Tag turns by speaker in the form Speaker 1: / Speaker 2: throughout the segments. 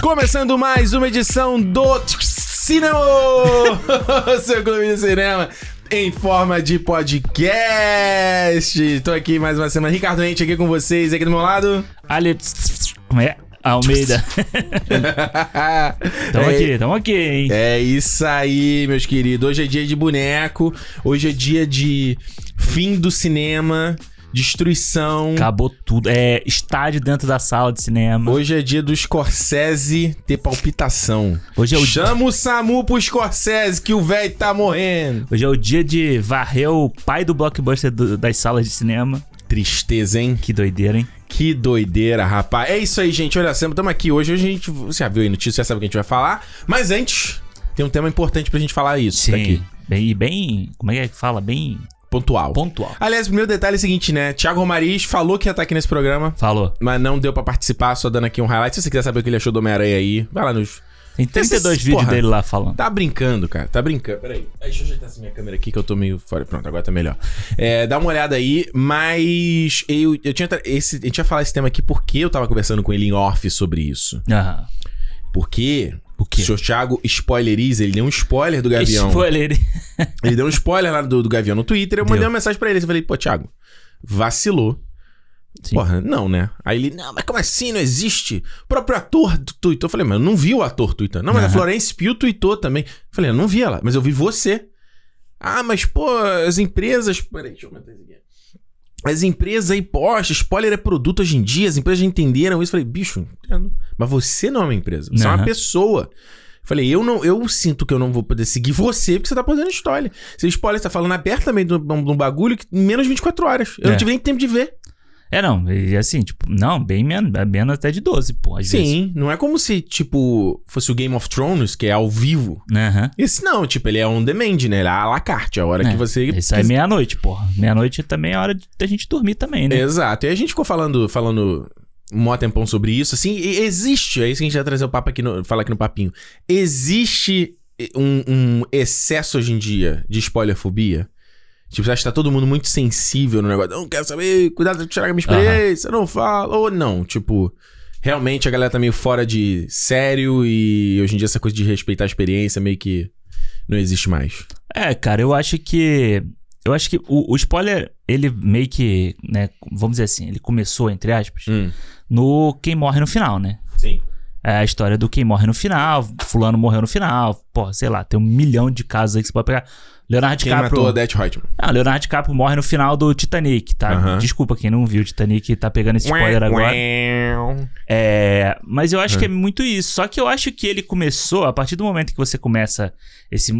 Speaker 1: Começando mais uma edição do Cinema! Seu clube de cinema em forma de podcast. Tô aqui mais uma semana. Ricardo Ente aqui com vocês, aqui do meu lado.
Speaker 2: Alex. Como é? Almeida. Tamo
Speaker 1: É-
Speaker 2: aqui, tamo aqui, hein?
Speaker 1: É isso aí, meus queridos. Hoje é dia de boneco, hoje é dia de fim do cinema, destruição.
Speaker 2: Acabou tudo. É estádio dentro da sala de cinema.
Speaker 1: Hoje é dia do Scorsese ter palpitação.
Speaker 2: Hoje é o-
Speaker 1: Chama o Samu pro Scorsese que o velho tá morrendo.
Speaker 2: Hoje é o dia de varrer o pai do blockbuster do- das salas de cinema.
Speaker 1: Tristeza, hein? Tá
Speaker 2: Que doideira, hein?
Speaker 1: Que doideira, rapaz. É isso aí, gente. Olha, estamos aqui hoje. Hoje a gente. Você já viu aí notícia, já sabe o que a gente vai falar. Mas antes, tem um tema importante pra gente falar isso aqui.
Speaker 2: Bem, bem. Como é que fala? Bem
Speaker 1: Pontual.
Speaker 2: pontual.
Speaker 1: Aliás, o primeiro detalhe é o seguinte, né? Thiago Romariz falou que ia estar aqui nesse programa,
Speaker 2: Falou.
Speaker 1: mas não deu pra participar, só dando aqui um highlight. Se você quiser saber o que ele achou do Homem-Aranha aí, vai lá nos.
Speaker 2: Tem 32
Speaker 1: Esses-
Speaker 2: vídeos
Speaker 1: porra.
Speaker 2: dele lá falando.
Speaker 1: Tá brincando, cara. Tá brincando. Peraí. Deixa eu ajeitar essa minha câmera aqui que eu tô meio fora. Pronto, agora tá melhor. É, dá uma olhada aí, mas eu, eu tinha. tra- Esse, a gente ia falar esse tema aqui porque eu tava conversando com ele em off sobre isso.
Speaker 2: Aham.
Speaker 1: Porque
Speaker 2: O
Speaker 1: o
Speaker 2: quê?
Speaker 1: senhor Thiago spoileriza, ele deu um spoiler do Gavião.
Speaker 2: Spoiler.
Speaker 1: Ele deu um spoiler lá do, do Gavião no Twitter. Eu
Speaker 2: Deu.
Speaker 1: mandei uma mensagem pra ele. Eu falei, pô, Thiago, vacilou.
Speaker 2: Sim.
Speaker 1: Porra, não, né? Aí ele, não, mas como assim? Não existe. O próprio ator do tweetou. Eu falei, mas eu não vi o ator tweetando. Não, mas a
Speaker 2: Aham.
Speaker 1: Florence Pugh tweetou também. Eu falei, eu não vi ela, mas eu vi você. Ah, mas pô, as empresas. Peraí, deixa eu aumentar isso aqui. As empresas aí, poxa, spoiler é produto hoje em dia, as empresas já entenderam isso. Eu falei, bicho, entendo. Mas você não é uma empresa, você é uma
Speaker 2: Aham.
Speaker 1: pessoa. Eu Falei, eu não, eu sinto que eu não vou poder seguir você porque você tá fazendo spoiler. Você spoiler, você tá falando abertamente de um de um bagulho que em menos de 24 horas. Eu
Speaker 2: É.
Speaker 1: não tive nem tempo de ver.
Speaker 2: É, não. E assim, tipo, não, bem menos. Menos até de 12, pô. Às vezes.
Speaker 1: Sim, não é como se, tipo, fosse o Game of Thrones, que é ao vivo.
Speaker 2: Aham.
Speaker 1: Esse não, tipo, ele é on demand, né? Ele é à la carte, a hora
Speaker 2: É,
Speaker 1: que você.
Speaker 2: Isso aí é meia-noite, porra. Meia-noite também é hora de- da gente dormir também, né?
Speaker 1: Exato. E a gente ficou falando, falando um mó tempão sobre isso, assim, e existe, é isso que a gente vai trazer o papo aqui no, falar aqui no papinho. Existe um, um excesso hoje em dia de spoilerfobia? Tipo, você acha que tá todo mundo muito sensível no negócio? Não quero saber, cuidado de tirar a minha experiência, não fala, ou não, tipo... Realmente a galera tá meio fora de sério e hoje em dia essa coisa de respeitar a experiência meio que não existe mais.
Speaker 2: É, cara, eu acho que. Eu acho que o, o spoiler, ele meio que, né, vamos dizer assim, ele começou, entre aspas, no quem morre no final, né?
Speaker 1: Sim.
Speaker 2: É a história do quem morre no final, fulano morreu no final, porra, sei lá, tem um milhão de casos aí que você pode pegar. Leonardo
Speaker 1: Quem
Speaker 2: DiCaprio.
Speaker 1: matou a Death Reutemann?
Speaker 2: Ah, Leonardo DiCaprio morre no final do Titanic, tá?
Speaker 1: Aham.
Speaker 2: Desculpa quem não viu o Titanic e tá pegando esse spoiler agora.
Speaker 1: Hum,
Speaker 2: É, mas eu acho que é muito isso. Só que eu acho que ele começou, a partir do momento que você começa esse.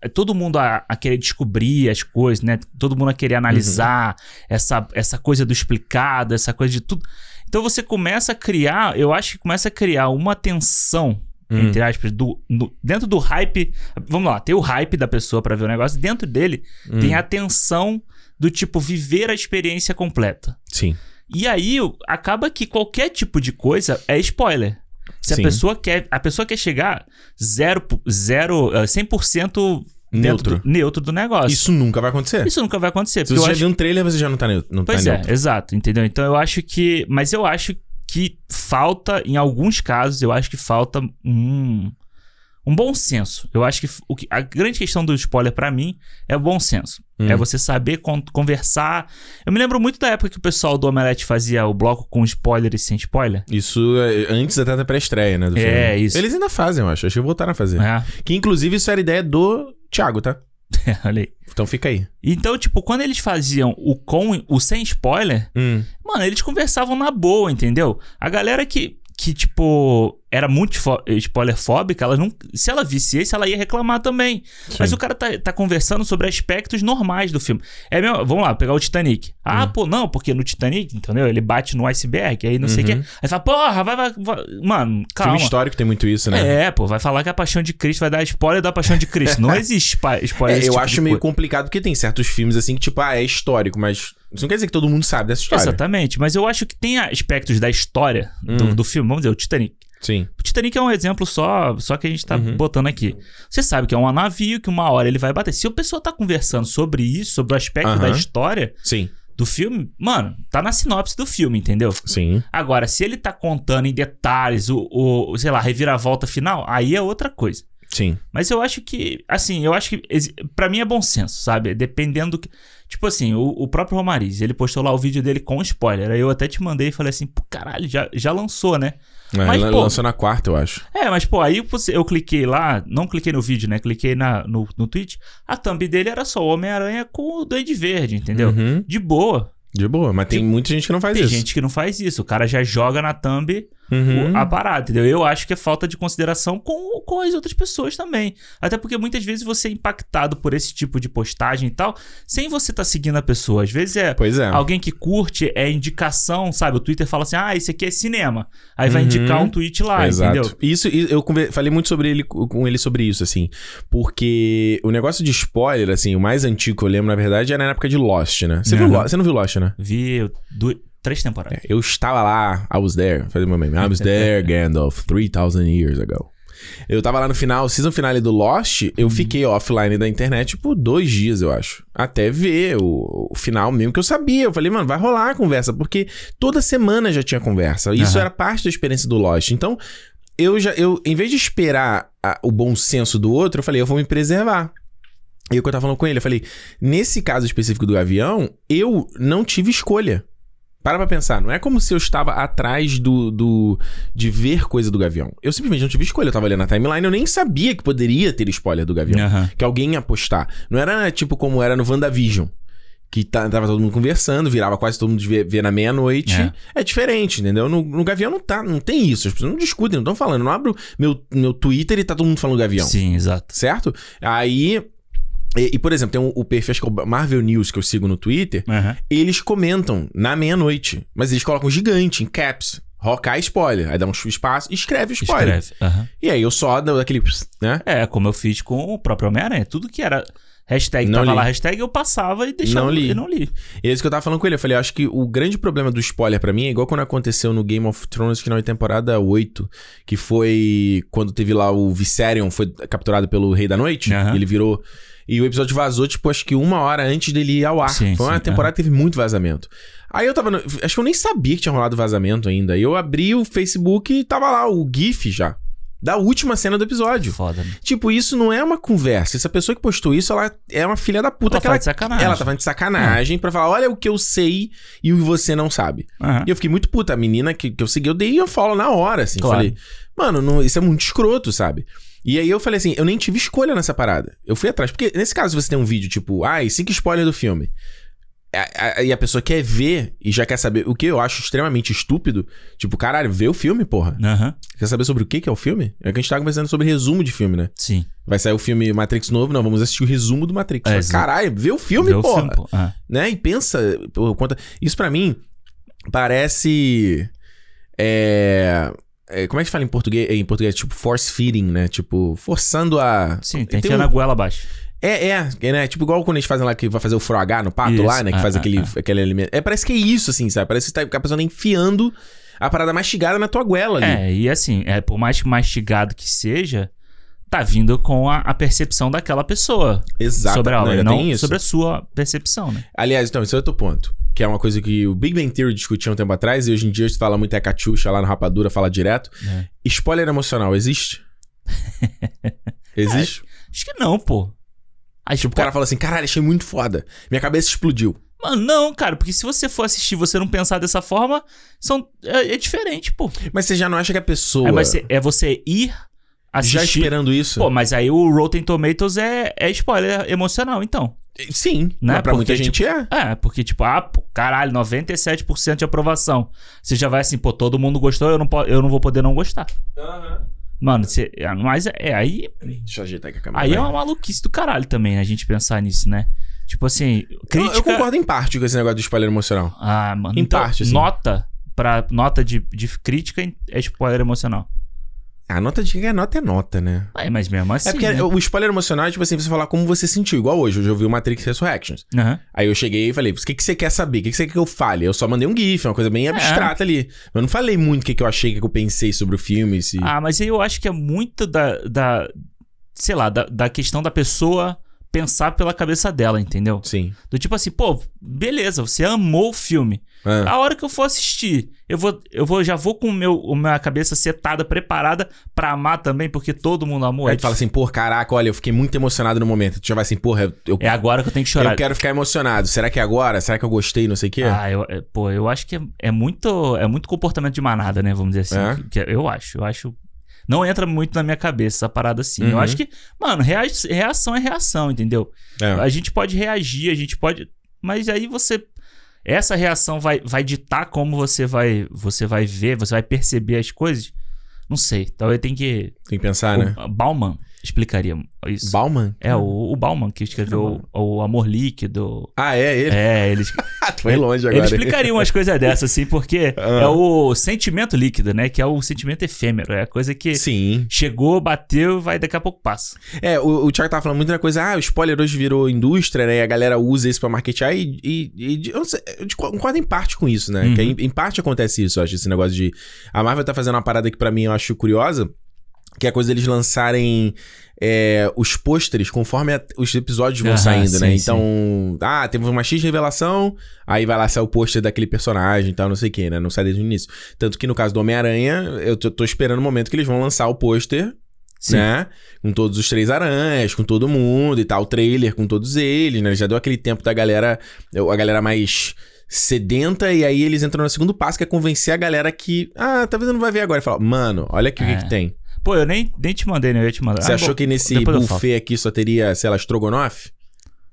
Speaker 2: eh, Todo mundo a, a querer descobrir as coisas, né? Todo mundo a querer analisar
Speaker 1: Uhum.
Speaker 2: essa, essa coisa do explicado, essa coisa de tudo. Então você começa a criar, eu acho que começa a criar uma tensão.
Speaker 1: Hum.
Speaker 2: Entre aspas, do, no- dentro do hype. Vamos lá, tem o hype da pessoa pra ver o negócio. Dentro dele
Speaker 1: Hum.
Speaker 2: tem a tensão do tipo viver a experiência completa.
Speaker 1: Sim.
Speaker 2: E aí o- acaba que qualquer tipo de coisa é spoiler. Se
Speaker 1: Sim.
Speaker 2: a pessoa quer, a pessoa quer chegar zero, po- zero, eh, 100% tá dentro
Speaker 1: Neutro.
Speaker 2: do, neutro do negócio.
Speaker 1: Isso nunca vai acontecer.
Speaker 2: Isso nunca vai acontecer,
Speaker 1: Se
Speaker 2: porque eu
Speaker 1: você já
Speaker 2: acho-
Speaker 1: viu um trailer, você já não tá neutro. Não
Speaker 2: Pois
Speaker 1: tá
Speaker 2: é,
Speaker 1: neutro.
Speaker 2: exato, entendeu? Então eu acho que, mas eu acho que falta em alguns casos, eu acho que falta um um bom senso. Eu acho que f- o que a grande questão do spoiler pra mim é o bom senso.
Speaker 1: Hum.
Speaker 2: É você saber con- conversar. Eu me lembro muito da época que o pessoal do Omelete fazia o bloco com spoiler e sem spoiler.
Speaker 1: Isso é antes até da pré-estreia, né? do
Speaker 2: É,
Speaker 1: filme.
Speaker 2: isso.
Speaker 1: Eles ainda fazem, eu acho. Acho que voltaram a fazer.
Speaker 2: É,
Speaker 1: Que inclusive isso era ideia do Thiago, tá?
Speaker 2: olha aí.
Speaker 1: Então fica aí.
Speaker 2: Então, tipo, quando eles faziam o com o sem spoiler,
Speaker 1: Hum.
Speaker 2: mano, eles conversavam na boa, entendeu? A galera que, que tipo, era muito fo- spoilerfóbica, ela não, se ela visse esse, ela ia reclamar também. Mas o cara tá, tá conversando sobre aspectos normais do filme. É mesmo, vamos lá, pegar o Titanic. Ah,
Speaker 1: Uhum.
Speaker 2: pô, não, porque no Titanic, entendeu? Ele bate no iceberg, aí não sei o
Speaker 1: Uhum.
Speaker 2: quê. Aí fala, porra, vai, vai, vai. Mano, calma.
Speaker 1: Filme histórico tem muito isso, né?
Speaker 2: É, pô, vai falar que a paixão de Cristo vai dar spoiler da paixão de Cristo. Não existe spa- spoiler.
Speaker 1: É,
Speaker 2: desse
Speaker 1: eu
Speaker 2: tipo
Speaker 1: acho
Speaker 2: de
Speaker 1: meio
Speaker 2: coisa.
Speaker 1: complicado porque tem certos filmes assim que, tipo, ah, é histórico, mas isso não quer dizer que todo mundo sabe dessa história.
Speaker 2: Exatamente, mas eu acho que tem aspectos da história do,
Speaker 1: Hum.
Speaker 2: do filme, vamos dizer, o Titanic.
Speaker 1: Sim.
Speaker 2: O Titanic é um exemplo só, só que a gente tá
Speaker 1: Uhum.
Speaker 2: botando aqui. Você sabe que é um navio que uma hora ele vai bater. Se o pessoal tá conversando sobre isso, sobre o aspecto
Speaker 1: Aham.
Speaker 2: da história,
Speaker 1: Sim.
Speaker 2: do filme, mano, tá na sinopse do filme, entendeu?
Speaker 1: Sim.
Speaker 2: Agora, se ele tá contando em detalhes o, o sei lá, reviravolta final, aí é outra coisa.
Speaker 1: Sim.
Speaker 2: Mas eu acho que, assim, eu acho que exi- Pra mim é bom senso, sabe? Dependendo do que. Tipo assim, o, o próprio Romariz, ele postou lá o vídeo dele com spoiler. Aí eu até te mandei e falei assim, pô, caralho, já, já lançou, né?
Speaker 1: É,
Speaker 2: Mas,
Speaker 1: lan-
Speaker 2: pô-
Speaker 1: lançou na quarta, eu acho.
Speaker 2: É, mas pô, aí você- eu cliquei lá, não cliquei no vídeo, né? Cliquei na, no, no tweet. A thumb dele era só o Homem-Aranha com o Duende Verde, entendeu?
Speaker 1: Uhum.
Speaker 2: De boa.
Speaker 1: De boa, mas tem muita gente que não faz
Speaker 2: Tem
Speaker 1: isso.
Speaker 2: gente que não faz isso. O cara já joga na thumb
Speaker 1: Uhum.
Speaker 2: o- a parada, entendeu? Eu acho que é falta de consideração com, com as outras pessoas também. Até porque muitas vezes você é impactado por esse tipo de postagem e tal, sem você estar seguindo a pessoa. Às vezes é.
Speaker 1: Pois é.
Speaker 2: Alguém que curte é indicação, sabe? O Twitter fala assim: ah, esse aqui é cinema. Aí vai
Speaker 1: Uhum.
Speaker 2: indicar um tweet lá,
Speaker 1: Exato.
Speaker 2: entendeu?
Speaker 1: Isso, i- eu conver- falei muito sobre ele, com ele sobre isso, assim. Porque o negócio de spoiler, assim, o mais antigo que eu lembro, na verdade, era na época de Lost, né? Você, viu
Speaker 2: Uhum.
Speaker 1: Lo- você não viu Lost, né?
Speaker 2: Vi du- três temporadas.
Speaker 1: Eu estava lá, I was there, fazer meu meme. I was there, Gandalf, 3000 years ago. Eu tava lá no final, season finale do Lost, eu fiquei offline da internet por dois dias, eu acho. Até ver o, o final mesmo que eu sabia. Eu falei, mano, vai rolar a conversa, porque toda semana já tinha conversa. Isso
Speaker 2: Aham.
Speaker 1: era parte da experiência do Lost. Então, eu já, eu, em vez de esperar a- o bom senso do outro, eu falei, eu vou me preservar. E o que eu tava falando com ele, eu falei, nesse caso específico do avião, eu não tive escolha. Para pra pensar, não é como se eu estava atrás do, do de ver coisa do Gavião. Eu simplesmente não tive escolha, eu tava olhando a timeline, eu nem sabia que poderia ter spoiler do Gavião.
Speaker 2: Aham.
Speaker 1: Que alguém ia postar. Não era tipo como era no WandaVision. Que tá- tava todo mundo conversando, virava quase todo mundo de ver, ver na meia-noite.
Speaker 2: É.
Speaker 1: É. diferente, entendeu? No, no Gavião não, tá, não tem isso. As pessoas não discutem, não estão falando. Eu Não abro meu, meu Twitter e tá todo mundo falando Gavião
Speaker 2: Sim, exato.
Speaker 1: certo? Aí. E, e, por exemplo, tem um- o perfil, acho que é o Marvel News, que eu sigo no Twitter.
Speaker 2: Aham.
Speaker 1: Eles comentam na meia-noite, mas eles colocam gigante, em caps. Rocar spoiler. Aí dá um espaço e escreve spoiler.
Speaker 2: Escreve. Aham.
Speaker 1: E aí eu só dou aquele. ps, né?
Speaker 2: É, como eu fiz com o próprio Homem-Aranha. Tudo que era hashtag,
Speaker 1: Não
Speaker 2: tava
Speaker 1: li.
Speaker 2: lá hashtag, eu passava e deixava.
Speaker 1: Não li.
Speaker 2: E não li.
Speaker 1: E é isso que eu tava falando com ele. Eu falei, eu acho que o grande problema do spoiler pra mim é igual quando aconteceu no Game of Thrones, final de temporada 8, que foi quando teve lá o Viserion, foi capturado pelo Rei da Noite.
Speaker 2: Aham.
Speaker 1: e ele virou. E o episódio vazou, tipo, acho que uma hora antes dele ir ao ar.
Speaker 2: Sim,
Speaker 1: foi uma
Speaker 2: sim,
Speaker 1: temporada que teve muito vazamento. Aí eu tava. no- Acho que eu nem sabia que tinha rolado vazamento ainda. Aí eu abri o Facebook e tava lá o GIF já. Da última cena do episódio.
Speaker 2: Foda, né?
Speaker 1: Tipo, isso não é uma conversa. Essa pessoa que postou isso, ela é uma filha da puta
Speaker 2: Ela
Speaker 1: que ela
Speaker 2: faz de sacanagem.
Speaker 1: ela tá falando de sacanagem pra falar, olha o que eu sei e o que você não sabe.
Speaker 2: Aham.
Speaker 1: E eu fiquei muito puta. A menina que, que eu segui, eu dei um follow na hora, assim.
Speaker 2: Claro.
Speaker 1: Falei, mano, não- isso é muito escroto, sabe? E aí eu falei assim, eu nem tive escolha nessa parada. Eu fui atrás. Porque nesse caso você tem um vídeo tipo, ai, cinco spoiler do filme. A- a- E a pessoa quer ver e já quer saber o que eu acho extremamente estúpido. Tipo, caralho, vê o filme, porra.
Speaker 2: Aham.
Speaker 1: Quer saber sobre o que que é o filme? É que a gente tá conversando sobre resumo de filme, né?
Speaker 2: Sim.
Speaker 1: Vai sair o filme Matrix novo, não, vamos assistir o resumo do Matrix.
Speaker 2: É,
Speaker 1: Mas,
Speaker 2: exato.
Speaker 1: caralho, vê o filme,
Speaker 2: Vê o
Speaker 1: porra
Speaker 2: filme, pô. Ah.
Speaker 1: né? E pensa, pô, conta. Isso pra mim parece. É, é, Como é que fala em português? Em português, tipo, force feeding, né? Tipo, forçando a.
Speaker 2: Sim, tem
Speaker 1: Tem
Speaker 2: que ir
Speaker 1: um-
Speaker 2: na goela abaixo.
Speaker 1: É, é, é, né? Tipo, igual quando a gente faz lá que vai fazer o frogar no pato
Speaker 2: Isso,
Speaker 1: lá, né? Que
Speaker 2: ah,
Speaker 1: faz
Speaker 2: ah,
Speaker 1: aquele, aquele alimento. É, parece que é isso, assim, sabe? Parece que, tá, que a pessoa tá enfiando a parada mastigada na tua goela ali.
Speaker 2: É, e assim, é, por mais mastigado que seja, tá vindo com a, a percepção daquela pessoa
Speaker 1: Exato.
Speaker 2: sobre a obra,
Speaker 1: ainda
Speaker 2: não,
Speaker 1: tem isso.
Speaker 2: sobre a sua percepção, né?
Speaker 1: Aliás, então, esse é outro ponto. Que é uma coisa que o Big Bang Theory discutia um tempo atrás, e hoje em dia se fala muito é a Catiuxa lá no Rapadura, fala direto.
Speaker 2: É.
Speaker 1: Spoiler emocional, existe? existe?
Speaker 2: Acho que não, pô. Aí,
Speaker 1: Tipo, o cara fala assim, caralho, achei muito foda. Minha cabeça explodiu.
Speaker 2: Mano, não, cara, porque se você for assistir e você não pensar dessa forma, são, é, é diferente, pô.
Speaker 1: Mas você já não acha que a pessoa
Speaker 2: É, mas você- é você ir
Speaker 1: já
Speaker 2: assistir.
Speaker 1: esperando isso?
Speaker 2: Pô, mas aí o Rotten Tomatoes é, é spoiler emocional, então.
Speaker 1: Sim,
Speaker 2: Né?
Speaker 1: mas pra
Speaker 2: Porque,
Speaker 1: muita gente é.
Speaker 2: É, porque, tipo, ah, pô, caralho, 97% de aprovação. Você já vai assim, pô, todo mundo gostou, eu não, po- eu não vou poder não gostar. Mano, você, é, mas é, é, aí,
Speaker 1: Deixa eu ajeitar aqui a câmera.
Speaker 2: aí é
Speaker 1: vai.
Speaker 2: uma maluquice do caralho também, né, a gente pensar nisso, né? Tipo assim,
Speaker 1: Eu-
Speaker 2: crítica.
Speaker 1: eu, concordo em parte com esse negócio do spoiler emocional.
Speaker 2: Ah, mano.
Speaker 1: Em
Speaker 2: então,
Speaker 1: parte, assim.
Speaker 2: nota pra nota de, de crítica é spoiler emocional.
Speaker 1: A nota de quem é nota é nota, né?
Speaker 2: É, mas mesmo assim.
Speaker 1: é porque
Speaker 2: né?
Speaker 1: o spoiler emocional é tipo assim, você falar como você sentiu, igual hoje. Hoje eu vi o Matrix Resurrections.
Speaker 2: Aham.
Speaker 1: Aí eu cheguei e falei, o que, que você quer saber? O que, que você quer que eu fale? Eu só mandei um GIF, uma coisa
Speaker 2: É.
Speaker 1: bem abstrata ali. Eu não falei muito o que, que eu achei, o que, que eu pensei sobre o filme. Se...
Speaker 2: Ah, mas aí eu acho que é muito da. da sei lá, da, da questão da pessoa pensar pela cabeça dela, entendeu?
Speaker 1: Sim.
Speaker 2: Do tipo assim, pô, beleza, você amou o filme.
Speaker 1: Ah,
Speaker 2: A hora que eu for assistir, eu vou, eu vou, já vou com o meu, a minha cabeça setada, preparada pra amar também, porque todo mundo amou. É
Speaker 1: Aí tu fala assim, pô, caraca, olha, eu fiquei muito emocionado no momento. Tu já vai assim, porra, eu, eu,
Speaker 2: é agora que eu tenho que chorar.
Speaker 1: eu quero ficar emocionado. Será que é agora? Será que eu gostei? Não sei o quê?
Speaker 2: Ah, eu, é, pô, eu acho que é, é muito é muito comportamento de manada, né? Vamos dizer assim.
Speaker 1: É?
Speaker 2: Que- que eu acho, eu acho. Não entra muito na minha cabeça essa parada assim. Eu
Speaker 1: Uhum.
Speaker 2: acho que, mano, rea- reação é reação, entendeu?
Speaker 1: É.
Speaker 2: A gente pode reagir, a gente pode. Mas aí você. Essa reação vai, vai ditar como você vai, você vai ver, você vai perceber as coisas? Não sei. Talvez tem que.
Speaker 1: Tem que pensar, né?
Speaker 2: o Bauman explicaria isso.
Speaker 1: Bauman?
Speaker 2: é, o, o Bauman que escreveu o, o Amor Líquido.
Speaker 1: Ah, é ele?
Speaker 2: É, ele,
Speaker 1: Ah, tu foi longe agora.
Speaker 2: ele explicaria umas coisas dessas, assim, porque
Speaker 1: Ah.
Speaker 2: é o sentimento líquido, né? Que é o sentimento efêmero. É a coisa que
Speaker 1: Sim.
Speaker 2: chegou, bateu, vai daqui a pouco passa.
Speaker 1: É, o, o Thiago tava falando muito da coisa, ah, o spoiler hoje virou indústria, né? E a galera usa isso pra marketear e, e, e de- eu não sei, eu de- concordo em parte com isso, né?
Speaker 2: Uhum.
Speaker 1: Que em, em parte acontece isso, eu acho, esse negócio de... A Marvel tá fazendo uma parada que pra mim eu acho curiosa, que é a coisa deles lançarem é, os pôsteres conforme a- os episódios vão
Speaker 2: Aham,
Speaker 1: saindo, né?
Speaker 2: sim,
Speaker 1: Então, ah, temos uma X revelação, aí vai lá sair o pôster daquele personagem e tal, não sei o que, né? Não sai desde o início. Tanto que no caso do Homem-Aranha, eu tô, tô esperando o momento que eles vão lançar o pôster né? Com todos os três aranhas, com todo mundo e tal, o trailer com todos eles, né? Já deu aquele tempo da galera, a galera mais sedenta, e aí eles entram no segundo passo, que é convencer a galera que, ah, talvez eu não vai ver agora. E fala, mano, olha aqui o
Speaker 2: É.
Speaker 1: que, que tem.
Speaker 2: Pô, eu nem, nem te mandei, né? Eu ia te mandar.
Speaker 1: Você
Speaker 2: Ah,
Speaker 1: achou
Speaker 2: bom,
Speaker 1: que nesse
Speaker 2: depois eu falo.
Speaker 1: buffet aqui só teria, sei lá, estrogonofe?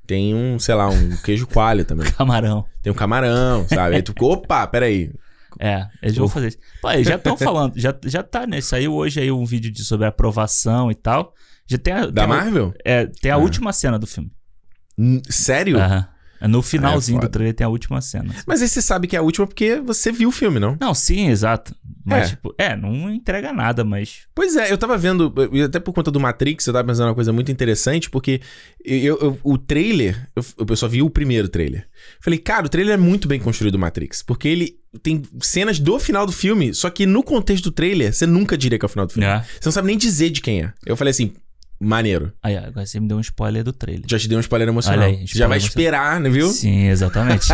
Speaker 1: Tem um, sei lá, um queijo coalho também.
Speaker 2: Camarão.
Speaker 1: Tem um camarão, sabe? Aí tu, opa, peraí.
Speaker 2: É, eles vão fazer isso. Pô, eles já estão falando, já, já tá, né? Saiu hoje aí um vídeo de, sobre a aprovação e tal. Já tem a,
Speaker 1: Da
Speaker 2: tem a-
Speaker 1: Marvel?
Speaker 2: é, tem a
Speaker 1: Ah.
Speaker 2: última cena do filme.
Speaker 1: Hum, Sério?
Speaker 2: Aham. É No finalzinho do
Speaker 1: É foda.
Speaker 2: trailer tem a última cena.
Speaker 1: Mas aí você sabe que é a última porque você viu o filme, não?
Speaker 2: Não, sim, exato. Mas,
Speaker 1: É.
Speaker 2: tipo, é, não entrega nada, mas.
Speaker 1: Pois é, eu tava vendo, e até por conta do Matrix, eu tava pensando uma coisa muito interessante, porque eu, eu- o trailer, eu, eu só vi o primeiro trailer. Falei, cara, o trailer é muito bem construído do Matrix, porque ele tem cenas do final do filme, só que no contexto do trailer, você nunca diria que é o final do filme.
Speaker 2: É.
Speaker 1: Você não sabe nem dizer de quem é. Eu falei assim, maneiro.
Speaker 2: Aí, agora você me deu um spoiler do trailer.
Speaker 1: Já te dei um spoiler emocional.
Speaker 2: Olha aí,
Speaker 1: Já
Speaker 2: spoiler
Speaker 1: vai
Speaker 2: emocional.
Speaker 1: esperar, né, viu?
Speaker 2: Sim, exatamente.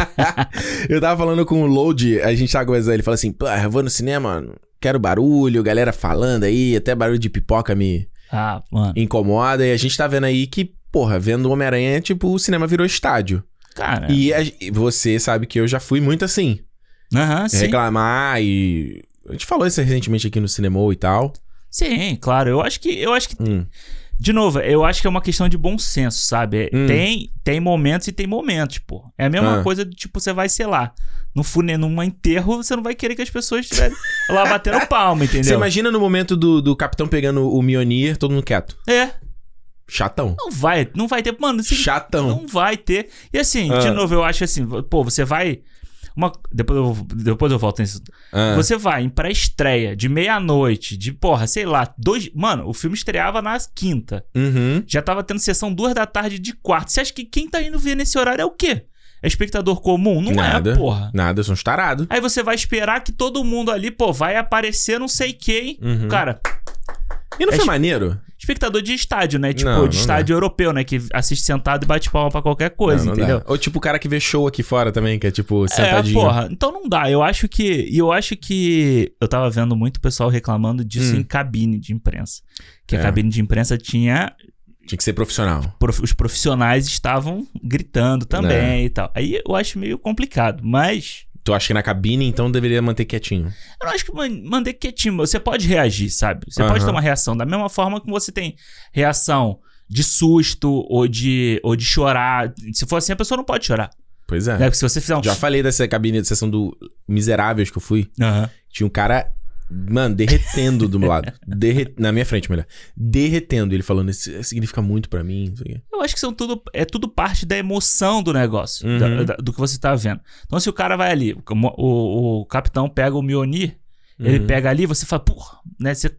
Speaker 1: Eu tava falando com o Load, a gente tava conversando, ele falou assim, pô, eu vou no cinema, quero barulho, galera falando aí, até barulho de pipoca me...
Speaker 2: ah, mano.
Speaker 1: incomoda. E a gente tá vendo aí que, porra, vendo o Homem-Aranha, tipo, o cinema virou estádio.
Speaker 2: Cara.
Speaker 1: E a- e você sabe que eu já fui muito assim.
Speaker 2: Aham, sim.
Speaker 1: Reclamar e. A gente falou isso recentemente aqui no cinema e tal.
Speaker 2: Sim, claro. Eu acho que. Eu acho que.
Speaker 1: Hum.
Speaker 2: De novo, eu acho que é uma questão de bom senso, sabe? É,
Speaker 1: Hum.
Speaker 2: Tem, tem momentos e tem momentos, pô. É a mesma
Speaker 1: Ah.
Speaker 2: coisa do tipo, você vai, sei lá, no fune, num enterro, você não vai querer que as pessoas estiverem lá batendo palma,
Speaker 1: Você
Speaker 2: entendeu?
Speaker 1: imagina no momento do, do capitão pegando o Mionir, todo mundo quieto.
Speaker 2: É,
Speaker 1: Chatão.
Speaker 2: não vai, não vai ter. Mano, se
Speaker 1: Chatão.
Speaker 2: Não vai ter. E assim, de
Speaker 1: Ah.
Speaker 2: novo, eu acho assim, pô, você vai. Uma, depois, eu, depois eu volto nisso.
Speaker 1: Ah,
Speaker 2: Você vai em pré-estreia de meia-noite, de porra, sei lá, dois. Mano, o filme estreava na quinta.
Speaker 1: uhum.
Speaker 2: Já tava tendo sessão duas da tarde de quarta. Você acha que quem tá indo ver nesse horário é o quê? É espectador comum? Não
Speaker 1: Nada.
Speaker 2: é, porra.
Speaker 1: Nada, são uns tarados.
Speaker 2: Aí você vai esperar que todo mundo ali, pô, vai aparecer não sei quem.
Speaker 1: Uhum.
Speaker 2: Cara,
Speaker 1: E não
Speaker 2: é
Speaker 1: foi
Speaker 2: tipo-
Speaker 1: maneiro?
Speaker 2: espectador de estádio, né? Tipo,
Speaker 1: Não,
Speaker 2: de
Speaker 1: não
Speaker 2: estádio europeu, né? Que assiste sentado e bate palma pra qualquer coisa,
Speaker 1: Não, não dá.
Speaker 2: entendeu?
Speaker 1: Ou tipo o cara que vê show aqui fora também, que é tipo sentadinho.
Speaker 2: É, porra. Então não dá. Eu acho que. E eu acho que. Eu tava vendo muito pessoal reclamando disso
Speaker 1: Hum.
Speaker 2: em cabine de imprensa. Que
Speaker 1: É.
Speaker 2: a cabine de imprensa tinha.
Speaker 1: Tinha que ser profissional.
Speaker 2: prof- os profissionais estavam gritando
Speaker 1: É.
Speaker 2: também e tal. Aí eu acho meio complicado, mas.
Speaker 1: Tu acha que na cabine, então, deveria manter quietinho.
Speaker 2: Eu não acho que man- mandei quietinho. Você pode reagir, sabe? Você
Speaker 1: Aham.
Speaker 2: pode ter uma reação. Da mesma forma que você tem reação de susto ou de, ou de chorar. Se for assim, a pessoa não pode chorar.
Speaker 1: Pois é.
Speaker 2: Né? Porque se você fizer um.
Speaker 1: Já falei dessa cabine de sessão do Miseráveis que eu fui.
Speaker 2: Aham.
Speaker 1: Tinha um cara, mano, derretendo do meu lado. Derre- Na minha frente, melhor. Derretendo. Ele falando, isso significa muito pra mim. Isso aqui.
Speaker 2: Eu acho que são tudo, é tudo parte da emoção do negócio,
Speaker 1: Uhum.
Speaker 2: da- da- do que você tá vendo. Então, se o cara vai ali, o, o- o capitão pega o Mionir, ele
Speaker 1: Uhum.
Speaker 2: pega ali, você fala, porra, né? Você,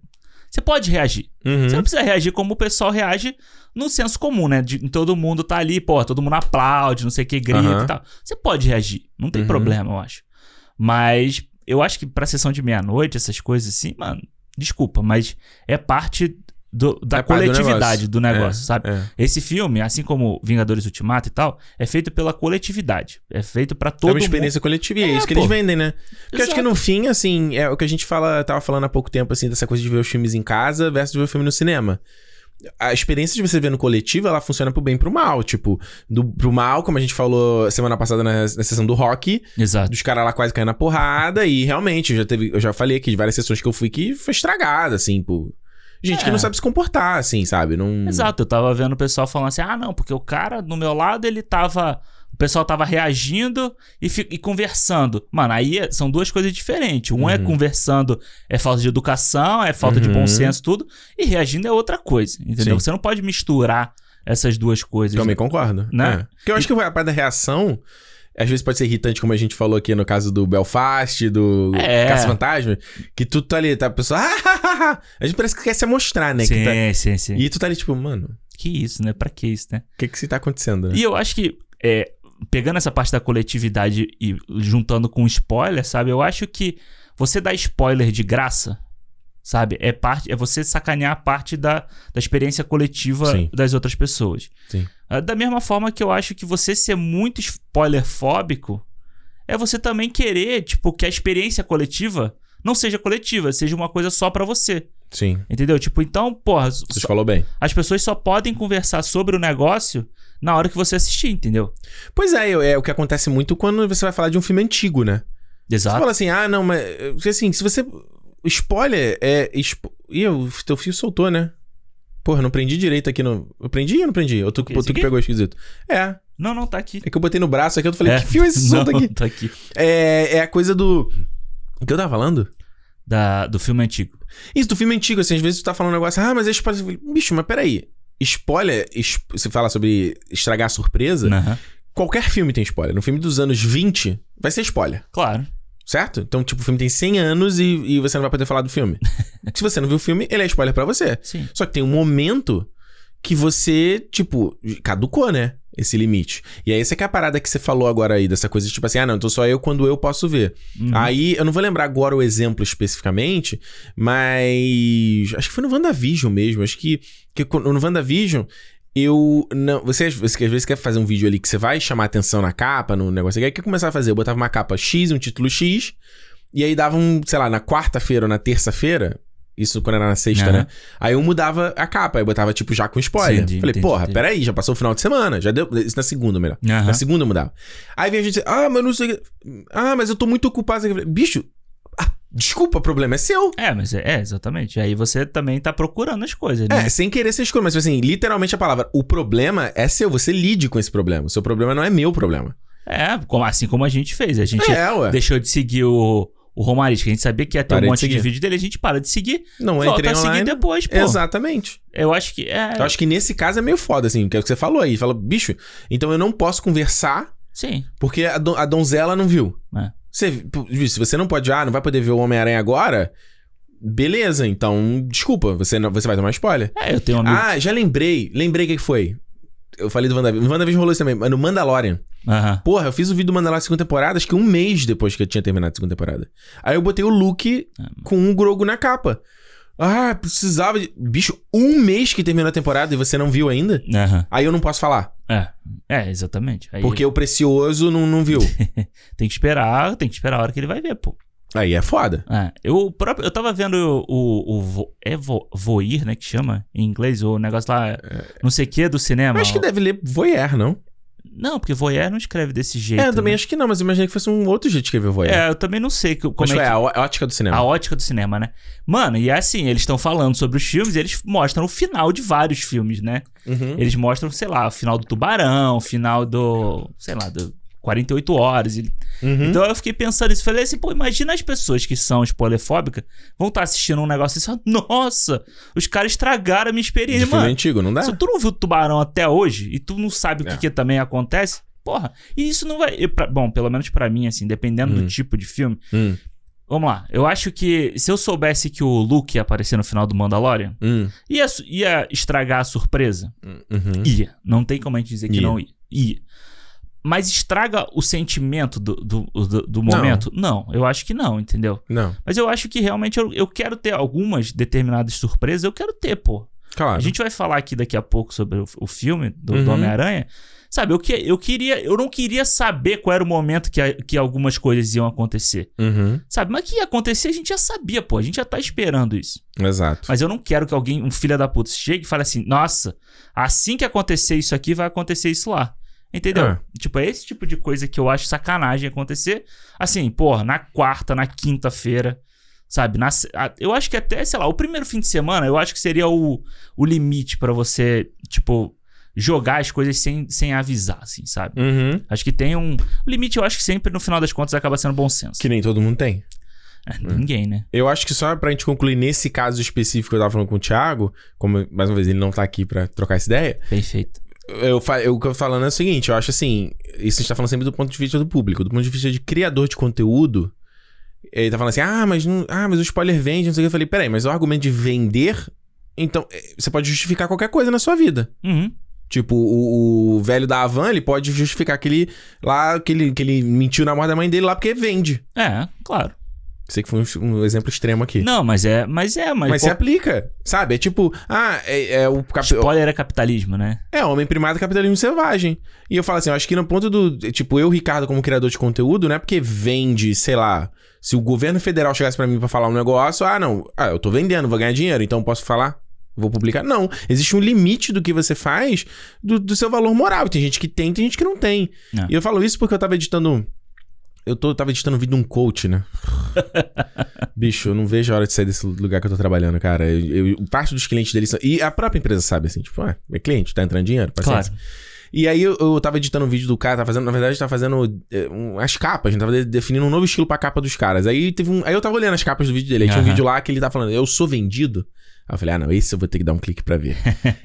Speaker 2: você pode reagir.
Speaker 1: Uhum.
Speaker 2: Você não precisa reagir como o pessoal reage no senso comum, né? De, todo mundo tá ali, pô, todo mundo aplaude, não sei o que, grita
Speaker 1: Aham.
Speaker 2: e tal. Você pode reagir, não tem
Speaker 1: Uhum.
Speaker 2: problema, eu acho. Mas eu acho que pra sessão de meia-noite, essas coisas assim, mano, desculpa, mas é parte do- da
Speaker 1: É parte do
Speaker 2: coletividade do negócio,
Speaker 1: É,
Speaker 2: sabe?
Speaker 1: é.
Speaker 2: Esse filme, assim como Vingadores Ultimato e tal, é feito pela coletividade. É feito pra
Speaker 1: É
Speaker 2: todo
Speaker 1: uma
Speaker 2: mundo.
Speaker 1: experiência coletiva e é,
Speaker 2: É,
Speaker 1: isso que
Speaker 2: pô.
Speaker 1: eles vendem, né? Porque eu acho que
Speaker 2: Exato.
Speaker 1: no fim, assim, é o que a gente fala, tava falando há pouco tempo, assim, dessa coisa de ver os filmes em casa versus ver o filme no cinema. A experiência de você ver no coletivo, ela funciona pro bem e pro mal. Tipo, do, pro mal, como a gente falou semana passada na, na sessão do rock,
Speaker 2: Exato.
Speaker 1: dos caras lá quase caindo na porrada, e realmente, eu já, teve, eu já falei aqui de várias sessões que eu fui que foi estragada, assim, por gente que
Speaker 2: É.
Speaker 1: não sabe se comportar, assim, sabe? Não...
Speaker 2: Exato, eu tava vendo o pessoal falando assim: ah, não, porque o cara do meu lado ele tava. O pessoal tava reagindo e, fi- e conversando. Mano, aí é- são duas coisas diferentes. Um é
Speaker 1: Uhum.
Speaker 2: conversando, é falta de educação, é falta de bom
Speaker 1: Uhum.
Speaker 2: senso, tudo. E reagindo é outra coisa, entendeu?
Speaker 1: Sim. Então,
Speaker 2: Você não pode misturar essas duas coisas.
Speaker 1: Também concordo.
Speaker 2: Né?
Speaker 1: É. Porque eu acho que a parte da reação, às vezes pode ser irritante, como a gente falou aqui no caso do Belfast, do
Speaker 2: É.
Speaker 1: Caça-Fantasma, que tu tá ali, tá, a pessoa... "Ah, ah, ah, ah." a gente parece que quer se amostrar, né? Que
Speaker 2: Sim,
Speaker 1: tá-
Speaker 2: sim, sim.
Speaker 1: E tu tá ali, tipo, mano,
Speaker 2: Que isso, né? Pra que isso, né?
Speaker 1: o que que se tá acontecendo? né?
Speaker 2: E eu acho que, é, pegando essa parte da coletividade e juntando com spoiler, sabe? Eu acho que você dar spoiler de graça, sabe? É parte é você sacanear a parte da, da experiência coletiva
Speaker 1: Sim.
Speaker 2: das outras pessoas.
Speaker 1: Sim.
Speaker 2: Ah, Da mesma forma que eu acho que você ser muito spoilerfóbico é você também querer, tipo, que a experiência coletiva não seja coletiva, seja uma coisa só pra você.
Speaker 1: Sim,
Speaker 2: Entendeu? Tipo, então, porra,
Speaker 1: você falou bem.
Speaker 2: as pessoas só podem conversar sobre o negócio na hora que você assistir, entendeu?
Speaker 1: Pois é, eu- é o que acontece muito quando você vai falar de um filme antigo, né? Você
Speaker 2: Exato.
Speaker 1: fala assim, ah, não, mas... porque Assim, se você... Spoiler é... Expo... Ih, o teu fio soltou, né? Porra, não prendi direito aqui no... Eu prendi ou não prendi? Ou tu, que-
Speaker 2: Esse
Speaker 1: tu que
Speaker 2: aqui?
Speaker 1: pegou esquisito? É,
Speaker 2: Não, não, tá aqui.
Speaker 1: É que eu botei no braço aqui, eu falei,
Speaker 2: É.
Speaker 1: que fio é esse solto
Speaker 2: não,
Speaker 1: aqui?
Speaker 2: tá aqui.
Speaker 1: É, é a coisa do. O que eu tava falando?
Speaker 2: Da, do filme antigo.
Speaker 1: Isso, do filme antigo, assim, às vezes tu tá falando um negócio, ah, mas é spoiler. Eu falei, Bicho, mas peraí. Spoiler, es- se fala sobre estragar a surpresa,
Speaker 2: Aham.
Speaker 1: qualquer filme tem spoiler. No filme dos anos 20, vai ser spoiler,
Speaker 2: Claro.
Speaker 1: certo? Então, tipo, o filme tem 100 anos e, e você não vai poder falar do filme. se você não viu o filme, ele é spoiler pra você.
Speaker 2: Sim.
Speaker 1: Só que tem um momento que você, tipo, caducou, né? Esse limite. E aí, essa que é a parada que você falou agora aí, dessa coisa, de, tipo assim, ah, não, então só eu quando eu posso ver.
Speaker 2: Uhum.
Speaker 1: Aí, eu não vou lembrar agora o exemplo especificamente, mas. Acho que foi no WandaVision mesmo. Acho que, que quando- no WandaVision. Eu. Não, você, às vezes- às vezes quer fazer um vídeo ali que você vai chamar atenção na capa, no negócio. Aí o que eu começava a fazer? Eu botava uma capa X, um título X, e aí dava um, sei lá, na quarta-feira ou na terça-feira. Isso quando era na sexta,
Speaker 2: Aham.
Speaker 1: né? Aí eu mudava a capa, aí eu botava, tipo, já com spoiler.
Speaker 2: Entendi,
Speaker 1: Falei,
Speaker 2: entendi,
Speaker 1: porra,
Speaker 2: entendi.
Speaker 1: peraí, já passou o final de semana. Já deu. Isso na segunda, melhor.
Speaker 2: Aham.
Speaker 1: Na segunda eu mudava. Aí vem a gente, ah, mas não sei. o que- Ah, mas eu tô muito ocupado. Eu falei, Bicho, ah, desculpa, o problema é seu.
Speaker 2: É, mas é, é, exatamente. Aí você também tá procurando as coisas, né?
Speaker 1: É, sem querer ser escuro, mas tipo assim, literalmente a palavra, o problema é seu, você lide com esse problema. O seu problema não é meu problema.
Speaker 2: É, como- assim como a gente fez. A gente
Speaker 1: É, ué.
Speaker 2: deixou de seguir o, o Romariz, que a gente sabia que ia ter
Speaker 1: Parei de
Speaker 2: um monte de,
Speaker 1: seguir.
Speaker 2: vídeo dele, a gente para de seguir,
Speaker 1: Não
Speaker 2: volta
Speaker 1: entrei
Speaker 2: a seguir
Speaker 1: online.
Speaker 2: depois, pô.
Speaker 1: Exatamente.
Speaker 2: Eu acho que é.
Speaker 1: Eu acho que nesse caso é meio foda, assim, que é o que você falou aí. Fala, bicho, então eu não posso conversar
Speaker 2: Sim.
Speaker 1: porque a, don- a donzela não viu.
Speaker 2: É.
Speaker 1: Você, pô, bicho, se você não pode, ah, não vai poder ver o Homem-Aranha agora, beleza, então, desculpa, você, não- você vai tomar spoiler.
Speaker 2: É, eu tenho um amigo.
Speaker 1: Ah, já lembrei. Lembrei o que que foi. Eu falei do WandaVision. No WandaVision rolou isso também, mas no Mandalorian.
Speaker 2: Aham.
Speaker 1: Porra, eu fiz o vídeo do Mandalorian segunda temporada, acho que um mês depois que eu tinha terminado a segunda temporada. Aí eu botei o Luke
Speaker 2: Ah,
Speaker 1: com um Grogu na capa. Ah, precisava de... Bicho, um mês que terminou a temporada e você não viu ainda?
Speaker 2: Aham.
Speaker 1: Aí eu não posso falar,
Speaker 2: É. é, exatamente. Aí
Speaker 1: porque o Precioso não, não viu.
Speaker 2: tem que esperar, tem que esperar a hora que ele vai ver, pô.
Speaker 1: Aí é foda.
Speaker 2: É, eu próprio, eu tava vendo o, o, o vo- é vo- voir, né, que chama em inglês, o negócio lá, não sei o que do
Speaker 1: Eu
Speaker 2: cinema.
Speaker 1: É. acho que deve ler voyeur, não?
Speaker 2: Não, porque voyeur não escreve desse jeito.
Speaker 1: é, eu também
Speaker 2: né?
Speaker 1: acho que não, mas eu imaginei que fosse um outro jeito de escrever voyeur.
Speaker 2: É, eu também não sei que- como
Speaker 1: mas
Speaker 2: é
Speaker 1: foi
Speaker 2: que-
Speaker 1: a ó- a ótica do cinema.
Speaker 2: a ótica do cinema, né? Mano, e é assim, eles estão falando sobre os filmes, e eles mostram o final de vários filmes, né?
Speaker 1: Uhum.
Speaker 2: Eles mostram, sei lá, o final do Tubarão, o final do, sei lá, do 48 horas, e
Speaker 1: Uhum.
Speaker 2: Então eu fiquei pensando isso. Falei assim, pô, imagina as pessoas que são spoilerfóbicas vão estar assistindo um negócio e falam, nossa, os caras estragaram a minha
Speaker 1: de
Speaker 2: experiência,
Speaker 1: filme
Speaker 2: mano.
Speaker 1: antigo, não dá?
Speaker 2: Se tu não viu Tubarão até hoje e tu não sabe o que,
Speaker 1: né? É.
Speaker 2: que também acontece, porra, e isso não vai. e pra- bom, pelo menos pra mim, assim, dependendo
Speaker 1: Hum.
Speaker 2: do tipo de filme.
Speaker 1: Hum,
Speaker 2: Vamos lá, eu acho que se eu soubesse que o Luke ia aparecer no final do Mandalorian,
Speaker 1: hum,
Speaker 2: ia, su- ia estragar a surpresa.
Speaker 1: hum, uhum.
Speaker 2: Ia. Não tem como a gente dizer que
Speaker 1: Ia.
Speaker 2: não ia. Ia. Mas estraga o sentimento do, do, do, do momento? Não. eu acho que não, entendeu?
Speaker 1: Não.
Speaker 2: Mas eu acho que realmente eu, eu quero ter algumas determinadas surpresas, eu quero ter, pô.
Speaker 1: Claro.
Speaker 2: A gente vai falar aqui daqui a pouco sobre o, o filme do, do
Speaker 1: Uhum.
Speaker 2: Homem-Aranha. Sabe, eu, que, eu queria. Eu não queria saber qual era o momento que, a- que algumas coisas iam acontecer.
Speaker 1: Uhum.
Speaker 2: Sabe, mas que ia acontecer a gente já sabia, pô. A gente já tá esperando isso.
Speaker 1: Exato.
Speaker 2: Mas eu não quero que alguém, um filho da puta, chegue e fale assim: nossa, assim que acontecer isso aqui, vai acontecer isso lá. Entendeu?
Speaker 1: É.
Speaker 2: Tipo, é esse tipo de coisa que eu acho sacanagem acontecer. Assim, porra, na quarta, na quinta-feira, sabe? Na se- a- eu acho que até, sei lá, o primeiro fim de semana, eu acho que seria o, o limite pra você, tipo, jogar as coisas sem, sem avisar, assim, sabe?
Speaker 1: Uhum.
Speaker 2: Acho que tem um. O limite, eu acho que sempre, no final das contas, acaba sendo bom senso.
Speaker 1: Que nem todo mundo tem.
Speaker 2: É, ninguém, né?
Speaker 1: Eu acho que só pra gente concluir nesse caso específico que eu tava falando com o Thiago, como mais uma vez ele não tá aqui pra trocar essa ideia,
Speaker 2: Perfeito.
Speaker 1: eu, fa- eu, o que eu tô falando é o seguinte, eu acho assim, isso a gente tá falando sempre do ponto de vista do público, do ponto de vista de criador de conteúdo, ele tá falando assim, ah, mas não, ah, mas o spoiler vende, não sei o que, eu falei, peraí, mas o argumento de vender, então, eh, você pode justificar qualquer coisa na sua vida.
Speaker 2: Uhum.
Speaker 1: Tipo, o, o velho da Havan, ele pode justificar que ele, lá, que, ele, que ele mentiu na morte da mãe dele lá porque vende.
Speaker 2: É, claro.
Speaker 1: Sei que foi um, um exemplo extremo aqui.
Speaker 2: Não, mas é. Mas é, mas.
Speaker 1: Mas se
Speaker 2: qual-
Speaker 1: aplica, sabe? É tipo, ah, é, é o cap...
Speaker 2: Spoiler é capitalismo, né?
Speaker 1: é homem primado capitalismo selvagem. E eu falo assim, eu acho que no ponto do. Tipo, eu, Ricardo, como criador de conteúdo, não é porque vende, sei lá. Se o governo federal chegasse pra mim pra falar um negócio, ah, não, ah, eu tô vendendo, vou ganhar dinheiro, então eu posso falar? Vou publicar? Não. Existe um limite do que você faz do, do seu valor moral. Tem gente que tem, tem gente que não tem.
Speaker 2: É.
Speaker 1: E eu falo isso porque eu tava editando. Eu tô, tava editando vídeo de um coach, né? Bicho, eu não vejo a hora de sair desse lugar que eu tô trabalhando, cara. Eu, eu- parte dos clientes deles. São, e a própria empresa sabe, assim, tipo, ah, é cliente, tá entrando dinheiro, paciência.
Speaker 2: Claro.
Speaker 1: E aí eu, eu tava editando um vídeo do cara, tava fazendo, na verdade, tava fazendo eh, um- as capas, né? tava de- definindo um novo estilo pra capa dos caras. Aí teve um. Aí eu tava olhando as capas do vídeo dele. Aí tinha um
Speaker 2: Aham.
Speaker 1: vídeo lá que ele tá falando, eu sou vendido. Aí eu falei, ah, não, esse eu vou ter que dar um clique pra ver.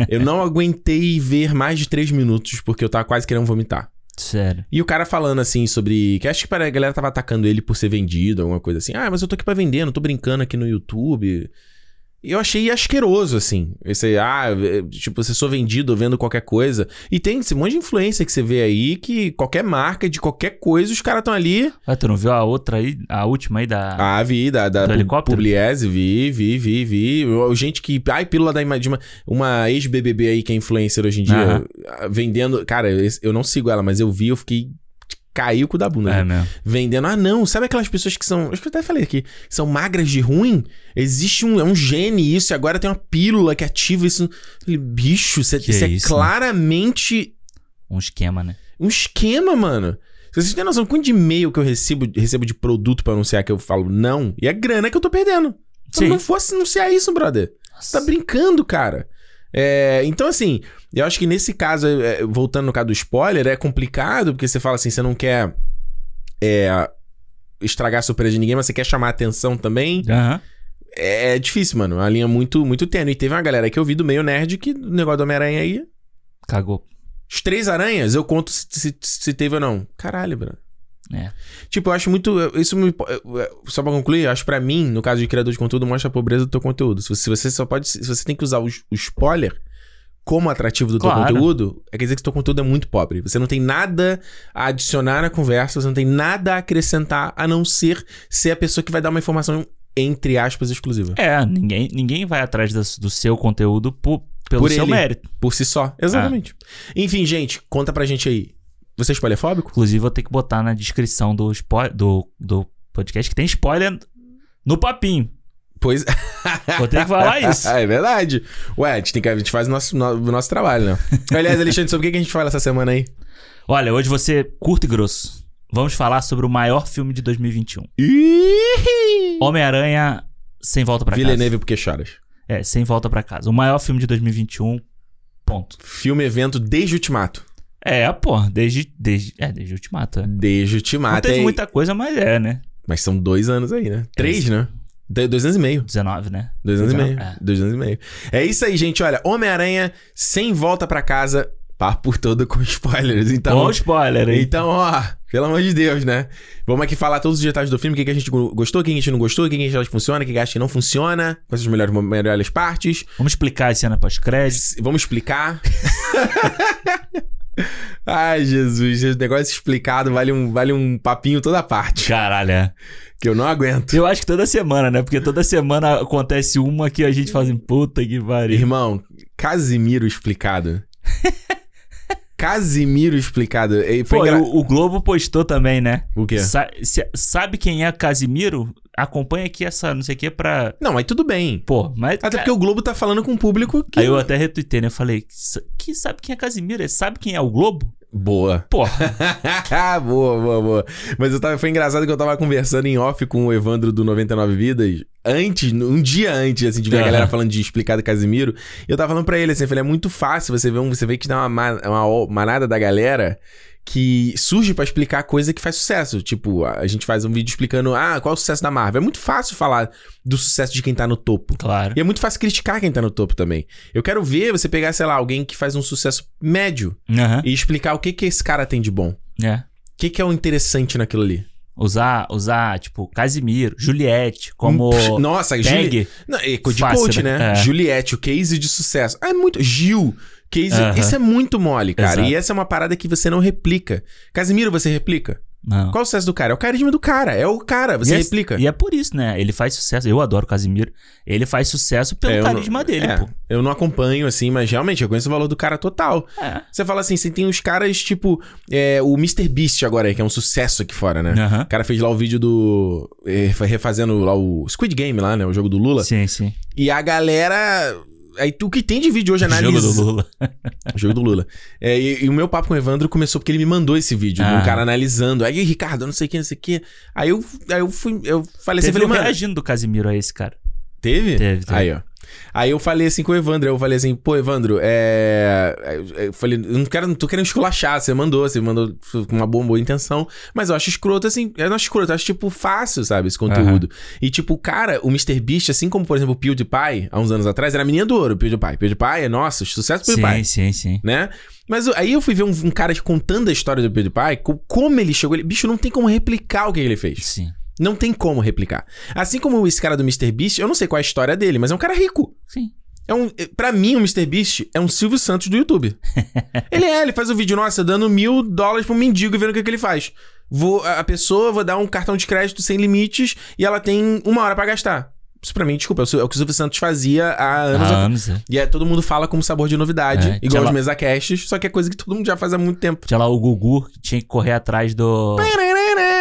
Speaker 1: eu não aguentei ver mais de três minutos, porque eu tava quase querendo vomitar.
Speaker 2: Sério.
Speaker 1: E o cara falando assim sobre. Que acho que para- a galera tava atacando ele por ser vendido, alguma coisa assim. Ah, mas eu tô aqui pra vender, não tô brincando aqui no YouTube. E eu achei asqueroso, assim. Esse, ah, é, tipo, você sou vendido eu vendo qualquer coisa. E tem esse monte de influência que você vê aí que qualquer marca, de qualquer coisa, os caras estão ali.
Speaker 2: Ah, tu não viu a outra aí, a última aí da.
Speaker 1: Ah, vi, da, da
Speaker 2: Do
Speaker 1: Pu-
Speaker 2: helicóptero?
Speaker 1: Pugliese, vi, vi, vi, vi. Eu- Gente que. Ai, pílula da imagem. Uma, uma ex-BBB aí que é influencer hoje em dia,
Speaker 2: Aham.
Speaker 1: ah, vendendo. Cara, esse- eu não sigo ela, mas eu vi, eu fiquei. Caiu com o da bunda.
Speaker 2: É mesmo.
Speaker 1: vendendo. Ah, não, sabe aquelas pessoas que são. Acho que eu até falei aqui, que são magras de ruim? Existe um. É um gene isso, e agora tem uma pílula que ativa isso. Eu falei, Bicho, isso, é-
Speaker 2: Que
Speaker 1: isso é
Speaker 2: isso, né?
Speaker 1: claramente
Speaker 2: Um esquema, né?
Speaker 1: um esquema, mano. Vocês têm noção do quanto de e-mail que eu recebo, recebo de produto pra anunciar que eu falo não? E a grana que eu tô perdendo. Se eu
Speaker 2: Sim.
Speaker 1: não fosse anunciar isso, brother. Você
Speaker 2: Nossa.
Speaker 1: tá brincando, cara. É, então, assim, eu acho que nesse caso, é, é, voltando no caso do spoiler, é complicado, porque você fala assim, você não quer é, estragar a surpresa de ninguém, mas você quer chamar a atenção também.
Speaker 2: Aham.
Speaker 1: É, é difícil, mano. É uma linha muito, muito tênue. E teve uma galera que eu vi do meio nerd que o negócio do Homem-Aranha aí.
Speaker 2: Cagou.
Speaker 1: Os três aranhas, eu conto se, se- se teve ou não. Caralho, Bruno.
Speaker 2: É.
Speaker 1: Tipo, eu acho muito. eu- Isso me, po- eu- eu- Só pra concluir, eu acho pra mim, no caso de criador de conteúdo, mostra a pobreza do teu conteúdo. Se você, se você só pode. Se você tem que usar o, s- o spoiler como atrativo do
Speaker 2: Claro.
Speaker 1: teu conteúdo, é quer dizer que teu conteúdo é muito pobre. Você não tem nada a adicionar na conversa, você não tem nada a acrescentar, a não ser ser a pessoa que vai dar uma informação, entre aspas, exclusiva.
Speaker 2: É, ninguém, ninguém vai atrás das- do seu conteúdo por, pelo
Speaker 1: Por
Speaker 2: seu
Speaker 1: ele.
Speaker 2: mérito.
Speaker 1: Por si só. Exatamente.
Speaker 2: É.
Speaker 1: Enfim, gente, conta pra gente aí. Você é spoilerfóbico?
Speaker 2: Inclusive, vou ter que botar na descrição do, spo- do, do podcast que tem spoiler no papinho.
Speaker 1: Pois.
Speaker 2: Vou ter que falar isso.
Speaker 1: Ah, é verdade. Ué, a gente, tem que, a gente faz o nosso, no- o nosso trabalho, né? Aliás, Alexandre, sobre o que a gente fala essa semana aí?
Speaker 2: Olha, hoje você curto e grosso. Vamos falar sobre o maior filme de 2021.
Speaker 1: Ih!
Speaker 2: Homem-Aranha sem volta pra casa.
Speaker 1: Villeneuve, porque choras.
Speaker 2: É, sem volta pra casa. O maior filme de 2021. Ponto.
Speaker 1: Filme evento desde Ultimato.
Speaker 2: É, pô, desde desde é, desde Ultimato. é.
Speaker 1: Desde Ultimato.
Speaker 2: Não teve
Speaker 1: hein?
Speaker 2: muita coisa, mas é, né?
Speaker 1: Mas são dois anos aí, né? Três, né? Do- Dois anos e meio.
Speaker 2: 19, né?
Speaker 1: Dois anos e meio.
Speaker 2: É.
Speaker 1: Dois anos e meio. É isso aí, gente. Olha, Homem-Aranha sem volta pra casa. Papo todo com spoilers. Então.
Speaker 2: Bom spoiler aí.
Speaker 1: Então, ó, pelo amor de Deus, né? Vamos aqui falar todos os detalhes do filme, o que, que a gente go- gostou, o que, que a gente não gostou, o que, que a gente acha que funciona, o que, que acha que não funciona, quais as melhores, melhores partes.
Speaker 2: Vamos explicar a cena pós-crédito.
Speaker 1: S- Vamos explicar. Ai, Jesus, esse negócio explicado vale um, vale um papinho toda parte.
Speaker 2: Caralho, é.
Speaker 1: Que eu não aguento.
Speaker 2: Eu acho que toda semana, né? Porque toda semana acontece uma que a gente faz assim, puta que pariu.
Speaker 1: Irmão, Casimiro explicado. Casimiro explicado. E Foi
Speaker 2: Pô,
Speaker 1: engra- É.
Speaker 2: o, o Globo postou também, né?
Speaker 1: O quê?
Speaker 2: Sa- se- sabe quem é Casimiro? Acompanha aqui essa não sei o que pra.
Speaker 1: Não, mas tudo bem.
Speaker 2: Pô, mas.
Speaker 1: Até porque o Globo tá falando com um público que.
Speaker 2: Aí eu até retuitei, né? Eu falei, "Sa- que sabe quem é Casimiro? É, Sabe quem é o Globo?
Speaker 1: Boa.
Speaker 2: Porra.
Speaker 1: boa, boa, boa. Mas eu tava, foi engraçado que eu tava conversando em off com o Evandro do 99 Vidas. Antes, um dia antes, assim, de ver a
Speaker 2: Aham.
Speaker 1: galera falando de explicado Casimiro. E eu tava falando pra ele, assim, eu falei, é muito fácil. Você vê, um, você vê que dá uma, ma- uma o- manada da galera que surge pra explicar coisa que faz sucesso. Tipo, a a gente faz um vídeo explicando, ah, qual é o sucesso da Marvel. É muito fácil falar do sucesso de quem tá no topo.
Speaker 2: claro.
Speaker 1: E é muito fácil criticar quem tá no topo também. Eu quero ver você pegar, sei lá, alguém que faz um sucesso médio
Speaker 2: Aham.
Speaker 1: e explicar o que que esse cara tem de bom. O
Speaker 2: É.
Speaker 1: que que é o interessante naquilo ali.
Speaker 2: Usar, usar, tipo, Casimiro, Juliette, como.
Speaker 1: Pff, Nossa, Juliette.
Speaker 2: Tag.
Speaker 1: Hum, Não, é co- de
Speaker 2: Fácil,
Speaker 1: coach,
Speaker 2: né?
Speaker 1: né?
Speaker 2: É.
Speaker 1: Juliette, o case de sucesso. Ah, é muito. Gil. Case,
Speaker 2: Aham.
Speaker 1: Isso é muito mole, cara.
Speaker 2: Exato.
Speaker 1: E essa é uma parada que você não replica. Casimiro, você replica?
Speaker 2: Não.
Speaker 1: Qual é o sucesso do cara? É o carisma do cara. É o cara, você
Speaker 2: E é-
Speaker 1: replica.
Speaker 2: E é por isso, né? Ele faz sucesso. Eu adoro Casimiro. Ele faz sucesso pelo
Speaker 1: É, eu não-
Speaker 2: carisma dele,
Speaker 1: É,
Speaker 2: pô.
Speaker 1: eu não acompanho, assim, mas realmente eu conheço o valor do cara total.
Speaker 2: É.
Speaker 1: Você fala assim, você tem uns caras tipo é, o Mr. Beast agora, que é um sucesso aqui fora, né?
Speaker 2: Aham.
Speaker 1: O cara fez lá o vídeo do. é, fa- refazendo lá o Squid Game lá, né? O jogo do Lula.
Speaker 2: Sim, sim.
Speaker 1: E a galera. Aí tu- o que tem de vídeo hoje analisa.
Speaker 2: Jogo do Lula.
Speaker 1: O jogo do Lula. É, e, e o meu papo com o Evandro começou porque ele me mandou esse vídeo,
Speaker 2: Ah.
Speaker 1: um cara analisando. Aí, Ricardo, não sei o que, não sei o que. Aí eu, aí eu fui. Eu falei assim,
Speaker 2: Teve
Speaker 1: falei,
Speaker 2: um
Speaker 1: mano.
Speaker 2: reagindo do Casimiro a esse cara.
Speaker 1: Teve?
Speaker 2: Teve, teve.
Speaker 1: Aí, ó. Aí eu falei assim com o Evandro, eu falei assim, pô, Evandro, é. Eu falei, eu não, quero, não tô querendo esculachar, você mandou, você mandou com uma boa, boa intenção, mas eu acho escroto, assim, eu não acho escroto, eu acho, tipo, fácil, sabe, esse conteúdo. E, tipo, cara, o Mr. Beast, assim como, por exemplo, o PewDiePie, há uns anos atrás, era a menina do ouro, o PewDiePie. PewDiePie é, nossa, sucesso do PewDiePie
Speaker 2: Sim, sim, sim.
Speaker 1: né? Mas eu- aí eu fui ver um, um cara contando a história do PewDiePie, co- como ele chegou. Ele, bicho, não tem como replicar o que ele fez.
Speaker 2: Sim.
Speaker 1: Não tem como replicar. Assim como esse cara do Mr. Beast, eu não sei qual é a história dele, mas é um cara rico.
Speaker 2: Sim.
Speaker 1: É um, é- pra mim, o Mr. Beast é um Silvio Santos do YouTube. ele é, ele faz o vídeo, nossa, dando mil dólares pra um mendigo e vendo o que, que ele faz. Vou, a a pessoa, vou dar um cartão de crédito sem limites e ela tem uma hora pra gastar. Isso pra mim, desculpa, é o Sil- é o que o Silvio Santos fazia há anos
Speaker 2: Há
Speaker 1: atrás.
Speaker 2: anos, é.
Speaker 1: E aí todo mundo fala como sabor de novidade,
Speaker 2: É, tinha
Speaker 1: igual
Speaker 2: lá-
Speaker 1: os mesa casts, só que é coisa que todo mundo já faz há muito tempo.
Speaker 2: Tinha lá o Gugu que tinha que correr atrás do.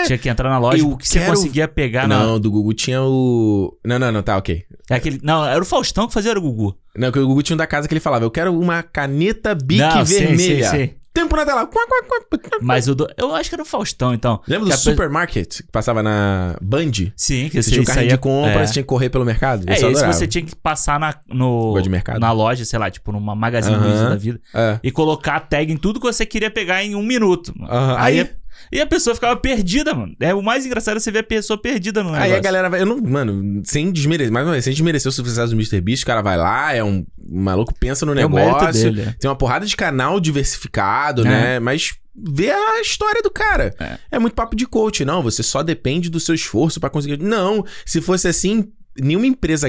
Speaker 2: Tinha que entrar na loja
Speaker 1: Eu
Speaker 2: porque você
Speaker 1: quero-
Speaker 2: conseguia pegar na.
Speaker 1: Não, do Gugu tinha o. Não, não, não, tá, ok.
Speaker 2: É aquele... não, era o Faustão que fazia era o Gugu.
Speaker 1: Não, que o Gugu tinha um da casa que ele falava: Eu quero uma caneta bique
Speaker 2: não, sim,
Speaker 1: vermelha.
Speaker 2: sim, sim.
Speaker 1: Tempo na tela. Quá, quá, quá.
Speaker 2: Mas o do... eu acho que era o Faustão, então.
Speaker 1: Lembra
Speaker 2: Que
Speaker 1: do
Speaker 2: a pe-
Speaker 1: supermarket que passava na Band? Você
Speaker 2: Sim, que você
Speaker 1: tinha um
Speaker 2: saía
Speaker 1: carrinho de compra,
Speaker 2: é.
Speaker 1: você tinha que correr pelo mercado?
Speaker 2: É,
Speaker 1: Isso eu
Speaker 2: esse
Speaker 1: adorava.
Speaker 2: você tinha que passar na, no,
Speaker 1: Gosto de mercado.
Speaker 2: na loja, sei lá, tipo numa Magazine
Speaker 1: Aham.
Speaker 2: Luiza da vida.
Speaker 1: É.
Speaker 2: E colocar a tag em tudo que você queria pegar em um minuto. mano.
Speaker 1: Aham.
Speaker 2: Aí,
Speaker 1: Aí-
Speaker 2: E a pessoa ficava perdida, mano. É, o mais engraçado é você ver a pessoa perdida no negócio.
Speaker 1: Aí a galera vai. Eu não, mano, sem desmerecer. Mas, mano, sem desmerecer o sucesso do Mr. Beast, o cara vai lá, é um maluco, pensa no
Speaker 2: É o mérito
Speaker 1: negócio.
Speaker 2: dele, é.
Speaker 1: Tem uma porrada de canal diversificado,
Speaker 2: É.
Speaker 1: né? Mas vê a história do cara. É. muito papo de coach, não. Você só depende do seu esforço pra conseguir. Não, se fosse assim, nenhuma empresa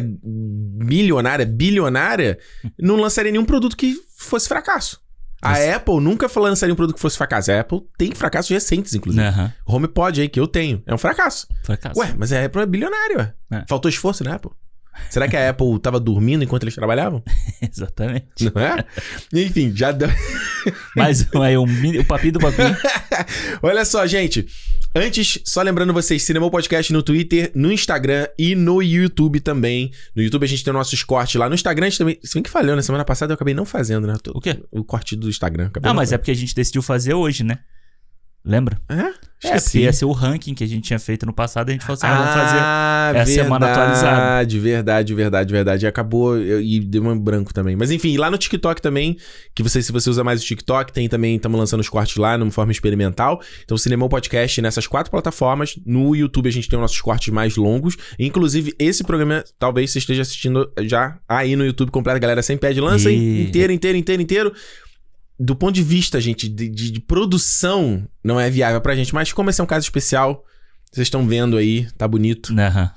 Speaker 1: milionária, bilionária, não lançaria nenhum produto que fosse fracasso. A Apple nunca lançaria um produto que fosse fracasso. A Apple tem fracassos recentes, inclusive.
Speaker 2: Aham.
Speaker 1: HomePod aí, que eu tenho. É um fracasso.
Speaker 2: É. Fracasso.
Speaker 1: Ué, mas a Apple é bilionária, ué.
Speaker 2: É.
Speaker 1: Faltou esforço na Apple. Será que a Apple tava dormindo enquanto eles trabalhavam?
Speaker 2: Exatamente.
Speaker 1: Não é? Enfim, já deu.
Speaker 2: Mais um aí, um mini- o papinho do papinho.
Speaker 1: Olha só, gente. Antes, só lembrando vocês, Cinemol Podcast no Twitter, no Instagram e no YouTube também. No YouTube a gente tem nossos cortes lá. No Instagram a gente também. Se bem que falhou, na semana passada eu acabei não fazendo, né? Eu tô-
Speaker 2: O quê?
Speaker 1: O corte do Instagram. acabei
Speaker 2: Ah,
Speaker 1: não
Speaker 2: mas é porque a gente decidiu fazer hoje, né? Lembra?
Speaker 1: fazendo. É?
Speaker 2: É, porque
Speaker 1: Esqueci.
Speaker 2: ia ser o ranking que a gente tinha feito no passado, a gente falou assim, ah, vamos fazer.
Speaker 1: Ah,
Speaker 2: é a
Speaker 1: verdade,
Speaker 2: semana atualizada.
Speaker 1: Verdade, verdade, verdade. E acabou eu- e deu um branco também. Mas enfim, lá no TikTok também, que você, se você usa mais o TikTok, tem também, estamos lançando os cortes lá, numa forma experimental. Então, Cinemão Podcast nessas quatro plataformas. No YouTube a gente tem os nossos cortes mais longos. Inclusive, esse programa, talvez você esteja assistindo já aí no YouTube completo, galera, sem pé de lança,
Speaker 2: E-
Speaker 1: inteiro, inteiro, inteiro, inteiro. Do ponto de vista, gente, de, de- de produção, não é viável pra gente. Mas como esse é um caso especial, vocês estão vendo aí, tá bonito.
Speaker 2: Aham.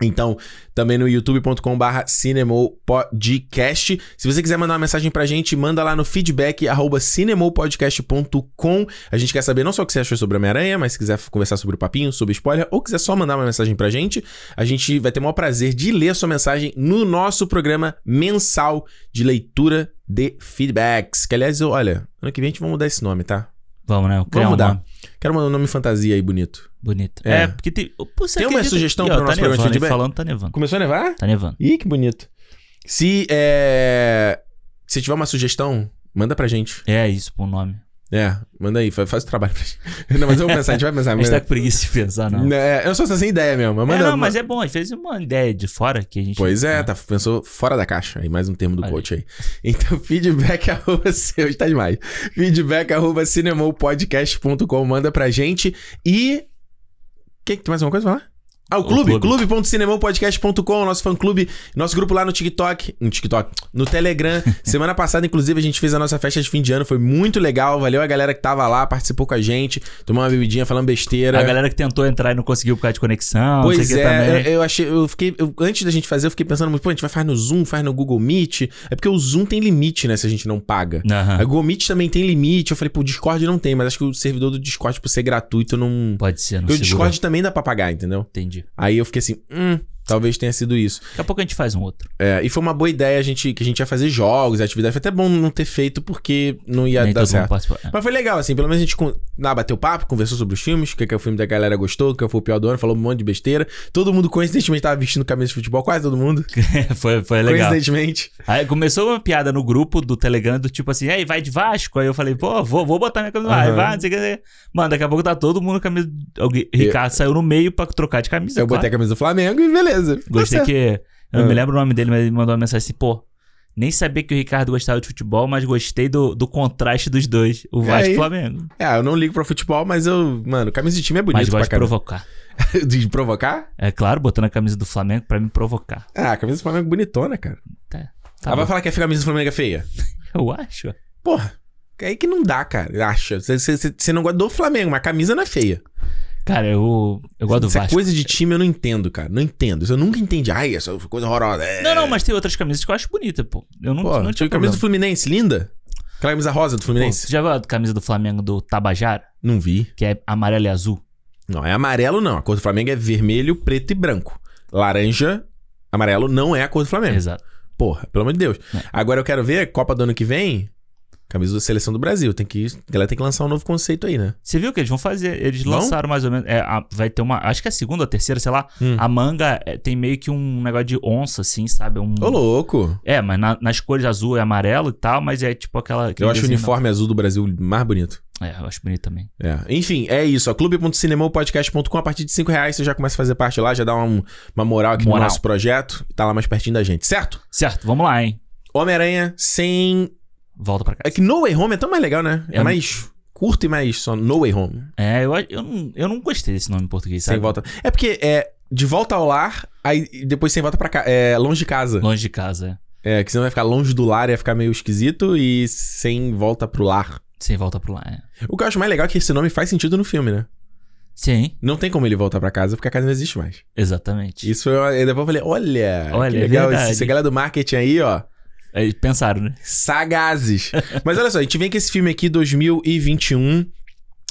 Speaker 1: Então, também no youtube.com/barra cinemopodcast. Se você quiser mandar uma mensagem pra gente, manda lá no feedback arroba cinemopodcast.com. A gente quer saber não só o que você achou sobre Homem-Aranha, mas se quiser conversar sobre o papinho, sobre spoiler, ou quiser só mandar uma mensagem pra gente, a gente vai ter o maior prazer de ler a sua mensagem no nosso programa mensal de leitura de feedbacks. Que, aliás, eu, olha, ano que vem a gente vai mudar esse nome, tá?
Speaker 2: Vamos, né? Criar
Speaker 1: Vamos
Speaker 2: um
Speaker 1: mudar.
Speaker 2: nome
Speaker 1: Quero mandar um nome fantasia aí bonito.
Speaker 2: Bonito.
Speaker 1: É.
Speaker 2: É, porque tem. Pô, você
Speaker 1: Tem uma
Speaker 2: acredita-
Speaker 1: sugestão
Speaker 2: Ih, ó,
Speaker 1: pro
Speaker 2: tá
Speaker 1: nosso programa de
Speaker 2: nevando, hein?
Speaker 1: feedback?
Speaker 2: Falando, tá nevando.
Speaker 1: Começou a nevar?
Speaker 2: Tá nevando.
Speaker 1: Ih, que bonito. Se é. Se tiver uma sugestão, manda pra gente.
Speaker 2: É isso, pro nome.
Speaker 1: É, manda aí, fa- faz o trabalho pra gente. Não, mas eu vou pensar, a gente vai pensar.
Speaker 2: A gente
Speaker 1: Mas...
Speaker 2: tá com preguiça de pensar, não.
Speaker 1: É, eu sou sem ideia mesmo. mas
Speaker 2: É,
Speaker 1: Manda,
Speaker 2: não, mas é bom. Às vezes uma ideia de fora que a gente...
Speaker 1: Pois é,
Speaker 2: né?
Speaker 1: tá, pensou fora da caixa. Aí mais um termo do
Speaker 2: Olha
Speaker 1: coach aí. Então, feedback arroba seu, hoje tá demais. Feedback arroba cinemopodcast.com, manda pra gente. E. Quem que tem mais uma coisa pra falar? Ah, o
Speaker 2: O
Speaker 1: clube,
Speaker 2: clube.
Speaker 1: clube.cinemopodcast.com, nosso fã clube, nosso grupo lá no TikTok, no TikTok, no Telegram. Semana passada, inclusive, a gente fez a nossa festa de fim de ano, foi muito legal, valeu a galera que tava lá, participou com a gente, tomou uma bebidinha, falando besteira.
Speaker 2: A galera que tentou entrar e não conseguiu por causa de conexão. Ah, não
Speaker 1: Pois
Speaker 2: sei o que
Speaker 1: é,
Speaker 2: também. né?
Speaker 1: eu, eu achei, eu fiquei, eu- antes da gente fazer, eu fiquei pensando muito, pô, a gente vai fazer no Zoom, faz no Google Meet, é porque o Zoom tem limite, né, se a gente não paga.
Speaker 2: Aham.
Speaker 1: A Google Meet também tem limite, eu falei, pô, o Discord não tem, mas acho que o servidor do Discord, por ser gratuito, não...
Speaker 2: Pode ser, não
Speaker 1: Porque o
Speaker 2: sei.
Speaker 1: Discord também dá pra pagar, entendeu?
Speaker 2: Entendi.
Speaker 1: Aí eu fiquei assim, hum, talvez tenha sido isso.
Speaker 2: Daqui a pouco a gente faz um outro.
Speaker 1: É, e foi uma boa ideia a gente, que a gente ia fazer jogos, atividades, foi até bom não ter feito, porque não ia
Speaker 2: Nem
Speaker 1: dar
Speaker 2: todo mundo
Speaker 1: certo.
Speaker 2: participa. É.
Speaker 1: Mas foi legal, assim, pelo menos a gente con- ah, bateu papo, conversou sobre os filmes, o que, que é o filme da galera gostou, o que foi o pior do ano, falou um monte de besteira. Todo mundo, coincidentemente, tava vestindo camisa de futebol, quase todo mundo.
Speaker 2: foi, foi É legal.
Speaker 1: Coincidentemente.
Speaker 2: Aí começou uma piada no grupo do Telegram do tipo assim, aí vai de Vasco? Aí eu falei, pô, vou, vou botar minha camisa do
Speaker 1: Aham.
Speaker 2: Vasco, vai, não sei o que. Mano, daqui a pouco tá todo mundo com a camisa. Alguém, Ricardo saiu no meio pra trocar de camisa.
Speaker 1: eu botei
Speaker 2: claro.
Speaker 1: a camisa do Flamengo e beleza. Tá
Speaker 2: Gostei
Speaker 1: certo.
Speaker 2: que. Eu
Speaker 1: Ah.
Speaker 2: não me lembro o nome dele, mas ele mandou uma mensagem assim, pô. Nem sabia que o Ricardo gostava de futebol, mas gostei do, do contraste dos dois. O Vasco e
Speaker 1: Aí.
Speaker 2: o Flamengo.
Speaker 1: É, eu não ligo pra futebol, mas eu. Mano, camisa de time é
Speaker 2: Mas
Speaker 1: bonito pra
Speaker 2: gosto de
Speaker 1: caramba.
Speaker 2: provocar.
Speaker 1: de provocar?
Speaker 2: É claro, botando a camisa do Flamengo pra me provocar.
Speaker 1: Ah, a camisa do Flamengo é bonitona, cara.
Speaker 2: Tá, tá
Speaker 1: Ela vai
Speaker 2: bom.
Speaker 1: falar que a camisa do Flamengo é feia?
Speaker 2: Eu acho.
Speaker 1: Porra. É aí que não dá, cara. Acha. Você não gosta do Flamengo, mas a camisa não é feia.
Speaker 2: Cara, eu, eu gosto do
Speaker 1: Essa
Speaker 2: Vasco.
Speaker 1: coisa de time eu não entendo, cara. Não entendo. Isso eu nunca entendi. Ai, essa coisa horrorosa. É.
Speaker 2: Não, não, mas tem outras camisas que eu acho bonita, pô. Eu não,
Speaker 1: Pô,
Speaker 2: não
Speaker 1: tinha
Speaker 2: tinha
Speaker 1: a camisa
Speaker 2: problema.
Speaker 1: do Fluminense, linda? Aquela camisa rosa do
Speaker 2: Pô,
Speaker 1: Fluminense?
Speaker 2: você já viu a camisa do Flamengo do Tabajara?
Speaker 1: Não vi.
Speaker 2: Que é amarela e azul.
Speaker 1: Não, é amarelo não. A cor do Flamengo é vermelho, preto e branco. Laranja, amarelo não é a cor do Flamengo.
Speaker 2: Exato.
Speaker 1: Porra, pelo amor de Deus.
Speaker 2: É.
Speaker 1: Agora eu quero ver, Copa do ano que vem, camisa da seleção do Brasil. Tem que, a galera tem que lançar um novo conceito aí, né?
Speaker 2: Você viu o que eles vão fazer? Eles
Speaker 1: Vão?
Speaker 2: lançaram mais ou menos. é, a- vai ter uma. Acho que é a segunda ou terceira, sei lá.
Speaker 1: Hum.
Speaker 2: A manga é, tem meio que um negócio de onça, assim, sabe? Um,
Speaker 1: Ô, louco.
Speaker 2: é, mas na- nas cores azul e amarelo e tal, mas é tipo aquela.
Speaker 1: Eu
Speaker 2: aquele
Speaker 1: acho o
Speaker 2: desenho-
Speaker 1: uniforme azul do Brasil mais bonito.
Speaker 2: É, eu acho bonito também.
Speaker 1: É. Enfim, é isso. ó, Clube.cinemopodcast.com, a partir de 5 reais você já começa a fazer parte lá, já dá um- uma moral aqui no
Speaker 2: Moral.
Speaker 1: nosso projeto. Tá lá mais pertinho da gente, certo?
Speaker 2: Certo, vamos lá, hein?
Speaker 1: Homem-Aranha sem.
Speaker 2: Volta pra cá.
Speaker 1: É que No Way Home é tão mais legal, né? É,
Speaker 2: É.
Speaker 1: mais curto e mais só No Way Home.
Speaker 2: É, eu, eu, não, eu não gostei desse nome em português,
Speaker 1: Sem
Speaker 2: sabe?
Speaker 1: volta. É porque é de volta ao lar, aí depois sem volta pra cá. É longe de casa.
Speaker 2: Longe de casa, é.
Speaker 1: É, que senão vai ficar longe do lar, ia ficar meio esquisito e sem volta pro lar.
Speaker 2: Sem volta pro lá, é.
Speaker 1: O que eu acho mais legal é que esse nome faz sentido no filme, né?
Speaker 2: Sim,
Speaker 1: Não tem como ele voltar pra casa porque a casa não existe mais.
Speaker 2: exatamente.
Speaker 1: Isso foi. uma- e Depois eu falei, olha,
Speaker 2: Olha,
Speaker 1: que
Speaker 2: é
Speaker 1: legal.
Speaker 2: verdade.
Speaker 1: Esse, essa galera do marketing aí, ó.
Speaker 2: Aí pensaram, né?
Speaker 1: Sagazes. Mas olha só, a gente vem com esse filme aqui, 2021.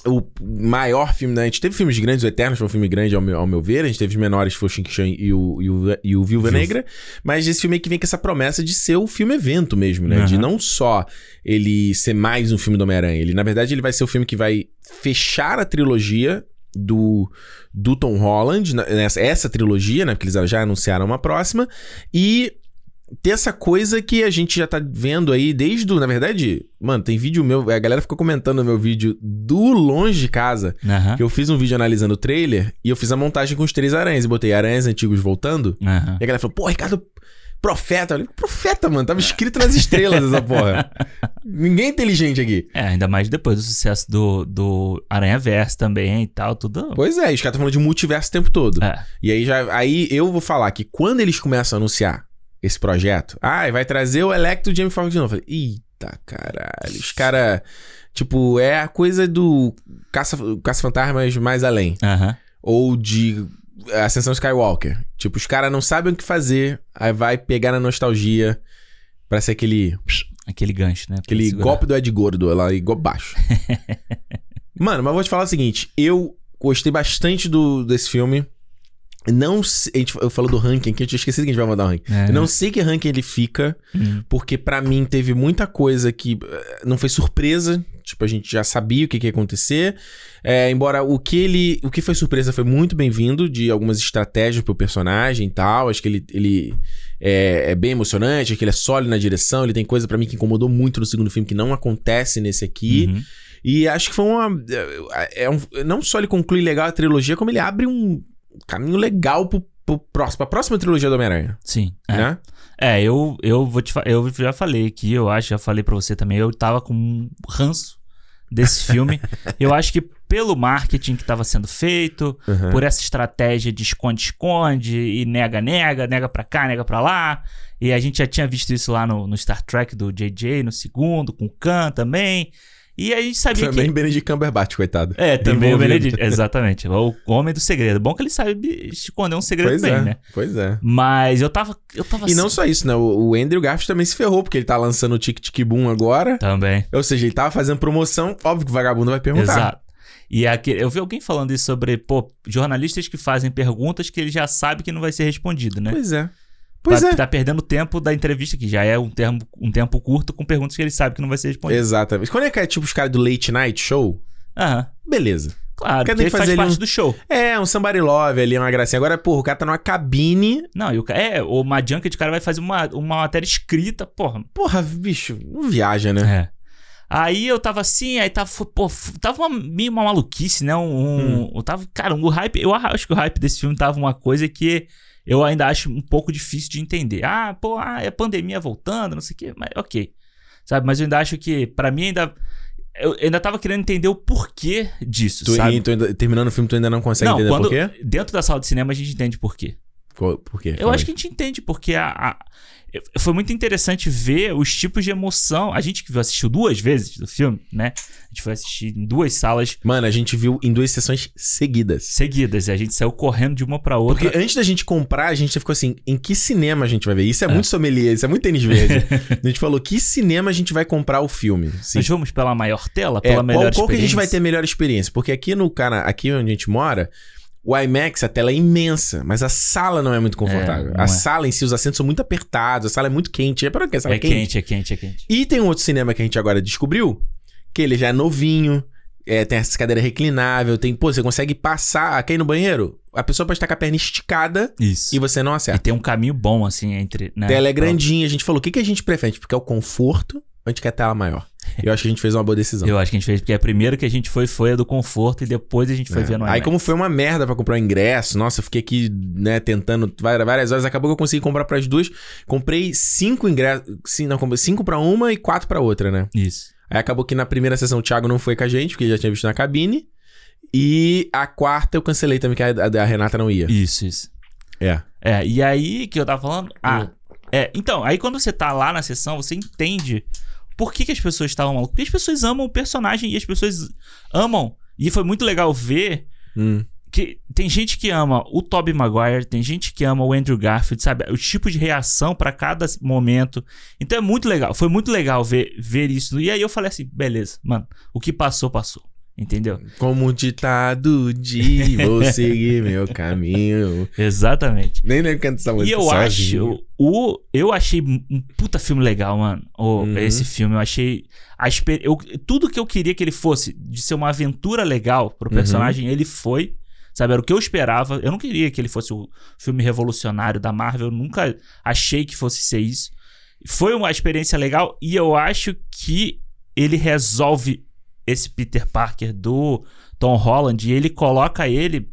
Speaker 1: O maior filme, né? A gente teve filmes grandes, o Eternos foi um filme grande, ao meu, ao meu ver. A gente teve os menores, foi o Shang Chan e o, e o, e o Viúva
Speaker 2: Viúva.
Speaker 1: Negra. Mas esse filme aqui vem com essa promessa de ser o filme evento mesmo, né? De
Speaker 2: Aham.
Speaker 1: não só ele ser mais um filme do Homem-Aranha. Ele, na verdade, ele vai ser o filme que vai fechar a trilogia do, do Tom Holland, na- nessa, essa trilogia, né? Porque eles já anunciaram uma próxima. E ter essa coisa que a gente já tá vendo aí desde, o- na verdade, mano, tem vídeo meu, a galera ficou comentando o meu vídeo do longe de casa.
Speaker 2: Aham.
Speaker 1: que Eu fiz um vídeo analisando o trailer e eu fiz a montagem com os três aranhas e botei aranhas antigos voltando.
Speaker 2: Aham.
Speaker 1: E a galera falou, pô, Ricardo, profeta. Eu falei, profeta, mano, tava escrito nas estrelas essa porra. Ninguém é inteligente aqui.
Speaker 2: É, ainda mais depois do sucesso do, do Aranha Verso também e tal, tudo.
Speaker 1: Pois é, os caras estão falando de multiverso o tempo todo.
Speaker 2: É,
Speaker 1: E aí já. Aí eu vou falar que quando eles começam a anunciar esse projeto, ah, e vai trazer o Electro e o Jamie Foxx de novo. Eu falei, eita caralho, os caras. Tipo, é a coisa do Caça- Caça-Fantasmas mais além.
Speaker 2: aham.
Speaker 1: Ou de Ascensão Skywalker. Tipo, os caras não sabem o que fazer, aí vai pegar na nostalgia pra ser aquele,
Speaker 2: Aquele gancho, né? Pra
Speaker 1: aquele
Speaker 2: segurar.
Speaker 1: golpe do Ed Gordo, lá, e golpe baixo. Mano, mas vou te falar o seguinte, eu gostei bastante do, desse filme. Não sei, a gente- eu falo do ranking aqui, eu tinha esquecido que a gente vai mandar o ranking.
Speaker 2: É.
Speaker 1: Eu não sei que ranking ele fica,
Speaker 2: Hum.
Speaker 1: porque pra mim teve muita coisa que eh, não foi surpresa. Tipo, a gente já sabia o que, que ia acontecer. É, embora o que ele. O que foi surpresa foi muito bem-vindo de algumas estratégias pro personagem e tal. Acho que ele, ele é, é bem emocionante, acho que ele é sólido na direção. Ele tem coisa pra mim que incomodou muito no segundo filme que não acontece nesse aqui.
Speaker 2: Uhum.
Speaker 1: E acho que foi uma. É é um, não só ele conclui legal a trilogia, como ele abre um caminho legal pro, pro próximo, pra próxima trilogia do Homem-Aranha.
Speaker 2: Sim. É.
Speaker 1: Né?
Speaker 2: É, eu, eu vou te fa- eu já falei aqui, eu acho, já falei pra você também, eu tava com um ranço desse filme. eu acho que pelo marketing que tava sendo feito,
Speaker 1: Uhum.
Speaker 2: por essa estratégia de esconde-esconde e nega-nega, nega pra cá, nega pra lá. E a gente já tinha visto isso lá no, no Star Trek do JJ, no segundo, com o Khan também. E a gente sabia que...
Speaker 1: Também Benedict Cumberbatch, coitado.
Speaker 2: É, também o
Speaker 1: envolvido.
Speaker 2: Benedict. Exatamente. É O homem do segredo. Bom que ele sabe esconder um segredo
Speaker 1: pois
Speaker 2: bem,
Speaker 1: é,
Speaker 2: né?
Speaker 1: pois é.
Speaker 2: Mas eu tava. Eu tava assim
Speaker 1: E não só isso, né? O, o Andrew Garfield também se ferrou, porque ele tá lançando o Tic Tic Boom agora.
Speaker 2: Também.
Speaker 1: Ou seja, ele tava fazendo promoção. Óbvio que o vagabundo vai perguntar.
Speaker 2: Exato. E aqui, eu vi alguém falando isso sobre, pô, jornalistas que fazem perguntas que ele já sabe que não vai ser respondido, né?
Speaker 1: Pois é. Pois
Speaker 2: tá,
Speaker 1: é.
Speaker 2: tá perdendo tempo da entrevista, que já é um, termo, um tempo curto, com perguntas que ele sabe que não vai ser respondido.
Speaker 1: Exatamente. Quando é que é tipo os caras do Late Night Show?
Speaker 2: Aham.
Speaker 1: Beleza.
Speaker 2: Claro,
Speaker 1: Porque
Speaker 2: porque
Speaker 1: tem que
Speaker 2: ele faz
Speaker 1: É. fazer ele
Speaker 2: parte
Speaker 1: um-
Speaker 2: do show.
Speaker 1: É, um somebody love ali, uma gracinha. Agora, porra, o cara tá numa cabine.
Speaker 2: Não, e o, ca- é, uma junket, o cara vai fazer uma, uma matéria escrita, porra.
Speaker 1: Porra, bicho, não viaja, né?
Speaker 2: É. Aí eu tava assim, aí tava, fo- pô, f- tava uma, meio uma maluquice, né? Um,
Speaker 1: Hum.
Speaker 2: eu tava, cara, o hype, eu acho que o hype desse filme tava uma coisa que eu ainda acho um pouco difícil de entender. Ah, pô, ah, é pandemia voltando, não sei o quê, mas ok. Sabe, mas eu ainda acho que, pra mim, ainda eu ainda tava querendo entender o porquê disso,
Speaker 1: Tu,
Speaker 2: sabe?
Speaker 1: e tu ainda- terminando o filme, tu ainda não consegue
Speaker 2: não,
Speaker 1: entender
Speaker 2: quando
Speaker 1: por quê?
Speaker 2: dentro da sala de cinema a gente entende por quê.
Speaker 1: Qual- Por quê?
Speaker 2: Eu acho que a gente entende, porque a, a- foi muito interessante ver os tipos de emoção. A gente que viu- assistiu duas vezes do filme, né? A gente foi assistir em duas salas
Speaker 1: Mano, a gente viu em duas sessões seguidas.
Speaker 2: seguidas e a gente saiu correndo de uma pra outra.
Speaker 1: Porque antes da gente comprar, a gente ficou assim, em que cinema a gente vai ver? Isso é, muito sommelier, isso é muito tênis verde. a gente falou, que cinema a gente vai comprar o filme? Sim.
Speaker 2: Nós vamos pela maior tela,
Speaker 1: É,
Speaker 2: pela
Speaker 1: qual,
Speaker 2: melhor
Speaker 1: qual que a gente
Speaker 2: experiência.
Speaker 1: vai ter a melhor experiência? Porque aqui no cara, aqui onde a gente mora, o IMAX, a tela é imensa, mas a sala não é muito confortável.
Speaker 2: É, não
Speaker 1: a
Speaker 2: é.
Speaker 1: sala em si, os assentos são muito apertados, a sala é muito quente. É para que a sala
Speaker 2: É quente, é quente, é quente.
Speaker 1: E tem um outro cinema que a gente agora descobriu, que ele já é novinho, é, tem essa cadeira reclinável, tem, pô, você consegue passar, aqui no banheiro, a pessoa pode estar com a perna esticada
Speaker 2: Isso.
Speaker 1: e
Speaker 2: E,
Speaker 1: você não acerta.
Speaker 2: tem um caminho bom, assim, entre. Né?
Speaker 1: A tela é grandinha, a gente falou, o que, que a gente prefere? Porque é o conforto ou a gente quer a tela maior? Eu acho que a gente fez uma boa decisão.
Speaker 2: Eu acho que a gente fez, porque a primeira que a gente foi foi a do conforto e depois a gente foi
Speaker 1: É.
Speaker 2: ver no
Speaker 1: Aí
Speaker 2: IMAX.
Speaker 1: como foi uma merda pra comprar o ingresso, nossa, eu fiquei aqui, né, tentando várias, várias horas, acabou que eu consegui comprar pras duas. Comprei cinco ingressos, sim, não, comprei cinco pra uma e quatro pra outra, né?
Speaker 2: Isso.
Speaker 1: Aí acabou que na primeira sessão o Thiago não foi com a gente, porque ele já tinha visto na cabine. E a quarta eu cancelei também, que a, a- a Renata não ia.
Speaker 2: Isso, isso.
Speaker 1: É.
Speaker 2: É, e aí que eu tava falando. Ah, é. Então, aí quando você tá lá na sessão, você entende por que, que as pessoas estavam malucas. Porque as pessoas amam o personagem e as pessoas amam. E foi muito legal ver
Speaker 1: Hum.
Speaker 2: que tem gente que ama o Tobey Maguire, tem gente que ama o Andrew Garfield, sabe? O tipo de reação pra cada momento. Então é muito legal. Foi muito legal ver, ver isso. E aí eu falei assim, beleza, mano, o que passou, passou. Entendeu?
Speaker 1: Como o ditado de vou seguir meu caminho.
Speaker 2: Exatamente.
Speaker 1: Nem lembro canto essa
Speaker 2: E
Speaker 1: música.
Speaker 2: eu
Speaker 1: sozinho.
Speaker 2: acho. O, eu achei um puta filme legal, mano. O-
Speaker 1: Uhum.
Speaker 2: Esse filme, eu achei. A, exper- eu, tudo que eu queria que ele fosse, de ser uma aventura legal pro
Speaker 1: Uhum.
Speaker 2: personagem, ele foi. Sabe, era o que eu esperava. Eu não queria que ele fosse o filme revolucionário da Marvel. Eu nunca achei que fosse ser isso. Foi uma experiência legal e eu acho que ele resolve esse Peter Parker do Tom Holland e ele coloca ele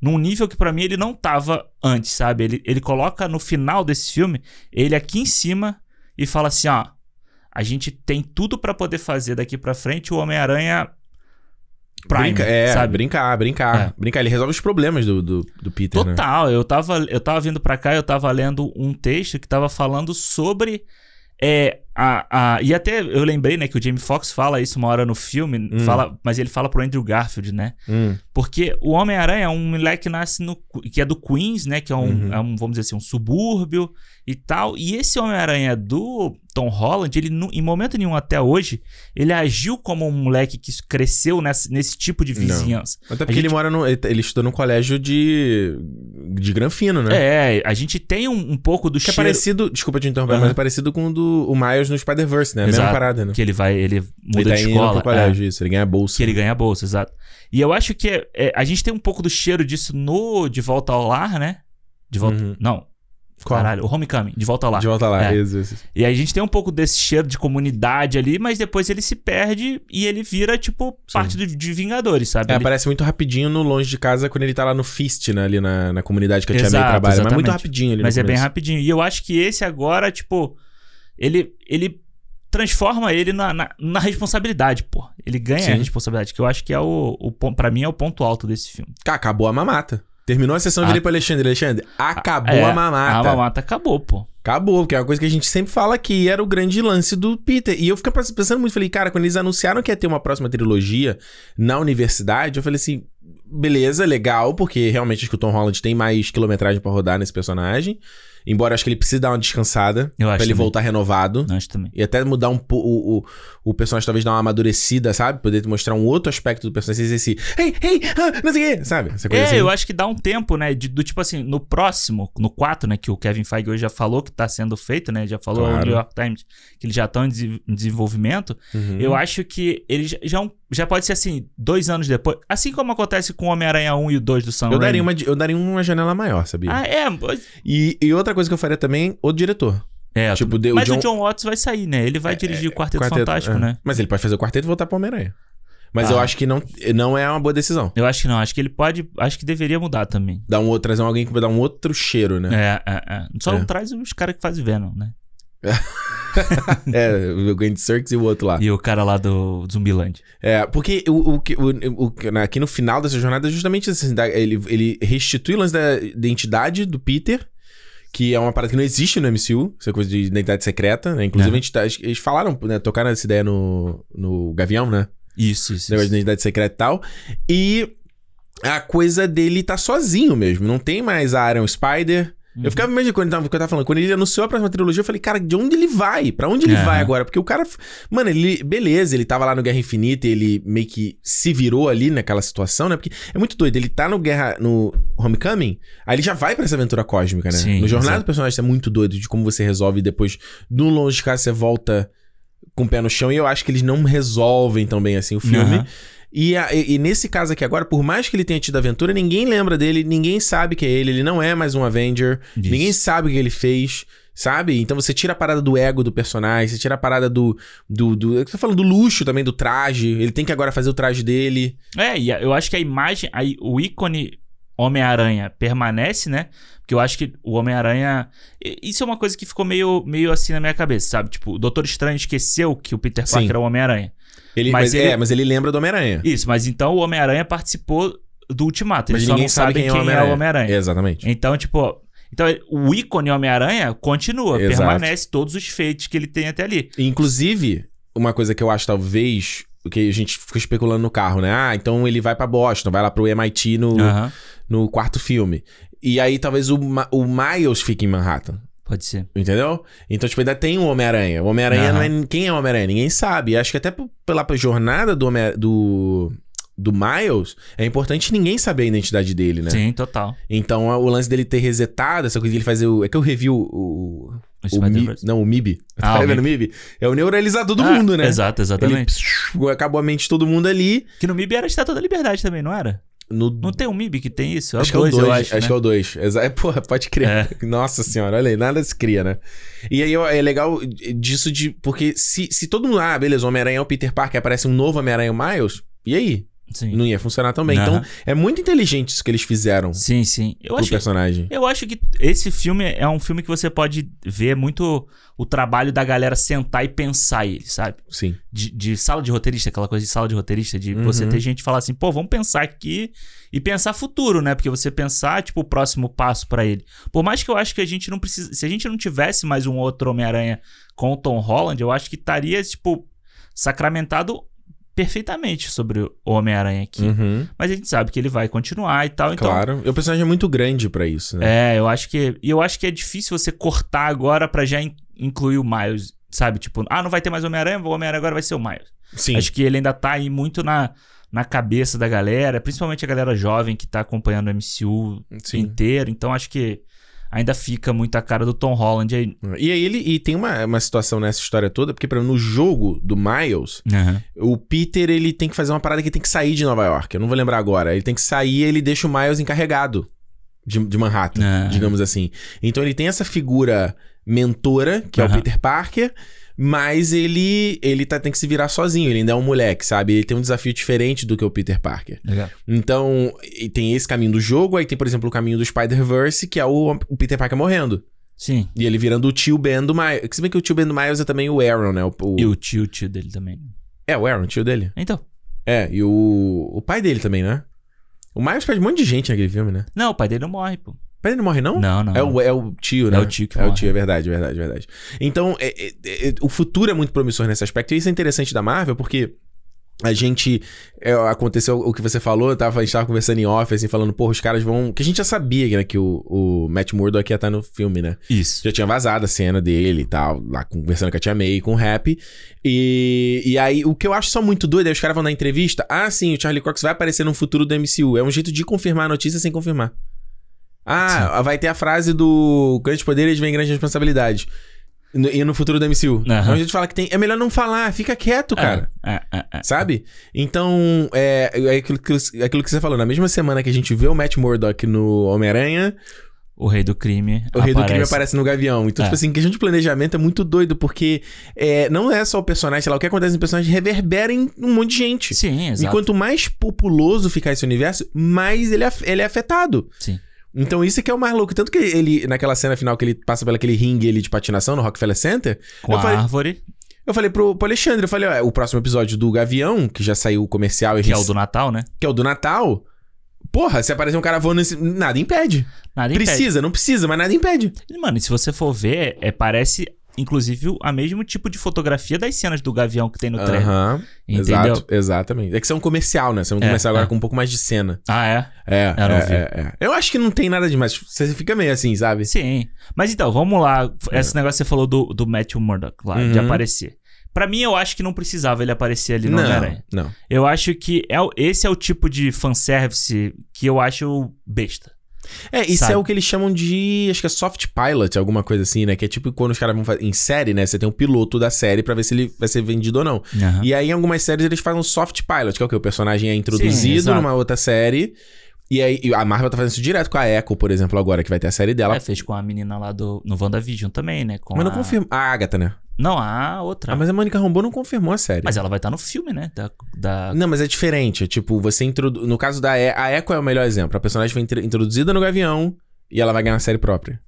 Speaker 2: num nível que pra mim ele não tava antes, sabe? Ele, ele coloca no final desse filme, ele aqui em cima e fala assim, ó, a gente tem tudo pra poder fazer daqui pra frente o Homem-Aranha Prime,
Speaker 1: Brinca- é,
Speaker 2: sabe?
Speaker 1: brincar, brincar.
Speaker 2: É.
Speaker 1: Brincar, ele resolve os problemas do, do, do Peter, né?
Speaker 2: Total, eu tava, eu tava vindo pra cá, eu tava lendo um texto que tava falando sobre é, a, a- e até eu lembrei, né, que o Jamie Foxx fala isso uma hora no filme,
Speaker 1: Hum.
Speaker 2: fala, mas ele fala pro Andrew Garfield, né?
Speaker 1: Hum,
Speaker 2: Porque o Homem-Aranha é um moleque que nasce no, que é do Queens, né? Que é um,
Speaker 1: Uhum.
Speaker 2: é um, vamos dizer assim, um subúrbio e tal. E esse Homem-Aranha do Tom Holland, ele nu- em momento nenhum até hoje, ele agiu como um moleque que cresceu nessa- nesse tipo de
Speaker 1: Não.
Speaker 2: vizinhança.
Speaker 1: Até porque
Speaker 2: gente-
Speaker 1: ele mora no. Ele ele estudou num colégio de. de Granfino, né?
Speaker 2: É, a gente tem um, um pouco do
Speaker 1: Que é
Speaker 2: cheiro
Speaker 1: parecido, desculpa te interromper,
Speaker 2: Aham.
Speaker 1: mas é parecido com o do o Miles no Spider-Verse, né? A mesma
Speaker 2: Exato.
Speaker 1: parada, né?
Speaker 2: que ele vai, ele muda
Speaker 1: ele tá
Speaker 2: de
Speaker 1: indo
Speaker 2: escola.
Speaker 1: pro
Speaker 2: é.
Speaker 1: colégio, isso. Ele ganha a bolsa.
Speaker 2: Que ele ganha a bolsa, exato. E eu acho que é- é, a gente tem um pouco do cheiro disso no De Volta ao Lar, né? De volta.
Speaker 1: Uhum.
Speaker 2: Não.
Speaker 1: Qual?
Speaker 2: Caralho, o Homecoming, De Volta ao Lar.
Speaker 1: De volta lá.
Speaker 2: É.
Speaker 1: Isso, isso, isso.
Speaker 2: E a gente tem um pouco desse cheiro de comunidade ali, mas depois ele se perde e ele vira, tipo,
Speaker 1: Sim.
Speaker 2: parte do- de Vingadores, sabe?
Speaker 1: É,
Speaker 2: Ele-
Speaker 1: aparece muito rapidinho no Longe de Casa quando ele tá lá no Fist, né? Ali na, na comunidade que a Tia May
Speaker 2: Exato,
Speaker 1: trabalha. Mas muito
Speaker 2: exatamente.
Speaker 1: rapidinho ali no
Speaker 2: mas é bem
Speaker 1: começo.
Speaker 2: rapidinho. E eu acho que esse agora, tipo, ele, ele transforma ele na, na, na responsabilidade, pô. Ele ganha
Speaker 1: Sim.
Speaker 2: a responsabilidade, que eu acho que é o, o pon- pra mim é o ponto alto desse filme.
Speaker 1: Cara, acabou a mamata. Terminou a sessão, eu
Speaker 2: Ah.
Speaker 1: virei pro Alexandre. Alexandre, acabou
Speaker 2: É,
Speaker 1: a mamata.
Speaker 2: A mamata acabou, pô.
Speaker 1: Acabou, porque é uma coisa que a gente sempre fala que era o grande lance do Peter. E eu fiquei pensando muito, falei, cara, quando eles anunciaram que ia ter uma próxima trilogia na universidade, eu falei assim, beleza, legal, porque realmente acho que o Tom Holland tem mais quilometragem pra rodar nesse personagem. Embora eu acho que ele precise dar uma descansada
Speaker 2: Eu acho
Speaker 1: pra ele
Speaker 2: também. É.
Speaker 1: voltar renovado.
Speaker 2: Eu acho também.
Speaker 1: E até mudar um pouco o, o, o personagem, talvez dar uma amadurecida, sabe? Poder mostrar um outro aspecto do personagem, sem ser esse, ei, ei, ah, não sei o quê, sabe? Essa coisa
Speaker 2: É,
Speaker 1: assim.
Speaker 2: eu acho que dá um tempo, né? de- do tipo assim, no próximo, no 4, né? Que o Kevin Feige hoje já falou que tá sendo feito, né? Já falou
Speaker 1: Claro.
Speaker 2: ao New York Times que eles já estão em dese- em desenvolvimento.
Speaker 1: Uhum.
Speaker 2: Eu acho que ele já, já, é um- já pode ser assim, dois anos depois. Assim como acontece com o Homem-Aranha 1 e o 2 do Sam
Speaker 1: Eu daria,
Speaker 2: Raimi.
Speaker 1: uma, de- eu daria uma janela maior, sabia?
Speaker 2: Ah, é. mas-
Speaker 1: E, e outra coisa que eu faria também, o diretor.
Speaker 2: é,
Speaker 1: Tipo, de- o
Speaker 2: mas
Speaker 1: John,
Speaker 2: o John Watts vai sair, né? Ele vai dirigir o Quarteto,
Speaker 1: Quarteto,
Speaker 2: Fantástico,
Speaker 1: é.
Speaker 2: né?
Speaker 1: Mas ele pode fazer o quarteto e voltar pro Homem-Aranha. Mas
Speaker 2: Ah.
Speaker 1: eu acho que não, não é uma boa decisão.
Speaker 2: Eu acho que não. Acho que ele pode. Acho que deveria mudar também.
Speaker 1: Dá um outro, trazer alguém que vai dar um outro cheiro, né?
Speaker 2: É, é, é. Só
Speaker 1: É.
Speaker 2: não traz os caras que fazem Venom, né?
Speaker 1: É, o Grand Circus e o outro lá.
Speaker 2: E o cara lá do Zumbiland.
Speaker 1: É, porque o, o, que- o, o que- na- aqui no final dessa jornada é justamente assim, da- ele, ele restitui o lance da identidade do Peter, que é uma parada que não existe no MCU, essa coisa de identidade secreta, né? Inclusive,
Speaker 2: É.
Speaker 1: a gente tá- eles falaram, né, tocaram essa ideia no, no Gavião, né?
Speaker 2: Isso, isso.
Speaker 1: Esse negócio de identidade secreta e tal. E a coisa dele tá sozinho mesmo. Não tem mais a Aaron Spider.
Speaker 2: Uhum.
Speaker 1: Eu ficava imaginando quando ele tava, quando eu tava falando, quando ele anunciou a próxima trilogia, eu falei, cara, de onde ele vai? Pra onde ele
Speaker 2: É.
Speaker 1: vai agora? Porque o cara. Mano, ele. Beleza, ele tava lá no Guerra Infinita e ele meio que se virou ali naquela situação, né? Porque é muito doido. Ele tá no Guerra. no Homecoming, aí ele já vai pra essa aventura cósmica, né?
Speaker 2: Sim,
Speaker 1: no Jornada
Speaker 2: exato.
Speaker 1: do Personagem é muito doido de como você resolve e depois, no longe de casa, você volta com o pé no chão. E eu acho que eles não resolvem tão bem assim o filme.
Speaker 2: Aham.
Speaker 1: E, a- e- e nesse caso aqui agora, por mais que ele tenha tido aventura, ninguém lembra dele, ninguém sabe que é ele, ele não é mais um Avenger,
Speaker 2: Isso.
Speaker 1: ninguém sabe o que ele fez, sabe? Então você tira a parada do ego do personagem, você tira a parada do. do, do eu tô falando do luxo também, do traje, ele tem que agora fazer o traje dele.
Speaker 2: É, e a- eu acho que a imagem, aí o ícone Homem-Aranha permanece, né? Porque eu acho que o Homem-Aranha. e- Isso é uma coisa que ficou meio, meio assim na minha cabeça, sabe? Tipo, o Doutor Estranho esqueceu que o Peter Parker
Speaker 1: Sim.
Speaker 2: era o Homem-Aranha.
Speaker 1: Ele, mas,
Speaker 2: Mas ele-
Speaker 1: É, mas ele lembra do Homem-Aranha.
Speaker 2: Isso, mas então o Homem-Aranha participou do Ultimato.
Speaker 1: Mas
Speaker 2: Eles só
Speaker 1: ninguém
Speaker 2: não
Speaker 1: sabe
Speaker 2: sabem
Speaker 1: quem é
Speaker 2: quem,
Speaker 1: o
Speaker 2: é o
Speaker 1: Homem-Aranha.
Speaker 2: Homem-Aranha.
Speaker 1: Exatamente.
Speaker 2: Então, tipo. Então, o ícone Homem-Aranha continua,
Speaker 1: Exato.
Speaker 2: permanece todos os feitos que ele tem até ali.
Speaker 1: E, Inclusive, uma coisa que eu acho talvez. o Que a gente ficou especulando no carro, né? Ah, então ele vai pra Boston, vai lá pro MIT no,
Speaker 2: Aham.
Speaker 1: no quarto filme. E aí talvez o, Ma- o Miles fique em Manhattan.
Speaker 2: Pode ser.
Speaker 1: Entendeu? Então, tipo, ainda tem o Homem-Aranha. O Homem-Aranha
Speaker 2: Aham.
Speaker 1: não é. Quem é o Homem-Aranha? Ninguém sabe. Acho que até p- pela p- jornada do, Homem do, do Miles, é importante ninguém saber a identidade dele, né?
Speaker 2: Sim, total.
Speaker 1: Então, a- o lance dele ter resetado, essa coisa dele fazer o. É que eu revi o. o,
Speaker 2: O
Speaker 1: o Mi-
Speaker 2: Spider-Verse.
Speaker 1: não, o MIB.
Speaker 2: Ah,
Speaker 1: tá
Speaker 2: o
Speaker 1: vendo o MIB? É o neuralizador do mundo, né?
Speaker 2: Ah, Exato,
Speaker 1: Ele
Speaker 2: exatamente.
Speaker 1: psiu, acabou a mente de todo mundo ali.
Speaker 2: Que no MIB era a Estátua da Liberdade também, não era?
Speaker 1: No,
Speaker 2: Não tem um MIB que tem isso? É
Speaker 1: acho
Speaker 2: acho
Speaker 1: que é o
Speaker 2: dois,
Speaker 1: 2.
Speaker 2: eu
Speaker 1: Acho,
Speaker 2: acho. né?
Speaker 1: que é o 2. É, porra, pode crer.
Speaker 2: É.
Speaker 1: Nossa senhora, olha aí, nada se cria, né? E aí ó, é legal disso de. Porque se, se todo mundo. Ah, beleza, o Homem-Aranha é o Peter Parker, aparece um novo Homem-Aranha o Miles. E aí?
Speaker 2: Sim.
Speaker 1: Não ia funcionar também.
Speaker 2: Aham.
Speaker 1: Então, é muito inteligente isso que eles fizeram
Speaker 2: Sim, sim. Eu
Speaker 1: pro
Speaker 2: acho,
Speaker 1: personagem.
Speaker 2: eu acho que esse filme é um filme que você pode ver muito o trabalho da galera sentar e pensar ele, sabe?
Speaker 1: Sim.
Speaker 2: De, de sala de roteirista, aquela coisa de sala de roteirista, de
Speaker 1: Uhum.
Speaker 2: você ter gente falar assim, pô, vamos pensar aqui e pensar futuro, né? Porque você pensar, tipo, o próximo passo pra ele. Por mais que eu acho que a gente não precisa. Se a gente não tivesse mais um outro Homem-Aranha com o Tom Holland, eu acho que estaria, tipo, sacramentado perfeitamente sobre o Homem-Aranha aqui.
Speaker 1: Uhum.
Speaker 2: Mas a gente sabe que ele vai continuar e tal, então.
Speaker 1: Claro. E o personagem é muito grande pra isso, né?
Speaker 2: É, eu acho que. E eu acho que é difícil você cortar agora pra já in- incluir o Miles, sabe? Tipo, ah, não vai ter mais Homem-Aranha, o Homem-Aranha agora vai ser o Miles.
Speaker 1: Sim.
Speaker 2: É. Acho que ele ainda tá aí muito na, na cabeça da galera, principalmente a galera jovem que tá acompanhando o MCU
Speaker 1: Sim.
Speaker 2: inteiro. Então acho que ainda fica muito a cara do Tom Holland aí.
Speaker 1: E aí ele e tem uma, uma situação nessa história toda, porque pra, no jogo do Miles, o Peter ele tem que fazer uma parada que tem que sair de Nova York. Eu não vou lembrar agora. Ele tem que sair ele deixa o Miles encarregado de, de Manhattan,
Speaker 2: Ah.
Speaker 1: digamos assim. Então ele tem essa figura mentora, que é o
Speaker 2: Aham.
Speaker 1: Peter Parker, mas ele ele tá, tem que se virar sozinho. Ele ainda é um moleque, sabe? Ele tem um desafio diferente do que o Peter Parker.
Speaker 2: Legal.
Speaker 1: Então, e tem esse caminho do jogo, aí tem, por exemplo, o caminho do Spider-Verse, que é o, o Peter Parker morrendo.
Speaker 2: Sim.
Speaker 1: E ele virando o tio Ben do Miles. Se bem que o tio Ben do Miles é também o Aaron, né? O, o-
Speaker 2: E o tio, o tio dele também.
Speaker 1: É, o Aaron, o tio dele.
Speaker 2: Então.
Speaker 1: É, e o, o pai dele também, né? O Miles perde um monte de gente naquele filme, né?
Speaker 2: Não, o pai dele não morre, pô.
Speaker 1: O pai dele não morre, não?
Speaker 2: Não, não.
Speaker 1: É o, é o tio,
Speaker 2: É
Speaker 1: né?
Speaker 2: o tio que
Speaker 1: É o
Speaker 2: morre.
Speaker 1: tio, é verdade, é verdade, é verdade. Então, é- é- é- o futuro é muito promissor nesse aspecto. E isso é interessante da Marvel, porque a gente. é, aconteceu o que você falou, eu tava, a gente tava conversando em off, assim, falando, porra, os caras vão. Que a gente já sabia né, que o, o Matt Murdock ia estar no filme, né?
Speaker 2: Isso.
Speaker 1: Já tinha vazado a cena dele e tal, lá conversando com a Tia May, com o Rap. E, e aí, o que eu acho só muito doido é os caras vão dar entrevista. Ah, sim, o Charlie Cox vai aparecer no futuro do MCU. É um jeito de confirmar a notícia sem confirmar. Ah, vai ter a frase do grandes poderes vem grandes responsabilidades. No- E no futuro do MCU. É um jeito de falar que tem. É melhor não falar, fica quieto, cara.
Speaker 2: É, é, é.
Speaker 1: Sabe? Então, é, é aquilo, que, é aquilo que você falou. Na mesma semana que a gente vê o Matt Murdock no Homem-Aranha,
Speaker 2: O rei do crime.
Speaker 1: o rei do crime aparece no Gavião. Então,
Speaker 2: É.
Speaker 1: tipo assim, questão de planejamento é muito doido, porque é, não é só o personagem, sei lá, o que acontece no personagem reverbera em um monte de gente.
Speaker 2: Sim,
Speaker 1: E
Speaker 2: exato.
Speaker 1: quanto mais populoso ficar esse universo, mais ele é, af- ele é afetado.
Speaker 2: Sim.
Speaker 1: Então isso é que é o mais louco. Tanto que ele, naquela cena final que ele passa pelo aquele ringue ali de patinação no Rockefeller Center,
Speaker 2: Com
Speaker 1: Eu
Speaker 2: a
Speaker 1: falei-
Speaker 2: árvore,
Speaker 1: eu falei pro, pro Alexandre, eu falei, ó, o próximo episódio do Gavião, que já saiu o comercial e
Speaker 2: que é o
Speaker 1: rec-
Speaker 2: do Natal, né?
Speaker 1: que é o do Natal, porra, se aparecer um cara voando, nesse- nada impede.
Speaker 2: Nada impede.
Speaker 1: Precisa, não precisa, mas nada impede.
Speaker 2: Mano, e se você for ver, é, parece, inclusive, o a mesmo tipo de fotografia das cenas do Gavião que tem no trailer.
Speaker 1: Aham.
Speaker 2: Entendeu?
Speaker 1: Exato, exatamente. É que isso é um comercial, né? Você é um
Speaker 2: É,
Speaker 1: comercial agora
Speaker 2: é.
Speaker 1: com um pouco mais de cena.
Speaker 2: Ah, é?
Speaker 1: É,
Speaker 2: Eu não
Speaker 1: é,
Speaker 2: vi.
Speaker 1: é, é. Eu acho que não tem nada demais. Você fica meio assim, sabe?
Speaker 2: Sim. Mas então, vamos lá. Esse negócio que você falou do, do Matthew Murdock lá, de
Speaker 1: É. Uhum.
Speaker 2: aparecer. Pra mim, eu acho que não precisava ele aparecer ali no
Speaker 1: não,
Speaker 2: Homem-Aranha.
Speaker 1: não.
Speaker 2: Eu acho que é, o- esse é o tipo de fanservice que eu acho besta.
Speaker 1: É, isso
Speaker 2: Sabe?
Speaker 1: é o que eles chamam de, acho que é soft pilot, alguma coisa assim, né? Que é tipo quando os caras vão fazer em série, né? Você tem um piloto da série pra ver se ele vai ser vendido ou não. E aí em algumas séries eles fazem um soft pilot, que é o que o personagem é introduzido
Speaker 2: exato.
Speaker 1: numa outra série. E aí e a Marvel tá fazendo isso direto com a Echo, por exemplo, agora que vai ter a série dela.
Speaker 2: É, fez com a menina lá do, no WandaVision também, né? Com
Speaker 1: mas não
Speaker 2: a-
Speaker 1: confirma. A Agatha, né?
Speaker 2: Não, a outra.
Speaker 1: Ah, mas a Mônica Rambeau não confirmou a série.
Speaker 2: Mas ela vai estar no filme, né? Da, da...
Speaker 1: Não, mas é diferente. É tipo, você introduz. No caso da e a Echo é o melhor exemplo. A personagem foi intro- introduzida no Gavião e ela vai ganhar uma série própria.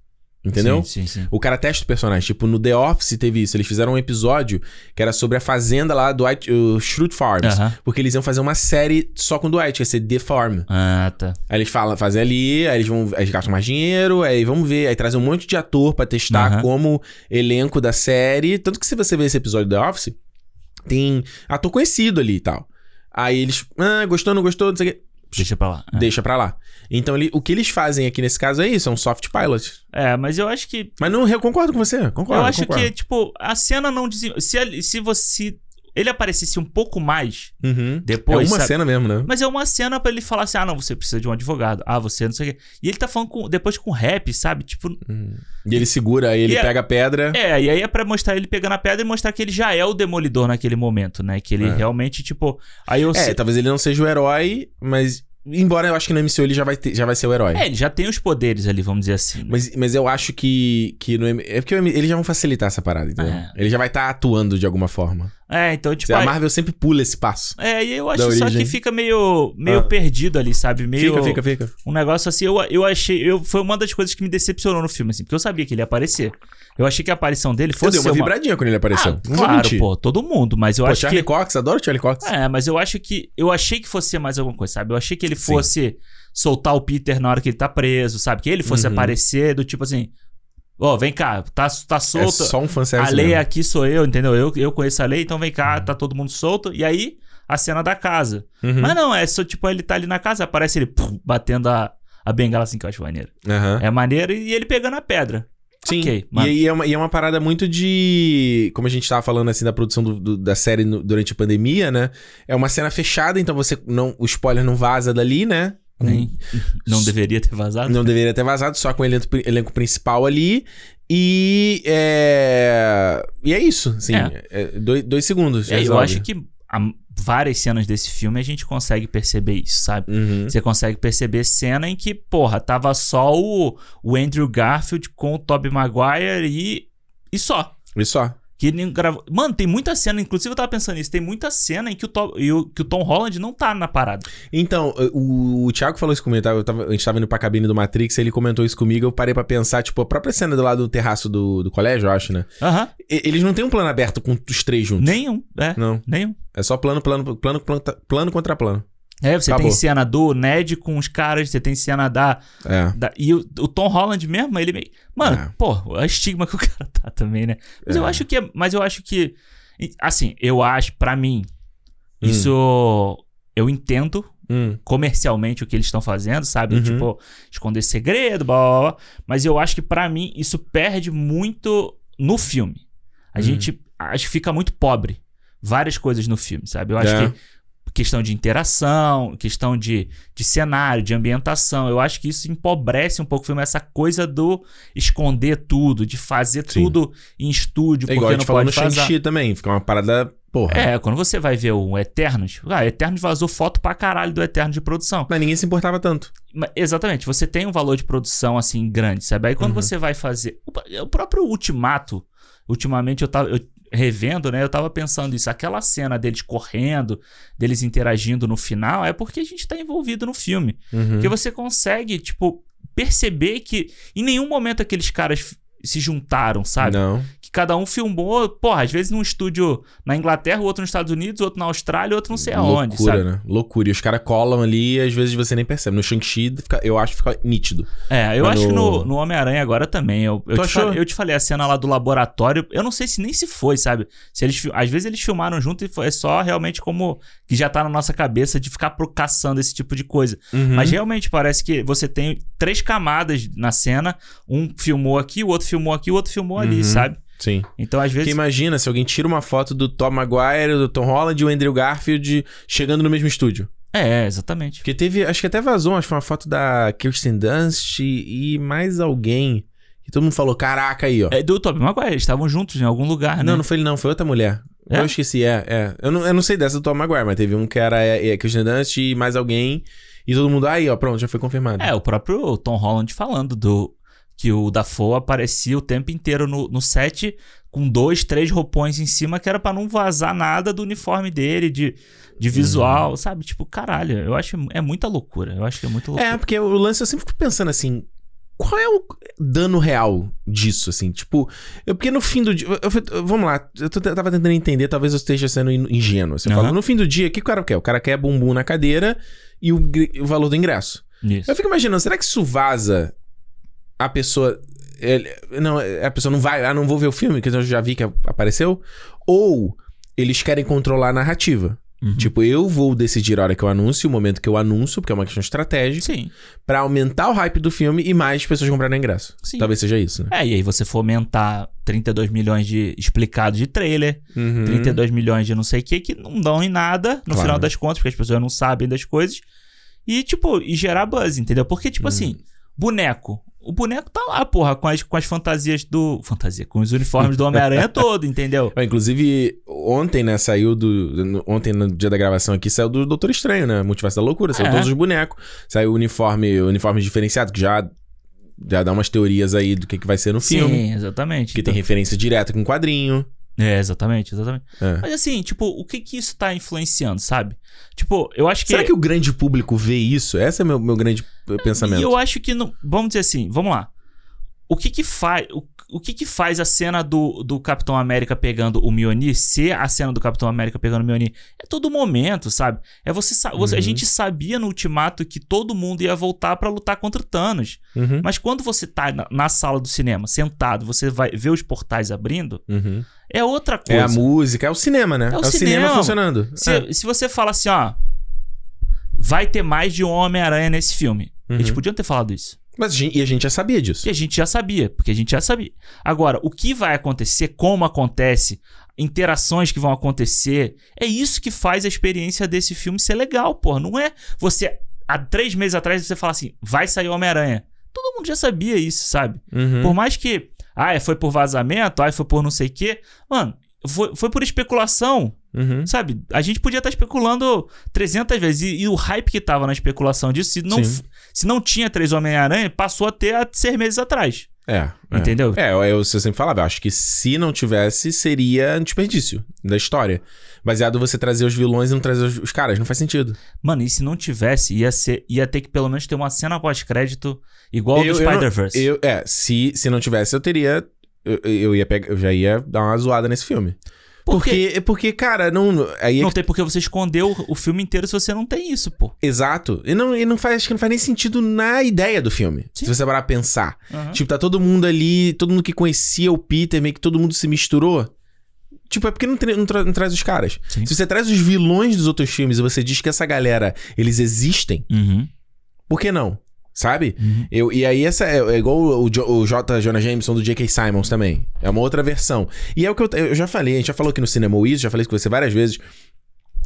Speaker 1: Entendeu?
Speaker 2: Sim, sim, sim.
Speaker 1: O cara testa o personagem. Tipo, no The Office teve isso. Eles fizeram um episódio que era sobre a fazenda lá do White- o Shrewd Farms.
Speaker 2: Aham.
Speaker 1: Porque eles iam fazer uma série só com o Dwight, que ia ser The Farm.
Speaker 2: Ah, tá.
Speaker 1: Aí eles falam, fazem ali, aí eles vão, aí eles gastam mais dinheiro, aí vamos ver, aí trazem um monte de ator pra testar
Speaker 2: Aham.
Speaker 1: como elenco da série. Tanto que se você ver esse episódio do The Office, tem ator conhecido ali e tal. Aí eles, ah, gostou, não gostou, não sei o quê,
Speaker 2: Deixa pra lá. Ah.
Speaker 1: deixa pra lá. Então ele- o que eles fazem aqui nesse caso é isso, é um soft pilot.
Speaker 2: É, mas eu acho que.
Speaker 1: Mas não, eu concordo com você, concordo.
Speaker 2: eu acho
Speaker 1: concordo.
Speaker 2: que, tipo, a cena não desen... se ele- Se você. Ele aparecesse um pouco mais
Speaker 1: Uhum.
Speaker 2: depois.
Speaker 1: é uma
Speaker 2: sabe?
Speaker 1: cena mesmo, né?
Speaker 2: Mas é uma cena pra ele falar assim: ah, não, você precisa de um advogado. Ah, você não sei o quê. E ele tá falando com, depois com rap, sabe? Tipo.
Speaker 1: Uhum. E ele segura, aí ele
Speaker 2: E é-
Speaker 1: pega a pedra.
Speaker 2: É, e aí é pra mostrar ele pegando a pedra e mostrar que ele já é o demolidor naquele momento, né? Que ele
Speaker 1: É.
Speaker 2: realmente, tipo. Aí eu
Speaker 1: É,
Speaker 2: sei.
Speaker 1: talvez ele não seja o herói, mas Embora eu acho que no MCU ele já vai, ter- já vai ser o herói.
Speaker 2: É, ele já tem os poderes ali, vamos dizer assim.
Speaker 1: Mas, mas eu acho que, que no M- É porque o M- eles já vão facilitar essa parada, entendeu?
Speaker 2: É.
Speaker 1: Ele já vai estar atuando de alguma forma.
Speaker 2: É, então, tipo.
Speaker 1: a
Speaker 2: aí-
Speaker 1: Marvel sempre pula esse passo.
Speaker 2: É, e eu acho
Speaker 1: Da
Speaker 2: só
Speaker 1: origem.
Speaker 2: que fica meio, meio
Speaker 1: Ah.
Speaker 2: perdido ali, sabe? Meio
Speaker 1: Fica, fica, fica.
Speaker 2: um negócio assim. Eu, eu achei. Eu, foi uma das coisas que me decepcionou no filme, assim, porque eu sabia que ele ia aparecer. Eu achei que a aparição dele
Speaker 1: Eu
Speaker 2: fosse.
Speaker 1: dei uma
Speaker 2: ser
Speaker 1: vibradinha quando ele apareceu.
Speaker 2: Ah,
Speaker 1: Não vou
Speaker 2: claro,
Speaker 1: mentir.
Speaker 2: pô, todo mundo, mas eu
Speaker 1: Pô,
Speaker 2: acho
Speaker 1: Charlie
Speaker 2: que.
Speaker 1: Cox, adoro Charlie Cox.
Speaker 2: É, mas eu acho que. Eu achei que fosse ser mais alguma coisa, sabe? Eu achei que ele
Speaker 1: Sim.
Speaker 2: fosse soltar o Peter na hora que ele tá preso, sabe? Que ele fosse
Speaker 1: Uhum.
Speaker 2: aparecer do tipo assim. Ó, vem cá, tá, tá
Speaker 1: É
Speaker 2: solto.
Speaker 1: só um
Speaker 2: a
Speaker 1: fanservice
Speaker 2: lei
Speaker 1: mesmo.
Speaker 2: aqui sou eu, entendeu? Eu, eu conheço a lei, então vem cá, tá todo mundo solto. E aí, a cena da casa.
Speaker 1: Uhum.
Speaker 2: Mas não, é só tipo, ele tá ali na casa, aparece ele pum, batendo a, a bengala assim que eu acho maneiro.
Speaker 1: Aham.
Speaker 2: É maneiro e ele pegando a pedra.
Speaker 1: Sim.
Speaker 2: Ok,
Speaker 1: e, aí é uma, e é uma parada muito de. Como a gente tava falando assim da produção do- do- da série no- durante a pandemia, né? É uma cena fechada, então você. Não, o spoiler não vaza dali, né?
Speaker 2: Nem- Não deveria ter vazado.
Speaker 1: Não deveria ter vazado, só com o elenco, pri- elenco principal ali. E é. E é isso, assim.
Speaker 2: É.
Speaker 1: É, dois, dois segundos.
Speaker 2: É, eu
Speaker 1: resolve.
Speaker 2: acho que há várias cenas desse filme a gente consegue perceber isso, sabe?
Speaker 1: Uhum.
Speaker 2: Você consegue perceber cena em que, porra, tava só o, o Andrew Garfield com o Tobey Maguire e, e só.
Speaker 1: E só.
Speaker 2: Que ele não gravou. Mano, tem muita cena, inclusive eu tava pensando nisso, tem muita cena em que o, Tom, e o- que o Tom Holland não tá na parada.
Speaker 1: Então, o, o Thiago falou isso comigo, tá? Eu tava- a gente tava indo pra cabine do Matrix, ele comentou isso comigo, eu parei pra pensar, tipo, a própria cena do lado do terraço do, do colégio, eu acho, né?
Speaker 2: Aham.
Speaker 1: E- eles não têm um plano aberto com os três juntos.
Speaker 2: Nenhum, é.
Speaker 1: Não.
Speaker 2: Nenhum.
Speaker 1: É só plano, plano, plano, plano, plano contra plano.
Speaker 2: É, você
Speaker 1: Acabou.
Speaker 2: tem cena do Ned com os caras, você tem cena da.
Speaker 1: É.
Speaker 2: da- e o, o Tom Holland mesmo, ele meio. Mano,
Speaker 1: É.
Speaker 2: pô, a estigma que o cara tá também, né? Mas eu
Speaker 1: É.
Speaker 2: acho que. é- Mas eu acho que. e, Assim, eu acho, pra mim,
Speaker 1: Hum.
Speaker 2: isso. Eu entendo
Speaker 1: Hum.
Speaker 2: comercialmente o que eles estão fazendo, sabe?
Speaker 1: Uhum.
Speaker 2: Tipo, esconder segredo, blá, blá, blá. Mas eu acho que pra mim isso perde muito no filme. A
Speaker 1: Uhum.
Speaker 2: gente acho que fica muito pobre várias coisas no filme, sabe? Eu acho
Speaker 1: É.
Speaker 2: que questão de interação, questão de, de cenário, de ambientação, eu acho que isso empobrece um pouco o filme essa coisa do esconder tudo, de fazer
Speaker 1: Sim.
Speaker 2: tudo em estúdio,
Speaker 1: É igual
Speaker 2: porque
Speaker 1: a gente
Speaker 2: não
Speaker 1: falou no
Speaker 2: pode fazer.
Speaker 1: Shang-Chi também, fica uma parada, porra.
Speaker 2: É, quando você vai ver o Eternos, ah, Eternos vazou foto pra caralho do Eterno de produção.
Speaker 1: Mas ninguém se importava tanto.
Speaker 2: Ma- Exatamente, você tem um valor de produção assim grande, sabe? Aí quando
Speaker 1: Uhum.
Speaker 2: você vai fazer. o pr- O próprio Ultimato, ultimamente eu tava. eu revendo, né? Eu tava pensando isso. Aquela cena deles correndo, deles interagindo no final, é porque a gente tá envolvido no filme.
Speaker 1: Uhum.
Speaker 2: Porque você consegue, tipo, perceber que em nenhum momento aqueles caras f- se juntaram, sabe?
Speaker 1: Não.
Speaker 2: Que cada um filmou, porra, às vezes num estúdio na Inglaterra, outro nos Estados Unidos, outro na Austrália, outro não sei
Speaker 1: Loucura,
Speaker 2: aonde, sabe?
Speaker 1: né? Loucura. E os caras colam ali e às vezes você nem percebe. No Shang-Chi, fica- eu acho que fica nítido.
Speaker 2: É, eu
Speaker 1: Mas
Speaker 2: acho que
Speaker 1: no-
Speaker 2: no, no Homem-Aranha agora também. Eu, eu,
Speaker 1: Tu
Speaker 2: te
Speaker 1: achou?
Speaker 2: falei, eu te falei, a cena lá do laboratório, eu não sei se nem se foi, sabe? Se eles, fi- às vezes eles filmaram junto e foi é só realmente como que já tá na nossa cabeça de ficar pro- caçando esse tipo de coisa.
Speaker 1: Uhum.
Speaker 2: Mas realmente parece que você tem três camadas na cena. Um filmou aqui, o outro filmou aqui, o outro filmou ali,
Speaker 1: Uhum.
Speaker 2: sabe?
Speaker 1: Sim.
Speaker 2: Então às
Speaker 1: Porque
Speaker 2: vezes.
Speaker 1: imagina se alguém tira uma foto do Tom Maguire, do Tom Holland e o Andrew Garfield chegando no mesmo estúdio.
Speaker 2: É, exatamente.
Speaker 1: Porque teve, acho que até vazou, acho que foi uma foto da Kirsten Dunst e mais alguém. E todo mundo falou, caraca aí, ó.
Speaker 2: É do Tobey Maguire, eles estavam juntos em algum lugar, né?
Speaker 1: não, não foi ele não, foi outra mulher.
Speaker 2: É?
Speaker 1: Eu esqueci, é, é. Eu não, eu não sei dessa do Tom Maguire, mas teve um que era é, é, Kirsten Dunst e mais alguém. E todo mundo, aí, ó, pronto, já foi confirmado.
Speaker 2: É, o próprio Tom Holland falando do que o Dafoe aparecia o tempo inteiro no, no set com dois, três roupões em cima que era pra não vazar nada do uniforme dele, de, de visual,
Speaker 1: Uhum.
Speaker 2: sabe? Tipo, caralho, eu acho é muita loucura. Eu acho que é muito loucura.
Speaker 1: É, porque o lance eu sempre fico pensando assim. Qual é o dano real disso, assim? Tipo, eu- porque no fim do dia. eu- eu- vamos lá, eu tô- tava tentando entender, talvez eu esteja sendo in- ingênuo. Você
Speaker 2: Aham.
Speaker 1: fala, no fim do dia, o que o cara quer? O cara quer bumbum na cadeira e o, gri- o valor do ingresso.
Speaker 2: Isso.
Speaker 1: É. Eu fico imaginando, será que isso vaza a pessoa. ele- não, a pessoa não vai, ah, não vou ver o filme, que eu já vi que apareceu? Ou eles querem controlar a narrativa?
Speaker 2: Uhum.
Speaker 1: Tipo, eu vou decidir a hora que eu anuncio, o momento que eu anuncio, porque é uma questão estratégica.
Speaker 2: Sim.
Speaker 1: Pra aumentar o hype do filme e mais pessoas comprarem ingresso.
Speaker 2: Sim.
Speaker 1: Talvez seja isso, né?
Speaker 2: É, e aí você fomentar 32 milhões de explicados de trailer,
Speaker 1: Uhum.
Speaker 2: 32 milhões de não sei o que, que não dão em nada no
Speaker 1: Claro.
Speaker 2: final das contas, porque as pessoas
Speaker 1: Hum.
Speaker 2: não sabem das coisas. E, tipo, e gerar buzz, entendeu? Porque, tipo assim, boneco. o boneco tá lá, porra, com as, com as fantasias do. Fantasia, com os uniformes do Homem-Aranha todo, entendeu?
Speaker 1: Ó, Inclusive, ontem, né, saiu do. no- Ontem, no dia da gravação aqui, saiu do Doutor Estranho, né? Multiverso da Loucura, saiu
Speaker 2: É.
Speaker 1: todos os bonecos. Saiu o uniforme, o uniforme diferenciado, que já, já dá umas teorias aí do que, que vai ser no filme.
Speaker 2: Sim, exatamente.
Speaker 1: Que tem referência direta com o quadrinho.
Speaker 2: É, exatamente, exatamente.
Speaker 1: É.
Speaker 2: Mas assim, tipo, o que que isso tá influenciando, sabe? Tipo, eu acho que.
Speaker 1: Será que o grande público vê isso? Esse é meu, meu grande eh, pensamento.
Speaker 2: E eu acho que não. Vamos dizer assim, vamos lá. O que que faz. O, o que que faz a cena do, do Capitão América pegando o Mjolnir ser a cena do Capitão América pegando o Mjolnir? É todo momento, sabe? É você, sa- você- A
Speaker 1: Uhum.
Speaker 2: gente sabia no Ultimato que todo mundo ia voltar pra lutar contra o Thanos.
Speaker 1: Uhum.
Speaker 2: Mas quando você tá na, na sala do cinema, sentado, você vai ver os portais abrindo,
Speaker 1: Uhum.
Speaker 2: é outra
Speaker 1: É
Speaker 2: coisa.
Speaker 1: a música, é o cinema, né?
Speaker 2: É o cinema.
Speaker 1: funcionando.
Speaker 2: Se,
Speaker 1: É.
Speaker 2: se você fala assim, ó. Vai ter mais de um Homem-Aranha nesse filme.
Speaker 1: Uhum.
Speaker 2: Eles podiam ter falado isso.
Speaker 1: Mas a gente- e a gente já sabia disso.
Speaker 2: Que a gente já sabia, porque a gente já sabia. Agora, o que vai acontecer, como acontece, interações que vão acontecer, é isso que faz a experiência desse filme ser legal, porra. Não é você, há três meses atrás, você fala assim, vai sair o Homem-Aranha. Todo mundo já sabia isso, sabe?
Speaker 1: Uhum.
Speaker 2: Por mais que, ah, é, foi por vazamento, ah, foi por não sei o quê. Mano, foi, foi por especulação,
Speaker 1: Uhum.
Speaker 2: sabe? A gente podia estar especulando 300 vezes. E, e o hype que tava na especulação disso, se não,
Speaker 1: Sim.
Speaker 2: f- se não tinha três Homem-Aranha, passou a ter há seis meses atrás.
Speaker 1: É. é.
Speaker 2: Entendeu?
Speaker 1: É, eu, eu sempre falava, eu acho que se não tivesse, seria um desperdício da história. Baseado você trazer os vilões e não trazer os, os caras, não faz sentido.
Speaker 2: Mano, e se não tivesse, ia, ser, ia ter que pelo menos ter uma cena pós-crédito igual
Speaker 1: Eu-
Speaker 2: ao do
Speaker 1: eu não-
Speaker 2: Spider-Verse.
Speaker 1: Eu, é, se, se não tivesse, eu teria. Eu, eu ia pegar, eu já ia dar uma zoada nesse filme.
Speaker 2: Por quê?
Speaker 1: Porque, porque cara, não. não- Aí é
Speaker 2: Não
Speaker 1: que-
Speaker 2: tem porque você esconder o, o filme inteiro se você não tem isso, pô.
Speaker 1: exato. E não, e não faz, acho que não faz nem sentido na ideia do filme.
Speaker 2: Sim.
Speaker 1: Se você parar pra pensar.
Speaker 2: Aham.
Speaker 1: Tipo, tá todo mundo ali, todo mundo que conhecia o Peter, meio que todo mundo se misturou. Tipo, é porque não, tra- não tra- não traz os caras.
Speaker 2: Sim.
Speaker 1: Se você traz os vilões dos outros filmes e você diz que essa galera, eles existem,
Speaker 2: Uhum,
Speaker 1: por que não? Sabe?
Speaker 2: uhum.
Speaker 1: Eu, e aí essa é, é igual o, o Jo- o J. Jonah Jameson do J.K. Simons também. É uma outra versão. E é o que eu, eu já falei, a gente já falou aqui no Cinema Wiz, já falei isso com você várias vezes.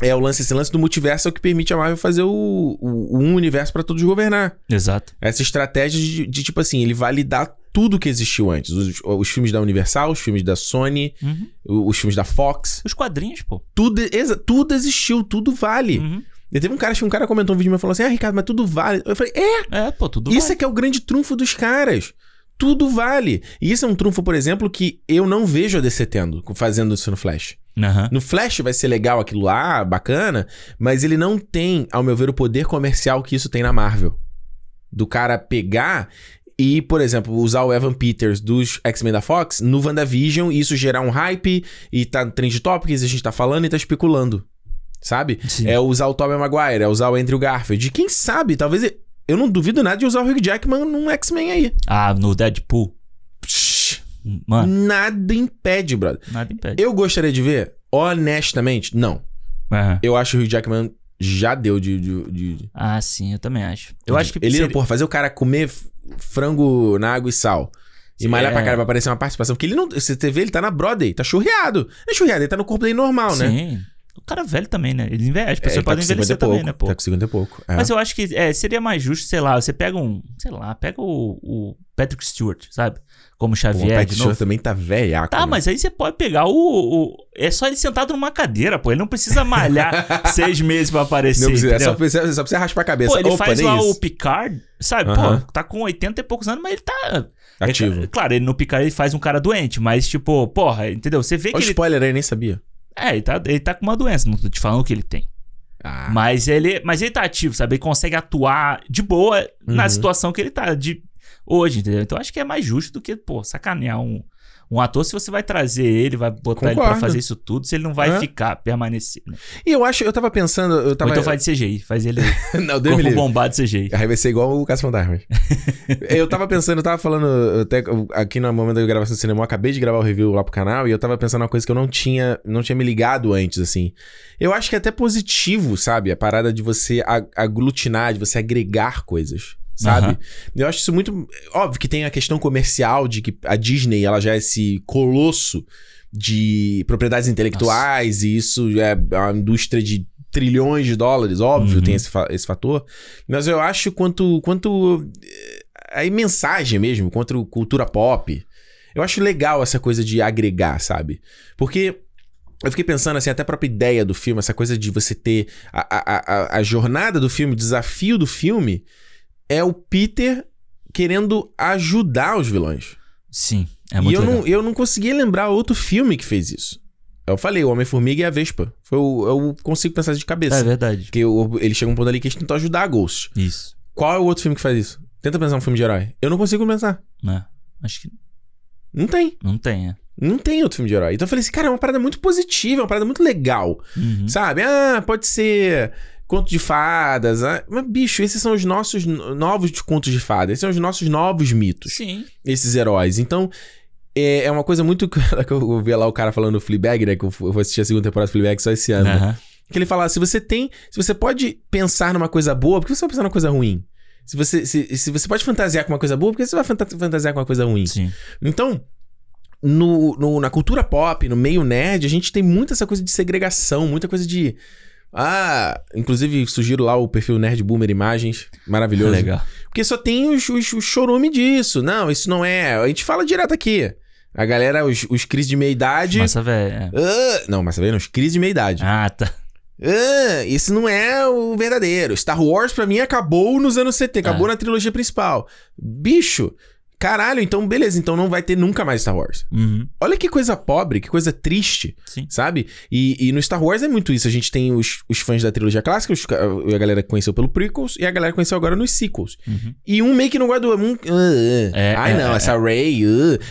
Speaker 1: É o lance, esse lance do multiverso é o que permite a Marvel fazer o, o, um universo pra todos governar.
Speaker 2: Exato.
Speaker 1: Essa estratégia de, de, tipo assim, ele validar tudo que existiu antes. Os, os filmes da Universal, os filmes da Sony,
Speaker 2: Uhum.
Speaker 1: o- os filmes da Fox.
Speaker 2: Os quadrinhos, pô.
Speaker 1: Tudo, exa- tudo existiu, tudo vale.
Speaker 2: Uhum.
Speaker 1: E teve um cara, acho que um cara comentou um vídeo meu e falou assim: Ah, Ricardo, mas tudo vale. Eu falei, é,
Speaker 2: É, pô, tudo
Speaker 1: isso é que é o grande trunfo dos caras. Tudo vale. E isso é um trunfo, por exemplo, que eu não vejo a DC tendo, fazendo isso no Flash.
Speaker 2: bem. Aham.
Speaker 1: No Flash vai ser legal aquilo lá, bacana, mas ele não tem, ao meu ver, o poder comercial que isso tem na Marvel. Do cara pegar e, por exemplo, usar o Evan Peters dos X-Men da Fox no WandaVision e isso gerar um hype e tá no trend topics, a gente tá falando e tá especulando. Sabe?
Speaker 2: Sim.
Speaker 1: É usar o Tobey Maguire, é usar o Andrew Garfield. E quem sabe, talvez. ele- Eu não duvido nada de usar o Hugh Jackman num X-Men aí.
Speaker 2: Ah, no Deadpool.
Speaker 1: Psh,
Speaker 2: Mano,
Speaker 1: Nada impede, brother.
Speaker 2: nada impede.
Speaker 1: Eu gostaria de ver, honestamente, não.
Speaker 2: Aham.
Speaker 1: Eu acho que o Hugh Jackman já deu de. de- de- de-
Speaker 2: Ah, sim, eu também acho. Eu acho que.
Speaker 1: Ele,
Speaker 2: seria-
Speaker 1: porra, fazer o cara comer f- frango na água e sal. E malhar
Speaker 2: É.
Speaker 1: pra cara vai aparecer uma participação. Porque ele não. Você vê, ele tá na Broadway, tá churreado. Não é churreado, ele tá no corpo dele normal, né?
Speaker 2: Sim. O cara é velho também, né? Ele envelhece. As
Speaker 1: É,
Speaker 2: pessoas
Speaker 1: ele tá com
Speaker 2: podem
Speaker 1: 50 e
Speaker 2: envelhecer
Speaker 1: pouco.
Speaker 2: também, né, pô?
Speaker 1: Tá com 50 e pouco. é.
Speaker 2: Mas eu acho que é, seria mais justo, sei lá, você pega um, sei lá, pega o, o Patrick Stewart, sabe? Como
Speaker 1: Pô,
Speaker 2: Xavier
Speaker 1: o Pat
Speaker 2: de
Speaker 1: Stewart
Speaker 2: novo.
Speaker 1: também tá velhaco.
Speaker 2: Tá,
Speaker 1: né?
Speaker 2: mas aí você pode pegar o, o- É só ele sentado numa cadeira, pô. Ele não precisa malhar seis meses pra aparecer.
Speaker 1: Não precisa, é só,
Speaker 2: entendeu?
Speaker 1: precisa, só precisa raspar a cabeça.
Speaker 2: Pô, ele
Speaker 1: Opa,
Speaker 2: faz
Speaker 1: nem
Speaker 2: lá o
Speaker 1: isso.
Speaker 2: Picard, sabe?
Speaker 1: Aham.
Speaker 2: Pô, tá com 80 e poucos anos, mas ele tá.
Speaker 1: Ativo.
Speaker 2: É, claro, ele no Picard ele faz um cara doente, mas tipo, porra, entendeu? Você vê que
Speaker 1: Olha o
Speaker 2: ele.
Speaker 1: spoiler aí, nem sabia.
Speaker 2: É, ele tá, ele tá com uma doença, não tô te falando o que ele tem.
Speaker 1: Ah.
Speaker 2: Mas ele, mas ele tá ativo, sabe? Ele consegue atuar de boa na
Speaker 1: Uhum.
Speaker 2: situação que ele tá de hoje, entendeu? Então acho que é mais justo do que, pô, sacanear um, um ator se você vai trazer ele, vai botar ele pra
Speaker 1: Concordo.
Speaker 2: fazer isso tudo, se ele não vai
Speaker 1: É.
Speaker 2: ficar, permanecer. Né?
Speaker 1: E eu acho, eu tava pensando, eu
Speaker 2: Ou
Speaker 1: tava.
Speaker 2: então faz de CGI, faz ele
Speaker 1: não, deu
Speaker 2: corpo bombado de CGI.
Speaker 1: Aí vai ser igual o Caça Fantasmas. eu tava pensando, eu tava falando eu até aqui no momento da gravação do cinema, eu acabei de gravar o review lá pro canal e eu tava pensando uma coisa que eu não tinha, não tinha me ligado antes, assim. Eu acho que é até positivo, sabe? A parada de você a- aglutinar, de você agregar coisas. Sabe?
Speaker 2: Aham.
Speaker 1: Eu acho isso muito. Óbvio que tem a questão comercial de que a Disney ela já é esse colosso de propriedades intelectuais, e isso é uma indústria de trilhões de dólares, óbvio,
Speaker 2: Uhum.
Speaker 1: tem esse, fa- esse fator. Mas eu acho quanto, quanto eh, aí mensagem mesmo, contra o cultura pop. Eu acho legal essa coisa de agregar, sabe? Porque eu fiquei pensando assim, até a própria ideia do filme, essa coisa de você ter a, a, a, a jornada do filme, o desafio do filme, é o Peter querendo ajudar os vilões.
Speaker 2: Sim, é
Speaker 1: e
Speaker 2: muito
Speaker 1: eu
Speaker 2: legal.
Speaker 1: não, eu não conseguia lembrar outro filme que fez isso. Eu falei, o Homem-Formiga e a Vespa. Foi o, eu consigo pensar de
Speaker 2: É
Speaker 1: cabeça.
Speaker 2: verdade.
Speaker 1: Porque eu- ele chega um ponto ali que a gente tentou ajudar a Ghost.
Speaker 2: Isso,
Speaker 1: Qual é o outro filme que faz isso? Tenta pensar um filme de herói. Eu não consigo pensar.
Speaker 2: né? Acho que
Speaker 1: Não tem.
Speaker 2: não tem, é.
Speaker 1: Não tem outro filme de herói. Então eu falei assim, cara, é uma parada muito positiva, é uma parada muito legal.
Speaker 2: Uhum.
Speaker 1: Sabe? Ah, pode ser conto de fadas. ah, Mas, bicho, esses são os nossos no- novos de contos de fadas. Esses são os nossos novos mitos.
Speaker 2: Sim.
Speaker 1: Esses heróis. Então, é, é uma coisa muito... que eu ouvi lá o cara falando do Fleabag, né? Que eu fu- eu vou assistir a segunda temporada do Fleabag só esse ano. né?
Speaker 2: Aham.
Speaker 1: Que ele fala, se você tem... Se você pode pensar numa coisa boa, por que você vai pensar numa coisa ruim? Se você, se, se você pode fantasiar com uma coisa boa, por que você vai fanta- fantasiar com uma coisa ruim?
Speaker 2: Sim. É
Speaker 1: Então, no, no- na cultura pop, no meio nerd, a gente tem muita essa coisa de segregação, muita coisa de. Ah, inclusive sugiro lá o perfil Nerd Boomer Imagens, maravilhoso.
Speaker 2: Legal.
Speaker 1: Porque só tem os, os, os chorume disso. Não, isso não é. A gente fala direto aqui. A galera, os, os cris de meia idade.
Speaker 2: Massa velha. é.
Speaker 1: "Ah", não, mas tá vendo? Os cris de meia idade.
Speaker 2: Ah, tá.
Speaker 1: Ah, isso não é o verdadeiro. Star Wars, pra mim, acabou nos anos
Speaker 2: É.
Speaker 1: 70, acabou na trilogia principal. Bicho, caralho, então beleza, então não vai ter nunca mais Star Wars.
Speaker 2: Uhum.
Speaker 1: Olha que coisa pobre, que coisa triste,
Speaker 2: Sim.
Speaker 1: sabe? E, e no Star Wars é muito isso. A gente tem os, os fãs da trilogia clássica, os ca- a galera que conheceu pelo prequels e a galera que conheceu agora nos sequels.
Speaker 2: Uhum.
Speaker 1: E um meio que não gosta do outro. Um, ah, ah.
Speaker 2: É,
Speaker 1: Ai,
Speaker 2: é,
Speaker 1: não,
Speaker 2: é,
Speaker 1: essa Ray,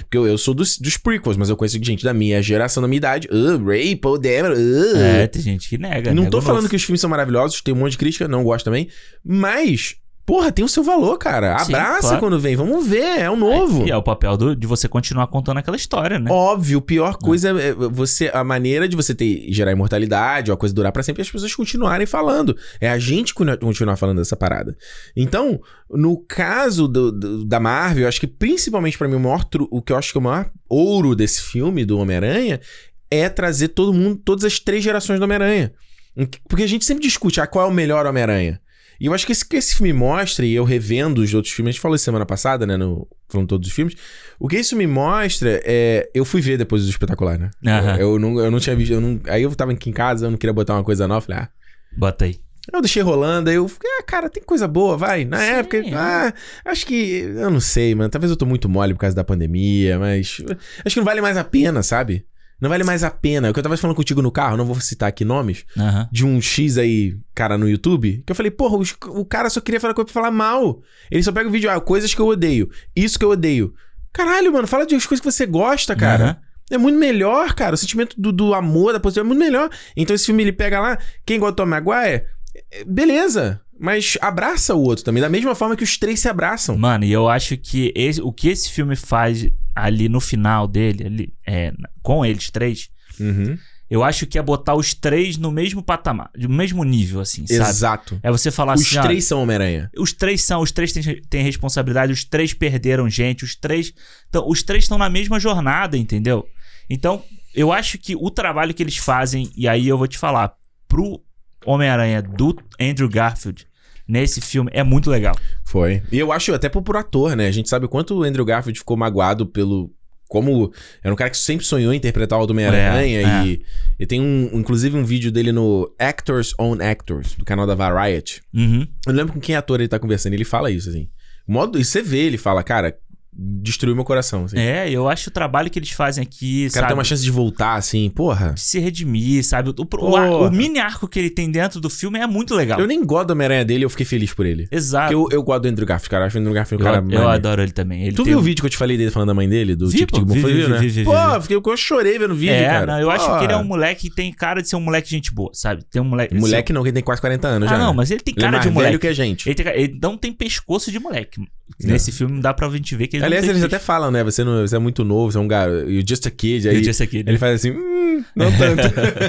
Speaker 1: porque eu, eu sou dos, dos prequels, mas eu conheço gente da minha geração, da minha idade. Uh, Ray, Paul Dameron, ah.
Speaker 2: É, tem gente que nega.
Speaker 1: Não
Speaker 2: nega
Speaker 1: tô
Speaker 2: o
Speaker 1: falando
Speaker 2: novo.
Speaker 1: que os filmes são maravilhosos, tem um monte de crítica, não gosto também. Mas, porra, tem o seu valor, cara.
Speaker 2: Sim,
Speaker 1: Abraça
Speaker 2: claro.
Speaker 1: quando vem, vamos ver, é o novo.
Speaker 2: E é o papel do- de você continuar contando aquela história, né?
Speaker 1: Óbvio, a pior coisa é você. A maneira de você ter, gerar imortalidade, ou a coisa durar pra sempre, é as pessoas continuarem falando. É a gente con- continuar falando dessa parada. Então, no caso do- do- da Marvel, eu acho que principalmente pra mim, o maior tru- o que eu acho que é o maior ouro desse filme do Homem-Aranha é trazer todo mundo, todas as três gerações do Homem-Aranha. Em que- Porque a gente sempre discute ah, qual é o melhor Homem-Aranha. E eu acho que esse, que esse filme mostra, e eu revendo os outros filmes, a gente falou isso semana passada, né? No, falando todos os filmes. O que isso me mostra é. Eu fui ver depois do espetacular, né?
Speaker 2: Aham.
Speaker 1: Eu, eu não, eu não tinha visto. eu não- aí eu tava aqui em casa, eu não queria botar uma coisa nova. Falei, ah.
Speaker 2: Bota aí.
Speaker 1: Eu deixei rolando, aí eu fiquei, ah, cara, tem coisa boa, vai. Na
Speaker 2: Sim,
Speaker 1: época,
Speaker 2: é.
Speaker 1: ah, acho que. Eu não sei, mano. Talvez eu tô muito mole por causa da pandemia, mas. Acho que não vale mais a pena, sabe? Não vale mais a pena. O que eu tava falando contigo no carro, não vou citar aqui nomes,
Speaker 2: Aham.
Speaker 1: de um X aí, cara, no YouTube, que eu falei, porra, os- o cara só queria falar coisa pra falar mal. Ele só pega o vídeo, ah, coisas que eu odeio, isso que eu odeio. Caralho, mano, fala de as coisas que você gosta, cara.
Speaker 2: Aham.
Speaker 1: É muito melhor, cara. O sentimento do, do amor, da positiva é muito melhor. Então esse filme ele pega lá, quem gosta do Tom Maguire, é- beleza. Mas abraça o outro também, da mesma forma que os três se abraçam.
Speaker 2: Mano, e eu acho que esse- o que esse filme faz ali no final dele, ali, é, na- com eles três,
Speaker 1: Uhum.
Speaker 2: eu acho que é botar os três no mesmo patamar, do mesmo nível, assim, sabe?
Speaker 1: Exato.
Speaker 2: É você falar
Speaker 1: Os
Speaker 2: assim, ó,
Speaker 1: três são Homem-Aranha.
Speaker 2: os três são, os três têm, têm responsabilidade, os três perderam gente, os três. Então, os três estão na mesma jornada, entendeu? Então, eu acho que o trabalho que eles fazem, e aí eu vou te falar, pro Homem-Aranha do Andrew Garfield nesse filme é muito legal.
Speaker 1: Foi. E eu acho até por, por ator, né? A gente sabe o quanto o Andrew Garfield ficou magoado pelo. Como. Era um cara que sempre sonhou em interpretar o Homem-Aranha.
Speaker 2: É,
Speaker 1: e, e tem um. Inclusive um vídeo dele no Actors on Actors, do canal da Variety.
Speaker 2: Uhum.
Speaker 1: Eu não lembro com quem ator ele tá conversando. Ele fala isso, assim. Modo, e você vê, ele fala, cara, destruiu meu coração. Assim.
Speaker 2: É, eu acho o trabalho que eles fazem aqui,
Speaker 1: o cara tem
Speaker 2: sabe?
Speaker 1: uma chance de voltar, assim, porra.
Speaker 2: de se redimir, sabe? O, o- o-
Speaker 1: Porra.
Speaker 2: o mini arco que ele tem dentro do filme é muito legal.
Speaker 1: Eu nem gosto do Homem-Aranha dele, eu fiquei feliz por ele.
Speaker 2: Exato.
Speaker 1: Porque eu, eu gosto do Andrew Garfield, cara. Eu acho o Andrew Garfield um
Speaker 2: Eu-
Speaker 1: cara
Speaker 2: eu,
Speaker 1: maneiro.
Speaker 2: adoro ele também. Ele
Speaker 1: Tu
Speaker 2: tem
Speaker 1: viu o
Speaker 2: um-
Speaker 1: vídeo que eu te falei dele falando da mãe dele? Do
Speaker 2: Vi,
Speaker 1: Tic
Speaker 2: pô,
Speaker 1: Tic Boom?
Speaker 2: vi,
Speaker 1: Foi,
Speaker 2: vi,
Speaker 1: viu,
Speaker 2: vi,
Speaker 1: né?
Speaker 2: vi, vi, vi.
Speaker 1: Pô, fiquei, eu chorei vendo o vídeo,
Speaker 2: é,
Speaker 1: cara.
Speaker 2: não, eu acho
Speaker 1: Pô.
Speaker 2: que ele é um moleque que tem cara de ser um moleque gente boa, sabe? Tem um moleque.
Speaker 1: Moleque não, que tem quase 40 anos
Speaker 2: Ah,
Speaker 1: já.
Speaker 2: não,
Speaker 1: né?
Speaker 2: mas ele tem
Speaker 1: Ele é
Speaker 2: cara
Speaker 1: mais
Speaker 2: de moleque.
Speaker 1: velho que a gente.
Speaker 2: Ele, tem ca- ele não tem pescoço de moleque. Nesse filme não dá pra gente ver que ele
Speaker 1: Aliás,
Speaker 2: não tem
Speaker 1: eles até falam, né? Você, não, você é muito novo, você é um garoto. You're just a kid. Aí
Speaker 2: Eu disse aqui, né?
Speaker 1: ele faz assim, hum, não tanto.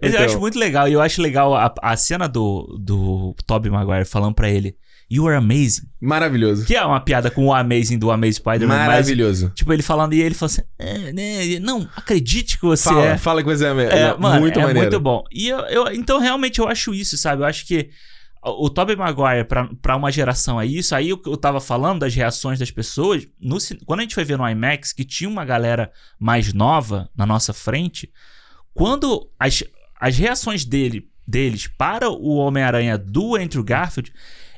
Speaker 2: Mas
Speaker 1: Então.
Speaker 2: eu acho muito legal. E eu acho legal a, a cena do, do Tobey Maguire falando pra ele You are amazing.
Speaker 1: Maravilhoso.
Speaker 2: Que é uma piada com o amazing do Amazing Spider-Man. É mas-
Speaker 1: Maravilhoso.
Speaker 2: Tipo, ele falando, e ele falou assim: "É, né, Não, acredite que você
Speaker 1: Fala,
Speaker 2: é.
Speaker 1: fala com o Zé Mer-
Speaker 2: É,
Speaker 1: Não,
Speaker 2: mano,
Speaker 1: muito
Speaker 2: é
Speaker 1: maneiro.
Speaker 2: muito bom. E eu, eu- então, realmente, eu acho isso, sabe? Eu acho que o Tobey Maguire pra, pra uma geração é isso. Aí eu, eu tava falando das reações das pessoas. No, quando a gente foi ver no IMAX, que tinha uma galera mais nova na nossa frente, quando as, as reações dele, deles para o Homem-Aranha do Andrew Garfield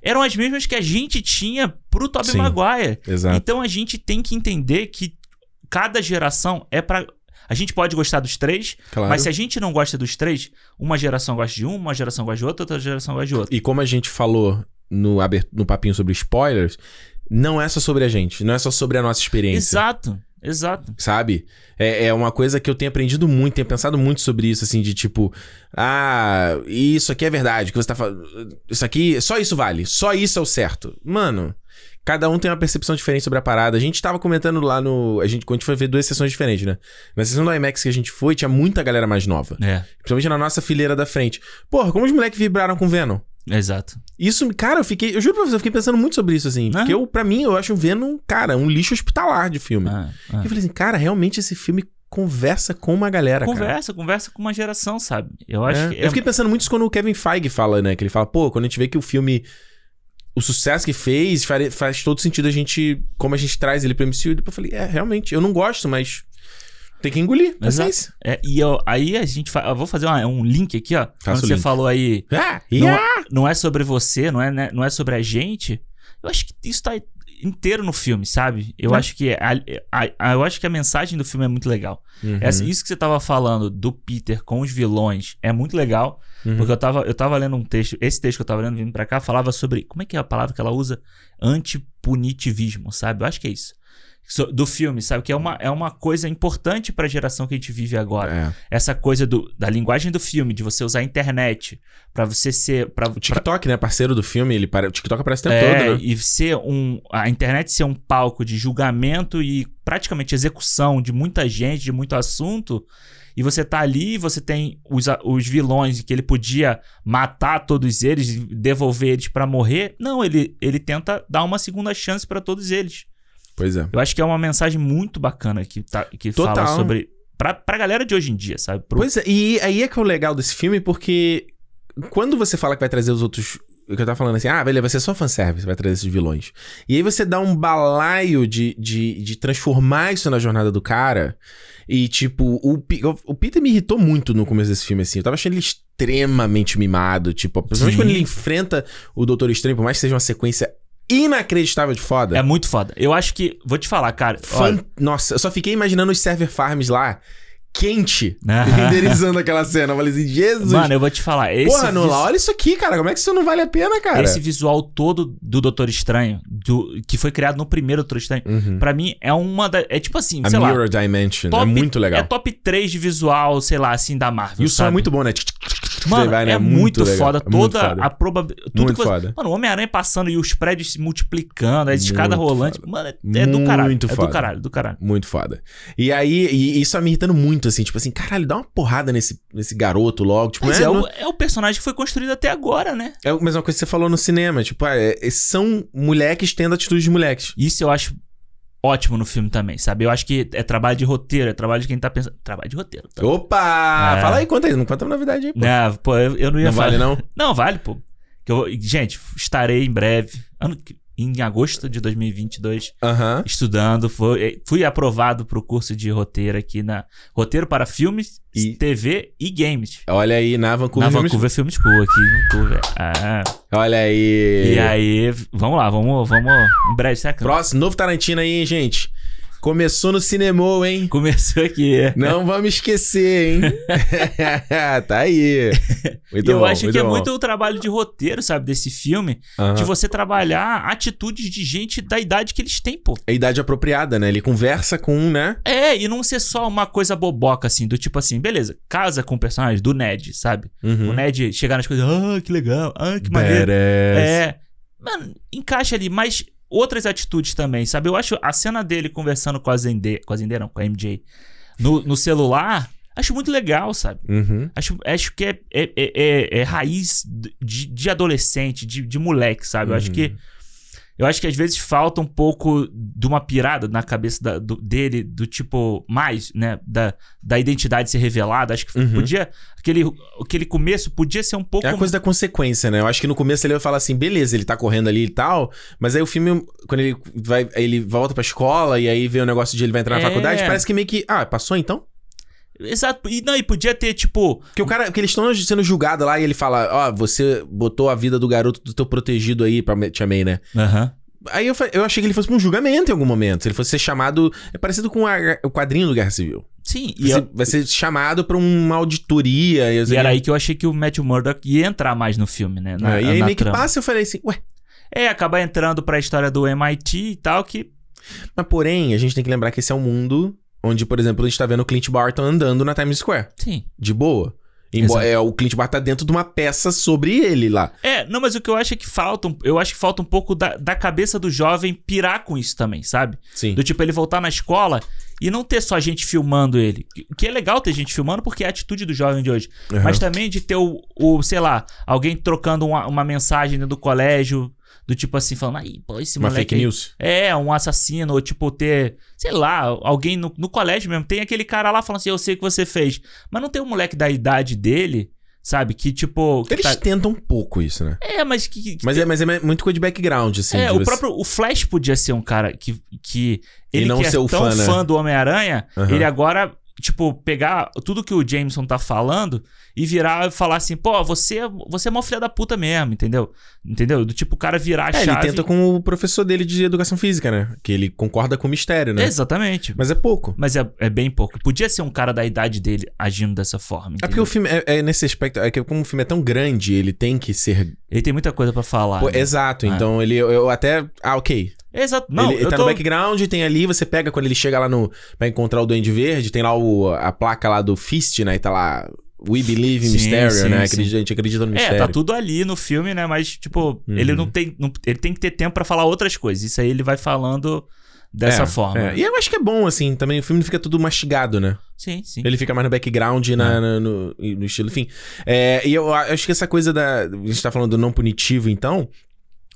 Speaker 2: eram as mesmas que a gente tinha pro Tobey
Speaker 1: Sim, tá.
Speaker 2: Maguire.
Speaker 1: Exato.
Speaker 2: Então a gente tem que entender que cada geração é pra. A gente pode gostar dos três,
Speaker 1: claro.
Speaker 2: mas se é- a gente não gosta dos três, uma geração gosta de um, uma geração gosta de outra, outra geração gosta de outra.
Speaker 1: E como a gente falou no, aber- no papinho sobre spoilers, não é só sobre a gente, não é só sobre a nossa experiência.
Speaker 2: Exato, exato.
Speaker 1: Sabe? É, é uma coisa que eu tenho aprendido muito, tenho pensado muito sobre isso, assim, de tipo, ah, isso aqui é verdade, que você tá falando. Isso aqui, só isso vale, só isso é o certo. Mano, cada um tem uma percepção diferente sobre a parada. A gente tava comentando lá no. A gente, quando a gente foi ver duas sessões diferentes, né? Na sessão do IMAX que a gente foi, tinha muita galera mais nova.
Speaker 2: É,
Speaker 1: Principalmente na nossa fileira da frente. Porra, como os moleques vibraram com Venom?
Speaker 2: exato.
Speaker 1: Isso, cara, eu fiquei. Eu juro pra você, eu fiquei pensando muito sobre isso, assim.
Speaker 2: Né?
Speaker 1: Porque eu, pra mim, eu acho o Venom, cara, um lixo hospitalar de filme.
Speaker 2: Ah, ah.
Speaker 1: Eu falei assim, cara, realmente esse filme conversa com uma galera, cara.
Speaker 2: Conversa, conversa com uma geração, sabe? Eu acho
Speaker 1: É.
Speaker 2: que.
Speaker 1: Eu fiquei pensando muito isso quando o Kevin Feige fala, né? Que ele fala, pô, quando a gente vê que o filme. O sucesso que fez fare- faz todo sentido a gente. Como a gente traz ele pro MCU. E depois eu falei, é, realmente, eu não gosto, mas. Tem que engolir.
Speaker 2: Exato.
Speaker 1: Paciência.
Speaker 2: é, e eu- aí a gente. Fa... Eu vou fazer uma- um link aqui, ó.
Speaker 1: Faça o
Speaker 2: quando você
Speaker 1: link.
Speaker 2: falou aí.
Speaker 1: Ah,
Speaker 2: Não,
Speaker 1: yeah.
Speaker 2: não é sobre você, não é, né, não é sobre a gente. Eu acho que isso tá inteiro no filme, sabe? Eu
Speaker 1: É.
Speaker 2: acho que a, a- a- eu acho que a mensagem do filme é muito legal.
Speaker 1: Uhum,
Speaker 2: Essa- isso que você tava falando do Peter com os vilões é muito legal,
Speaker 1: uhum.
Speaker 2: porque eu tava, eu tava lendo um texto, esse texto que eu tava lendo vindo pra cá falava sobre, como é que é a palavra que ela usa? Antipunitivismo, sabe? Eu acho que é isso. So- Do filme, sabe? Que é uma, é uma coisa importante pra geração que a gente vive agora
Speaker 1: É.
Speaker 2: essa coisa do, da linguagem do filme, de você usar a internet pra você ser. Pra,
Speaker 1: O TikTok, né? Parceiro do filme, ele para... o TikTok aparece o
Speaker 2: pra-
Speaker 1: tempo
Speaker 2: é,
Speaker 1: todo, né?
Speaker 2: e ser um. A internet ser um palco de julgamento e praticamente execução de muita gente, de muito assunto. E você tá ali, você tem os, a- os vilões que ele podia matar todos eles, e devolver eles pra morrer. Não, ele, ele tenta dar uma segunda chance pra todos eles.
Speaker 1: Pois é.
Speaker 2: Eu acho que é uma mensagem muito bacana que, tá, que fala
Speaker 1: Total. né?
Speaker 2: sobre. Pra, pra galera de hoje em dia, sabe? Pro-
Speaker 1: Pois é, e aí é que é o legal desse filme, porque quando você fala que vai trazer os outros. O que eu tava falando assim, ah, beleza, vai ser só fanservice, vai trazer esses vilões. E aí você dá um balaio de, de, de transformar isso na jornada do cara. E, tipo, o, Pe- o Peter me irritou muito no começo desse filme, assim. Eu tava achando ele extremamente mimado, tipo, principalmente
Speaker 2: Sim.
Speaker 1: quando ele enfrenta o Doutor Estranho, por mais que seja uma sequência inacreditável de foda.
Speaker 2: É muito foda. Eu acho que. Vou te falar, cara.
Speaker 1: Fan- Nossa, eu só fiquei imaginando os server farms lá, quente,
Speaker 2: Olha,
Speaker 1: renderizando aquela cena. Eu falei assim, Jesus.
Speaker 2: né? Mano, eu vou te falar. Esse
Speaker 1: Porra, Nolan,
Speaker 2: visu-
Speaker 1: olha isso aqui, cara. Como é que isso não vale a pena, cara?
Speaker 2: Esse visual todo do Doutor Estranho, do, que foi criado no primeiro Doutor Estranho,
Speaker 1: Uhum.
Speaker 2: pra mim é uma da. É tipo assim,
Speaker 1: A
Speaker 2: sei lá.
Speaker 1: Mirror Dimension. é
Speaker 2: top-
Speaker 1: muito legal.
Speaker 2: É top 3 de visual, sei lá, assim, da
Speaker 1: e
Speaker 2: Marvel.
Speaker 1: o som
Speaker 2: sabe?
Speaker 1: é muito bom, né?
Speaker 2: Mano,
Speaker 1: Vai, né?
Speaker 2: é
Speaker 1: Muito
Speaker 2: muito,
Speaker 1: legal.
Speaker 2: foda.
Speaker 1: É muito
Speaker 2: Toda
Speaker 1: foda.
Speaker 2: a probabilidade.
Speaker 1: Muito
Speaker 2: que você...
Speaker 1: foda.
Speaker 2: Mano, o Homem-Aranha passando e os prédios se multiplicando, as escadas
Speaker 1: Muito
Speaker 2: rolantes. Mano, é, é do
Speaker 1: Muito
Speaker 2: caralho. é
Speaker 1: foda.
Speaker 2: do caralho, do caralho.
Speaker 1: Muito foda. E aí, e isso tá me irritando muito, assim. Tipo assim, caralho, dá uma porrada nesse, nesse garoto logo. Tipo,
Speaker 2: Mas
Speaker 1: não
Speaker 2: é,
Speaker 1: é,
Speaker 2: o, é o personagem que foi construído até agora, né?
Speaker 1: é a mesma coisa que você falou no cinema. Tipo, ah, é- é- são moleques tendo atitudes de moleques.
Speaker 2: Isso eu acho ótimo no filme também, sabe? Eu acho que é trabalho de roteiro, é trabalho de quem tá pensando. Trabalho de roteiro. Tá?
Speaker 1: Opa!
Speaker 2: É.
Speaker 1: Fala aí, conta aí. Não conta uma novidade aí, pô.
Speaker 2: Não, pô, eu, eu não ia
Speaker 1: Não
Speaker 2: falar.
Speaker 1: vale, não?
Speaker 2: Não, vale, pô. Que eu, vou- gente, estarei em breve, ano, que- em agosto de 2022,
Speaker 1: Aham.
Speaker 2: estudando. Fui, fui aprovado pro curso de roteiro aqui na. Roteiro para filmes,
Speaker 1: E-
Speaker 2: TV e games.
Speaker 1: Olha aí, na Vancouver.
Speaker 2: Na
Speaker 1: Filmes-
Speaker 2: Vancouver Film School, aqui em Vancouver. Ah,
Speaker 1: Olha aí.
Speaker 2: e aí, vamos lá, vamos, vamos. Em breve, será que
Speaker 1: Próximo, novo Tarantino aí, hein, gente? Começou no cinema, hein?
Speaker 2: começou aqui? é.
Speaker 1: Não vamos esquecer, hein? tá aí. Muito
Speaker 2: E eu
Speaker 1: bom,
Speaker 2: acho que é
Speaker 1: bom. Ah.
Speaker 2: muito o trabalho de roteiro, sabe, desse filme,
Speaker 1: Aham.
Speaker 2: de você trabalhar atitudes de gente da idade que eles têm, pô.
Speaker 1: É a idade apropriada, né? Ele conversa com um, né?
Speaker 2: É, e não ser só uma coisa boboca, assim, do tipo assim, beleza, casa com o personagem do Ned, sabe? O
Speaker 1: Uhum.
Speaker 2: Ned chegar nas coisas, ah, que legal, ah, que maneiro.
Speaker 1: Badass.
Speaker 2: É. Mano, encaixa ali, mas outras atitudes também, sabe? Eu acho a cena dele conversando com a Zendê, com a Zendê não, com a MJ, no, no celular, acho muito legal, sabe?
Speaker 1: Uhum.
Speaker 2: Acho, acho que é, é, é- é- é raiz de, de adolescente, de, de moleque, sabe? Eu acho
Speaker 1: Uhum.
Speaker 2: que Eu acho que às vezes falta um pouco de uma pirada na cabeça da- do- dele, do tipo, mais, né? Da, da identidade ser revelada. Acho que
Speaker 1: Uhum.
Speaker 2: podia. Aquele, aquele começo podia ser um pouco.
Speaker 1: É a coisa da consequência, né? Eu acho que no começo ele vai falar assim, beleza, ele tá correndo ali e tal, mas aí o filme, quando ele vai, ele volta pra escola e aí vê o negócio de ele vai entrar na
Speaker 2: É.
Speaker 1: faculdade, parece que meio que, ah, passou então?
Speaker 2: Exato. E, não, e podia ter, tipo.
Speaker 1: Porque o cara, porque eles estão sendo julgados lá e ele fala, ó, você botou a vida do garoto do teu protegido aí pra me- Tia May, né? Aí eu, fa- eu achei que ele fosse pra um julgamento em algum momento, se ele fosse ser chamado, é parecido com a- o quadrinho do Guerra Civil.
Speaker 2: Sim, e,
Speaker 1: Vai,
Speaker 2: eu-
Speaker 1: ser, vai ser chamado pra uma auditoria. E, eu
Speaker 2: e
Speaker 1: sei
Speaker 2: era
Speaker 1: que-
Speaker 2: aí que eu achei que o Matthew Murdock ia entrar mais no filme, né? na-
Speaker 1: É, e aí
Speaker 2: na
Speaker 1: meio que
Speaker 2: trama.
Speaker 1: passa, eu falei assim, ué,
Speaker 2: É, acabar entrando pra história do MIT e tal, que.
Speaker 1: Mas porém, a gente tem que lembrar que esse é um mundo onde, por exemplo, a gente tá vendo o Clint Barton andando na Times Square.
Speaker 2: Sim.
Speaker 1: De boa. Embo-
Speaker 2: Exato.
Speaker 1: é, o Clint Barton tá dentro de uma peça sobre ele lá.
Speaker 2: É, não, mas o que eu acho é que falta. um- Eu acho que falta um pouco da, da cabeça do jovem pirar com isso também, sabe?
Speaker 1: Sim.
Speaker 2: Do tipo, ele voltar na escola e não ter só gente filmando ele. Que- Que é legal ter gente filmando porque é a atitude do jovem de hoje.
Speaker 1: Aham.
Speaker 2: Mas também de ter o, o, sei lá, alguém trocando uma, uma mensagem dentro do colégio, do tipo assim, falando, aí, pô, esse
Speaker 1: uma
Speaker 2: moleque.
Speaker 1: fake
Speaker 2: aí
Speaker 1: news.
Speaker 2: É, um assassino, ou tipo, ter, sei lá, alguém no, no colégio mesmo. Tem aquele cara lá falando assim, eu sei o que você fez. Mas não tem um moleque da idade dele, sabe? Que tipo. Que
Speaker 1: Eles
Speaker 2: tá-
Speaker 1: tentam um pouco isso, né?
Speaker 2: É, mas que. que-
Speaker 1: Mas é, mas é muito coisa de background, assim.
Speaker 2: é,
Speaker 1: de
Speaker 2: o
Speaker 1: você-
Speaker 2: próprio. O Flash podia ser um cara que. que
Speaker 1: E
Speaker 2: ele
Speaker 1: não
Speaker 2: que é
Speaker 1: ser o
Speaker 2: tão
Speaker 1: fã, né?
Speaker 2: do Homem-Aranha,
Speaker 1: Aham.
Speaker 2: ele agora. Tipo, pegar tudo que o Jameson tá falando e virar e falar assim, pô, você, é- você é mó filha da puta mesmo, entendeu? Entendeu? Do tipo, o cara virar a
Speaker 1: É, ele
Speaker 2: chave.
Speaker 1: tenta com o professor dele de educação física, né? Que ele concorda com o mistério, né?
Speaker 2: Exatamente.
Speaker 1: Mas é pouco.
Speaker 2: Mas é, é bem pouco. Podia ser um cara da idade dele agindo dessa forma.
Speaker 1: É porque
Speaker 2: entendeu?
Speaker 1: o filme, é, é nesse aspecto, é que como o filme é tão grande, ele tem que ser.
Speaker 2: Ele tem muita coisa pra falar.
Speaker 1: Pô,
Speaker 2: né?
Speaker 1: Exato,
Speaker 2: Ah.
Speaker 1: então ele. Eu, eu até. Ah, ok.
Speaker 2: Exato. Não,
Speaker 1: ele
Speaker 2: eu
Speaker 1: tá
Speaker 2: tô...
Speaker 1: no background, tem ali, você pega quando ele chega lá no. Pra encontrar o Duende Verde, tem lá o, a placa lá do Fist, né? E tá lá. We believe in
Speaker 2: Sim,
Speaker 1: Mysterio,
Speaker 2: sim,
Speaker 1: né?
Speaker 2: sim.
Speaker 1: Acredita, a gente acredita no
Speaker 2: É,
Speaker 1: mistério.
Speaker 2: tá tudo ali no filme, né? Mas, tipo, ele
Speaker 1: Uhum.
Speaker 2: não tem. não- ele tem que ter tempo pra falar outras coisas. Isso aí ele vai falando dessa
Speaker 1: É,
Speaker 2: forma.
Speaker 1: é. E eu acho que é bom, assim, também o filme fica tudo mastigado, né?
Speaker 2: Sim, sim.
Speaker 1: Ele fica mais no background e
Speaker 2: É.
Speaker 1: na, na- no, e no estilo. Enfim. É, e eu a- acho que essa coisa da. A gente tá falando do não punitivo, então.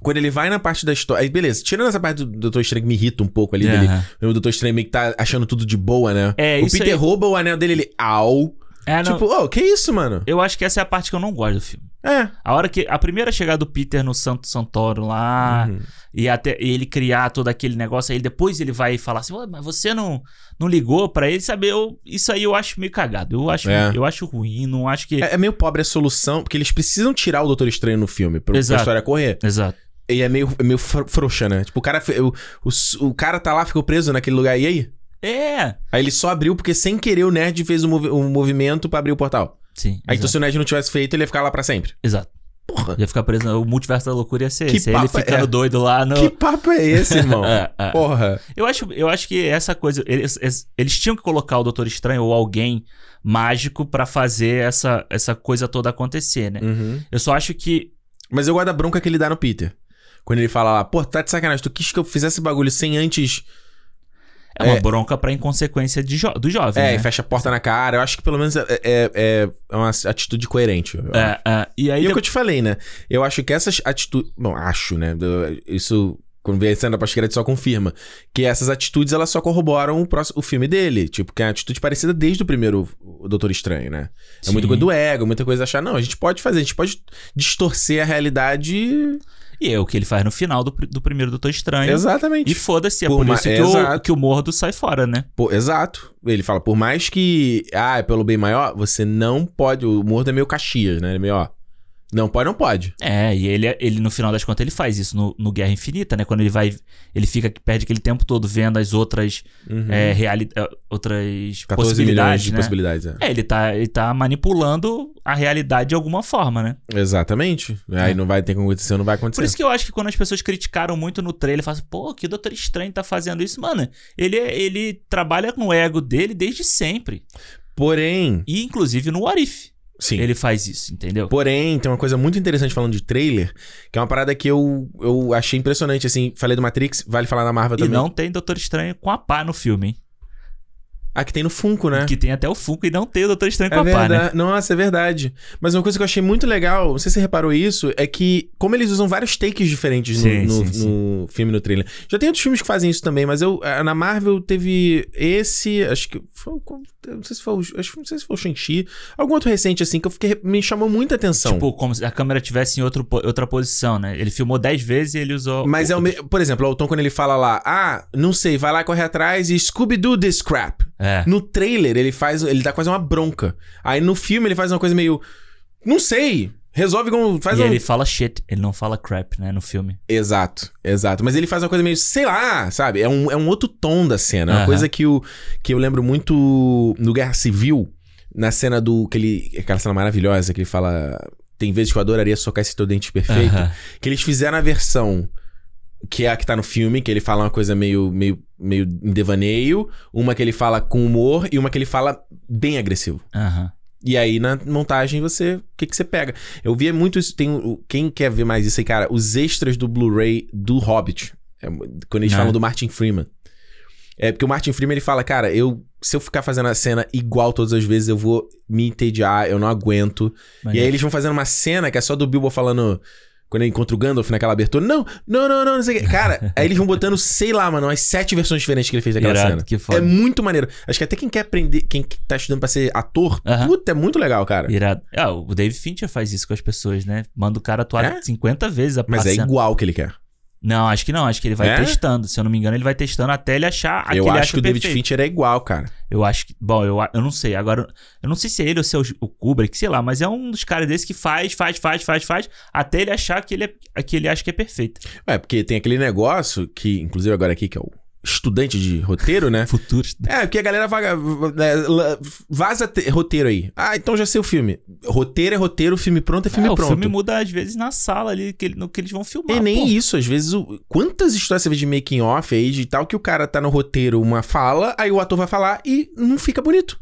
Speaker 1: Quando ele vai na parte da história. aí Beleza, tirando essa parte do Doutor Estranho que me irrita um pouco ali dele.
Speaker 2: Aham.
Speaker 1: O Doutor Estranho meio que tá achando tudo de boa, né?
Speaker 2: É,
Speaker 1: o
Speaker 2: isso
Speaker 1: Peter
Speaker 2: aí-
Speaker 1: rouba o anel dele, ele. Au.
Speaker 2: É, não,
Speaker 1: Tipo, ô, que isso, mano?
Speaker 2: Eu acho que essa é a parte que eu não gosto do filme.
Speaker 1: É.
Speaker 2: A hora que. A primeira chegada do Peter no Santo Santoro lá.
Speaker 1: Uhum.
Speaker 2: E até ele criar todo aquele negócio aí, depois ele vai falar assim, "Ué, mas você não, não ligou pra ele, sabe? Eu, isso aí eu acho meio cagado. Eu acho,
Speaker 1: É.
Speaker 2: eu acho ruim, não acho que.
Speaker 1: É, é meio pobre a solução, porque eles precisam tirar o Doutor Estranho no filme pra, pra
Speaker 2: Exato.
Speaker 1: história correr.
Speaker 2: Exato.
Speaker 1: E é meio, é meio fro- frouxa, né? Tipo, o cara, fe- o, o, o cara tá lá, ficou preso naquele lugar, e aí?
Speaker 2: É.
Speaker 1: Aí ele só abriu porque sem querer o nerd fez um, movi- um movimento pra abrir o portal.
Speaker 2: Sim.
Speaker 1: Aí então,
Speaker 2: exato.
Speaker 1: se o nerd não tivesse feito, ele ia ficar lá pra sempre.
Speaker 2: exato.
Speaker 1: Porra.
Speaker 2: Ia ficar preso. O multiverso da loucura ia ser
Speaker 1: Que
Speaker 2: esse. Aí ele
Speaker 1: papo é?
Speaker 2: ficando doido lá no.
Speaker 1: Que papo é esse, irmão?
Speaker 2: É, é.
Speaker 1: Porra.
Speaker 2: Eu acho, eu acho que essa coisa. Eles, eles- eles tinham que colocar o Doutor Estranho ou alguém mágico pra fazer essa, essa coisa toda acontecer, né?
Speaker 1: Uhum.
Speaker 2: Eu só acho que.
Speaker 1: Mas eu guardo a bronca que ele dá no Peter. Quando ele fala lá, pô, tá de sacanagem, tu quis que eu fizesse esse bagulho sem antes.
Speaker 2: É uma
Speaker 1: É.
Speaker 2: bronca pra inconsequência de jo- do jovem.
Speaker 1: É,
Speaker 2: né?
Speaker 1: e fecha a porta na cara. Eu acho que pelo menos é, é, é- é uma atitude coerente. eu acho.
Speaker 2: É, é. E aí
Speaker 1: E é o
Speaker 2: depois-
Speaker 1: que eu te falei, né? Eu acho que essas atitudes. Bom, acho, né? Do- Isso. Quando vem a cena da Pasquerade só confirma. Que essas atitudes, elas só corroboram o, próximo, o filme dele. Tipo, que é uma atitude parecida desde o primeiro o Doutor Estranho, né? É muita
Speaker 2: Sim.
Speaker 1: coisa do ego, muita coisa de achar. Não, a gente pode fazer, a gente pode distorcer a realidade.
Speaker 2: E é o que ele faz no final do, pr- do primeiro Doutor Estranho.
Speaker 1: Exatamente.
Speaker 2: E foda-se, é
Speaker 1: Por
Speaker 2: por
Speaker 1: ma-
Speaker 2: isso que,
Speaker 1: exato.
Speaker 2: o, que o Mordo sai fora, né?
Speaker 1: Pô, exato. Ele fala, por mais que. Ah, é pelo bem maior, você não pode. O morto é meio Caxias, né? Ele é meio, ó. Não pode, não pode.
Speaker 2: É, e ele, ele no final das contas, ele faz isso no, no Guerra Infinita, né? Quando ele vai. Ele fica, perde aquele tempo todo vendo as outras
Speaker 1: Uhum.
Speaker 2: é, reali- é, outras
Speaker 1: 14 milhões
Speaker 2: possibilidades,
Speaker 1: de
Speaker 2: né?
Speaker 1: possibilidades. É.
Speaker 2: É, ele tá, ele tá manipulando a realidade de alguma forma, né?
Speaker 1: Exatamente. Aí
Speaker 2: É.
Speaker 1: não vai ter como acontecer, não vai acontecer.
Speaker 2: Por isso que eu acho que quando as pessoas criticaram muito no trailer, falam assim, pô, que Doutor Estranho tá fazendo isso, mano. Ele, é- ele trabalha com o ego dele desde sempre.
Speaker 1: Porém,
Speaker 2: E inclusive no What If.
Speaker 1: sim.
Speaker 2: Ele faz isso, entendeu?
Speaker 1: Porém, tem uma coisa muito interessante falando de trailer, que é uma parada que eu, eu achei impressionante, assim, falei do Matrix, vale falar na Marvel
Speaker 2: E
Speaker 1: também.
Speaker 2: não tem Doutor Estranho com a pá no filme, hein?
Speaker 1: Ah, que tem no Funko, né?
Speaker 2: Que tem até o Funko e não tem o Doutor Estranho
Speaker 1: É
Speaker 2: com a pá, né?
Speaker 1: verdade. Nossa, é verdade. Mas uma coisa que eu achei muito legal, não sei se você reparou isso, é que como eles usam vários takes diferentes no,
Speaker 2: Sim,
Speaker 1: no,
Speaker 2: sim, sim.
Speaker 1: no filme, no trailer. Já tem outros filmes que fazem isso também, mas eu a- na Marvel teve esse, acho que foi, o- eu não sei se foi, o- acho que não sei se foi o Shang-Chi, algum outro recente assim que eu fiquei me chamou muita atenção.
Speaker 2: Tipo, como se a câmera tivesse em outro, po- outra posição, né? Ele filmou 10 vezes e ele usou.
Speaker 1: Mas é o me... Por exemplo, o Tom, quando ele fala lá, ah, não sei, vai lá, corre atrás e Scooby-Doo this crap.
Speaker 2: É.
Speaker 1: No trailer, ele faz. Ele dá quase uma bronca. Aí no filme ele faz uma coisa meio. Não sei. Resolve como. Faz
Speaker 2: e
Speaker 1: um.
Speaker 2: ele fala shit, ele não fala crap, né? No filme.
Speaker 1: Exato, exato. Mas ele faz uma coisa meio, sei lá, sabe? É um, é um outro tom da cena. É uma
Speaker 2: Aham.
Speaker 1: coisa que, o, que eu lembro muito no Guerra Civil, na cena do. Que ele, aquela cena maravilhosa que ele fala. Tem vezes que eu adoraria socar esse teu dente perfeito.
Speaker 2: Aham.
Speaker 1: Que eles fizeram a versão que é a que tá no filme, que ele fala uma coisa meio, meio, meio em devaneio, uma que ele fala com humor e uma que ele fala bem agressivo.
Speaker 2: Aham.
Speaker 1: E aí, na montagem, você. O que, que você pega? Eu via muito isso. Tem, o- quem quer ver mais isso aí, cara? Os extras do Blu-ray do Hobbit. É, quando eles
Speaker 2: Ah.
Speaker 1: falam do Martin Freeman. É porque o Martin Freeman ele fala, cara, eu. Se eu ficar fazendo a cena igual todas as vezes, eu vou me entediar, eu não aguento.
Speaker 2: Mas- é
Speaker 1: E aí eles vão fazendo uma cena que é só do Bilbo falando. Quando ele encontra o Gandalf naquela abertura. Não, não, não, não, não sei o que. Cara, aí eles vão botando, sei lá, mano, umas sete versões diferentes que ele fez daquela
Speaker 2: Irado,
Speaker 1: cena.
Speaker 2: que foda.
Speaker 1: É muito maneiro. Acho que até quem quer aprender, quem que tá estudando pra ser ator,
Speaker 2: Aham.
Speaker 1: puta, é muito legal, cara.
Speaker 2: Irado. Ah, o Dave Fincher faz isso com as pessoas, né? Manda o cara atuar
Speaker 1: É?
Speaker 2: 50 vezes a
Speaker 1: Mas
Speaker 2: a
Speaker 1: é
Speaker 2: cena.
Speaker 1: igual que ele quer.
Speaker 2: Não, acho que não. Acho que ele vai
Speaker 1: É?
Speaker 2: testando. Se eu não me engano, ele vai testando até ele achar aquele
Speaker 1: eu acho que o David
Speaker 2: perfeito.
Speaker 1: Fincher é igual, cara.
Speaker 2: Eu acho que. Bom, eu, a- eu não sei. Agora, eu não sei se é ele ou se é o, o Kubrick, sei lá, mas é um dos caras desse que faz, faz, faz, faz, faz, até ele achar que ele, é, que ele acha que é perfeito.
Speaker 1: É, porque tem aquele negócio que, inclusive agora aqui, que é o estudante de roteiro, né?
Speaker 2: Futuro.
Speaker 1: É, porque a galera vaga, é, la- vaza te- roteiro aí. Ah, então já sei o filme. Roteiro é roteiro, filme pronto é filme
Speaker 2: É, o
Speaker 1: pronto.
Speaker 2: filme muda às vezes na sala ali que, ele- no que eles vão filmar.
Speaker 1: E É, nem
Speaker 2: Ah, pô.
Speaker 1: isso, às vezes, o- quantas histórias você vê de making off aí de tal que o cara tá no roteiro uma fala, aí o ator vai falar e não fica bonito.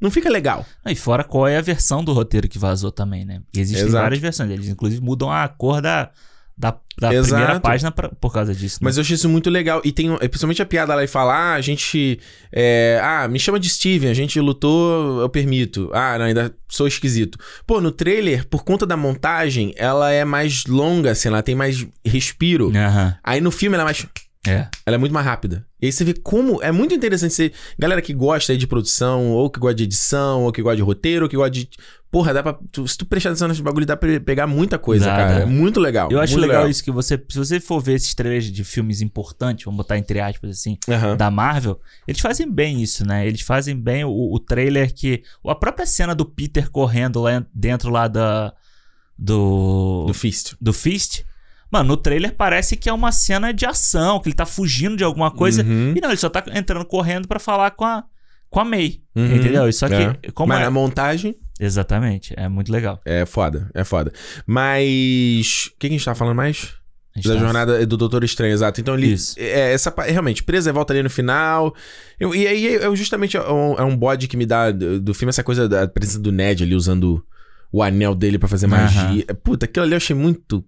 Speaker 1: Não fica legal.
Speaker 2: Ah, e fora qual é a versão do roteiro que vazou também, né? E Existem
Speaker 1: Exato.
Speaker 2: várias versões. Eles inclusive mudam a cor da, da, da
Speaker 1: Exato.
Speaker 2: primeira página pra- por causa disso. né?
Speaker 1: Mas eu achei isso muito legal. E tem, um- principalmente a piada lá e fala: ah, a gente. é, ah, me chama de Steven, a gente lutou, eu permito. Ah, não, ainda sou esquisito. Pô, no trailer, por conta da montagem, ela é mais longa, assim, ela tem mais respiro.
Speaker 2: Aham.
Speaker 1: Aí no filme ela é mais.
Speaker 2: É.
Speaker 1: Ela é muito mais rápida. E aí você vê como. É muito interessante você. Galera que gosta aí de produção, ou que gosta de edição, ou que gosta de roteiro, ou que gosta de. Porra, dá pra. tu- se tu prestar atenção nesse bagulho, dá pra pegar muita coisa,
Speaker 2: Dá,
Speaker 1: cara.
Speaker 2: dá.
Speaker 1: É muito legal.
Speaker 2: Eu acho
Speaker 1: muito
Speaker 2: legal, isso que você. Se você for ver esses trailers de filmes importantes, vamos botar entre aspas assim,
Speaker 1: Aham.
Speaker 2: da Marvel, eles fazem bem isso, né? Eles fazem bem o, o trailer que. A própria cena do Peter correndo lá dentro lá da. Do.
Speaker 1: Do Fist.
Speaker 2: do Fist. Mano, no trailer parece que é uma cena de ação, que ele tá fugindo de alguma coisa.
Speaker 1: Uhum.
Speaker 2: E não, ele só tá entrando correndo pra falar com a, com a May.
Speaker 1: Uhum.
Speaker 2: Entendeu? E só que.
Speaker 1: É.
Speaker 2: Como
Speaker 1: Mas
Speaker 2: é?
Speaker 1: na montagem.
Speaker 2: Exatamente. É muito legal.
Speaker 1: É foda, é foda. Mas. O que, que a gente tá falando mais?
Speaker 2: A gente
Speaker 1: Da
Speaker 2: tá-
Speaker 1: jornada eh, do Doutor Estranho, exato. Então ele.
Speaker 2: Isso.
Speaker 1: É, essa, pa- realmente, presa e volta ali no final. Eu- e aí é é justamente é um, é um bode que me dá do, do filme essa coisa da presença do Ned ali usando o anel dele pra fazer
Speaker 2: Aham.
Speaker 1: magia. Puta, aquilo ali eu achei muito.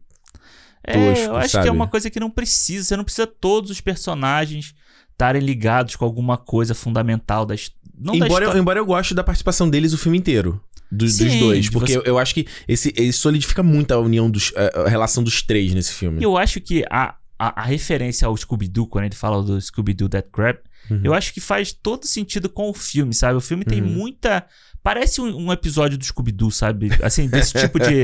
Speaker 2: É,
Speaker 1: tosco,
Speaker 2: eu acho
Speaker 1: sabe?
Speaker 2: que é uma coisa que não precisa. Você não precisa todos os personagens estarem ligados com alguma coisa fundamental da his- não da
Speaker 1: Embora eu,
Speaker 2: história.
Speaker 1: embora eu goste da participação deles o filme inteiro. do- dos
Speaker 2: Sim,
Speaker 1: dois. Porque
Speaker 2: você-
Speaker 1: eu, eu acho que esse, ele solidifica muito a união dos. A, a relação dos três nesse filme.
Speaker 2: E eu acho que a, a, a referência ao Scooby-Doo, quando ele fala do Scooby-Doo That Crap,
Speaker 1: Uhum.
Speaker 2: eu acho que faz todo sentido com o filme, sabe? O filme tem
Speaker 1: Uhum.
Speaker 2: muita. Parece um, um episódio do Scooby-Doo, sabe? Assim, desse tipo de,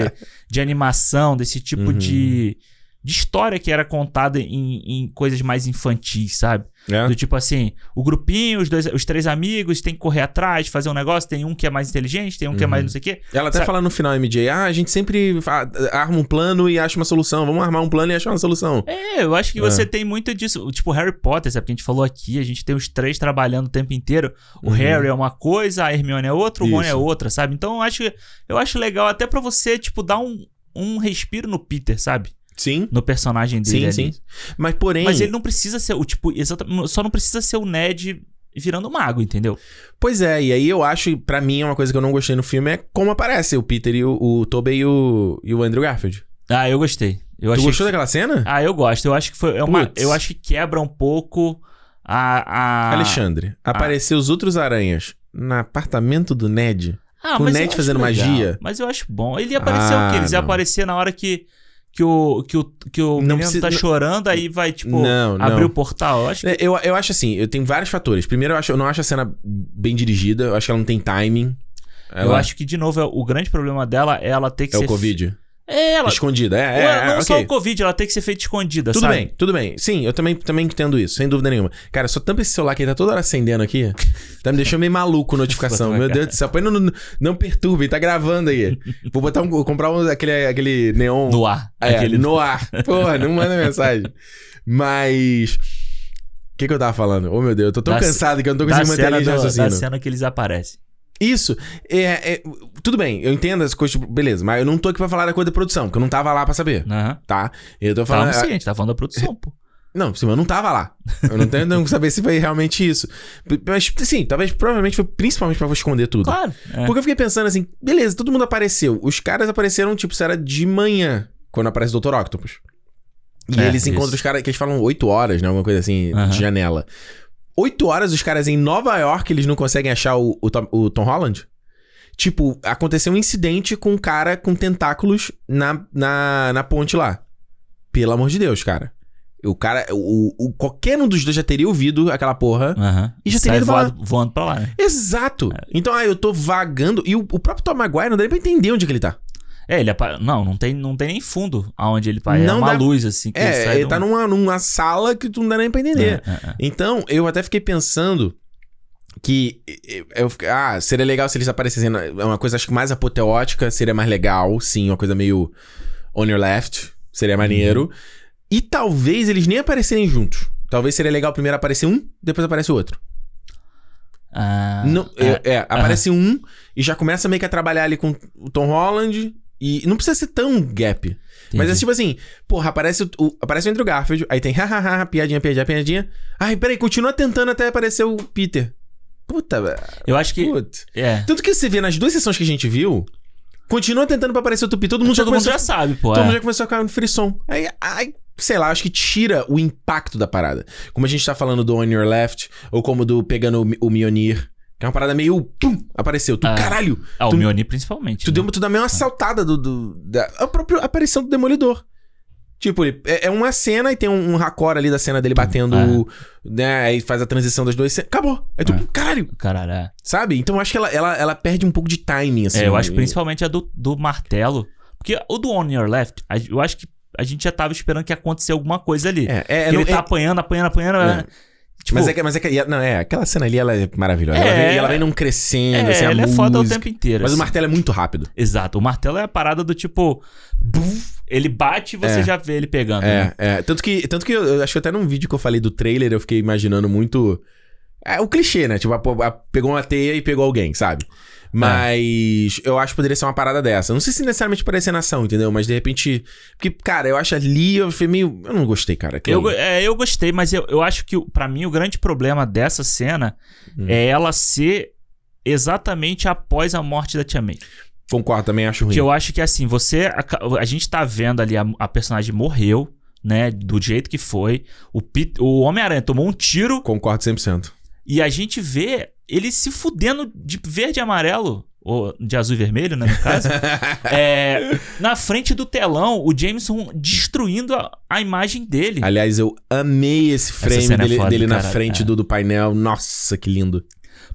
Speaker 2: de animação, desse tipo
Speaker 1: Uhum.
Speaker 2: de, de história que era contada em, em coisas mais infantis, sabe?
Speaker 1: né?
Speaker 2: Do tipo assim, o grupinho, os, dois, os três amigos, tem que correr atrás, fazer um negócio, tem um que é mais inteligente, tem um que é
Speaker 1: Uhum.
Speaker 2: mais não sei o quê.
Speaker 1: Ela até
Speaker 2: Sabe-
Speaker 1: fala no final, MJ, ah, a gente sempre fa- arma um plano e acha uma solução. Vamos armar um plano e achar uma solução.
Speaker 2: É, eu acho que
Speaker 1: É.
Speaker 2: você tem muito disso. Tipo, Harry Potter, sabe? Que a gente falou aqui, a gente tem os três trabalhando o tempo inteiro. O
Speaker 1: Uhum.
Speaker 2: Harry é uma coisa, a Hermione é outra, o Ron é
Speaker 1: Isso.
Speaker 2: outra, sabe? Então eu acho, eu acho legal até pra você, tipo, dar um, um respiro no Peter, sabe?
Speaker 1: Sim.
Speaker 2: No personagem dele.
Speaker 1: Sim,
Speaker 2: ali.
Speaker 1: Mas porém.
Speaker 2: Mas ele não precisa ser o tipo, exatamente, só não precisa ser o Ned virando um mago, entendeu?
Speaker 1: Pois é, e aí eu acho, pra mim, uma coisa que eu não gostei no filme é como aparece o Peter e o, o Tobey e o, e o Andrew Garfield.
Speaker 2: Ah, eu gostei. Eu
Speaker 1: tu
Speaker 2: achei
Speaker 1: gostou
Speaker 2: que-
Speaker 1: daquela cena?
Speaker 2: Ah, eu gosto. Eu acho que foi é uma,
Speaker 1: Putz.
Speaker 2: eu acho que quebra um pouco A, a...
Speaker 1: Alexandre,
Speaker 2: Ah.
Speaker 1: apareceu os outros aranhas no apartamento do Ned.
Speaker 2: Ah,
Speaker 1: com o
Speaker 2: mas eu
Speaker 1: Ned
Speaker 2: acho
Speaker 1: fazendo
Speaker 2: legal,
Speaker 1: magia. Ah,
Speaker 2: Mas eu acho bom. Ele ia aparecer o quê? Eles iam
Speaker 1: não.
Speaker 2: aparecer na hora que, que o, que o, que o
Speaker 1: Não
Speaker 2: menino
Speaker 1: precisa-
Speaker 2: tá
Speaker 1: não-
Speaker 2: chorando, aí vai, tipo,
Speaker 1: não, não.
Speaker 2: abrir o portal. Eu acho que...
Speaker 1: É, Eu, eu acho assim, eu tenho vários fatores. Primeiro, eu, acho, eu não acho a cena bem dirigida, eu acho que ela não tem timing.
Speaker 2: Eu
Speaker 1: Ela-
Speaker 2: acho que, de novo, é- o grande problema dela é ela ter que
Speaker 1: É
Speaker 2: ser.
Speaker 1: o Covid.
Speaker 2: É, ela.
Speaker 1: Escondida, é, é,
Speaker 2: Ué, não
Speaker 1: é,
Speaker 2: só
Speaker 1: ok.
Speaker 2: o Covid, ela tem que ser feita escondida,
Speaker 1: Tudo
Speaker 2: sabe?
Speaker 1: bem, tudo bem. Sim, eu também, também entendo isso, sem dúvida nenhuma. Cara, só tampa esse celular que ele tá toda hora acendendo aqui. Tá me deixando meio maluco a notificação. Meu Deus do céu, põe no- no- não perturbe, tá gravando aí. Vou botar um, comprar um- aquele, aquele neon
Speaker 2: No ar.
Speaker 1: É,
Speaker 2: Aquele-
Speaker 1: no ar. Porra, não manda mensagem. Mas. O que, que eu tava falando? Oh, meu Deus, eu tô tão
Speaker 2: Da c-
Speaker 1: cansado que eu não tô
Speaker 2: da,
Speaker 1: conseguindo manter a
Speaker 2: cena
Speaker 1: linha de
Speaker 2: do- da
Speaker 1: raciocínio.
Speaker 2: cena que eles aparecem.
Speaker 1: Isso. É, é, tudo bem, eu entendo as coisas, tipo, beleza, mas eu não tô aqui pra falar da coisa da produção, porque eu não tava lá pra saber,
Speaker 2: Aham.
Speaker 1: tá? Eu tô
Speaker 2: Falando
Speaker 1: falando.
Speaker 2: sim, a gente tá falando da produção, pô.
Speaker 1: Não, sim, eu não tava lá. Eu não tenho como saber se foi realmente isso. P- Mas, sim, talvez provavelmente foi principalmente pra esconder tudo.
Speaker 2: Claro. É.
Speaker 1: Porque eu fiquei pensando assim, beleza, todo mundo apareceu. Os caras apareceram, tipo, se era de manhã, quando aparece o Dr. Octopus. E
Speaker 2: É,
Speaker 1: eles encontram
Speaker 2: isso.
Speaker 1: os caras, que eles falam 8 horas, né? Alguma coisa assim,
Speaker 2: Aham.
Speaker 1: de janela. 8 horas, os caras em Nova York, eles não conseguem achar o, o Tom, o Tom Holland? Tipo, aconteceu um incidente com um cara com tentáculos na, na, na ponte lá. Pelo amor de Deus, cara. O cara, o, o, qualquer um dos dois já teria ouvido aquela porra.
Speaker 2: Aham.
Speaker 1: E já
Speaker 2: Sai
Speaker 1: teria ido pra lá.
Speaker 2: voado- voando pra lá, né?
Speaker 1: Exato. Então, ah, eu tô vagando. E o, o próprio Tom Maguire não dá nem pra entender onde que ele tá.
Speaker 2: É, ele apa... Não, não tem, não tem nem fundo aonde ele vai. É
Speaker 1: Não
Speaker 2: uma
Speaker 1: dá-
Speaker 2: luz, assim, que
Speaker 1: É,
Speaker 2: sai
Speaker 1: ele
Speaker 2: do-
Speaker 1: tá numa, numa sala que tu não dá nem pra
Speaker 2: É,
Speaker 1: entender.
Speaker 2: é, é.
Speaker 1: Então, eu até fiquei pensando que. eu- Eu, fiquei, ah, seria legal se eles aparecessem. na- É uma coisa, acho que mais apoteótica, seria mais legal, sim. Uma coisa meio on your left, seria maneiro.
Speaker 2: Uhum.
Speaker 1: E talvez eles nem aparecerem juntos. Talvez seria legal primeiro aparecer um, depois aparece o outro.
Speaker 2: Ah,
Speaker 1: Não,
Speaker 2: é.
Speaker 1: é, é, aparece um e já começa meio que a trabalhar ali com o Tom Holland. E não precisa ser tão gap. Mas é
Speaker 2: Entendi.
Speaker 1: tipo assim, porra, aparece o, o- aparece o Andrew Garfield, aí tem hahaha, piadinha, piadinha, piadinha. Ai, peraí, continua tentando até aparecer o Peter. Puta, velho.
Speaker 2: Eu acho que.
Speaker 1: Puta.
Speaker 2: É.
Speaker 1: Tanto que você vê nas duas sessões que a gente viu, continua tentando pra aparecer o Tupi. Todo mundo, já,
Speaker 2: Todo mundo
Speaker 1: começou,
Speaker 2: já sabe, pô.
Speaker 1: todo
Speaker 2: é.
Speaker 1: mundo Então, já começou a ficar no frisson. Aí, ai, sei lá, acho que tira o impacto da parada. Como a gente tá falando do On Your Left, ou como do pegando o, o Mionir. Que é uma parada meio. Pum! Apareceu. Tu,
Speaker 2: Ah.
Speaker 1: caralho!
Speaker 2: Ah, o
Speaker 1: tu-
Speaker 2: Mioni principalmente.
Speaker 1: Tu,
Speaker 2: né?
Speaker 1: deu, tu dá meio uma saltada do, do- da a própria aparição do Demolidor. Tipo, ele- é, é uma cena e tem um, um racor ali da cena dele batendo.
Speaker 2: Ah.
Speaker 1: Né, aí faz a transição das duas cenas. Acabou. Aí tu,
Speaker 2: Ah.
Speaker 1: caralho,
Speaker 2: Caralho. é.
Speaker 1: sabe? Então eu acho que ela, ela, ela perde um pouco de timing, assim.
Speaker 2: É, eu acho
Speaker 1: E-
Speaker 2: principalmente a do, do martelo. Porque o do On Your Left, a- eu acho que a gente já tava esperando que ia acontecer alguma coisa ali.
Speaker 1: É, é,
Speaker 2: Que
Speaker 1: não-
Speaker 2: ele tá
Speaker 1: é-
Speaker 2: apanhando, apanhando, apanhando.
Speaker 1: É.
Speaker 2: né? Tipo,
Speaker 1: mas é que, mas é que e a- não, é, aquela cena ali, ela é maravilhosa. ela,
Speaker 2: É.
Speaker 1: vem, e ela vem num crescendo,
Speaker 2: é,
Speaker 1: assim, a
Speaker 2: ele é foda o
Speaker 1: música.
Speaker 2: tempo inteiro.
Speaker 1: Mas o
Speaker 2: assim.
Speaker 1: martelo é muito rápido.
Speaker 2: Exato. O martelo é a parada do tipo. buf, ele bate e você
Speaker 1: É.
Speaker 2: já vê ele pegando. né?
Speaker 1: É, é. Tanto que, tanto que eu, eu acho que até num vídeo que eu falei do trailer, eu fiquei imaginando muito. É o clichê, né? Tipo, a- a- pegou uma teia e pegou alguém, sabe? Mas eu acho que poderia ser uma parada dessa. Não sei se necessariamente parecer nação, entendeu? Mas de repente. Porque, cara, eu acho ali, eu fui meio. Eu não gostei, cara.
Speaker 2: Eu, go- é, eu gostei, mas eu, eu acho que o- pra mim o grande problema dessa cena
Speaker 1: Hum.
Speaker 2: é ela ser exatamente após a morte da Tia May.
Speaker 1: Concordo, também acho ruim.
Speaker 2: Que eu acho que assim, você. aca- A, gente tá vendo ali, a, a personagem morreu, né? Do jeito que foi. O, Pit- o Homem-Aranha tomou um tiro
Speaker 1: Concordo 100%.
Speaker 2: e a gente vê ele se fudendo de verde e amarelo. Ou de azul e vermelho, né? No caso. é, na frente do telão, o Jameson destruindo a, a imagem dele.
Speaker 1: Aliás, eu amei esse frame
Speaker 2: cena é
Speaker 1: dele,
Speaker 2: foda,
Speaker 1: dele na
Speaker 2: cara,
Speaker 1: frente
Speaker 2: é.
Speaker 1: do, do painel. Nossa, que lindo.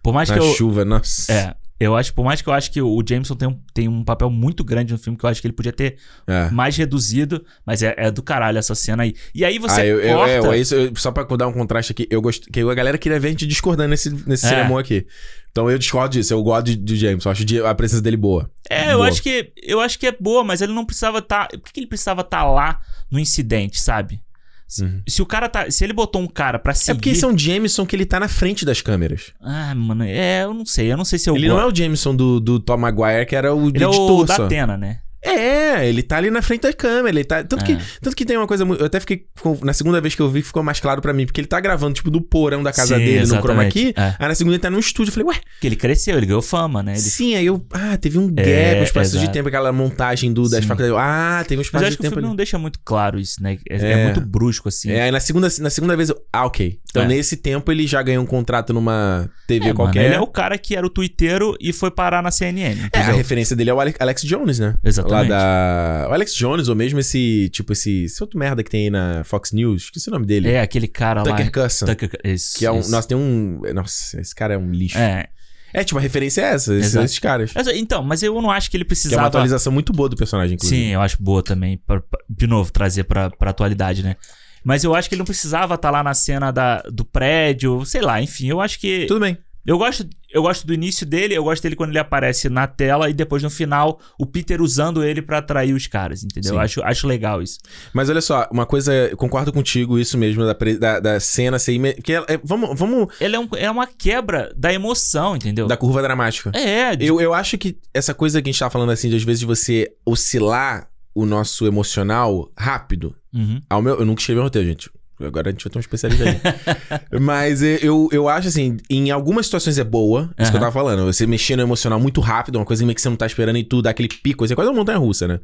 Speaker 2: Por mais
Speaker 1: na
Speaker 2: que eu.
Speaker 1: chuva, nossa.
Speaker 2: É. Eu acho, por mais que eu acho que o Jameson tem um, tem um papel muito grande no filme, que eu acho que ele podia ter
Speaker 1: É.
Speaker 2: mais reduzido, mas é, é do caralho essa cena aí. E aí você
Speaker 1: ah, eu, eu-
Speaker 2: corta...
Speaker 1: é, é isso, eu- só pra dar um contraste aqui, eu gosto que a galera queria ver a gente discordando nesse, nesse
Speaker 2: É.
Speaker 1: cinemão aqui. Então eu discordo disso, eu gosto de, de James, eu acho de- a presença dele boa.
Speaker 2: É, eu
Speaker 1: Boa.
Speaker 2: acho, que, eu acho que é boa, mas ele não precisava estar. Por que que ele precisava estar lá no incidente, sabe? Se,
Speaker 1: Uhum.
Speaker 2: se o cara tá. Se ele botou um cara pra seguir.
Speaker 1: É porque esse é um Jameson que ele tá na frente das câmeras.
Speaker 2: Ah, mano, é, eu não sei. Eu não sei se eu
Speaker 1: ele
Speaker 2: gosto.
Speaker 1: não é o Jameson do, do Tom Maguire, que era o
Speaker 2: ele é
Speaker 1: editor
Speaker 2: o da
Speaker 1: só.
Speaker 2: Atena, né?
Speaker 1: É, ele tá ali na frente da câmera, ele tá... Tanto,
Speaker 2: É.
Speaker 1: que, tanto que tem uma coisa... mu- Eu até fiquei... com- Na segunda vez que eu vi, ficou mais claro pra mim. Porque ele tá gravando, tipo, do porão da casa
Speaker 2: Sim,
Speaker 1: dele, no chroma key.
Speaker 2: exatamente. É.
Speaker 1: Aí na segunda ele tá num estúdio. Eu falei, ué,
Speaker 2: Porque ele cresceu, ele ganhou fama, né? Ele-
Speaker 1: Sim, aí eu. Ah, teve um gap,
Speaker 2: É,
Speaker 1: um espaço de
Speaker 2: exato.
Speaker 1: tempo, aquela montagem do, das
Speaker 2: Sim.
Speaker 1: faculdades. Ah, teve um
Speaker 2: Mas
Speaker 1: espaço de
Speaker 2: eu acho que o
Speaker 1: tempo
Speaker 2: filme
Speaker 1: ali.
Speaker 2: não deixa muito claro isso, né? É, é
Speaker 1: É.
Speaker 2: muito brusco, assim.
Speaker 1: É, aí na segunda, na segunda vez eu. Ah, ok. Então,
Speaker 2: É.
Speaker 1: nesse tempo, ele já ganhou um contrato numa TV
Speaker 2: É, mano,
Speaker 1: qualquer.
Speaker 2: ele é o cara que era o twitteiro e foi parar na CNN.
Speaker 1: É, a
Speaker 2: entendeu?
Speaker 1: referência dele é o Ale- Alex Jones, né?
Speaker 2: Exatamente.
Speaker 1: Lá da. O Alex Jones, ou mesmo esse. Tipo, esse. Esse outro merda que tem aí na Fox News. Esqueci o nome dele.
Speaker 2: É, aquele cara
Speaker 1: Tucker
Speaker 2: lá.
Speaker 1: Carlson.
Speaker 2: Tucker, isso,
Speaker 1: Que é um.
Speaker 2: isso.
Speaker 1: Nossa, tem um. Nossa, esse cara é um lixo. É,
Speaker 2: É.
Speaker 1: tipo, a referência é essa, esses,
Speaker 2: Exato.
Speaker 1: esses caras.
Speaker 2: Mas, Então, mas eu não acho que ele
Speaker 1: Que é uma
Speaker 2: precisava.
Speaker 1: atualização muito boa do personagem, inclusive.
Speaker 2: Sim, eu acho boa também. pra- pra- de novo, trazer pra, pra atualidade, né? Mas eu acho que ele não precisava estar lá na cena da, do prédio, sei lá, enfim. Eu acho que.
Speaker 1: Tudo bem.
Speaker 2: Eu gosto, eu gosto do início dele, eu gosto dele quando ele aparece na tela e depois no final o Peter usando ele pra atrair os caras, entendeu?
Speaker 1: Sim.
Speaker 2: Eu acho, acho legal isso.
Speaker 1: Mas olha só, uma coisa, eu concordo contigo, isso mesmo, da, pre- da, da cena ser. ime- Porque ela- é- vamos, vamos
Speaker 2: Ele é, um- é uma quebra da emoção, entendeu?
Speaker 1: da curva dramática.
Speaker 2: É, de-
Speaker 1: Eu, eu acho que essa coisa que a gente tá falando assim, de às vezes de você oscilar o nosso emocional rápido.
Speaker 2: Uhum.
Speaker 1: Ao meu, eu nunca escrevi um roteiro, gente. Agora a gente vai ter um especialista aí. Mas eu- eu, eu acho assim, em algumas situações é boa, isso que eu tava
Speaker 2: Aham.
Speaker 1: falando. Você mexer no emocional muito rápido, uma coisa meio que você não tá esperando e tudo, dá aquele pico, assim, é quase uma montanha russa, né?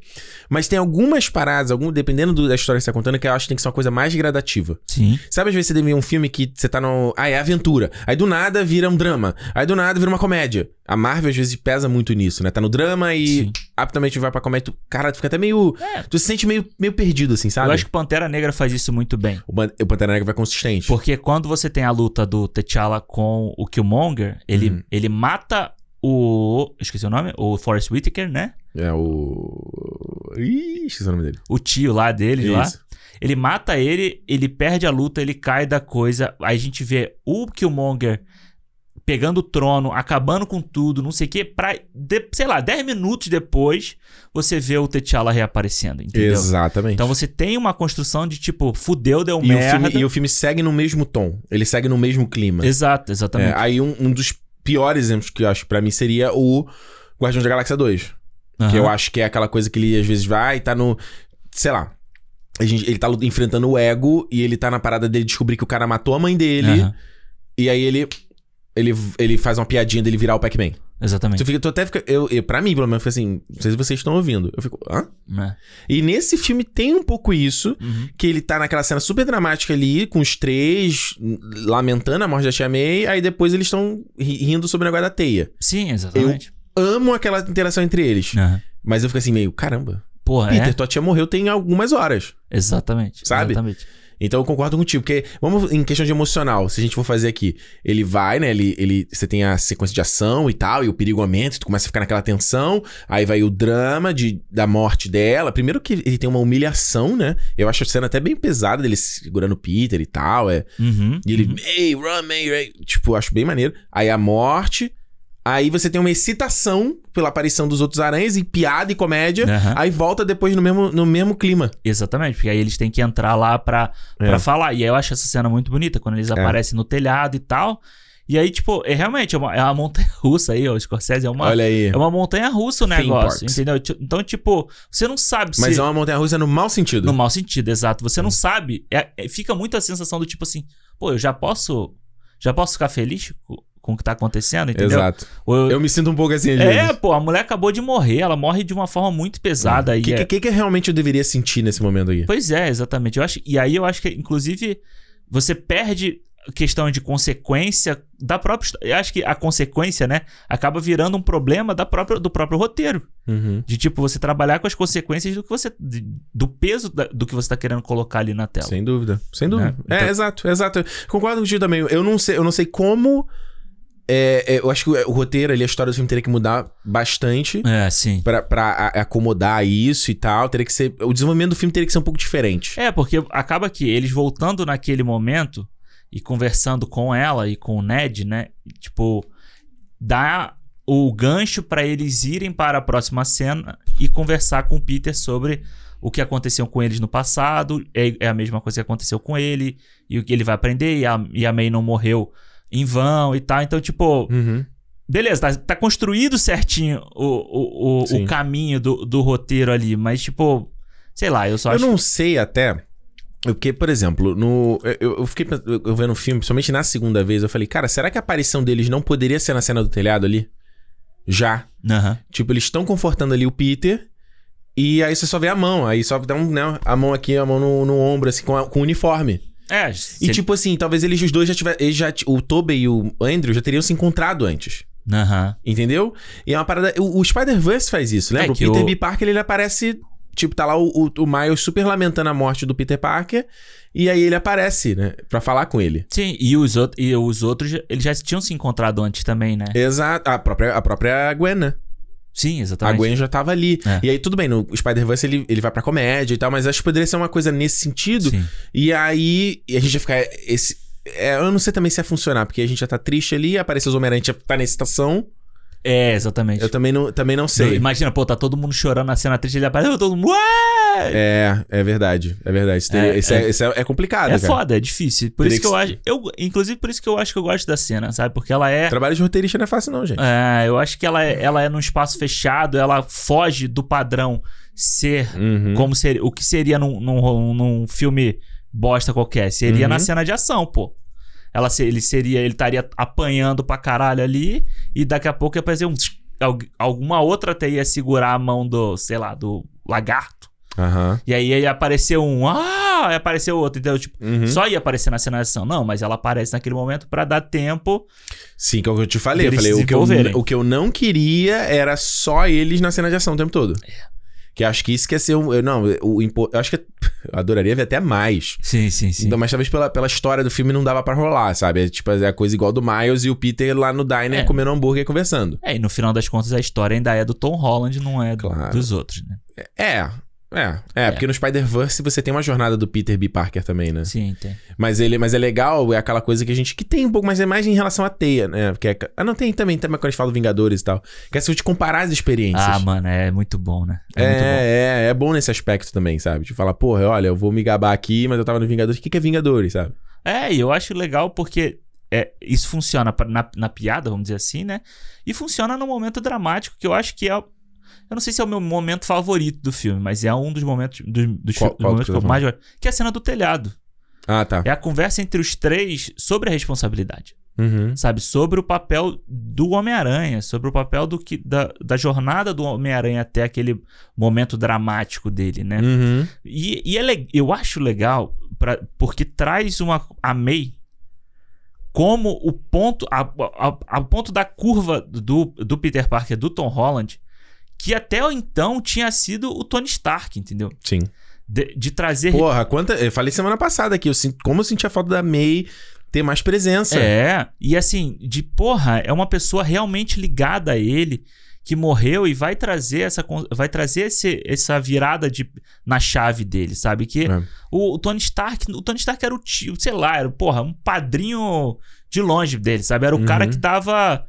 Speaker 1: Mas tem algumas paradas, algum, dependendo do- da história que você tá contando, que eu acho que tem que ser uma coisa mais gradativa.
Speaker 2: Sim.
Speaker 1: Sabe às vezes você tem um filme que você tá no... Ah, é aventura. Aí do nada vira um drama. Aí do nada vira uma comédia. A Marvel às vezes pesa muito nisso, né? Tá no drama e
Speaker 2: Sim.
Speaker 1: aptamente vai pra comédia. Tu... Cara, tu fica até meio...
Speaker 2: É.
Speaker 1: Tu se sente meio, meio perdido, assim, sabe?
Speaker 2: Eu acho que o Pantera Negra faz isso muito bem.
Speaker 1: o, Ban- o Pantera Negra vai consistente.
Speaker 2: Porque quando você tem a luta do T'Challa com o Killmonger, ele,
Speaker 1: Uhum.
Speaker 2: ele mata o. Esqueci o nome? O Forrest Whitaker, né?
Speaker 1: É o... Ih, esqueci o nome dele.
Speaker 2: O tio lá dele lá.
Speaker 1: Isso.
Speaker 2: Ele mata ele, ele perde a luta, ele cai da coisa. Aí a gente vê o Killmonger pegando o trono, acabando com tudo, não sei o quê. Pra, de- sei lá, 10 minutos depois, você vê o T'Challa reaparecendo, entendeu?
Speaker 1: Exatamente.
Speaker 2: Então você tem uma construção de tipo, fudeu, deu
Speaker 1: e, o
Speaker 2: merda.
Speaker 1: filme, e o filme segue no mesmo tom. Ele segue no mesmo clima.
Speaker 2: Exato, exatamente.
Speaker 1: É, aí um, um dos piores exemplos que eu acho pra mim seria o Guardião da Galáxia 2. Que eu
Speaker 2: Aham.
Speaker 1: acho que é aquela coisa que ele às vezes vai e tá no. Sei lá. a gente- ele tá lu- enfrentando o ego e ele tá na parada dele descobrir que o cara matou a mãe dele.
Speaker 2: Aham,
Speaker 1: E aí ele. Ele, ele faz uma piadinha dele virar o Pac-Man.
Speaker 2: Exatamente.
Speaker 1: Tu fica, tu até fica. Eu, eu, pra mim, pelo menos, fica assim. Não sei se vocês estão ouvindo. Eu fico. Hã?
Speaker 2: né?
Speaker 1: E nesse filme tem um pouco isso.
Speaker 2: Uhum.
Speaker 1: Que ele tá naquela cena super dramática ali, com os três, hum, lamentando a morte da Tia May. Aí depois eles estão ri- rindo sobre o negócio da teia.
Speaker 2: Sim, exatamente.
Speaker 1: Amo aquela interação entre eles.
Speaker 2: Aham.
Speaker 1: Mas eu fico assim, meio, caramba.
Speaker 2: Porra,
Speaker 1: Peter,
Speaker 2: é.
Speaker 1: tua tia morreu tem algumas horas.
Speaker 2: Exatamente.
Speaker 1: Sabe?
Speaker 2: Exatamente.
Speaker 1: Então eu concordo contigo, porque vamos em questão de emocional, se a gente for fazer aqui, ele vai, né? Ele, ele você tem a sequência de ação e tal, e o perigo aumenta, tu começa a ficar naquela tensão, aí vai o drama de, da morte dela. Primeiro que ele tem uma humilhação, né? Eu acho a cena até bem pesada dele segurando o Peter e tal, é.
Speaker 2: Uhum.
Speaker 1: E ele,
Speaker 2: uhum.
Speaker 1: May, run, May, May. Tipo, eu acho bem maneiro. Aí a morte, aí você tem uma excitação pela aparição dos outros aranhas e piada e comédia.
Speaker 2: Aham.
Speaker 1: Aí volta depois no mesmo, no mesmo clima.
Speaker 2: Exatamente, porque aí eles têm que entrar lá pra,
Speaker 1: É.
Speaker 2: pra falar. E aí eu acho essa cena muito bonita, quando eles aparecem no telhado e tal. E aí, tipo, é realmente é uma, é uma montanha russa aí, ó. O Scorsese é uma,
Speaker 1: Olha aí.
Speaker 2: é uma montanha russa o
Speaker 1: Theme
Speaker 2: negócio,
Speaker 1: parks.
Speaker 2: entendeu? Ti- Então, tipo, você não sabe
Speaker 1: Mas
Speaker 2: se.
Speaker 1: é uma montanha russa no mau sentido.
Speaker 2: No mau sentido, exato. Você não sabe. É- é- fica muito a sensação do tipo assim, pô, eu já posso. Já posso ficar feliz co- com o que tá acontecendo, entendeu?
Speaker 1: Exato.
Speaker 2: Ou eu-
Speaker 1: Eu me sinto um pouco assim, às
Speaker 2: É,
Speaker 1: vezes.
Speaker 2: pô, a mulher acabou de morrer, ela morre de uma forma muito pesada.
Speaker 1: O
Speaker 2: e
Speaker 1: que,
Speaker 2: é-
Speaker 1: que, que, que realmente eu deveria sentir nesse momento aqui?
Speaker 2: Pois é, exatamente. Eu acho, e aí eu acho que, inclusive, você perde a questão de consequência da própria histó- Eu acho que a consequência, né, acaba virando um problema da própria, do próprio roteiro.
Speaker 1: Uhum.
Speaker 2: De tipo, você trabalhar com as consequências do que você. de- do peso da- do que você tá querendo colocar ali na tela.
Speaker 1: Sem dúvida. Sem dúvida.
Speaker 2: Né?
Speaker 1: É,
Speaker 2: Então-
Speaker 1: exato, exato. Concordo contigo também. Eu não sei, eu não sei como. é, é, eu acho que o, o roteiro ali, a história do filme teria que mudar bastante.
Speaker 2: É, sim.
Speaker 1: Pra, pra a- acomodar isso e tal, teria que ser. O desenvolvimento do filme teria que ser um pouco diferente.
Speaker 2: É, porque acaba que eles voltando naquele momento e conversando com ela e com o Ned, né? e, Tipo, dá o gancho pra eles irem para a próxima cena e conversar com o Peter sobre o que aconteceu com eles no passado. É, é a mesma coisa que aconteceu com ele e o que ele vai aprender. E a, e a May não morreu em vão e tal. Então, tipo,
Speaker 1: Uhum.
Speaker 2: beleza, tá, tá construído certinho o, o, o,
Speaker 1: Sim.
Speaker 2: o caminho do, do roteiro ali, mas, tipo, sei lá, eu só
Speaker 1: eu
Speaker 2: acho.
Speaker 1: não sei até. Porque, por exemplo, no. Eu, eu fiquei pens- eu vendo o filme, principalmente na segunda vez, eu falei, cara, será que a aparição deles não poderia ser na cena do telhado ali? Já.
Speaker 2: Aham.
Speaker 1: Tipo, eles estão confortando ali o Peter. E aí você só vê a mão. Aí só dá um, né, a mão aqui, a mão no, no ombro, assim, com, a- com o uniforme.
Speaker 2: É,
Speaker 1: E
Speaker 2: se-
Speaker 1: tipo assim, talvez eles os dois já tivessem. Já, t- o Tobey e o Andrew já teriam se encontrado antes.
Speaker 2: Aham.
Speaker 1: Entendeu? E é uma parada. O, o Spider-Verse faz isso, lembra?
Speaker 2: É
Speaker 1: o
Speaker 2: que
Speaker 1: Peter
Speaker 2: o-
Speaker 1: B. Parker ele aparece. Tipo, tá lá o, o, o Miles super lamentando a morte do Peter Parker. E aí ele aparece, né? Pra falar com ele.
Speaker 2: Sim, e os, out- e os outros, já- eles já tinham se encontrado antes também, né?
Speaker 1: Exato. A própria, a própria Gwen, né?
Speaker 2: Sim,
Speaker 1: A
Speaker 2: exatamente.
Speaker 1: Gwen já tava ali.
Speaker 2: É.
Speaker 1: E aí, tudo bem, no Spider-Verse ele, ele vai pra comédia e tal, mas acho que poderia ser uma coisa nesse sentido.
Speaker 2: Sim.
Speaker 1: E aí, e a gente ia ficar. Esse, é, eu não sei também se ia funcionar, porque a gente já tá triste ali, aparece os Homem-Aranha, a gente já tá na excitação.
Speaker 2: É, exatamente.
Speaker 1: Eu também não, também não sei.
Speaker 2: Imagina, pô, tá todo mundo chorando na cena triste, ele aparece, todo mundo. "Ué!"
Speaker 1: É, é verdade. É verdade. Isso, teria-
Speaker 2: É,
Speaker 1: isso é, isso é, é complicado,
Speaker 2: É
Speaker 1: cara.
Speaker 2: foda, é difícil. Por
Speaker 1: Teria
Speaker 2: isso que eu
Speaker 1: que
Speaker 2: acho. Eu, inclusive, por isso que eu acho que eu gosto da cena, sabe? Porque ela é.
Speaker 1: Trabalho de roteirista não é fácil, não, gente.
Speaker 2: é, eu acho que ela é, ela é num espaço fechado, ela foge do padrão ser
Speaker 1: Uhum.
Speaker 2: como seria. O que seria num, num, num filme bosta qualquer? Seria
Speaker 1: Uhum.
Speaker 2: na cena de ação, pô. Ela, se- ele seria. Ele estaria apanhando pra caralho ali, e daqui a pouco ia aparecer um. tsk, algu- Alguma outra até ia segurar a mão do, sei lá, do lagarto.
Speaker 1: Aham.
Speaker 2: E aí, aí apareceu um, ah, aí apareceu outro, entendeu? Tipo,
Speaker 1: Uhum.
Speaker 2: só ia aparecer na cena de ação. Não, mas ela aparece naquele momento pra dar tempo.
Speaker 1: Sim, que é o que eu te falei. Eu
Speaker 2: Deles
Speaker 1: falei,
Speaker 2: se
Speaker 1: o que eu,
Speaker 2: desenvolverem.
Speaker 1: o que eu não queria era só eles na cena de ação o tempo todo.
Speaker 2: É.
Speaker 1: Que eu acho que isso que ia ser um. Eu, não, o, impo- eu acho que eu adoraria ver até mais.
Speaker 2: Sim, sim,
Speaker 1: Então, mas talvez pela, pela história do filme não dava pra rolar, sabe? É, tipo, é a coisa igual do Miles e o Peter lá no diner
Speaker 2: É.
Speaker 1: comendo hambúrguer e conversando.
Speaker 2: É, e no final das contas a história ainda é do Tom Holland, não é do-
Speaker 1: Claro.
Speaker 2: dos outros, né?
Speaker 1: É. É, é, porque no Spider-Verse você tem uma jornada do Peter B. Parker também, né?
Speaker 2: Sim, tem.
Speaker 1: Mas ele, mas é legal, é aquela coisa que a gente que tem um pouco, mas é mais em relação à teia, né? Porque é, ah, não tem também, também quando a gente fala do Vingadores e tal. Que é se eu te comparar as experiências.
Speaker 2: Ah, mano, é muito bom, né?
Speaker 1: É,
Speaker 2: muito bom.
Speaker 1: é, é bom nesse aspecto também, sabe? De falar, porra, olha, eu vou me gabar aqui, mas eu tava no Vingadores. O que, que é Vingadores, sabe?
Speaker 2: É, e eu acho legal porque é, isso funciona pra- na, na piada, vamos dizer assim, né? E funciona no momento dramático, que eu acho que é. Eu não sei se é o meu momento favorito do filme, mas é um dos momentos dos, dos,
Speaker 1: Qual-
Speaker 2: fi- dos
Speaker 1: qual que
Speaker 2: momentos que,
Speaker 1: você tá
Speaker 2: eu mais gosto. Que é a cena do telhado.
Speaker 1: Ah, tá.
Speaker 2: É a conversa entre os três sobre a responsabilidade.
Speaker 1: Uhum.
Speaker 2: Sabe? Sobre o papel do Homem-Aranha, sobre o papel do que, da, da jornada do Homem-Aranha até aquele momento dramático dele, né?
Speaker 1: Uhum.
Speaker 2: E, e é le- eu acho legal pra, porque traz uma a May como o ponto a, a, a ponto da curva do, do Peter Parker do Tom Holland que até então tinha sido o Tony Stark, entendeu?
Speaker 1: Sim.
Speaker 2: De, de trazer
Speaker 1: Porra, quanta. Eu falei semana passada aqui, eu sinto, como eu senti a falta da May ter mais presença.
Speaker 2: É, e assim, de porra, é uma pessoa realmente ligada a ele que morreu e vai trazer essa con- vai trazer esse, essa virada de, na chave dele, sabe? Que
Speaker 1: É.
Speaker 2: o, o Tony Stark, o Tony Stark era o tio, sei lá, era, porra, um padrinho de longe dele, sabe? Era o
Speaker 1: Uhum.
Speaker 2: cara que dava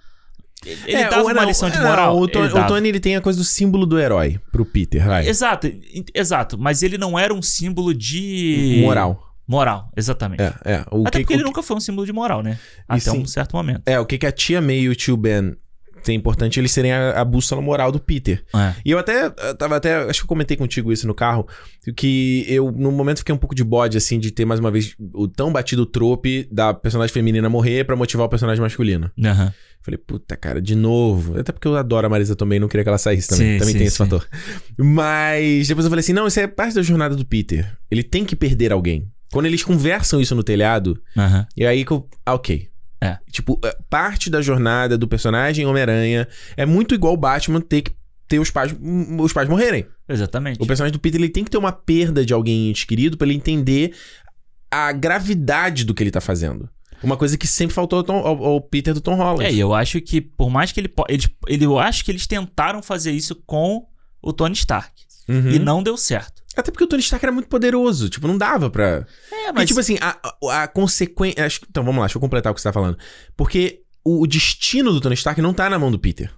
Speaker 2: ele
Speaker 1: É,
Speaker 2: dava
Speaker 1: ou
Speaker 2: uma
Speaker 1: não,
Speaker 2: lição de
Speaker 1: é,
Speaker 2: moral.
Speaker 1: não, o, Tony,
Speaker 2: ele dava.
Speaker 1: o Tony, ele tem a coisa do símbolo do herói pro Peter, vai.
Speaker 2: Exato, en- exato, mas ele não era um símbolo de
Speaker 1: Moral.
Speaker 2: Moral, exatamente.
Speaker 1: É, é. O
Speaker 2: Até
Speaker 1: que,
Speaker 2: porque
Speaker 1: o
Speaker 2: ele
Speaker 1: que-
Speaker 2: nunca foi um símbolo de moral, né? Até
Speaker 1: sim.
Speaker 2: um certo momento.
Speaker 1: É, o que, que a tia May e o tio Ben tem importante eles serem a, a bússola moral do Peter.
Speaker 2: É.
Speaker 1: E eu até eu tava até, acho que eu comentei contigo isso no carro, que eu no momento fiquei um pouco de bode assim de ter mais uma vez o tão batido trope da personagem feminina morrer pra motivar o personagem masculino.
Speaker 2: Aham.
Speaker 1: Falei, puta cara, de novo. Até porque eu adoro a Marisa também, não queria que ela saísse também.
Speaker 2: Sim,
Speaker 1: também
Speaker 2: sim,
Speaker 1: tem esse
Speaker 2: sim.
Speaker 1: fator. Mas depois eu falei assim, não, isso é parte da jornada do Peter. Ele tem que perder alguém. Quando eles conversam isso no telhado,
Speaker 2: Aham.
Speaker 1: E aí que eu. Ah, ok.
Speaker 2: É.
Speaker 1: Tipo, é, parte da jornada do personagem Homem-Aranha é muito igual o Batman ter que ter os pais, m- os pais morrerem.
Speaker 2: Exatamente.
Speaker 1: O personagem do Peter ele tem que ter uma perda de alguém querido pra ele entender a gravidade do que ele tá fazendo. Uma coisa que sempre faltou ao, Tom- ao- ao Peter do Tom Holland.
Speaker 2: É, e eu acho que por mais que ele, po- eles, ele eu acho que eles tentaram fazer isso com o Tony Stark
Speaker 1: Uhum.
Speaker 2: e não deu certo.
Speaker 1: Até porque o Tony Stark era muito poderoso. Tipo, não dava pra.
Speaker 2: É,
Speaker 1: Porque, tipo assim, a, a- a consequência. acho que- Então, vamos lá, deixa eu completar o que você tá falando. Porque o o destino do Tony Stark não tá na mão do Peter.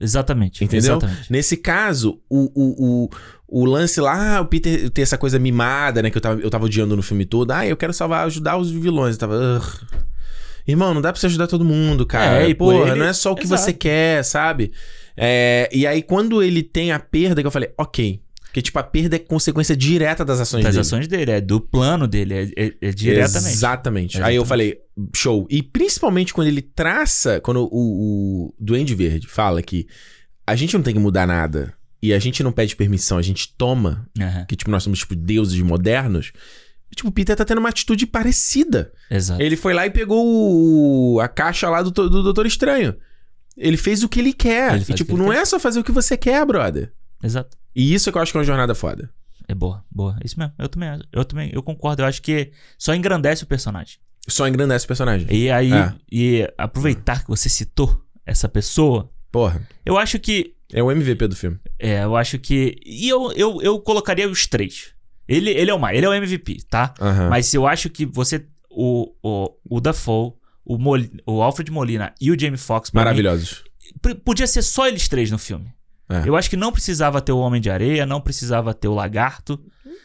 Speaker 2: exatamente,
Speaker 1: Entendeu?
Speaker 2: exatamente.
Speaker 1: Nesse caso, o, o, o, o lance lá, ah, o Peter ter essa coisa mimada, né? Que eu tava, eu tava odiando no filme todo. Ah, eu quero salvar, ajudar os vilões. Eu tava. "Ugh." Irmão, não dá pra você ajudar todo mundo, cara.
Speaker 2: É, e por
Speaker 1: Porra,
Speaker 2: ele-
Speaker 1: não é só o que
Speaker 2: Exato.
Speaker 1: você quer, sabe? É, e aí, quando ele tem a perda, que eu falei, ok. Porque, tipo, a perda é consequência direta das ações
Speaker 2: Das
Speaker 1: dele.
Speaker 2: ações dele, é do plano dele, é, é- é diretamente.
Speaker 1: Exatamente. Aí eu
Speaker 2: Exatamente.
Speaker 1: falei, show. E principalmente quando ele traça, quando o, o Duende Verde fala que a gente não tem que mudar nada e a gente não pede permissão, a gente toma,
Speaker 2: Aham.
Speaker 1: que tipo, nós somos tipo deuses modernos. Tipo, o Peter tá tendo uma atitude parecida.
Speaker 2: Exato.
Speaker 1: Ele foi lá e pegou o- a caixa lá do, to- do Doutor Estranho. Ele fez o que ele quer.
Speaker 2: Ele
Speaker 1: e,
Speaker 2: faz
Speaker 1: tipo,
Speaker 2: o que ele
Speaker 1: não
Speaker 2: quer.
Speaker 1: é só fazer o que você quer, brother.
Speaker 2: Exato.
Speaker 1: E isso é que eu acho que é uma jornada foda.
Speaker 2: É boa, boa. Isso mesmo. Eu também, acho. eu também, eu concordo. Eu acho que só engrandece o personagem.
Speaker 1: Só engrandece o personagem.
Speaker 2: E aí,
Speaker 1: É.
Speaker 2: e aproveitar que você citou essa pessoa,
Speaker 1: Porra,
Speaker 2: eu acho que
Speaker 1: é o MVP do filme.
Speaker 2: É, eu acho que. E eu, eu, eu colocaria os três. Ele, ele é o mais, ele é o MVP, tá?
Speaker 1: Aham.
Speaker 2: Mas eu acho que você. O, o, o Dafoe, o, Mol, o Alfred Molina e o Jamie Foxx. pra mim,
Speaker 1: Maravilhosos.
Speaker 2: p- podia ser só eles três no filme.
Speaker 1: É.
Speaker 2: Eu acho que não precisava ter o Homem de Areia, não precisava ter o Lagarto.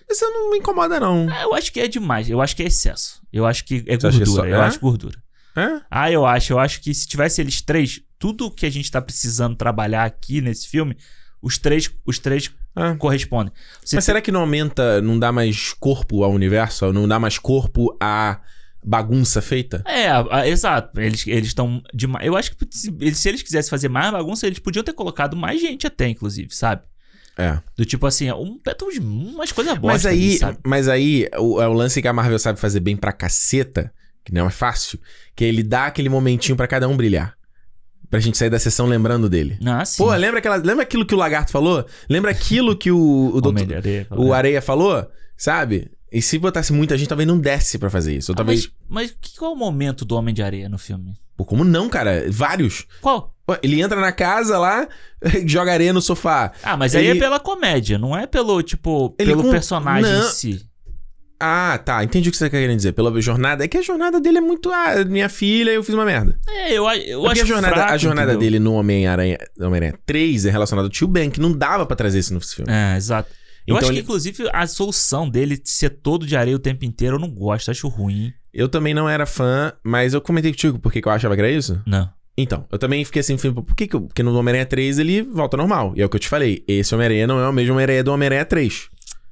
Speaker 1: Isso não me incomoda, não.
Speaker 2: Ah, Eu acho que é demais, eu acho que é excesso. Eu acho que é
Speaker 1: Você acha
Speaker 2: gordura,
Speaker 1: que só-
Speaker 2: eu
Speaker 1: é?
Speaker 2: acho gordura.
Speaker 1: É?
Speaker 2: Ah, eu acho, eu acho que se tivesse eles três, tudo que a gente tá precisando trabalhar aqui nesse filme, os três, os três
Speaker 1: É.
Speaker 2: correspondem. Você
Speaker 1: Mas será que não aumenta, não dá mais corpo ao universo? Não dá mais corpo à bagunça feita?
Speaker 2: É, a- exato. Eles estão demais. Eu acho que se eles, se eles quisessem fazer mais bagunça, eles podiam ter colocado mais gente até, inclusive, sabe?
Speaker 1: É.
Speaker 2: Do tipo assim, um, bota uns- umas coisas boas.
Speaker 1: Mas aí, mas aí o, é o lance que a Marvel sabe fazer bem pra caceta, que não é fácil, que ele dá aquele momentinho pra cada um brilhar. Pra gente sair da sessão lembrando dele.
Speaker 2: Ah, sim.
Speaker 1: Pô, lembra, aquela, lembra aquilo que o Lagarto falou? Lembra aquilo que o, o,
Speaker 2: Homem
Speaker 1: doutor,
Speaker 2: de areia,
Speaker 1: o
Speaker 2: galera.
Speaker 1: Areia falou? Sabe? E se botasse muita gente, talvez não desse pra fazer isso. Ou
Speaker 2: Ah,
Speaker 1: talvez.
Speaker 2: mas, mas que- qual é o momento do Homem de Areia no filme?
Speaker 1: Pô, como não, cara? Vários.
Speaker 2: Qual?
Speaker 1: Pô, Ele entra na casa lá, joga areia no sofá.
Speaker 2: Ah, mas aí
Speaker 1: Ele-
Speaker 2: é pela comédia, não é pelo, tipo,
Speaker 1: Ele
Speaker 2: pelo
Speaker 1: com-
Speaker 2: personagem
Speaker 1: Não.
Speaker 2: em si.
Speaker 1: Ah, tá. Entendi o que você tá querendo dizer. Pela jornada. É que a jornada dele é muito. Ah, minha filha, eu fiz uma merda.
Speaker 2: É, eu, a- eu
Speaker 1: Porque
Speaker 2: acho
Speaker 1: a jornada,
Speaker 2: fraco,
Speaker 1: a jornada
Speaker 2: entendeu?
Speaker 1: dele no Homem-Aranha Homem 3 é relacionada ao Tio Ben, que não dava pra trazer isso no filme.
Speaker 2: É, exato. Eu
Speaker 1: Então
Speaker 2: acho
Speaker 1: ele-
Speaker 2: que, inclusive, a solução dele ser todo de areia o tempo inteiro, eu não gosto, acho ruim.
Speaker 1: Eu também não era fã, mas eu comentei contigo porque que eu achava que era isso.
Speaker 2: Não.
Speaker 1: Então, eu também fiquei assim, falei, pô, por que, que eu- Porque no Homem-Aranha 3 ele volta ao normal. E é o que eu te falei. Esse Homem-Aranha não é o mesmo Homem-Aranha do Homem-Aranha 3.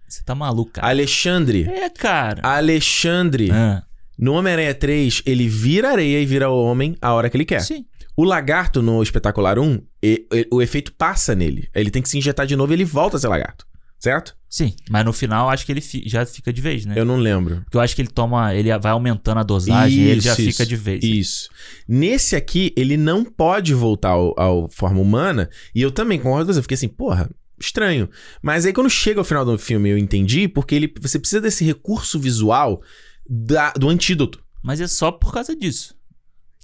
Speaker 2: Você tá maluco, cara.
Speaker 1: Alexandre.
Speaker 2: É, cara.
Speaker 1: Alexandre.
Speaker 2: Ah,
Speaker 1: No Homem-Aranha 3, ele vira areia e vira homem a hora que ele quer.
Speaker 2: Sim.
Speaker 1: O lagarto no Espetacular 1, e- e- o efeito passa nele. Ele tem que se injetar de novo e ele volta a ser lagarto. Certo?
Speaker 2: Sim. Mas no final acho que ele fi- já fica de vez, né?
Speaker 1: Eu não lembro.
Speaker 2: Porque eu acho que ele toma. Ele vai aumentando a dosagem e ele já
Speaker 1: Isso,
Speaker 2: fica
Speaker 1: isso,
Speaker 2: de vez.
Speaker 1: Isso. Nesse aqui, ele não pode voltar ao, ao forma humana. E eu também concordo com você. Eu fiquei assim, porra, estranho. Mas aí quando chega ao final do filme, eu entendi, porque ele, você precisa desse recurso visual da- do antídoto.
Speaker 2: Mas é só por causa disso.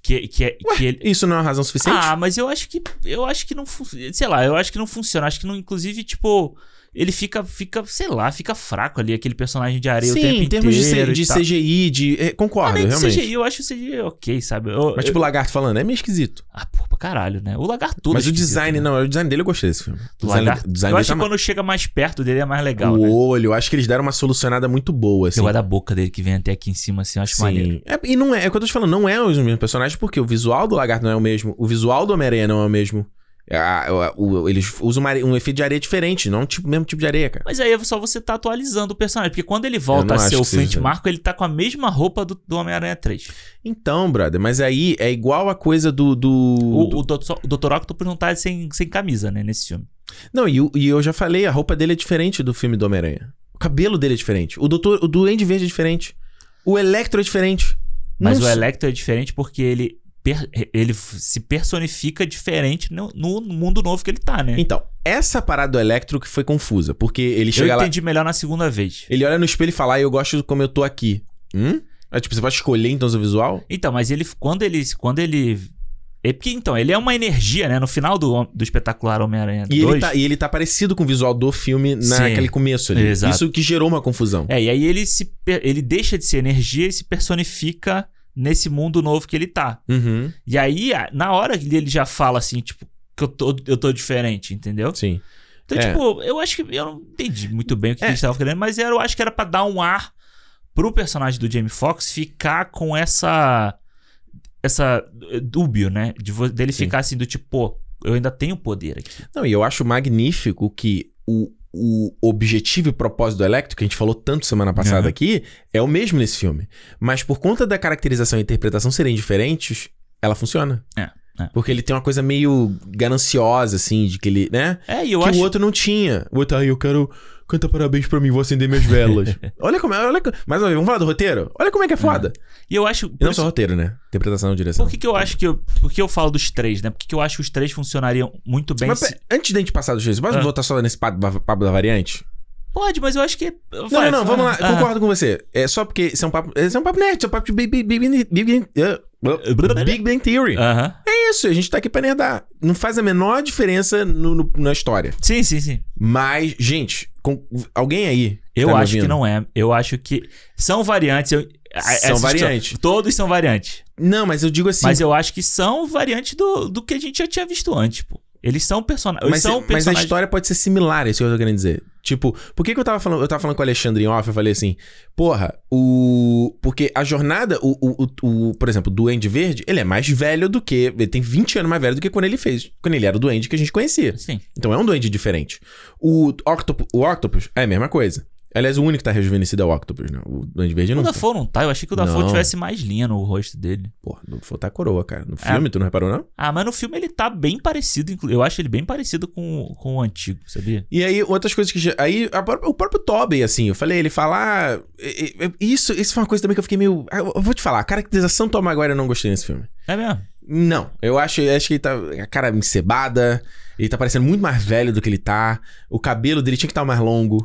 Speaker 2: Que, que, é- que ele.
Speaker 1: Isso não é uma razão suficiente?
Speaker 2: Ah, mas eu acho que. Eu acho que não funciona. Sei lá, eu acho que não funciona. Acho que não, inclusive, tipo. Ele fica, fica, sei lá, fica fraco ali, aquele personagem de areia
Speaker 1: Sim,
Speaker 2: o tempo
Speaker 1: em termos de
Speaker 2: inteiro.
Speaker 1: C- de,
Speaker 2: e tal. Ah,
Speaker 1: CGI, de. é, concordo,
Speaker 2: Além de
Speaker 1: realmente.
Speaker 2: CGI, eu acho o CGI ok, sabe? Eu-
Speaker 1: Mas, tipo, o lagarto falando, é meio esquisito.
Speaker 2: eu- ah, pô, pra caralho, né? O lagarto todo.
Speaker 1: Mas o
Speaker 2: esquisito,
Speaker 1: design,
Speaker 2: né?
Speaker 1: não, o design dele eu gostei desse filme.
Speaker 2: Do
Speaker 1: O design,
Speaker 2: lagarto.
Speaker 1: o design
Speaker 2: eu
Speaker 1: dele
Speaker 2: acho
Speaker 1: tá
Speaker 2: que
Speaker 1: ma-
Speaker 2: quando chega mais perto dele é mais legal,
Speaker 1: O
Speaker 2: né?
Speaker 1: olho, eu acho que eles deram uma solucionada muito boa, assim.
Speaker 2: Eu gosto da boca dele que vem até aqui em cima, assim, eu acho maneiro.
Speaker 1: É, e não é, é o que eu tô te falando, não é os mesmos personagens, porque o visual do lagarto não é o mesmo, o visual do Homem-Aranha não é o mesmo. Ah, o- o- eles usam uma are- um efeito de areia diferente, não é um tipo, mesmo tipo de areia, cara.
Speaker 2: Mas aí é só você tá atualizando o personagem. Porque quando ele
Speaker 1: Eu não
Speaker 2: volta a ser
Speaker 1: acho
Speaker 2: o
Speaker 1: que seja.
Speaker 2: Flint Marco, ele tá com a mesma roupa do, do Homem-Aranha 3.
Speaker 1: Então, brother, mas aí é igual a coisa do. do,
Speaker 2: O,
Speaker 1: do-
Speaker 2: o, Dr. o Dr. Octopus não tá sem, sem camisa, né, nesse filme.
Speaker 1: Não, e, o- e eu já falei, a roupa dele é diferente do filme do Homem-Aranha. O cabelo dele é diferente. O doutor, o Duende Verde é diferente. O Electro é diferente.
Speaker 2: Mas
Speaker 1: Não
Speaker 2: o
Speaker 1: sei-
Speaker 2: Electro é diferente porque ele, per- ele f- se personifica diferente no, no mundo novo que ele tá, né?
Speaker 1: Então, essa parada do Electro que foi confusa, porque ele
Speaker 2: Eu
Speaker 1: chega lá.
Speaker 2: entendi melhor na segunda vez.
Speaker 1: Ele olha no espelho e fala, ah, eu gosto de como eu tô aqui. Hum? É tipo, você vai escolher então seu visual?
Speaker 2: Então, mas ele quando ele quando ele é porque então, ele é uma energia, né, no final do, do espetacular Homem-Aranha
Speaker 1: E
Speaker 2: 2.
Speaker 1: ele, tá, e ele tá parecido com o visual do filme
Speaker 2: Sim.
Speaker 1: naquele começo ali.
Speaker 2: Exato.
Speaker 1: Isso que gerou uma confusão.
Speaker 2: É, e aí ele se per- ele deixa de ser energia e se personifica nesse mundo novo que ele tá.
Speaker 1: Uhum.
Speaker 2: E aí, a- na hora que ele já fala assim, tipo, que eu tô, eu tô diferente, entendeu?
Speaker 1: Sim.
Speaker 2: Então,
Speaker 1: É.
Speaker 2: tipo, eu acho que eu não entendi muito bem o que
Speaker 1: É.
Speaker 2: eles estavam querendo, mas era- eu acho que era pra dar um ar pro personagem do Jamie Foxx ficar com essa essa eh, dúbio, né, de vo- dele
Speaker 1: Sim.
Speaker 2: ficar assim do tipo, pô, eu ainda tenho poder aqui.
Speaker 1: Não, e eu acho magnífico que o, o objetivo e propósito do Electro, que a gente falou tanto semana passada
Speaker 2: Uhum.
Speaker 1: aqui, é o mesmo nesse filme. Mas por conta da caracterização e interpretação serem diferentes, ela funciona.
Speaker 2: É. É.
Speaker 1: Porque ele tem uma coisa meio gananciosa, assim, de que ele, né?
Speaker 2: É, e eu
Speaker 1: que
Speaker 2: acho.
Speaker 1: o outro não tinha. O outro, aí eu quero. Canta parabéns pra mim, vou acender minhas velas. olha como é. Olha, co- mais uma vez, vamos falar do roteiro? Olha como é que é foda.
Speaker 2: E eu acho.
Speaker 1: E
Speaker 2: Por,
Speaker 1: não
Speaker 2: isso-
Speaker 1: só roteiro, né? Interpretação, direção.
Speaker 2: É. por que, que eu acho que. Eu, por que eu falo dos três, né? Porque que eu acho que os três funcionariam muito bem.
Speaker 1: Mas,
Speaker 2: se-
Speaker 1: pera, antes da gente passar do jeito, pode
Speaker 2: Ah.
Speaker 1: voltar só nesse papo, papo da variante?
Speaker 2: Pode, mas eu Ah, acho que.
Speaker 1: Não, não, não, vamos lá, eu concordo com você. É só porque isso é um papo. Isso é um papo nerd, isso é um papo de Big, Big, Big, Big, Big, Big Bang Theory.
Speaker 2: Aham.
Speaker 1: É isso, a gente tá aqui pra nerdar. Não faz a menor diferença no- no- na história.
Speaker 2: Sim, sim, sim.
Speaker 1: Mas, gente, com- alguém aí.
Speaker 2: Eu
Speaker 1: tá me
Speaker 2: acho que
Speaker 1: ouvindo?
Speaker 2: não é. Eu acho que são variantes. Eu, a-
Speaker 1: São
Speaker 2: essas
Speaker 1: variantes.
Speaker 2: são- todos são variantes.
Speaker 1: Não, mas eu digo assim.
Speaker 2: Mas eu acho que são variantes do, do que a gente já tinha visto antes, pô. Eles são personagens. Eles
Speaker 1: Mas,
Speaker 2: são
Speaker 1: mas a
Speaker 2: personagens.
Speaker 1: história pode ser similar, é isso que eu tô querendo dizer. Tipo, por que, que eu tava falando? Eu tava falando com o Alexandre em off, eu falei assim, porra, o. Porque a jornada, o, o, o, o- por exemplo, o Duende Verde, ele é mais velho do que. Ele tem 20 anos mais velho do que quando ele fez. Quando ele era o Duende que a gente conhecia.
Speaker 2: Sim.
Speaker 1: Então é um duende diferente. O, Octop, o Octopus é a mesma coisa. Aliás, o único que tá rejuvenescido é o Octopus, né? O Duende Verde
Speaker 2: O
Speaker 1: não.
Speaker 2: Dafoe não tá. Eu achei que o Dafoe
Speaker 1: Não.
Speaker 2: tivesse mais linha no rosto dele.
Speaker 1: Porra, não foi tá a coroa, cara. No filme, tu não reparou, não?
Speaker 2: Ah, mas no filme ele tá bem parecido. inclu- Eu acho ele bem parecido com, o- com o antigo, sabia?
Speaker 1: E aí, outras coisas que. já- Aí, a pró- o próprio Tobey, assim, eu falei, ele fala. ah, e- e- Isso, isso foi uma coisa também que eu fiquei meio. ah, Eu vou te falar, a caracterização do Tom Maguire eu não gostei nesse filme.
Speaker 2: É mesmo?
Speaker 1: Não, eu acho, eu acho que ele tá. A cara encebada, ele tá parecendo muito mais velho do que ele tá. O cabelo dele tinha que estar mais longo.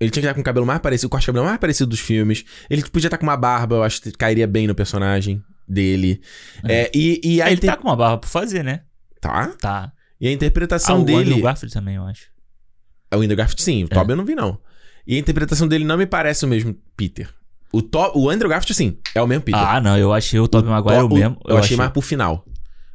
Speaker 1: Ele tinha que estar com o cabelo mais parecido, o corte de cabelo mais parecido dos filmes. Ele podia estar com uma barba, eu acho que cairia bem no personagem dele. É, e, e
Speaker 2: Ah,
Speaker 1: a
Speaker 2: ele
Speaker 1: inter-
Speaker 2: tá com uma barra pra fazer, né?
Speaker 1: tá?
Speaker 2: Tá.
Speaker 1: E a
Speaker 2: ah,
Speaker 1: interpretação
Speaker 2: o
Speaker 1: dele.
Speaker 2: Andrew Garfield também, eu acho.
Speaker 1: É O Andrew Garfield, sim. O
Speaker 2: É.
Speaker 1: Tobey eu não vi, não. E a interpretação dele não me parece o mesmo Peter. O, to o Andrew Garfield, sim, é o mesmo Peter.
Speaker 2: Ah, não. Eu achei o Tobey Maguire é
Speaker 1: To-
Speaker 2: o mesmo.
Speaker 1: Eu, achei mais pro final.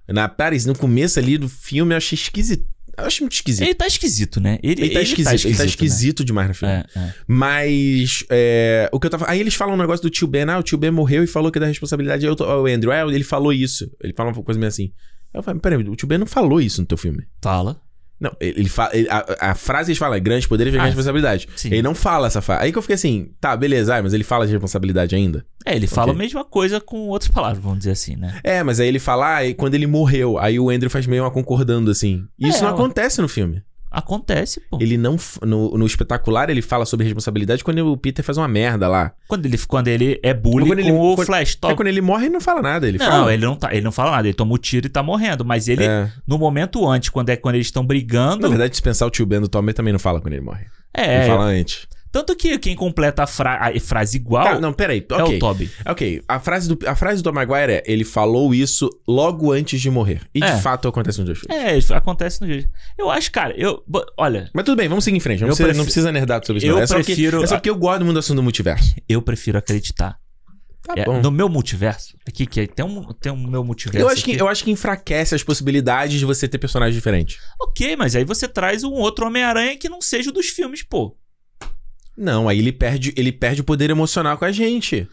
Speaker 1: Na Paris, no começo ali do filme, eu achei esquisito. Eu achei muito esquisito.
Speaker 2: Ele tá esquisito, né? Ele,
Speaker 1: Ele, tá, esquisito, ele tá
Speaker 2: né?
Speaker 1: esquisito demais no filme.
Speaker 2: É, é.
Speaker 1: Mas, é, o que eu tava. Aí eles falam um negócio do tio Ben. Ah, o tio Ben morreu e falou que da responsabilidade é o to- é o Andrew. Ah, ele falou isso. Ele fala uma coisa meio assim. Eu falei, peraí, o tio Ben não falou isso no teu filme.
Speaker 2: Fala.
Speaker 1: Não, ele, ele fala. ele- a, a frase que eles falam é grandes poderes, vem
Speaker 2: Ah,
Speaker 1: grande responsabilidade.
Speaker 2: Sim.
Speaker 1: Ele não fala essa frase. Aí que eu fiquei assim, tá, beleza, ah, mas ele fala de responsabilidade ainda.
Speaker 2: É, ele fala
Speaker 1: Ok.
Speaker 2: a mesma coisa com outras palavras, vamos dizer assim, né?
Speaker 1: É, mas aí ele fala, ah, e quando ele morreu, aí o Andrew faz meio uma concordando assim. E isso
Speaker 2: É,
Speaker 1: não
Speaker 2: ué.
Speaker 1: acontece no filme.
Speaker 2: Acontece, pô.
Speaker 1: Ele não. f- No, no espetacular, ele fala sobre responsabilidade quando o Peter faz uma merda lá.
Speaker 2: Quando, ele, quando ele é bully
Speaker 1: Quando ele-
Speaker 2: com o
Speaker 1: quando-
Speaker 2: Flash,
Speaker 1: Aí
Speaker 2: top.
Speaker 1: quando ele morre, ele não fala nada. Ele
Speaker 2: Não,
Speaker 1: fala.
Speaker 2: ele não, tá, ele não fala nada, ele toma o tiro e tá morrendo. Mas ele,
Speaker 1: É.
Speaker 2: no momento antes, quando é quando eles estão
Speaker 1: Na
Speaker 2: brigando.
Speaker 1: verdade, dispensar o tio Ben do Tommy também não fala quando ele morre.
Speaker 2: É,
Speaker 1: Ele fala antes.
Speaker 2: tanto que quem completa a, fra- a frase igual
Speaker 1: Tá, não, peraí.
Speaker 2: é
Speaker 1: ok.
Speaker 2: o Toby.
Speaker 1: Ok, a frase, do, a frase do Tom Maguire é: ele falou isso logo antes de morrer. E
Speaker 2: É.
Speaker 1: de fato acontece no Joshua.
Speaker 2: É, isso acontece no jeito. Eu acho, cara, eu. bo- Olha,
Speaker 1: Mas tudo bem, vamos seguir em frente. Não,
Speaker 2: Eu
Speaker 1: precisa,
Speaker 2: prefiro-
Speaker 1: não precisa nerdar sobre isso.
Speaker 2: Eu
Speaker 1: não. É só porque-
Speaker 2: prefiro-
Speaker 1: é só porque eu gosto muito do assunto do multiverso.
Speaker 2: eu prefiro acreditar.
Speaker 1: Tá
Speaker 2: É,
Speaker 1: bom.
Speaker 2: no meu multiverso. Aqui, que tem um, tem um meu multiverso.
Speaker 1: Eu acho, que,
Speaker 2: aqui.
Speaker 1: eu acho que enfraquece as possibilidades de você ter personagens diferentes.
Speaker 2: Ok, mas aí você traz um outro Homem-Aranha que não seja o dos filmes, pô.
Speaker 1: Não, aí ele perde, ele perde o poder emocional com a gente.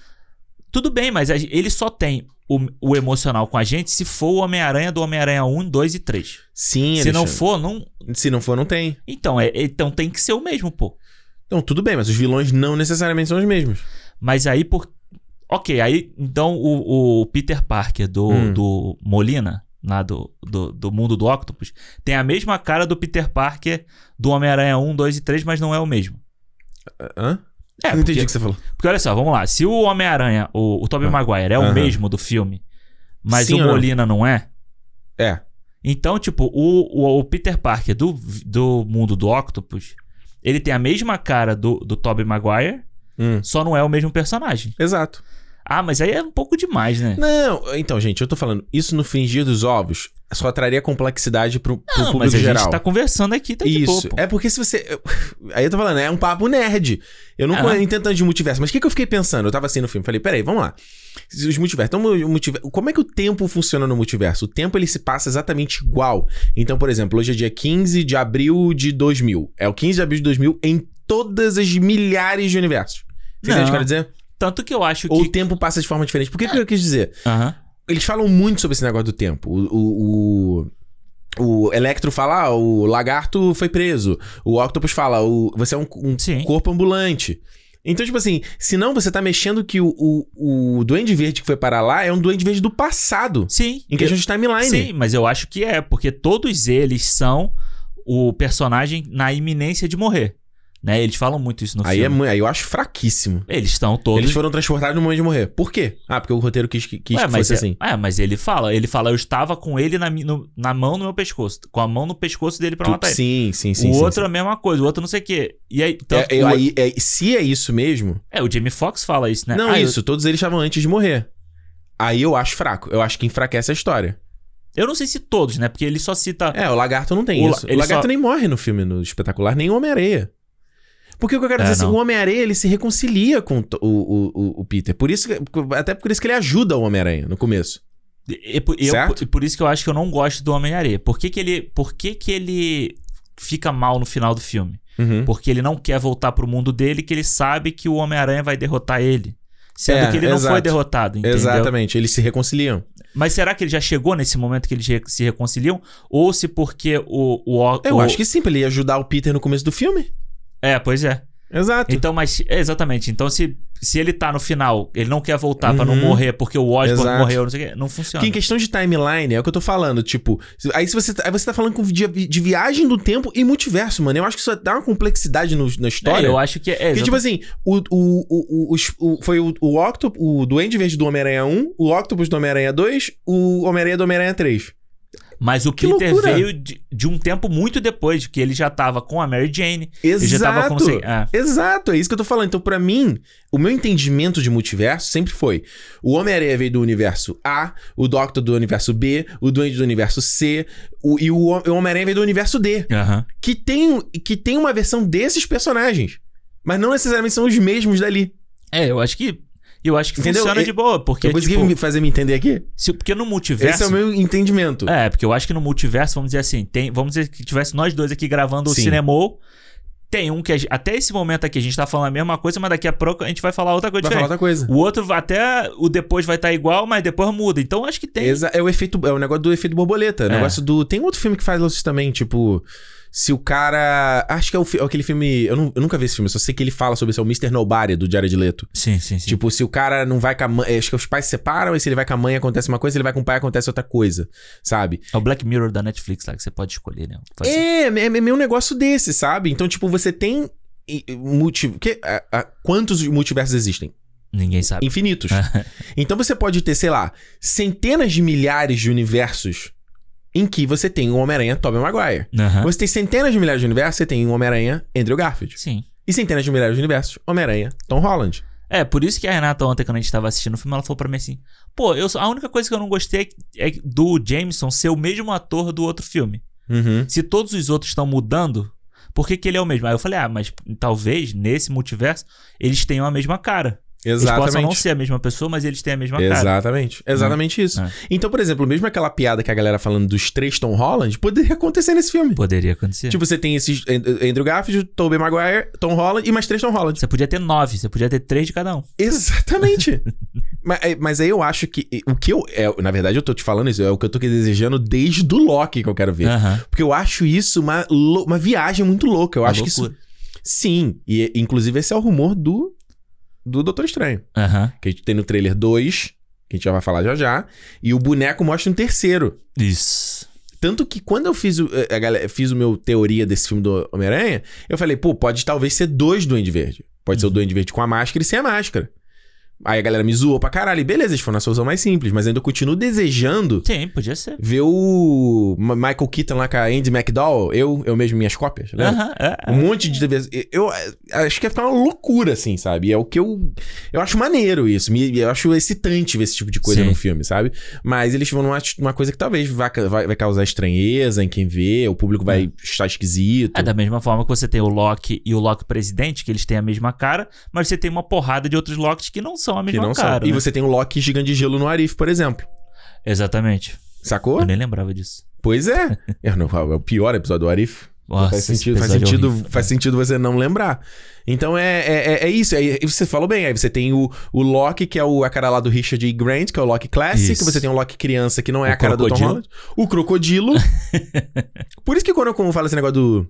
Speaker 2: Tudo bem, mas a gen- ele só tem o, o emocional com a gente se for o Homem-Aranha do Homem-Aranha 1, 2 e 3.
Speaker 1: Sim,
Speaker 2: Se não
Speaker 1: Alexandre.
Speaker 2: for, não.
Speaker 1: Se não for, não tem.
Speaker 2: Então, é, então tem que ser o mesmo, pô.
Speaker 1: Então, tudo bem, mas os vilões não necessariamente são os mesmos.
Speaker 2: Mas aí por. Ok, aí então o, o Peter Parker do,
Speaker 1: Hum.
Speaker 2: do Molina, lá do, do, do mundo do Octopus, tem a mesma cara do Peter Parker do Homem-Aranha 1, 2 e 3, mas não é o mesmo.
Speaker 1: Hã?
Speaker 2: É,
Speaker 1: não entendi
Speaker 2: porque-
Speaker 1: o que você falou.
Speaker 2: Porque olha só, vamos lá. Se o Homem-Aranha, o, o Tobey
Speaker 1: Ah.
Speaker 2: Maguire, é o
Speaker 1: Aham.
Speaker 2: mesmo do filme, mas
Speaker 1: Sim
Speaker 2: o
Speaker 1: ou não?
Speaker 2: Molina não é.
Speaker 1: É.
Speaker 2: Então, tipo, o, o, o Peter Parker do, do mundo do Octopus, ele tem a mesma cara do, do Tobey Maguire,
Speaker 1: Hum.
Speaker 2: só não é o mesmo personagem.
Speaker 1: Exato.
Speaker 2: Ah, mas aí é um pouco demais, né?
Speaker 1: Não, então, gente, eu tô falando, isso no fingir dos ovos só traria complexidade pro, pro
Speaker 2: Não,
Speaker 1: público
Speaker 2: mas a
Speaker 1: geral.
Speaker 2: gente tá conversando aqui, tá de boa,
Speaker 1: Isso.
Speaker 2: pô.
Speaker 1: É porque se você. eu- Aí eu tô falando, é um papo nerd. Eu não
Speaker 2: Ah.
Speaker 1: con- entendo tanto de multiverso. Mas o que, que eu fiquei pensando? Eu tava assim no filme. Falei, peraí, vamos lá. Os multiversos. Então, o multiver- como é que o tempo funciona no multiverso? O tempo ele se passa exatamente igual. Então, por exemplo, hoje é dia 15 de abril de 2000. É o 15 de abril de 2000 em todas as milhares de universos. Você entende o que eu
Speaker 2: Não.
Speaker 1: quero dizer?
Speaker 2: Tanto que eu acho
Speaker 1: Ou o
Speaker 2: que. É.
Speaker 1: tempo passa de forma diferente. Por que, que eu quis dizer?
Speaker 2: Aham.
Speaker 1: Eles falam muito sobre esse negócio do tempo. O. o, o... O Electro fala, ah, o lagarto foi preso. O Octopus fala, o, você é um, um
Speaker 2: Sim.
Speaker 1: corpo ambulante. Então, tipo assim, senão você tá mexendo que o, o, o Duende Verde que foi parar lá é um Duende Verde do passado.
Speaker 2: Sim.
Speaker 1: Em questão de timeline.
Speaker 2: Sim, mas eu acho que é, porque todos eles são o personagem na iminência de morrer. Né? Eles falam muito isso no
Speaker 1: Aí, é,
Speaker 2: filme.
Speaker 1: mu- aí eu acho fraquíssimo.
Speaker 2: Eles estão todos.
Speaker 1: Eles foram transportados no momento de morrer. Por quê? Ah, porque o roteiro quis, que- quis
Speaker 2: Ué,
Speaker 1: que
Speaker 2: mas
Speaker 1: fosse
Speaker 2: é-
Speaker 1: assim.
Speaker 2: É, mas ele fala, ele fala, eu estava com ele na, mi- no- na mão no meu pescoço, com a mão no pescoço dele pra
Speaker 1: Tu-
Speaker 2: matar ele.
Speaker 1: sim, sim, sim.
Speaker 2: o
Speaker 1: sim, sim.
Speaker 2: outro é a mesma coisa, o outro não sei o quê. E aí, tanto
Speaker 1: É, eu-
Speaker 2: o-
Speaker 1: aí- é, se é isso mesmo.
Speaker 2: é, o Jamie Foxx fala isso, né?
Speaker 1: Não,
Speaker 2: Ah, eu-
Speaker 1: isso. Todos eles estavam antes de morrer. Aí eu acho fraco. Eu acho que enfraquece a história.
Speaker 2: Eu, não sei se todos, né? Porque ele só cita.
Speaker 1: É, o lagarto não tem
Speaker 2: O la-
Speaker 1: isso. O
Speaker 2: ele
Speaker 1: lagarto
Speaker 2: só-
Speaker 1: nem morre no filme no espetacular, nem o Homem-Areia. Porque o que eu quero
Speaker 2: É,
Speaker 1: dizer é assim,
Speaker 2: não.
Speaker 1: o Homem-Areia ele se reconcilia com to- o, o, o- o Peter. Por isso, que- até por isso que ele ajuda o Homem-Aranha no começo.
Speaker 2: e- e por- eu-
Speaker 1: Certo?
Speaker 2: e por isso que eu acho que eu não gosto do Homem-Areia. Por que, que ele. Por que, que ele fica mal no final do filme?
Speaker 1: Uhum.
Speaker 2: Porque ele não quer voltar pro mundo dele, que ele sabe que o Homem-Aranha vai derrotar ele. Sendo
Speaker 1: É,
Speaker 2: que ele não foi
Speaker 1: exato.
Speaker 2: derrotado, entendeu?
Speaker 1: Exatamente, eles se reconciliam.
Speaker 2: Mas será que ele já chegou nesse momento que eles re- se reconciliam? Ou se porque o. o
Speaker 1: Eu
Speaker 2: o-
Speaker 1: acho que sim, pra ele ia ajudar o Peter no começo do filme.
Speaker 2: É, pois é.
Speaker 1: Exato.
Speaker 2: Então, mas. é, exatamente. Então, se, se ele tá no final, ele não quer voltar pra não
Speaker 1: Uhum.
Speaker 2: morrer porque o Osborn
Speaker 1: Exato.
Speaker 2: morreu, não sei o quê, não funciona.
Speaker 1: Porque em questão de timeline, é o que eu tô falando, tipo... se- Aí, se você, aí você tá falando com- de, de viagem do tempo e multiverso, mano. Eu acho que isso dá uma complexidade no- na história.
Speaker 2: É, eu acho que é.
Speaker 1: Porque,
Speaker 2: exata-
Speaker 1: tipo assim, o, o, o, o- os- o- foi o, o Octopus, o Duende Verde do Homem-Aranha 1, o Octopus do Homem-Aranha 2, o Homem-Aranha do Homem-Aranha 3.
Speaker 2: mas o
Speaker 1: que
Speaker 2: Peter
Speaker 1: loucura.
Speaker 2: veio de, de um tempo muito depois, que ele já tava com a Mary Jane. Ele já tava
Speaker 1: Exato.
Speaker 2: com. sei- é.
Speaker 1: Exato, é isso que eu tô falando. Então, pra mim, o meu entendimento de multiverso sempre foi: o Homem-Aranha veio do universo A, o Doctor do universo B, o Duende do universo C, o- e o, Hom- o Homem-Aranha veio do universo D.
Speaker 2: é. Aham.
Speaker 1: Que tem, que tem uma versão desses personagens. Mas não necessariamente são os mesmos dali.
Speaker 2: É, eu acho que. Eu acho que
Speaker 1: Entendeu?
Speaker 2: funciona
Speaker 1: E-
Speaker 2: de boa, porque.
Speaker 1: eu consegui
Speaker 2: tipo,
Speaker 1: me fazer me entender aqui?
Speaker 2: se- porque no multiverso.
Speaker 1: Esse é o meu entendimento.
Speaker 2: É, porque eu acho que no multiverso, vamos dizer assim, tem, vamos dizer que tivesse nós dois aqui gravando
Speaker 1: Sim.
Speaker 2: o Cinemol. Tem um que a gen- até esse momento aqui a gente tá falando a mesma coisa, mas daqui a pouco a gente vai falar outra coisa
Speaker 1: Vai falar
Speaker 2: diferente.
Speaker 1: outra coisa.
Speaker 2: O outro vai- até o depois vai estar igual, mas depois muda. Então acho que tem.
Speaker 1: Exa- é o efeito, é o negócio do efeito borboleta, é. o
Speaker 2: É.
Speaker 1: negócio do tem outro filme que faz isso também, tipo se o cara, acho que é, o fi- é aquele filme, eu, nu- eu nunca vi esse filme, eu só sei que ele fala sobre isso, é o Mr. Nobody do Jared Leto.
Speaker 2: Sim, sim, sim.
Speaker 1: Tipo, se o cara não vai com a mãe, é, acho que os pais se separam, e se ele vai com a mãe acontece uma coisa, se ele vai com o pai acontece outra coisa, sabe?
Speaker 2: É o Black Mirror da Netflix lá, que você pode escolher, né? Faz-
Speaker 1: É, é, é meio um negócio desse, sabe? Então, tipo, você tem e- e multi, que, a- a- quantos multiversos existem?
Speaker 2: Ninguém sabe.
Speaker 1: infinitos. então você pode ter, sei lá, centenas de milhares de universos em que você tem o Homem-Aranha Tobey Maguire.
Speaker 2: Aham.
Speaker 1: Você tem centenas de milhares de universos, você tem o Homem-Aranha Andrew Garfield.
Speaker 2: Sim.
Speaker 1: E centenas de milhares de universos, Homem-Aranha Tom Holland.
Speaker 2: É, por isso que a Renata ontem, quando a gente tava assistindo o filme, ela falou pra mim assim: pô, eu, só- a única coisa que eu não gostei é que- do Jameson ser o mesmo ator do outro filme.
Speaker 1: Uhum.
Speaker 2: Se todos os outros estão mudando, por que, que ele é o mesmo? Aí eu falei, ah, mas talvez nesse multiverso eles tenham a mesma cara. Eles possam não
Speaker 1: Exatamente.
Speaker 2: ser a mesma pessoa, mas eles têm a mesma cara.
Speaker 1: Exatamente. Uhum. Exatamente isso.
Speaker 2: É.
Speaker 1: Então, por exemplo, mesmo aquela piada que a galera falando dos três Tom Holland, poderia acontecer nesse filme.
Speaker 2: Poderia acontecer.
Speaker 1: Tipo, você tem esses And- Andrew Garfield, Tobey Maguire, Tom Holland e mais três Tom Holland.
Speaker 2: você podia ter nove, você podia ter três de cada um.
Speaker 1: Exatamente. mas, é, mas aí eu acho que. e, O que eu. é, na verdade, eu tô te falando isso, é o que eu tô desejando desde o Loki que eu quero ver.
Speaker 2: Aham.
Speaker 1: Porque eu acho isso uma, lou- uma viagem muito louca. Eu
Speaker 2: Uma
Speaker 1: acho que
Speaker 2: loucura.
Speaker 1: isso. Sim. E inclusive esse é o rumor do. Do Doutor Estranho.
Speaker 2: Aham.
Speaker 1: Que a gente tem no trailer 2, que a gente já vai falar já já. E o boneco mostra um terceiro.
Speaker 2: Isso.
Speaker 1: Tanto que quando eu fiz o, eh, a galera, fiz o meu teoria desse filme do Homem-Aranha, eu falei, pô, pode talvez ser dois Duende Verde. Pode ser o Duende Verde com a máscara e sem a máscara. Aí a galera me zoou pra caralho. E beleza, eles foram na solução mais simples. Mas ainda eu continuo desejando
Speaker 2: Sim, podia ser.
Speaker 1: ver o Ma- Michael Keaton lá com a Andy McDowell. Eu, eu mesmo, minhas cópias, né?
Speaker 2: Aham. é, é.
Speaker 1: Um monte de vezes. Eu eh, acho que ia ficar uma loucura, assim, sabe? E É o que eu. Eu acho maneiro isso. Me, eu acho excitante ver esse tipo de coisa
Speaker 2: Sim.
Speaker 1: no filme, sabe? Mas eles vão numa, ati- numa coisa que talvez vá ca- vai, vai causar estranheza em quem vê, o público vai estar esquisito.
Speaker 2: É da mesma forma que você tem o Loki e o Loki presidente, que eles têm a mesma cara, mas você tem uma porrada de outros Locks que não são a
Speaker 1: que
Speaker 2: mesma
Speaker 1: não
Speaker 2: cara.
Speaker 1: sabe. E
Speaker 2: né?
Speaker 1: você tem o Loki gigante de gelo no Arif, por exemplo.
Speaker 2: Exatamente.
Speaker 1: Sacou?
Speaker 2: Eu nem lembrava disso.
Speaker 1: Pois é. é, não, é o pior episódio do Arif.
Speaker 2: Nossa,
Speaker 1: faz
Speaker 2: esse
Speaker 1: sentido, faz,
Speaker 2: episódio é
Speaker 1: sentido
Speaker 2: horrível.
Speaker 1: faz sentido você não lembrar. Então é, é, é- é isso. Aí você falou bem. Aí você tem o, o Loki, que é o, a cara lá do Richard E. Grant, que é o Loki Classic.
Speaker 2: Isso.
Speaker 1: Você tem o Loki criança, que não é
Speaker 2: O
Speaker 1: a cara do Tom
Speaker 2: crocodilo.
Speaker 1: Holland. O Crocodilo. Por isso que quando eu como falo esse negócio do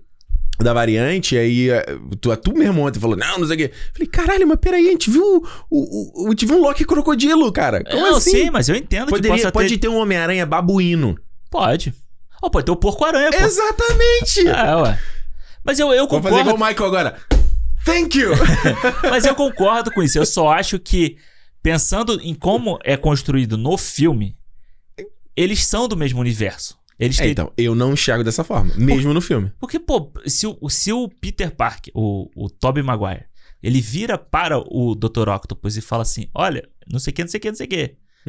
Speaker 1: da variante, aí eh, tu, tu mesmo ontem falou, não, não sei o quê. Falei, caralho, mas peraí, a gente viu. o- O, o, a gente viu um Loki crocodilo, cara. Como
Speaker 2: não,
Speaker 1: assim?
Speaker 2: sim, mas É, eu entendo
Speaker 1: Poderia-
Speaker 2: que possa
Speaker 1: pode
Speaker 2: ter...
Speaker 1: ter um Homem-Aranha babuíno.
Speaker 2: Pode. Ó, pode ter o porco-aranha, pô.
Speaker 1: Exatamente!
Speaker 2: Ah, ué. Mas eu, eu
Speaker 1: Vou fazer igual
Speaker 2: concordo,
Speaker 1: o Michael agora. Thank you!
Speaker 2: mas eu concordo com isso. Eu só acho que, pensando em como é construído no filme, eles são do mesmo universo. Eles
Speaker 1: É,
Speaker 2: têm
Speaker 1: então, eu não enxergo dessa forma, mesmo no filme.
Speaker 2: Porque, pô, se o, se o Peter Parker, o, o Tobey Maguire, ele vira para o Dr. Octopus e fala assim: olha, não sei o que, não sei o que, não sei o
Speaker 1: Uhum.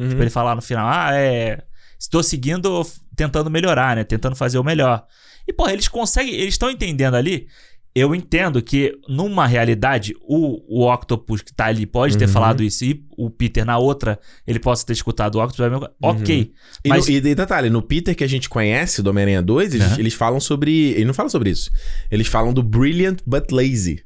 Speaker 2: que. Tipo, ele falar no final: ah, é. Estou seguindo, f- tentando melhorar, né? Tentando fazer o melhor. E, pô, eles conseguem, eles estão entendendo ali. Eu entendo que, numa realidade, o, o Octopus que tá ali pode ter
Speaker 1: Uhum.
Speaker 2: falado isso e o Peter na outra, ele possa ter escutado o Octopus.
Speaker 1: Uhum.
Speaker 2: Ok.
Speaker 1: E,
Speaker 2: Mas-
Speaker 1: no- e, e detalhe, no Peter que a gente conhece, do Homem-Aranha 2, eles,
Speaker 2: Aham.
Speaker 1: eles falam sobre. Ele não fala sobre isso. Eles falam do brilliant but lazy.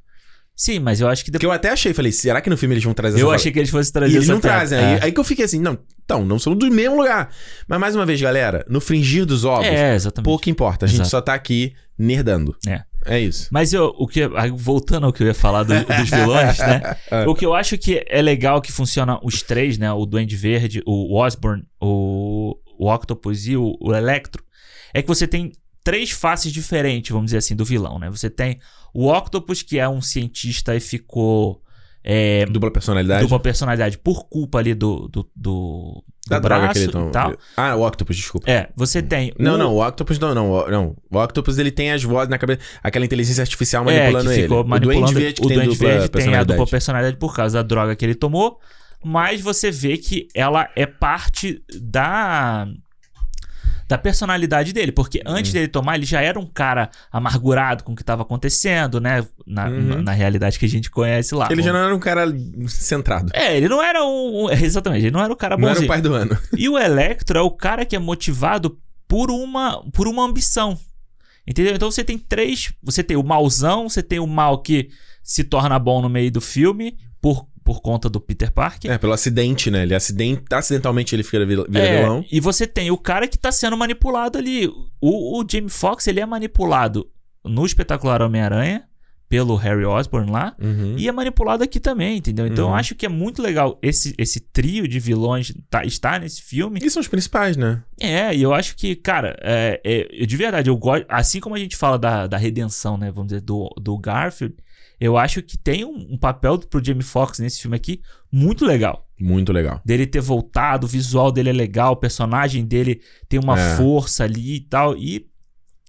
Speaker 2: Sim, mas eu acho que
Speaker 1: Que
Speaker 2: depois.
Speaker 1: eu até achei, falei, será que no filme eles vão trazer
Speaker 2: Eu
Speaker 1: essa
Speaker 2: achei que eles fossem
Speaker 1: E
Speaker 2: trazer
Speaker 1: eles
Speaker 2: essa
Speaker 1: não
Speaker 2: piada.
Speaker 1: trazem.
Speaker 2: É.
Speaker 1: Aí, aí que eu fiquei assim, não, então, não são do mesmo lugar. Mas mais uma vez, galera, no fringir dos ovos,
Speaker 2: É, exatamente.
Speaker 1: pouco importa. A gente
Speaker 2: Exato.
Speaker 1: só tá aqui nerdando.
Speaker 2: É.
Speaker 1: É isso.
Speaker 2: Mas eu, o que, aí, voltando ao que eu ia falar do- dos vilões, né? O que eu acho que é legal que funciona os três, né? O Duende Verde, o Osborn, o, o Octopus e o, o Electro, é que você tem três faces diferentes, vamos dizer assim, do vilão, né? Você tem o Octopus, que é um cientista e ficou é,
Speaker 1: Dupla personalidade.
Speaker 2: dupla personalidade por culpa ali do, do, do, do
Speaker 1: Da droga que
Speaker 2: braço
Speaker 1: ele Hum.
Speaker 2: e tal.
Speaker 1: toma. Ah, o Octopus, desculpa.
Speaker 2: É, você tem
Speaker 1: Não,
Speaker 2: o,
Speaker 1: não, o Octopus não, não, o- não. O Octopus ele tem as vozes na cabeça, aquela inteligência artificial Tá manipulando
Speaker 2: é, que
Speaker 1: ele.
Speaker 2: ficou
Speaker 1: o
Speaker 2: manipulando
Speaker 1: Duende Verde que
Speaker 2: o
Speaker 1: tem
Speaker 2: Duende
Speaker 1: dupla
Speaker 2: Verde tem a
Speaker 1: personalidade.
Speaker 2: dupla personalidade por causa da droga que ele tomou, mas você vê que ela é parte da da personalidade dele, porque
Speaker 1: Uhum.
Speaker 2: antes dele tomar ele já era um cara amargurado com o que estava acontecendo, né, na,
Speaker 1: Uhum.
Speaker 2: na- na realidade que a gente conhece lá.
Speaker 1: Ele já não era um cara centrado.
Speaker 2: É, ele não era um, um- exatamente, ele não era um cara
Speaker 1: Não era o
Speaker 2: bonzinho.
Speaker 1: pai do ano.
Speaker 2: E o Electro é o cara que é motivado por uma, por uma ambição. Entendeu? Então você tem três. Você tem o malzão, você tem o mal que se torna bom no meio do filme por, por conta do Peter Parker.
Speaker 1: É, pelo acidente, né? Ele acident... acidentalmente ele fica vira vira
Speaker 2: É,
Speaker 1: vilão.
Speaker 2: e você tem o cara que tá sendo manipulado ali. O, o Jamie Foxx, ele é manipulado no espetacular Homem-Aranha, pelo Harry Osborn lá.
Speaker 1: Uhum.
Speaker 2: E é manipulado aqui também, entendeu? Então
Speaker 1: Uhum.
Speaker 2: eu acho que é muito legal esse, esse trio de vilões tá, estar nesse filme.
Speaker 1: E são os principais, né?
Speaker 2: É, e eu acho que, cara, é, é, eu de verdade, eu gosto. Assim como a gente fala da, da redenção, né? Vamos dizer, do, do Garfield, eu acho que tem um, um papel pro Jamie Foxx nesse filme aqui muito legal.
Speaker 1: Muito legal.
Speaker 2: Dele ter voltado, o visual dele é legal, o personagem dele tem uma
Speaker 1: É.
Speaker 2: força ali e tal. E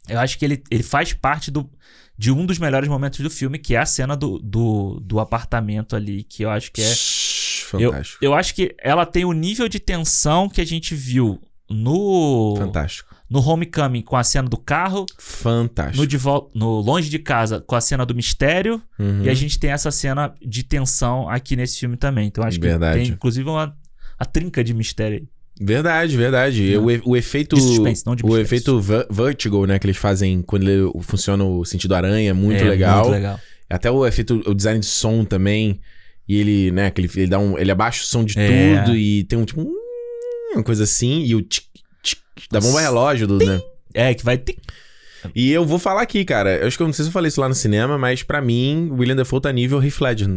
Speaker 2: eu acho que ele, ele faz parte do, de um dos melhores momentos do filme, que é a cena do, do, do apartamento ali, que eu acho que é.
Speaker 1: Shhh, Fantástico.
Speaker 2: Eu acho que ela tem o nível de tensão que a gente viu no
Speaker 1: Fantástico.
Speaker 2: no Homecoming com a cena do carro, no,
Speaker 1: Fantástico.
Speaker 2: de Vol- no Longe de Casa com a cena do mistério,
Speaker 1: Uhum.
Speaker 2: e a gente tem essa cena de tensão aqui nesse filme também. Então acho que
Speaker 1: Verdade.
Speaker 2: tem inclusive uma a trinca de mistério. aí.
Speaker 1: Verdade, verdade. E O, e- o efeito.
Speaker 2: De suspense, não de
Speaker 1: o
Speaker 2: mistério.
Speaker 1: efeito ver- vertigo, né? Que eles fazem quando ele- funciona o sentido aranha, muito
Speaker 2: É,
Speaker 1: legal.
Speaker 2: Muito legal.
Speaker 1: Até o efeito, o design de som também. E ele, né, que ele, ele dá um. Ele abaixa o som de
Speaker 2: É.
Speaker 1: tudo e tem um tipo. hum, Uma coisa assim. E o tic, tic da bomba relógio do, né?
Speaker 2: É, que vai ter.
Speaker 1: E eu vou falar aqui, cara. Eu acho que eu não sei se eu falei isso lá no cinema, mas pra mim, o William Defoe tá nível Heath Ledger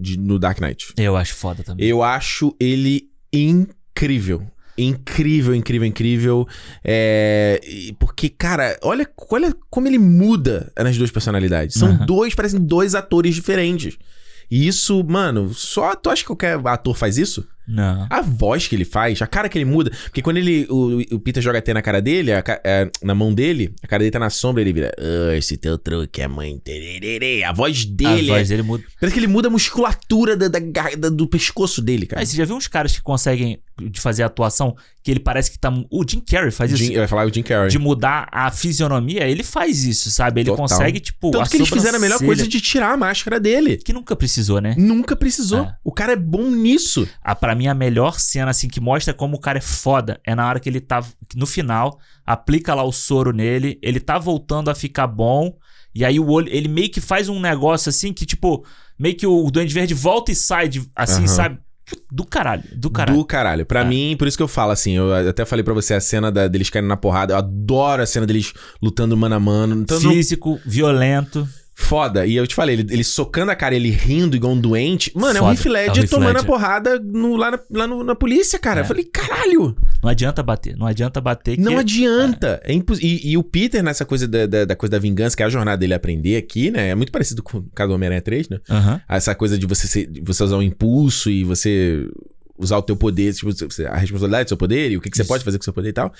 Speaker 1: de- no Dark Knight.
Speaker 2: Eu acho foda também.
Speaker 1: Eu acho ele incrível. Incrível, incrível, incrível. É, e Porque, cara, olha, olha como ele muda nas duas personalidades. São
Speaker 2: Aham.
Speaker 1: dois, parecem dois atores diferentes. E isso, mano, só tu acha que qualquer ator faz isso?
Speaker 2: Não.
Speaker 1: A voz que ele faz, a cara que ele muda. Porque quando ele. O, o Peter joga T na cara dele, a ca- é, na mão dele, a cara dele tá na sombra, ele vira. "Ah, esse teu truque é mãe. tererê." A voz dele.
Speaker 2: a
Speaker 1: é-
Speaker 2: voz dele muda.
Speaker 1: Parece que ele muda a musculatura da, da gar- da- do pescoço dele, cara.
Speaker 2: Aí Ah, você já viu uns caras que conseguem de fazer atuação que ele parece que tá. O Jim Carrey faz isso.
Speaker 1: Jim- eu ia falar o Jim Carrey.
Speaker 2: De mudar a fisionomia, ele faz isso, sabe? Ele
Speaker 1: Total.
Speaker 2: consegue, tipo.
Speaker 1: Tanto
Speaker 2: a
Speaker 1: que eles fizeram a melhor
Speaker 2: sobrancelha,
Speaker 1: coisa de tirar a máscara dele.
Speaker 2: Que nunca precisou, né?
Speaker 1: Nunca precisou.
Speaker 2: É.
Speaker 1: O cara é bom nisso.
Speaker 2: a, pra mim, a melhor cena, assim, que mostra como o cara é foda, é na hora que ele tá. que No final, aplica lá o soro nele, ele tá voltando a ficar bom. E aí o olho. Ele meio que faz um negócio assim que, tipo, meio que o Duende Verde volta e sai, de- assim,
Speaker 1: Aham.
Speaker 2: sabe? do caralho, do caralho.
Speaker 1: Do caralho. Pra
Speaker 2: É.
Speaker 1: mim, por isso que eu falo assim, eu até falei pra você a cena da- deles caindo na porrada. Eu adoro a cena deles lutando mano a mano. Então, não-
Speaker 2: Físico, violento.
Speaker 1: Foda. E eu te falei, ele, ele socando a cara, ele rindo igual um doente. Mano, é o
Speaker 2: Foda.
Speaker 1: Heath Ledger
Speaker 2: É o Heath
Speaker 1: tomando
Speaker 2: Ledger.
Speaker 1: a porrada no- lá, na, lá no- na polícia, cara.
Speaker 2: É.
Speaker 1: Eu falei, caralho,
Speaker 2: Não adianta bater, não adianta bater. Que...
Speaker 1: não adianta. É. impos- e, e o Peter, nessa coisa da, da- da coisa da vingança, que é a jornada dele aprender aqui, né? É muito parecido com o caso do Homem-Aranha 3, né?
Speaker 2: Aham.
Speaker 1: Essa coisa de você, ser- de você usar o impulso e você usar o teu poder, tipo, você- a responsabilidade do seu poder e o que, que você
Speaker 2: Isso.
Speaker 1: pode fazer com o seu poder e tal.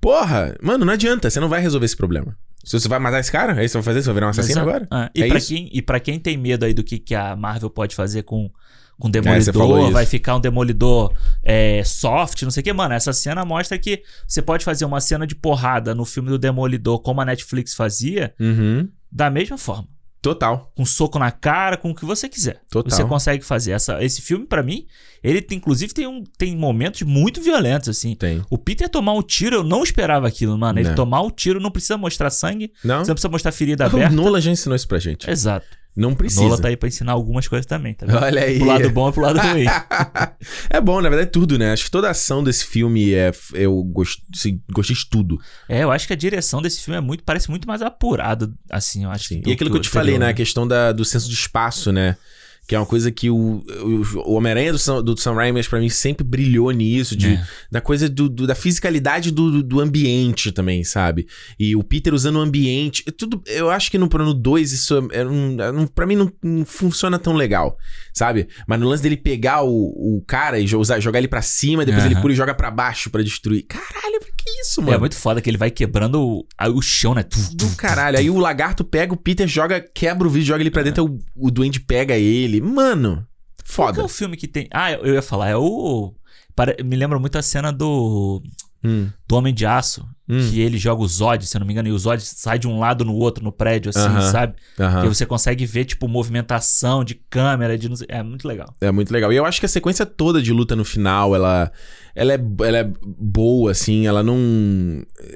Speaker 1: Porra, mano, não adianta. Você não vai resolver esse problema. Se você vai matar esse cara, é isso que você vai fazer? Você vai virar um assassino
Speaker 2: Exato.
Speaker 1: agora?
Speaker 2: Ah, e,
Speaker 1: É
Speaker 2: pra
Speaker 1: isso.
Speaker 2: quem, e pra quem tem medo aí do que, que a Marvel pode fazer com, com
Speaker 1: É, você falou
Speaker 2: Demolidor,
Speaker 1: isso.
Speaker 2: vai ficar um Demolidor é, soft, não sei o que, mano. Essa cena mostra que você pode fazer uma cena de porrada no filme do Demolidor, como a Netflix fazia,
Speaker 1: Uhum.
Speaker 2: da mesma forma.
Speaker 1: Total.
Speaker 2: Com soco na cara, com o que você quiser.
Speaker 1: Total.
Speaker 2: Você consegue fazer. Essa, esse filme, pra mim, ele tem- inclusive tem, um, tem momentos muito violentos, assim.
Speaker 1: Tem.
Speaker 2: O Peter tomar um tiro, eu não esperava aquilo, mano. Ele
Speaker 1: Não.
Speaker 2: tomar um tiro, não precisa mostrar sangue,
Speaker 1: Não? É um
Speaker 2: você não precisa mostrar ferida
Speaker 1: O
Speaker 2: aberta.
Speaker 1: Nola já ensinou isso pra gente.
Speaker 2: Exato.
Speaker 1: Não
Speaker 2: Nola
Speaker 1: precisa.
Speaker 2: tá aí pra ensinar algumas coisas também, tá vendo?
Speaker 1: Olha aí.
Speaker 2: Pro lado bom e pro lado ruim.
Speaker 1: é bom, na verdade, tudo, né? Acho que toda a ação desse filme é. Eu gost- se- gostei de tudo.
Speaker 2: É, eu acho que a direção desse filme é muito, parece muito mais apurada, assim, eu acho.
Speaker 1: Sim.
Speaker 2: do
Speaker 1: E aquilo que eu
Speaker 2: o
Speaker 1: te
Speaker 2: anterior,
Speaker 1: falei, né? A questão da- do senso de espaço, né? Que é uma coisa que o, o, o Homem-Aranha do, Sam- do Sam Raimi, pra mim, sempre brilhou nisso. De,
Speaker 2: É.
Speaker 1: Da coisa do, do- da fisicalidade do, do- do ambiente também, sabe? E o Peter usando o ambiente. é Tudo, eu acho que no Prono 2 isso é, é um- é um- pra mim não, não funciona tão legal, sabe? Mas no lance dele pegar o, o cara e jo- usar- jogar ele pra cima, depois ele
Speaker 2: Aham.
Speaker 1: pula e joga pra baixo pra destruir. Caralho, pra que isso,
Speaker 2: É
Speaker 1: mano?
Speaker 2: muito foda que ele vai quebrando o, aí o chão, né? Tum, tum,
Speaker 1: Do caralho. Aí o lagarto pega o Peter, joga, quebra o vidro, joga ele pra dentro, aí o, o duende pega ele. Mano,
Speaker 2: Qual que é
Speaker 1: foda.
Speaker 2: o filme que tem. Ah, eu eu ia falar, é o. pare- Me lembra muito a cena do.
Speaker 1: Hum,
Speaker 2: Do Homem de Aço,
Speaker 1: hum,
Speaker 2: que ele joga o Zod, se eu não me engano, e o Zod sai de um lado no outro, no prédio, assim,
Speaker 1: Aham.
Speaker 2: sabe?
Speaker 1: aham.
Speaker 2: E você consegue ver, tipo, movimentação de câmera, de não sei- É muito legal.
Speaker 1: É muito legal. E eu acho que a sequência toda de luta no final, ela, ela, é, ela é boa, assim, ela não,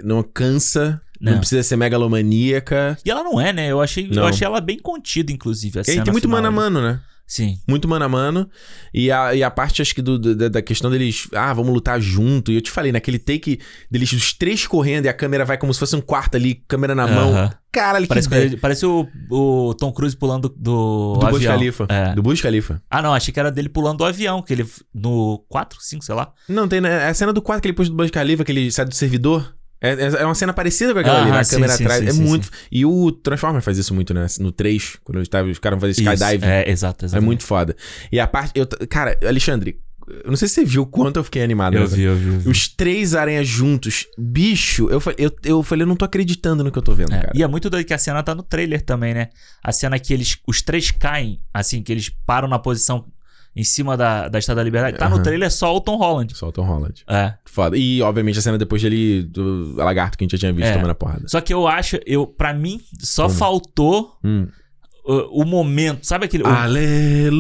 Speaker 1: não cansa, não.
Speaker 2: Não.
Speaker 1: precisa ser megalomaníaca.
Speaker 2: E ela não é, né? Eu achei, eu
Speaker 1: Não.
Speaker 2: achei ela bem contida, inclusive. A
Speaker 1: E aí
Speaker 2: cena
Speaker 1: tem muito
Speaker 2: final,
Speaker 1: mano a
Speaker 2: né?
Speaker 1: mano, né?
Speaker 2: Sim.
Speaker 1: Muito mano a mano. E a, e a parte, acho que, do- do- da, da questão deles. Ah, vamos lutar junto. E eu te falei, naquele take deles, os três correndo e a câmera vai como se fosse um quarto ali, câmera na mão.
Speaker 2: Aham.
Speaker 1: Caralho,
Speaker 2: Parece,
Speaker 1: que
Speaker 2: quando ele- parece o, o Tom Cruise pulando do,
Speaker 1: Do Burj
Speaker 2: avião.
Speaker 1: Khalifa.
Speaker 2: É.
Speaker 1: Do Burj Khalifa.
Speaker 2: Ah, não, achei que era dele pulando do avião, que ele. No 4, 5, sei lá.
Speaker 1: Não, tem. né? É a cena do quarto que ele puxa do Burj Khalifa, que ele sai do servidor. É, é- é uma cena parecida com aquela ali,
Speaker 2: Aham,
Speaker 1: na
Speaker 2: Ah, sim,
Speaker 1: câmera
Speaker 2: sim,
Speaker 1: atrás.
Speaker 2: sim,
Speaker 1: é
Speaker 2: sim,
Speaker 1: muito. E o Transformer faz isso muito, né? No 3, quando eles, tavam- os caras vão fazer
Speaker 2: Isso,
Speaker 1: skydive.
Speaker 2: É, exato,
Speaker 1: É,
Speaker 2: exato.
Speaker 1: muito foda. E a parte. eu t- cara, Alexandre, eu não sei se você viu o quanto eu fiquei animado.
Speaker 2: Eu
Speaker 1: nessa-
Speaker 2: vi, eu vi. Eu vi.
Speaker 1: Os três aranhas juntos. Bicho, eu falei, eu, eu falei, eu não tô acreditando no que eu tô vendo,
Speaker 2: É,
Speaker 1: cara.
Speaker 2: E é muito doido que a cena tá no trailer também, né? A cena que eles. Os três caem, assim, que eles param na posição em cima da, da Estátua da Liberdade. Tá
Speaker 1: Aham.
Speaker 2: no trailer só o Tom Holland.
Speaker 1: Só o Tom Holland.
Speaker 2: É.
Speaker 1: Foda. E, obviamente, a cena depois dele, do lagarto que a gente já tinha visto
Speaker 2: É.
Speaker 1: tomando a porrada.
Speaker 2: Só que eu acho, eu, pra mim, só
Speaker 1: Como?
Speaker 2: faltou
Speaker 1: Hum.
Speaker 2: o, o momento. Sabe aquele. o-
Speaker 1: Ah,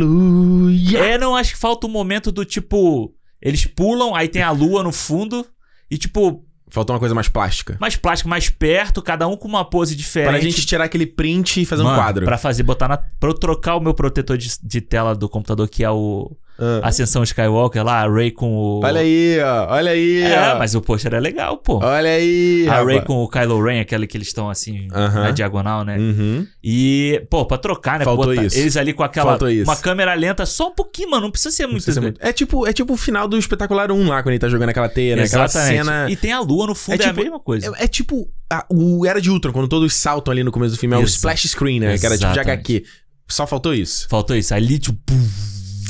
Speaker 1: Aleluia!
Speaker 2: É, não, acho que falta um momento do tipo. Eles pulam, aí tem a lua no fundo. E, tipo,
Speaker 1: Faltou uma coisa mais plástica.
Speaker 2: mais plástico, mais perto, cada um com uma pose diferente.
Speaker 1: Pra gente tirar aquele print e fazer um
Speaker 2: Mano,
Speaker 1: quadro.
Speaker 2: Pra fazer, botar na. Pra eu trocar o meu protetor de, de tela do computador, que é o
Speaker 1: Ah.
Speaker 2: Ascensão Skywalker lá, a Ray com o.
Speaker 1: Olha aí, ó. Olha aí,
Speaker 2: É,
Speaker 1: ó.
Speaker 2: mas o pôster é legal, pô.
Speaker 1: Olha aí.
Speaker 2: a Ray
Speaker 1: rapaz.
Speaker 2: com o Kylo Ren, aquele que eles estão assim,
Speaker 1: Aham.
Speaker 2: na diagonal, né?
Speaker 1: Uhum.
Speaker 2: E, pô, pra trocar, né?
Speaker 1: Faltou
Speaker 2: Botar
Speaker 1: isso.
Speaker 2: Eles ali com aquela.
Speaker 1: Faltou isso.
Speaker 2: Uma câmera lenta, só um pouquinho, mano. Não precisa ser
Speaker 1: Não
Speaker 2: muito.
Speaker 1: precisa ser muito- É tipo, é tipo o final do Espetacular 1 lá, quando ele tá jogando aquela teia, né? Aquela
Speaker 2: Exatamente.
Speaker 1: cena...
Speaker 2: E tem a lua no fundo,
Speaker 1: É
Speaker 2: é,
Speaker 1: tipo-
Speaker 2: a mesma coisa.
Speaker 1: É, é tipo a- o Era de Ultron, quando todos saltam ali no começo do filme. É o
Speaker 2: Exa-
Speaker 1: splash screen, né? Que era tipo de
Speaker 2: Exatamente.
Speaker 1: HQ. Só faltou isso.
Speaker 2: Faltou isso. Ali, tipo. pum.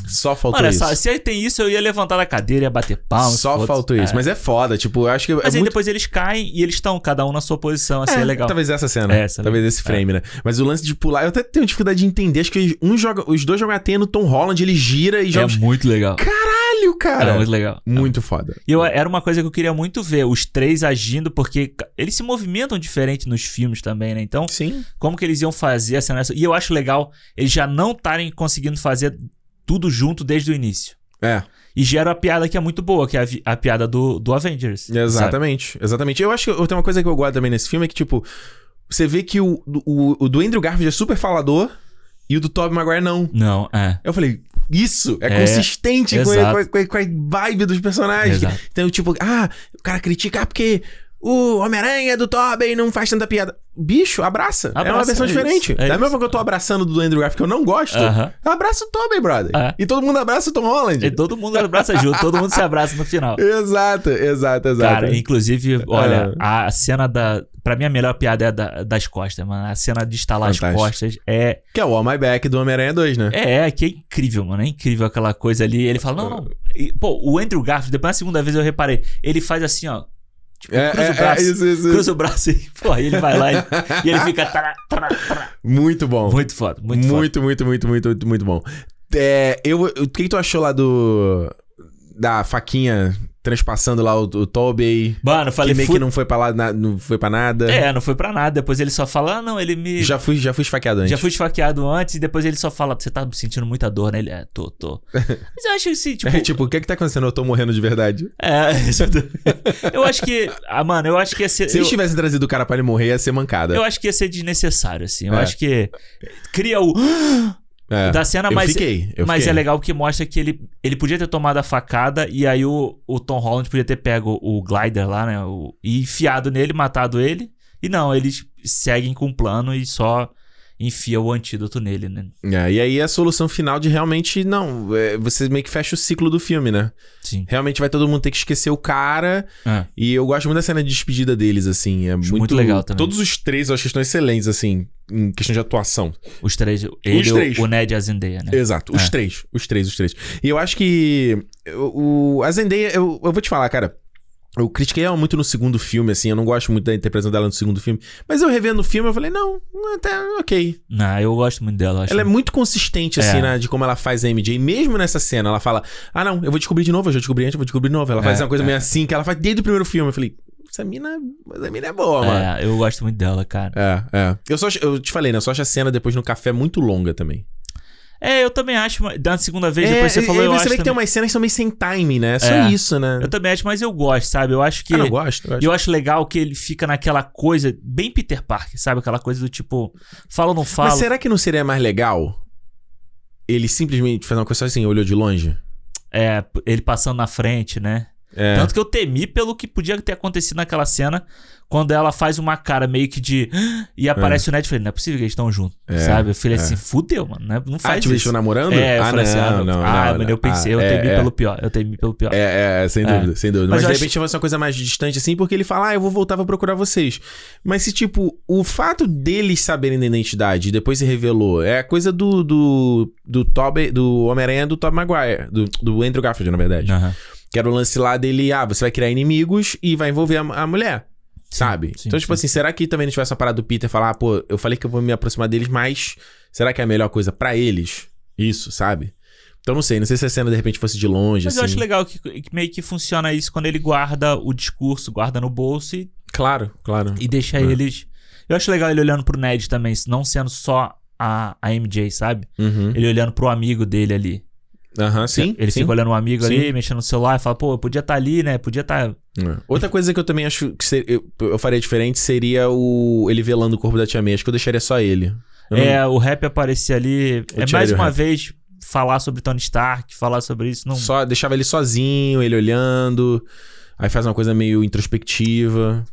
Speaker 1: Só faltou
Speaker 2: Mano, é
Speaker 1: isso.
Speaker 2: essa- se aí tem isso, eu ia levantar da cadeira, ia bater palma.
Speaker 1: Só
Speaker 2: foda-se.
Speaker 1: faltou isso.
Speaker 2: É.
Speaker 1: Mas é foda, tipo, eu acho que é
Speaker 2: Mas aí
Speaker 1: muito...
Speaker 2: depois eles caem e eles estão, cada um na sua posição, assim, é, legal.
Speaker 1: Talvez essa cena.
Speaker 2: É, essa
Speaker 1: talvez esse frame, né? Mas o lance de pular, eu até tenho dificuldade de entender. Acho que um joga, os dois jogam a teia no Tom Holland, ele gira e joga.
Speaker 2: É muito legal.
Speaker 1: Caralho, cara!
Speaker 2: é muito legal.
Speaker 1: Muito foda.
Speaker 2: E eu, era uma coisa que eu queria muito ver, os três agindo, porque ca- eles se movimentam diferente nos filmes também, né? Então,
Speaker 1: Sim.
Speaker 2: como que eles iam fazer essa nessa? E eu acho legal eles já não estarem conseguindo fazer tudo junto desde o início.
Speaker 1: É,
Speaker 2: E gera a piada que é muito boa, que é a, vi- a piada do, do Avengers. sabe?
Speaker 1: exatamente. Exatamente. Eu acho que eu tenho uma coisa que eu gosto também nesse filme é que, tipo, você vê que o, o, o do Andrew Garfield é super falador e o do Tobey Maguire não.
Speaker 2: Não, é.
Speaker 1: Eu falei, isso, é,
Speaker 2: É,
Speaker 1: consistente com,
Speaker 2: exato.
Speaker 1: com a- com a, com a vibe dos personagens.
Speaker 2: Exato.
Speaker 1: Então, tipo, ah, o cara critica ah, porque o Homem-Aranha é do Tobey não faz tanta piada. Bicho, abraça. é uma
Speaker 2: Abraça,
Speaker 1: versão
Speaker 2: é isso,
Speaker 1: diferente.
Speaker 2: é
Speaker 1: da
Speaker 2: isso.
Speaker 1: mesma que eu tô abraçando do Andrew Garfield, que eu não gosto,
Speaker 2: Aham.
Speaker 1: abraça o Tobey, brother.
Speaker 2: É.
Speaker 1: E todo mundo abraça o Tom Holland.
Speaker 2: E todo mundo abraça junto, todo mundo se abraça no final.
Speaker 1: Exato, exato, exato.
Speaker 2: Cara, inclusive, olha,
Speaker 1: É.
Speaker 2: a cena da. Pra mim, a melhor piada é a da- das costas, mano. A cena de instalar
Speaker 1: Fantástico.
Speaker 2: as costas é.
Speaker 1: Que é o All My Back do Homem-Aranha 2, né?
Speaker 2: É, é, que é incrível, mano. É incrível aquela coisa ali. Ele fala, não, não. E, pô, o Andrew Garfield, depois na segunda vez eu reparei, ele faz assim, ó. Tipo, cruza o braço.
Speaker 1: É, isso, isso.
Speaker 2: Cruza o braço e, pô, aí ele vai lá e, e ele fica. tará, tará, tará.
Speaker 1: Muito bom.
Speaker 2: Muito foda, muito,
Speaker 1: Muito,
Speaker 2: foda.
Speaker 1: muito, muito, muito, muito, muito, bom. É, eu, o que que tu achou lá do. Da faquinha transpassando lá o, o Tobey?
Speaker 2: Mano, eu
Speaker 1: Que
Speaker 2: falei,
Speaker 1: meio
Speaker 2: fui...
Speaker 1: que não foi pra lá, na- não foi para nada.
Speaker 2: É, não foi pra nada. Depois ele só fala, ah, não, ele me.
Speaker 1: Já fui, já fui esfaqueado antes.
Speaker 2: Já fui esfaqueado antes, e depois ele só fala, você tá sentindo muita dor, né? Ele, é, tô, tô. Mas eu acho assim, tipo.
Speaker 1: É tipo, o que que tá acontecendo? Eu tô morrendo de verdade.
Speaker 2: É, exatamente. eu acho que. Ah, mano, eu acho que ia ser.
Speaker 1: Se
Speaker 2: eu,
Speaker 1: eles tivessem trazido o cara pra ele morrer, ia ser mancada.
Speaker 2: eu acho que ia ser desnecessário, assim. Eu
Speaker 1: É.
Speaker 2: acho que. Cria o.
Speaker 1: é.
Speaker 2: da cena,
Speaker 1: eu
Speaker 2: mas.
Speaker 1: fiquei. Eu
Speaker 2: mas
Speaker 1: fiquei.
Speaker 2: é legal porque mostra que ele, ele podia ter tomado a facada e aí o, o Tom Holland podia ter pego o glider lá, né? o- e enfiado nele, matado ele. E não, eles seguem com o plano e só enfia o antídoto nele, né?
Speaker 1: É, e aí a solução final de realmente, não. é, você meio que fecha o ciclo do filme, né?
Speaker 2: Sim.
Speaker 1: Realmente vai todo mundo ter que esquecer o cara.
Speaker 2: É.
Speaker 1: E eu gosto muito da cena de despedida deles, assim. É muito,
Speaker 2: muito legal também.
Speaker 1: Todos os três eu acho que estão excelentes, assim, em questão de atuação.
Speaker 2: Os três. Ele, o-
Speaker 1: três.
Speaker 2: O, Ned e a Zendaya, né?
Speaker 1: Exato. Os
Speaker 2: É.
Speaker 1: três. Os três, os três. E eu acho que. O, o- a Zendaya, eu, eu vou te falar, cara. Eu critiquei ela muito no segundo filme, assim. Eu não gosto muito da interpretação dela no segundo filme. Mas eu revendo o filme, eu falei, não, até ok.
Speaker 2: Não, eu gosto muito dela, eu acho.
Speaker 1: Ela é muito consistente, assim,
Speaker 2: É.
Speaker 1: né? De como ela faz a MJ. Mesmo nessa cena, ela fala, ah, não, eu vou descobrir de novo, eu já descobri antes, eu vou descobrir de novo. Ela faz
Speaker 2: É,
Speaker 1: uma coisa
Speaker 2: é.
Speaker 1: meio assim, que ela faz desde o primeiro filme. Eu falei, essa mina, essa mina é boa, mano.
Speaker 2: É, eu gosto muito dela, cara.
Speaker 1: É, é. Eu, só, acho- eu te falei, né? Eu só acho a cena depois no café muito longa também.
Speaker 2: É, eu também acho, mas da segunda vez,
Speaker 1: É,
Speaker 2: depois você
Speaker 1: e-
Speaker 2: falou,
Speaker 1: e
Speaker 2: eu
Speaker 1: você
Speaker 2: acho.
Speaker 1: vê que
Speaker 2: Também.
Speaker 1: tem umas cenas que são meio sem timing, né? É Só
Speaker 2: É.
Speaker 1: isso, né?
Speaker 2: Eu também acho, mas eu gosto, sabe? Eu acho que.
Speaker 1: Ah, não, eu gosto. eu gosto.
Speaker 2: eu acho legal que ele fica naquela coisa bem Peter Parker, sabe? Aquela coisa do tipo, fala ou não fala.
Speaker 1: Mas será que não seria mais legal ele simplesmente fazer uma coisa só assim, olhou de longe?
Speaker 2: É, p- ele passando na frente, né?
Speaker 1: É.
Speaker 2: Tanto que eu temi pelo que podia ter acontecido naquela cena, quando ela faz uma cara meio que de. "Ah", E aparece o Ned e falei, não é possível que eles estão juntos,
Speaker 1: É,
Speaker 2: sabe? Eu falei
Speaker 1: é.
Speaker 2: assim, fudeu, mano, né? não
Speaker 1: ah,
Speaker 2: faz
Speaker 1: te
Speaker 2: isso.
Speaker 1: deixou namorando?
Speaker 2: É, eu
Speaker 1: ah,
Speaker 2: falei assim, ah, não, ah, mas eu pensei, eu
Speaker 1: Ah,
Speaker 2: temi
Speaker 1: é, é.
Speaker 2: pelo pior, eu temi pelo pior.
Speaker 1: É, é, sem
Speaker 2: É.
Speaker 1: dúvida, sem dúvida.
Speaker 2: Mas
Speaker 1: Mas,
Speaker 2: eu
Speaker 1: de
Speaker 2: acho-
Speaker 1: repente vai ser uma coisa mais distante, assim, porque ele fala, ah, eu vou voltar, vou procurar vocês. Mas se, tipo, o fato deles saberem da identidade e depois se revelou, é a coisa do. do. do Tobey- do Homem-Aranha do Tom Maguire. Do, do Andrew Garfield, na verdade.
Speaker 2: Aham.
Speaker 1: Que era o lance lá dele, ah, você vai criar inimigos e vai envolver a, a mulher. Sabe?
Speaker 2: sim,
Speaker 1: então, tipo assim, será que também não tivesse uma parada do Peter falar, ah, pô, eu falei que eu vou me aproximar deles, mas será que é a melhor coisa pra eles? Isso, sabe? Então não sei, não sei se a cena de repente fosse de longe,
Speaker 2: Mas
Speaker 1: assim.
Speaker 2: eu acho legal que, que meio que funciona isso quando ele guarda o discurso, guarda no bolso e,
Speaker 1: Claro, claro.
Speaker 2: e deixa
Speaker 1: É.
Speaker 2: eles. Eu acho legal ele olhando pro Ned também, não sendo só a, a MJ, sabe?
Speaker 1: Uhum.
Speaker 2: Ele olhando pro amigo dele ali.
Speaker 1: Aham, sim.
Speaker 2: Ele
Speaker 1: sim.
Speaker 2: fica olhando um amigo
Speaker 1: Sim.
Speaker 2: ali, mexendo no celular e fala, pô, eu podia estar ali, né? Podia estar.
Speaker 1: É. Outra coisa que eu também acho que ser- eu, eu faria diferente seria o ele velando o corpo da tia May. Acho que eu deixaria só ele. Eu não-
Speaker 2: É, o rap aparecer ali.
Speaker 1: Eu
Speaker 2: é mais
Speaker 1: tiraria o
Speaker 2: uma
Speaker 1: rap.
Speaker 2: vez falar sobre Tony Stark, falar sobre isso. Não...
Speaker 1: Só deixava ele sozinho, ele olhando. Aí faz uma coisa meio introspectiva.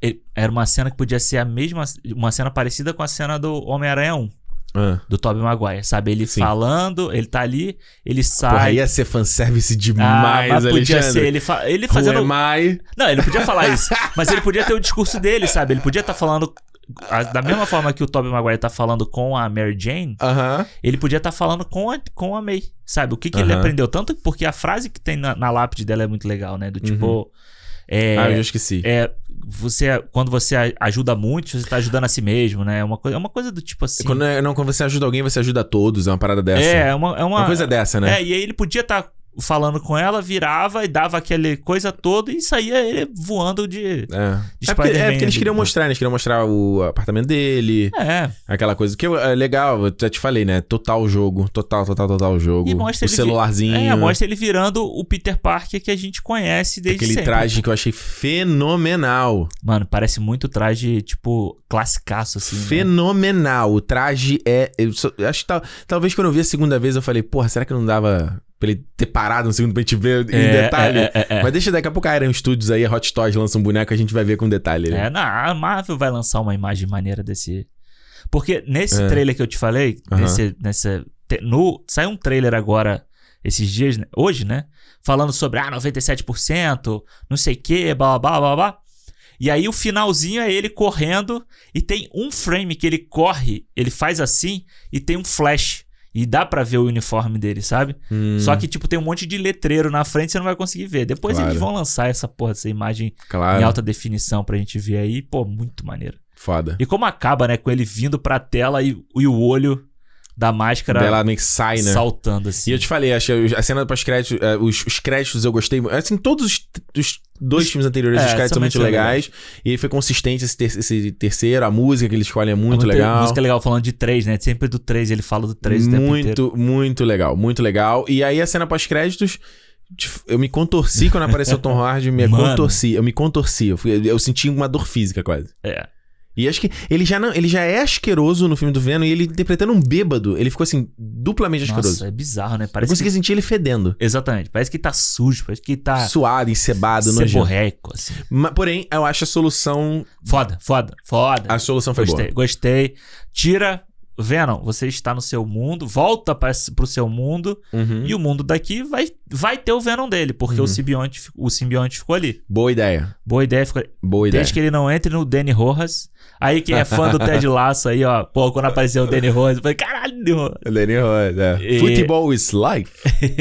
Speaker 2: ele- Era uma cena que podia ser a mesma. Uma cena parecida com a cena do Homem-Aranha 1.
Speaker 1: Ah.
Speaker 2: do Tobey Maguire, sabe? Ele
Speaker 1: Sim.
Speaker 2: falando, ele tá ali, ele
Speaker 1: Porra,
Speaker 2: sai.
Speaker 1: ia ser fanservice
Speaker 2: ah,
Speaker 1: demais,
Speaker 2: mas podia
Speaker 1: Alexandre. é
Speaker 2: ser ele, fa- ele
Speaker 1: Who
Speaker 2: fazendo.
Speaker 1: am I?
Speaker 2: Não, ele não podia falar isso. mas ele podia ter o discurso dele, sabe? Ele podia estar falando. a- Da mesma forma que o Tobey Maguire tá falando com a Mary Jane,
Speaker 1: Aham.
Speaker 2: ele podia estar falando com a, com a May, sabe? O que, que ele
Speaker 1: Aham.
Speaker 2: aprendeu? Tanto porque a frase que tem na, na lápide dela é muito legal, né? Do tipo. É,
Speaker 1: Uhum. Ah, eu já esqueci.
Speaker 2: é, você, quando você a- ajuda muito, você tá ajudando a si mesmo, né? É uma coisa, é uma coisa do tipo assim.
Speaker 1: Quando, é- não, quando você ajuda alguém, você ajuda todos. É uma parada dessa.
Speaker 2: é, é uma, é
Speaker 1: Uma coisa dessa, né?
Speaker 2: É, e aí ele podia estar falando com ela, virava e dava aquela coisa toda e saía ele voando de,
Speaker 1: É.
Speaker 2: de
Speaker 1: É porque, é
Speaker 2: Spider-Man
Speaker 1: porque eles
Speaker 2: ali.
Speaker 1: queriam mostrar, né? Eles queriam mostrar o apartamento dele,
Speaker 2: É,
Speaker 1: aquela coisa que é legal, eu já te falei, né? Total jogo, total, total, total jogo.
Speaker 2: E mostra
Speaker 1: o
Speaker 2: ele que-
Speaker 1: celularzinho.
Speaker 2: é, mostra ele virando o Peter Parker que a gente conhece desde
Speaker 1: Aquele
Speaker 2: sempre.
Speaker 1: traje que eu achei fenomenal.
Speaker 2: Mano, parece muito traje, tipo, classicaço, assim. né?
Speaker 1: fenomenal. O traje é. eu só- eu acho que tal- talvez quando eu vi a segunda vez, eu falei, porra, será que não dava pra ele ter parado um segundo pra gente ver em
Speaker 2: É,
Speaker 1: detalhe?
Speaker 2: É, é, é, é.
Speaker 1: Mas deixa daqui a pouco a Iron Studios aí, a Hot Toys lança um boneco, a gente vai ver com detalhe. né?
Speaker 2: É, na, a Marvel vai lançar uma imagem maneira desse. Porque nesse
Speaker 1: É.
Speaker 2: trailer que eu te falei,
Speaker 1: Aham.
Speaker 2: nesse, nessa. te- No, saiu um trailer agora, esses dias, né? hoje, né? Falando sobre ah, 97%, não sei o que, blá blá blá blá. E aí o finalzinho é ele correndo e tem um frame que ele corre, ele faz assim e tem um flash. E dá pra ver o uniforme dele, sabe?
Speaker 1: Hum,
Speaker 2: Só que, tipo, tem um monte de letreiro na frente, você não vai conseguir ver. Depois
Speaker 1: Claro.
Speaker 2: eles vão lançar essa porra, essa imagem
Speaker 1: Claro.
Speaker 2: em alta definição pra gente ver aí. Pô, muito maneiro.
Speaker 1: Foda.
Speaker 2: E como acaba, né? Com ele vindo pra tela e, e o olho da máscara
Speaker 1: Daí ela meio que sai, né?
Speaker 2: saltando assim.
Speaker 1: E eu te falei, achei a cena pós-créditos, eh, os, os créditos eu gostei. mu- Assim, todos os, os dois filmes anteriores,
Speaker 2: É,
Speaker 1: os créditos
Speaker 2: são
Speaker 1: são muito
Speaker 2: muito
Speaker 1: legais. E foi consistente esse, ter- esse terceiro, a música que eles escolhem é
Speaker 2: É
Speaker 1: muito
Speaker 2: muita
Speaker 1: legal.
Speaker 2: Música legal falando de três, né? Sempre do três ele fala do três o tempo inteiro.
Speaker 1: Muito, muito legal, muito legal. E aí a cena pós-créditos, tipo, eu me contorci quando apareceu o Tom Hardy, me
Speaker 2: Mano.
Speaker 1: contorci, eu me contorci, eu, fui- eu senti uma dor física quase.
Speaker 2: É.
Speaker 1: E acho que ele já não, ele já é asqueroso no filme do Venom e ele interpretando um bêbado, ele ficou assim duplamente asqueroso.
Speaker 2: Nossa, é bizarro, né?
Speaker 1: eu
Speaker 2: Parece
Speaker 1: consegui sentir ele fedendo,
Speaker 2: que... Exatamente. Parece que tá sujo, parece que tá
Speaker 1: suado, encebado, nojento.
Speaker 2: seborreico, assim.
Speaker 1: Mas, porém, eu acho a solução,
Speaker 2: Foda, foda, foda.
Speaker 1: a solução foi
Speaker 2: Gostei,
Speaker 1: boa.
Speaker 2: gostei. Tira... Venom, você está no seu mundo, volta para pro seu mundo
Speaker 1: Uhum.
Speaker 2: e o mundo daqui vai, vai ter o Venom dele, porque
Speaker 1: Uhum.
Speaker 2: o simbionte fi- o simbionte ficou ali.
Speaker 1: Boa ideia.
Speaker 2: Boa ideia, fica...
Speaker 1: Boa ideia.
Speaker 2: desde que ele não entre no Danny Rojas. Aí quem é fã do Ted Lasso aí, ó, pô, quando apareceu o Danny Rojas, eu falei, caralho!
Speaker 1: Danny Rose, é.
Speaker 2: E-
Speaker 1: Futebol is life.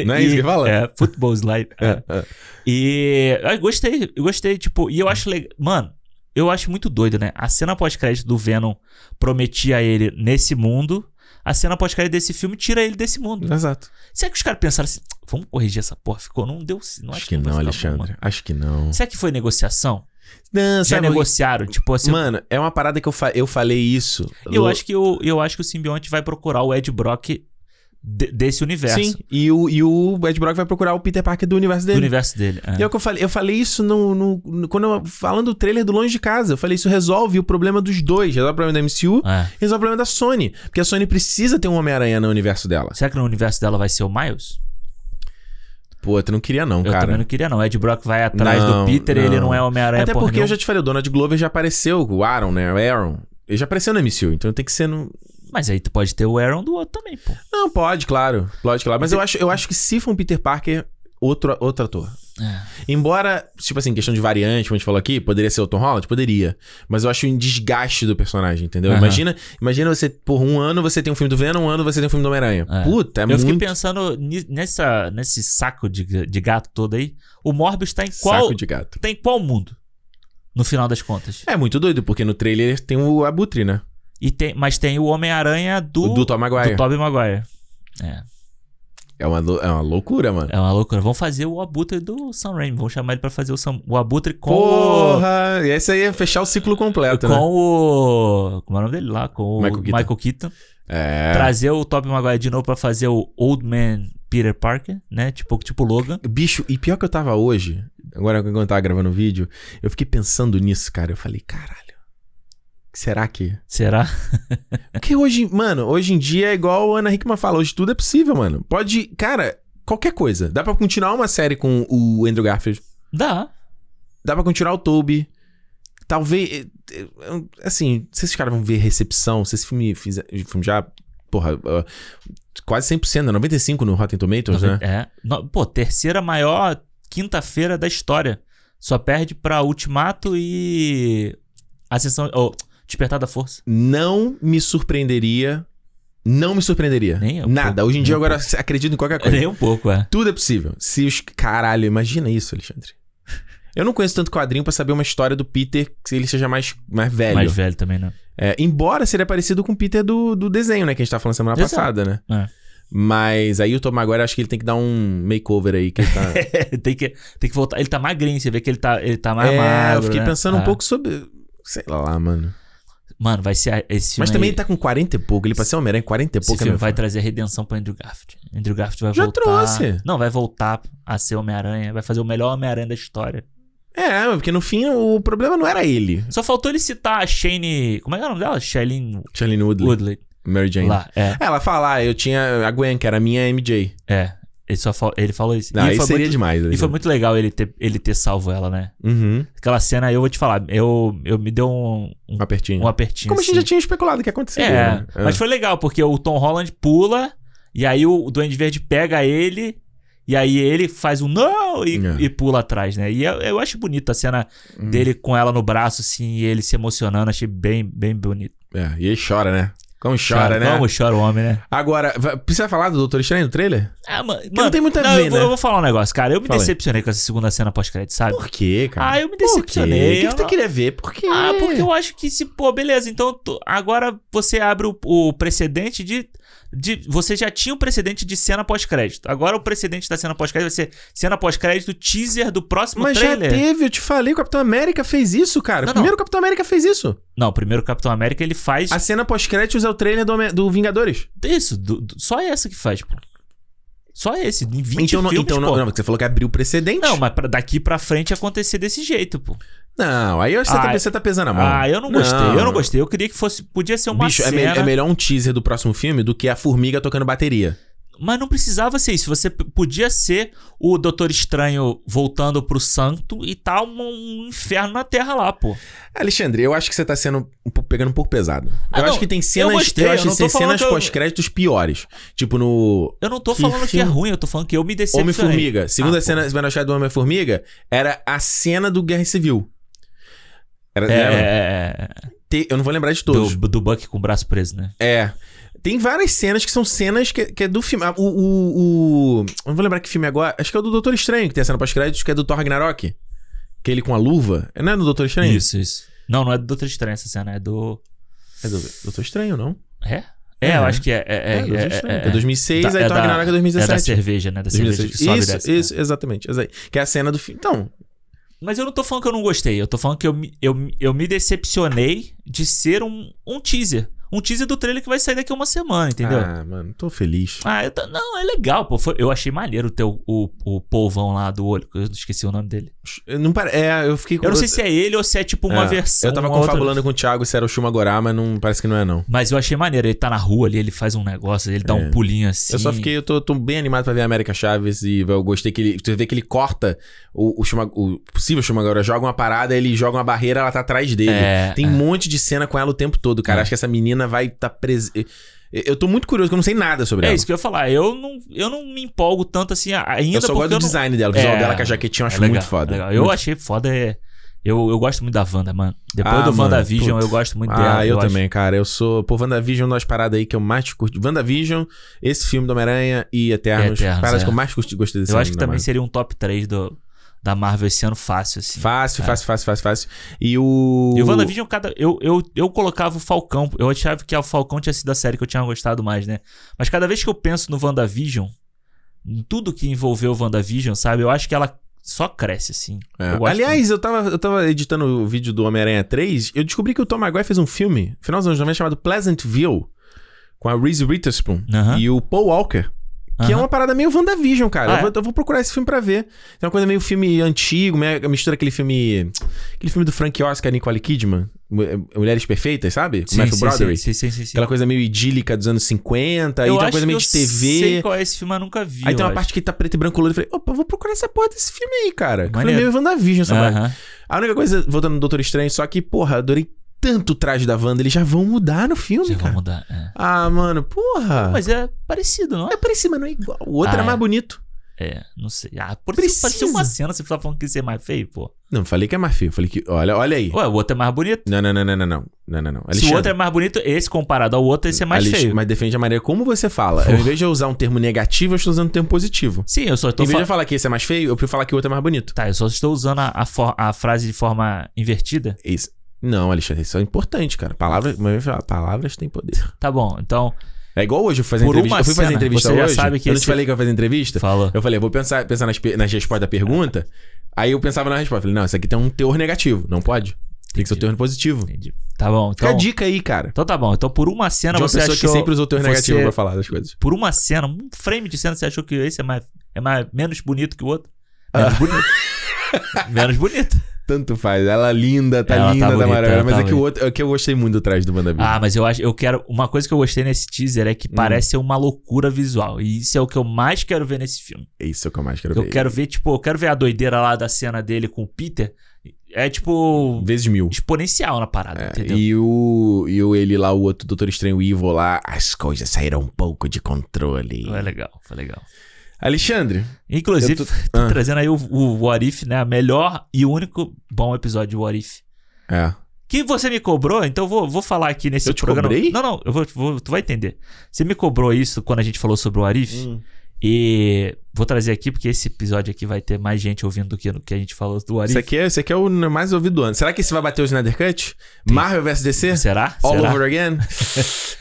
Speaker 1: Não é isso
Speaker 2: E-
Speaker 1: que fala?
Speaker 2: É, Football Slide.
Speaker 1: É, é.
Speaker 2: E eu gostei, eu gostei, tipo, e eu acho legal. Mano, eu acho muito doido, né? A cena pós-crédito do Venom prometia ele nesse mundo. A cena pós-crédito desse filme tira ele desse mundo.
Speaker 1: Exato.
Speaker 2: Será que os caras pensaram assim, "Tsk, vamos corrigir essa porra? Ficou, não deu. Não
Speaker 1: Acho que não,
Speaker 2: vai ficar bom, mano." é
Speaker 1: Alexandre. Acho que não.
Speaker 2: Será que foi negociação?
Speaker 1: Não,
Speaker 2: Já
Speaker 1: sabe,
Speaker 2: negociaram, tipo assim,
Speaker 1: Mano, é uma parada que eu, fa- eu falei isso.
Speaker 2: Eu acho que o, eu acho que o simbionte vai procurar o Ed Brock de- desse universo.
Speaker 1: Sim, e o, e o Ed Brock vai procurar o Peter Parker do universo
Speaker 2: Do
Speaker 1: dele.
Speaker 2: universo dele. é.
Speaker 1: E é o que eu falei. Eu falei isso no, no- no- quando eu, falando do trailer do Longe de Casa. Eu falei, isso resolve o problema dos dois. Resolve o problema da MCU,
Speaker 2: É.
Speaker 1: resolve o problema da Sony. Porque a Sony precisa ter um Homem-Aranha no universo dela.
Speaker 2: Será que no universo dela vai ser o Miles?
Speaker 1: Pô, tu não queria não,
Speaker 2: Eu também
Speaker 1: cara.
Speaker 2: não queria, não. O Ed Brock vai atrás
Speaker 1: Não,
Speaker 2: do Peter ele
Speaker 1: não.
Speaker 2: não é Homem-Aranha
Speaker 1: Até
Speaker 2: porra
Speaker 1: porque eu já
Speaker 2: nenhuma.
Speaker 1: te falei, o Donald Glover já apareceu, o Aaron, né? O Aaron. Ele já apareceu no MCU, então tem que ser no,
Speaker 2: Mas aí tu pode ter o Aaron do outro também, pô.
Speaker 1: Não, pode, claro. Pode, claro. Mas eu acho, eu acho que se for um Peter Parker, outro, outro ator.
Speaker 2: É.
Speaker 1: Embora, tipo assim, questão de variante, como a gente falou aqui, poderia ser o Tom Holland? Poderia. Mas eu acho um desgaste do personagem, entendeu?
Speaker 2: Aham.
Speaker 1: Imagina, imagina você, por um ano, você tem um filme do Venom, um ano você tem um filme do Homem-Aranha.
Speaker 2: É.
Speaker 1: Puta, é
Speaker 2: eu fiquei
Speaker 1: muito...
Speaker 2: pensando ni- nessa, nesse saco de, de gato todo aí. O Morbius tá em qual,
Speaker 1: Saco de gato.
Speaker 2: tá em qual mundo? No final das contas.
Speaker 1: É muito doido, porque no trailer tem o Abutre, né?
Speaker 2: E tem, mas tem o Homem-Aranha do,
Speaker 1: O do Tom Maguire.
Speaker 2: do Tobey Maguire. É.
Speaker 1: É, uma, lou- é uma loucura, mano.
Speaker 2: É uma loucura. Vamos fazer o Abutre do Sam Raimi. Vamos chamar ele pra fazer o, Sam- o Abutre com o...
Speaker 1: Porra! E esse aí é fechar o ciclo completo, né?
Speaker 2: Com o... Como é o nome dele lá? Com o
Speaker 1: Michael
Speaker 2: Michael
Speaker 1: Keaton.
Speaker 2: Keaton.
Speaker 1: É...
Speaker 2: Trazer o Tobey Maguire de novo pra fazer o Old Man Peter Parker, né? Tipo, tipo Logan.
Speaker 1: Bicho, e pior que eu tava hoje, agora quando eu tava gravando o vídeo, eu fiquei pensando nisso, cara. Eu falei, caralho. Será que?
Speaker 2: Será?
Speaker 1: Porque hoje, mano, hoje em dia é igual a Ana Hickman fala, hoje tudo é possível, mano. Pode, cara, qualquer coisa. Dá pra continuar uma série com o Andrew Garfield.
Speaker 2: Dá.
Speaker 1: Dá pra continuar o Toby. Talvez. eh, eh, Assim, se esses caras vão ver recepção, se esse filme fizer. o filme já. Porra, ah, quase 100%, né? 95% no Rotten Tomatoes, né?
Speaker 2: É. No- Pô, terceira maior quinta-feira da história. Só perde pra Ultimato e... Ascensão... Oh, Despertar da Força.
Speaker 1: não me surpreenderia. Não me surpreenderia.
Speaker 2: Nem eu,
Speaker 1: Nada.
Speaker 2: pô.
Speaker 1: Hoje em
Speaker 2: Nem
Speaker 1: dia
Speaker 2: eu,
Speaker 1: eu agora acredito em qualquer coisa.
Speaker 2: Nem um pouco, é.
Speaker 1: Tudo é possível. Se os. Caralho, imagina isso, Alexandre. Eu não conheço tanto quadrinho pra saber uma história do Peter que ele seja mais, mais velho.
Speaker 2: Mais velho também, né?
Speaker 1: É, embora seria parecido com o Peter do, do desenho, né? Que a gente tava falando semana
Speaker 2: Exato.
Speaker 1: passada, né?
Speaker 2: É.
Speaker 1: Mas aí o Tom Maguire, eu acho que ele tem que dar um makeover aí, que ele tá...
Speaker 2: tem, que, tem que voltar. Ele tá magrinho, você vê que ele tá, ele tá mais
Speaker 1: é,
Speaker 2: magro.
Speaker 1: eu fiquei
Speaker 2: né?
Speaker 1: pensando um
Speaker 2: É.
Speaker 1: pouco sobre... Sei lá, mano.
Speaker 2: Mano, vai ser a- esse filme.
Speaker 1: Mas também
Speaker 2: aí,
Speaker 1: ele tá com 40 e pouco. Ele passou Homem-Aranha em 40 e
Speaker 2: esse
Speaker 1: pouco.
Speaker 2: filme
Speaker 1: né,
Speaker 2: vai
Speaker 1: meu
Speaker 2: trazer redenção pra Andrew Garfield. Andrew Garfield vai
Speaker 1: Já
Speaker 2: voltar.
Speaker 1: trouxe.
Speaker 2: Não, vai voltar a ser Homem-Aranha. Vai fazer o melhor Homem-Aranha da história.
Speaker 1: filho? É, porque no fim o problema não era ele.
Speaker 2: Só faltou ele citar a Shane. Como é que é o nome dela? Shailene
Speaker 1: Charlene Woodley,
Speaker 2: Woodley.
Speaker 1: Mary Jane.
Speaker 2: Lá, é.
Speaker 1: Ela fala, ah, eu tinha a Gwen, que era a minha MJ.
Speaker 2: É. Ele, só fal- ele falou isso.
Speaker 1: Não,
Speaker 2: e,
Speaker 1: isso
Speaker 2: foi
Speaker 1: seria
Speaker 2: muito...
Speaker 1: demais.
Speaker 2: e
Speaker 1: né?
Speaker 2: foi muito legal ele ter, ele ter salvo ela, né?
Speaker 1: Uhum,
Speaker 2: Aquela cena aí, eu vou te falar, eu, eu me deu um, um,
Speaker 1: um apertinho.
Speaker 2: um apertinho.
Speaker 1: Como a gente
Speaker 2: assim.
Speaker 1: já tinha especulado que aconteceria.
Speaker 2: É,
Speaker 1: né?
Speaker 2: mas foi legal, porque o Tom Holland pula, e aí o Duende Verde pega ele, e aí ele faz um não e,
Speaker 1: É.
Speaker 2: e pula atrás, né? E eu, eu acho bonito a cena
Speaker 1: Hum.
Speaker 2: dele com ela no braço, assim, e ele se emocionando, achei bem, bem bonito.
Speaker 1: É, e ele chora, né? Como chora, né?
Speaker 2: Vamos, chora o homem, né?
Speaker 1: Agora, va- precisa falar do Doutor Estranho no trailer?
Speaker 2: Ah, mano,
Speaker 1: não tem muito a
Speaker 2: não,
Speaker 1: ver,
Speaker 2: eu, vou,
Speaker 1: né?
Speaker 2: eu vou falar um negócio, cara. Eu me
Speaker 1: Fala aí.
Speaker 2: decepcionei com essa segunda cena pós-crédito, sabe?
Speaker 1: Por quê, cara?
Speaker 2: Ah, eu
Speaker 1: Por
Speaker 2: me
Speaker 1: quê? O
Speaker 2: decepcionei.
Speaker 1: que, tá
Speaker 2: eu
Speaker 1: que você
Speaker 2: não-
Speaker 1: queria ver? Por quê?
Speaker 2: Ah, porque eu acho que se, pô, beleza, então tu- agora você abre o, o precedente de, de. Você já tinha o precedente de cena pós-crédito. Agora o precedente da cena pós-crédito vai ser cena pós-crédito, teaser do próximo
Speaker 1: Mas
Speaker 2: trailer.
Speaker 1: já teve, eu te falei, o Capitão América fez isso, cara.
Speaker 2: Não, não.
Speaker 1: Primeiro o Capitão América fez isso.
Speaker 2: Não, primeiro o Capitão América ele faz
Speaker 1: A cena pós-créditos é o trailer do, Homem- do Vingadores.
Speaker 2: isso, do- do- só essa que faz, pô. Só esse, em 20
Speaker 1: então, não,
Speaker 2: filmes,
Speaker 1: então não,
Speaker 2: pô.
Speaker 1: não, porque você falou que abriu o precedente.
Speaker 2: Não, mas pra- daqui pra frente acontecer desse jeito, pô.
Speaker 1: Não, aí eu acho que você,
Speaker 2: Ah,
Speaker 1: tá, você tá pesando a mão.
Speaker 2: Ah, eu não gostei, eu não gostei. Eu queria que fosse, podia ser uma
Speaker 1: Bicho, é,
Speaker 2: cena.
Speaker 1: me- é melhor um teaser do próximo filme do que a formiga tocando bateria.
Speaker 2: Mas não precisava ser isso. Você p- podia ser o Doutor Estranho voltando pro santo e tá um, um inferno na Terra lá, pô.
Speaker 1: Alexandre, eu acho que você tá sendo um pouco- pegando um pouco pesado.
Speaker 2: Ah,
Speaker 1: eu
Speaker 2: não,
Speaker 1: acho que tem cenas, eu,
Speaker 2: gostei, eu
Speaker 1: acho
Speaker 2: não
Speaker 1: que tem
Speaker 2: tô falando
Speaker 1: cenas
Speaker 2: que eu-
Speaker 1: pós-créditos piores. Tipo no
Speaker 2: Eu não tô
Speaker 1: Que
Speaker 2: falando que é
Speaker 1: filme?
Speaker 2: ruim, eu tô falando que eu me decepcionei.
Speaker 1: Homem-Formiga. Segunda
Speaker 2: Ah, pô.
Speaker 1: cena cena achar do Homem-Formiga era a cena do Guerra Civil. Era,
Speaker 2: É,
Speaker 1: lembra?
Speaker 2: é, é,
Speaker 1: Te- eu não vou lembrar de todos.
Speaker 2: do, do Buck com o braço preso, né?
Speaker 1: É. Tem várias cenas que são cenas que, que é do filme. Ah, O, o, o- eu Não vou lembrar que filme é agora. Acho que é o do Doutor Estranho, que tem a cena pós-créditos, que é do Thor Ragnarok. Que ele com a luva. Não é do Doutor Estranho?
Speaker 2: Isso, isso. Não, não é do Doutor Estranho essa cena, é do.
Speaker 1: É do Doutor Estranho, não?
Speaker 2: É? É,
Speaker 1: É.
Speaker 2: eu acho que é. É, é,
Speaker 1: É, Doutor
Speaker 2: é,
Speaker 1: Estranho.
Speaker 2: é,
Speaker 1: É 2006,
Speaker 2: Da-
Speaker 1: aí
Speaker 2: é
Speaker 1: Thor
Speaker 2: da-
Speaker 1: Ragnarok é
Speaker 2: é da
Speaker 1: 2017.
Speaker 2: cerveja, né? Da cerveja que
Speaker 1: 2016.
Speaker 2: sobe e
Speaker 1: Isso,
Speaker 2: desce, né?
Speaker 1: isso, exatamente. exa- Que é a cena do filme. Então,
Speaker 2: Mas eu não tô falando que eu não gostei. Eu tô falando que eu, me- eu, me- eu me decepcionei de ser um, um teaser. Um teaser do trailer que vai sair daqui a uma semana, entendeu?
Speaker 1: Ah, mano, tô feliz.
Speaker 2: Ah, eu tô- não, é legal, pô. Foi- eu achei maneiro ter o, o, o polvão lá do olho. que Eu esqueci o nome dele.
Speaker 1: Eu não pare... É, eu fiquei com.
Speaker 2: Eu não sei se é ele ou se é tipo uma
Speaker 1: É,
Speaker 2: versão.
Speaker 1: Eu tava
Speaker 2: uma outra-
Speaker 1: confabulando com o Thiago se era o Shuma Gorá, mas não parece que não é, não.
Speaker 2: Mas eu achei maneiro. Ele tá na rua ali, ele faz um negócio, ele dá
Speaker 1: É.
Speaker 2: um pulinho assim.
Speaker 1: Eu só fiquei, eu tô, tô bem animado pra ver a América Chaves e eu gostei que ele. Você vê que ele corta o, o, Shuma- o possível Shumagora, joga uma parada, ele joga uma barreira, ela tá atrás dele.
Speaker 2: É,
Speaker 1: Tem
Speaker 2: é.
Speaker 1: um monte de cena com ela o tempo todo, cara.
Speaker 2: É.
Speaker 1: Acho que essa menina vai tá presa. Eu tô muito curioso, que eu não sei nada sobre
Speaker 2: É
Speaker 1: ela.
Speaker 2: isso que eu ia falar. Eu não, eu não me empolgo tanto assim a- ainda
Speaker 1: eu só
Speaker 2: porque
Speaker 1: gosto do
Speaker 2: eu não...
Speaker 1: design dela. O visual
Speaker 2: É.
Speaker 1: dela com a jaquetinha eu acho
Speaker 2: É legal,
Speaker 1: muito foda.
Speaker 2: é legal. Eu
Speaker 1: Muito-
Speaker 2: achei foda é. Eu, eu gosto muito da Wanda, mano. Depois
Speaker 1: Ah,
Speaker 2: do
Speaker 1: mano,
Speaker 2: WandaVision,
Speaker 1: putz.
Speaker 2: eu gosto muito dela.
Speaker 1: Ah, eu,
Speaker 2: acho-
Speaker 1: também, cara. Eu sou. Pô, WandaVision, é uma das paradas aí que eu mais curti. WandaVision, esse filme do Homem-Aranha e Eternos.
Speaker 2: E Eternos,
Speaker 1: paradas
Speaker 2: é.
Speaker 1: que eu mais curti, gostei desse
Speaker 2: Eu
Speaker 1: ano
Speaker 2: acho que
Speaker 1: da
Speaker 2: também
Speaker 1: Marvel.
Speaker 2: seria um top 3 do, da Marvel esse ano fácil, assim.
Speaker 1: Fácil, fácil, fácil, fácil, fácil. E o.
Speaker 2: E o WandaVision, cada, eu, eu, eu colocava o Falcão. Eu achava que o Falcão tinha sido a série que eu tinha gostado mais, né? Mas cada vez que eu penso no WandaVision, em tudo que envolveu o WandaVision, sabe? Eu acho que ela só cresce, assim.
Speaker 1: É.
Speaker 2: Eu gosto
Speaker 1: Aliás, eu tava, eu tava editando o vídeo do Homem-Aranha 3, eu descobri que o Tom Maguire fez um filme, no final dos anos 90, chamado Pleasantville, com a Reese Witherspoon
Speaker 2: Aham.
Speaker 1: e o Paul Walker. Que é
Speaker 2: Aham.
Speaker 1: uma parada meio WandaVision, cara.
Speaker 2: Ah,
Speaker 1: eu, vou,
Speaker 2: é?
Speaker 1: eu vou procurar esse filme pra ver. Tem uma coisa meio filme antigo, meio- mistura aquele filme. Aquele filme do Frank Oscar e Nicole Kidman. Mu- é, Mulheres Perfeitas, sabe? Com
Speaker 2: sim,
Speaker 1: Matthew
Speaker 2: sim,
Speaker 1: Broderick.
Speaker 2: sim, sim, sim, sim.
Speaker 1: Aquela coisa meio idílica dos anos 50.
Speaker 2: eu
Speaker 1: aí tem uma
Speaker 2: acho
Speaker 1: coisa meio
Speaker 2: que
Speaker 1: de
Speaker 2: eu
Speaker 1: TV.
Speaker 2: sei qual é esse filme, mas nunca vi.
Speaker 1: Aí tem uma
Speaker 2: eu acho.
Speaker 1: parte que tá preto e branco colorido. Eu falei, opa, vou procurar essa porra desse filme aí, cara. Eu falei,
Speaker 2: Maneiro.
Speaker 1: meio WandaVision essa parada.
Speaker 2: Aham.
Speaker 1: A única coisa, voltando no Doutor Estranho, só que, porra, adorei tanto o traje da Wanda, eles já vão mudar no filme,
Speaker 2: Já vou
Speaker 1: cara.
Speaker 2: mudar. é.
Speaker 1: Ah, mano, porra.
Speaker 2: Mas é parecido, não é?
Speaker 1: É parecido, mas não é igual. O outro
Speaker 2: Ah,
Speaker 1: era
Speaker 2: é.
Speaker 1: mais bonito.
Speaker 2: É, não sei. Ah, por isso
Speaker 1: Precisa.
Speaker 2: parecia uma cena, você tá falando que isso é mais feio, pô.
Speaker 1: Não, falei que é mais feio. Falei que, olha, olha aí.
Speaker 2: Ué, o outro é mais bonito.
Speaker 1: Não, não, não, não, não, não. Não, não, não.
Speaker 2: Se o outro é mais bonito, esse comparado ao outro, esse é mais
Speaker 1: Alex-
Speaker 2: feio.
Speaker 1: Mas defende a maneira como você fala. Ao invés de eu usar um termo negativo, eu estou usando um termo positivo.
Speaker 2: Sim, eu só
Speaker 1: Em
Speaker 2: tô
Speaker 1: vez de eu
Speaker 2: falando.
Speaker 1: falar que esse é mais feio, eu prefiro falar que o outro é mais bonito.
Speaker 2: Tá, eu só estou usando a, a for- a frase de forma invertida.
Speaker 1: Isso. Não, Alexandre, isso é importante, cara. Palavras, mas eu ia falar, palavras têm poder.
Speaker 2: Tá bom, então.
Speaker 1: É igual hoje eu fazer
Speaker 2: Por
Speaker 1: entrevista.
Speaker 2: uma
Speaker 1: Eu fui fazer
Speaker 2: cena,
Speaker 1: entrevista
Speaker 2: você já
Speaker 1: hoje.
Speaker 2: sabe que
Speaker 1: eu não te
Speaker 2: esse-
Speaker 1: falei que eu ia fazer entrevista?
Speaker 2: Fala.
Speaker 1: Eu falei, vou pensar, pensar nas, pe- nas respostas da pergunta. Aí eu pensava na resposta. Falei, não, isso aqui tem um teor negativo. Não pode. Tem que ser um teor positivo.
Speaker 2: Entendi. Tá bom.
Speaker 1: Fica
Speaker 2: Então,
Speaker 1: a dica aí, cara.
Speaker 2: então tá bom. Então por uma cena
Speaker 1: De uma
Speaker 2: você
Speaker 1: pessoa
Speaker 2: achou...
Speaker 1: que sempre usou teor
Speaker 2: você-
Speaker 1: negativo pra falar das coisas.
Speaker 2: Por uma cena, um frame de cena, você achou que esse é, mais, é mais, menos bonito que o outro?
Speaker 1: Ah.
Speaker 2: Menos bonito. menos bonito.
Speaker 1: Tanto faz. Ela é linda, tá
Speaker 2: Ela tá
Speaker 1: linda, tá,
Speaker 2: bonita,
Speaker 1: maravilhosa.
Speaker 2: ela
Speaker 1: Mas
Speaker 2: tá
Speaker 1: é que o outro. É que eu gostei muito do trás do Bandavi.
Speaker 2: Ah, mas eu acho, eu quero. Uma coisa que eu gostei nesse teaser é que
Speaker 1: Hum.
Speaker 2: parece ser uma loucura visual. E isso é o que eu mais quero ver nesse filme.
Speaker 1: é isso que eu mais quero
Speaker 2: Eu
Speaker 1: ver.
Speaker 2: quero ver, tipo, eu quero ver a doideira lá da cena dele com o Peter. É tipo.
Speaker 1: Vezes mil.
Speaker 2: exponencial na
Speaker 1: É,
Speaker 2: parada, entendeu?
Speaker 1: E o, e o ele lá, o outro Doutor Estranho Evil lá, as coisas saíram um pouco de controle.
Speaker 2: Foi legal, foi legal.
Speaker 1: Alexandre,
Speaker 2: Inclusive,
Speaker 1: Eu
Speaker 2: tô,
Speaker 1: tô- Ah.
Speaker 2: trazendo aí o, o What If, né? A melhor e único bom episódio de What If.
Speaker 1: é,
Speaker 2: Que você me cobrou, então eu vou, vou falar aqui nesse
Speaker 1: Eu te
Speaker 2: programa.
Speaker 1: cobrei?
Speaker 2: Não, não, eu vou, vou- tu vai entender. Você me cobrou isso quando a gente falou sobre o
Speaker 1: Hum.
Speaker 2: Arif. E vou trazer aqui, porque esse episódio aqui vai ter mais gente ouvindo do que no que a gente falou do Arif.
Speaker 1: Isso aqui, é, isso aqui é o mais ouvido do ano. Será que esse vai bater o Snyder Cut? Marvel vs DC?
Speaker 2: Será?
Speaker 1: é All
Speaker 2: Será?
Speaker 1: over again?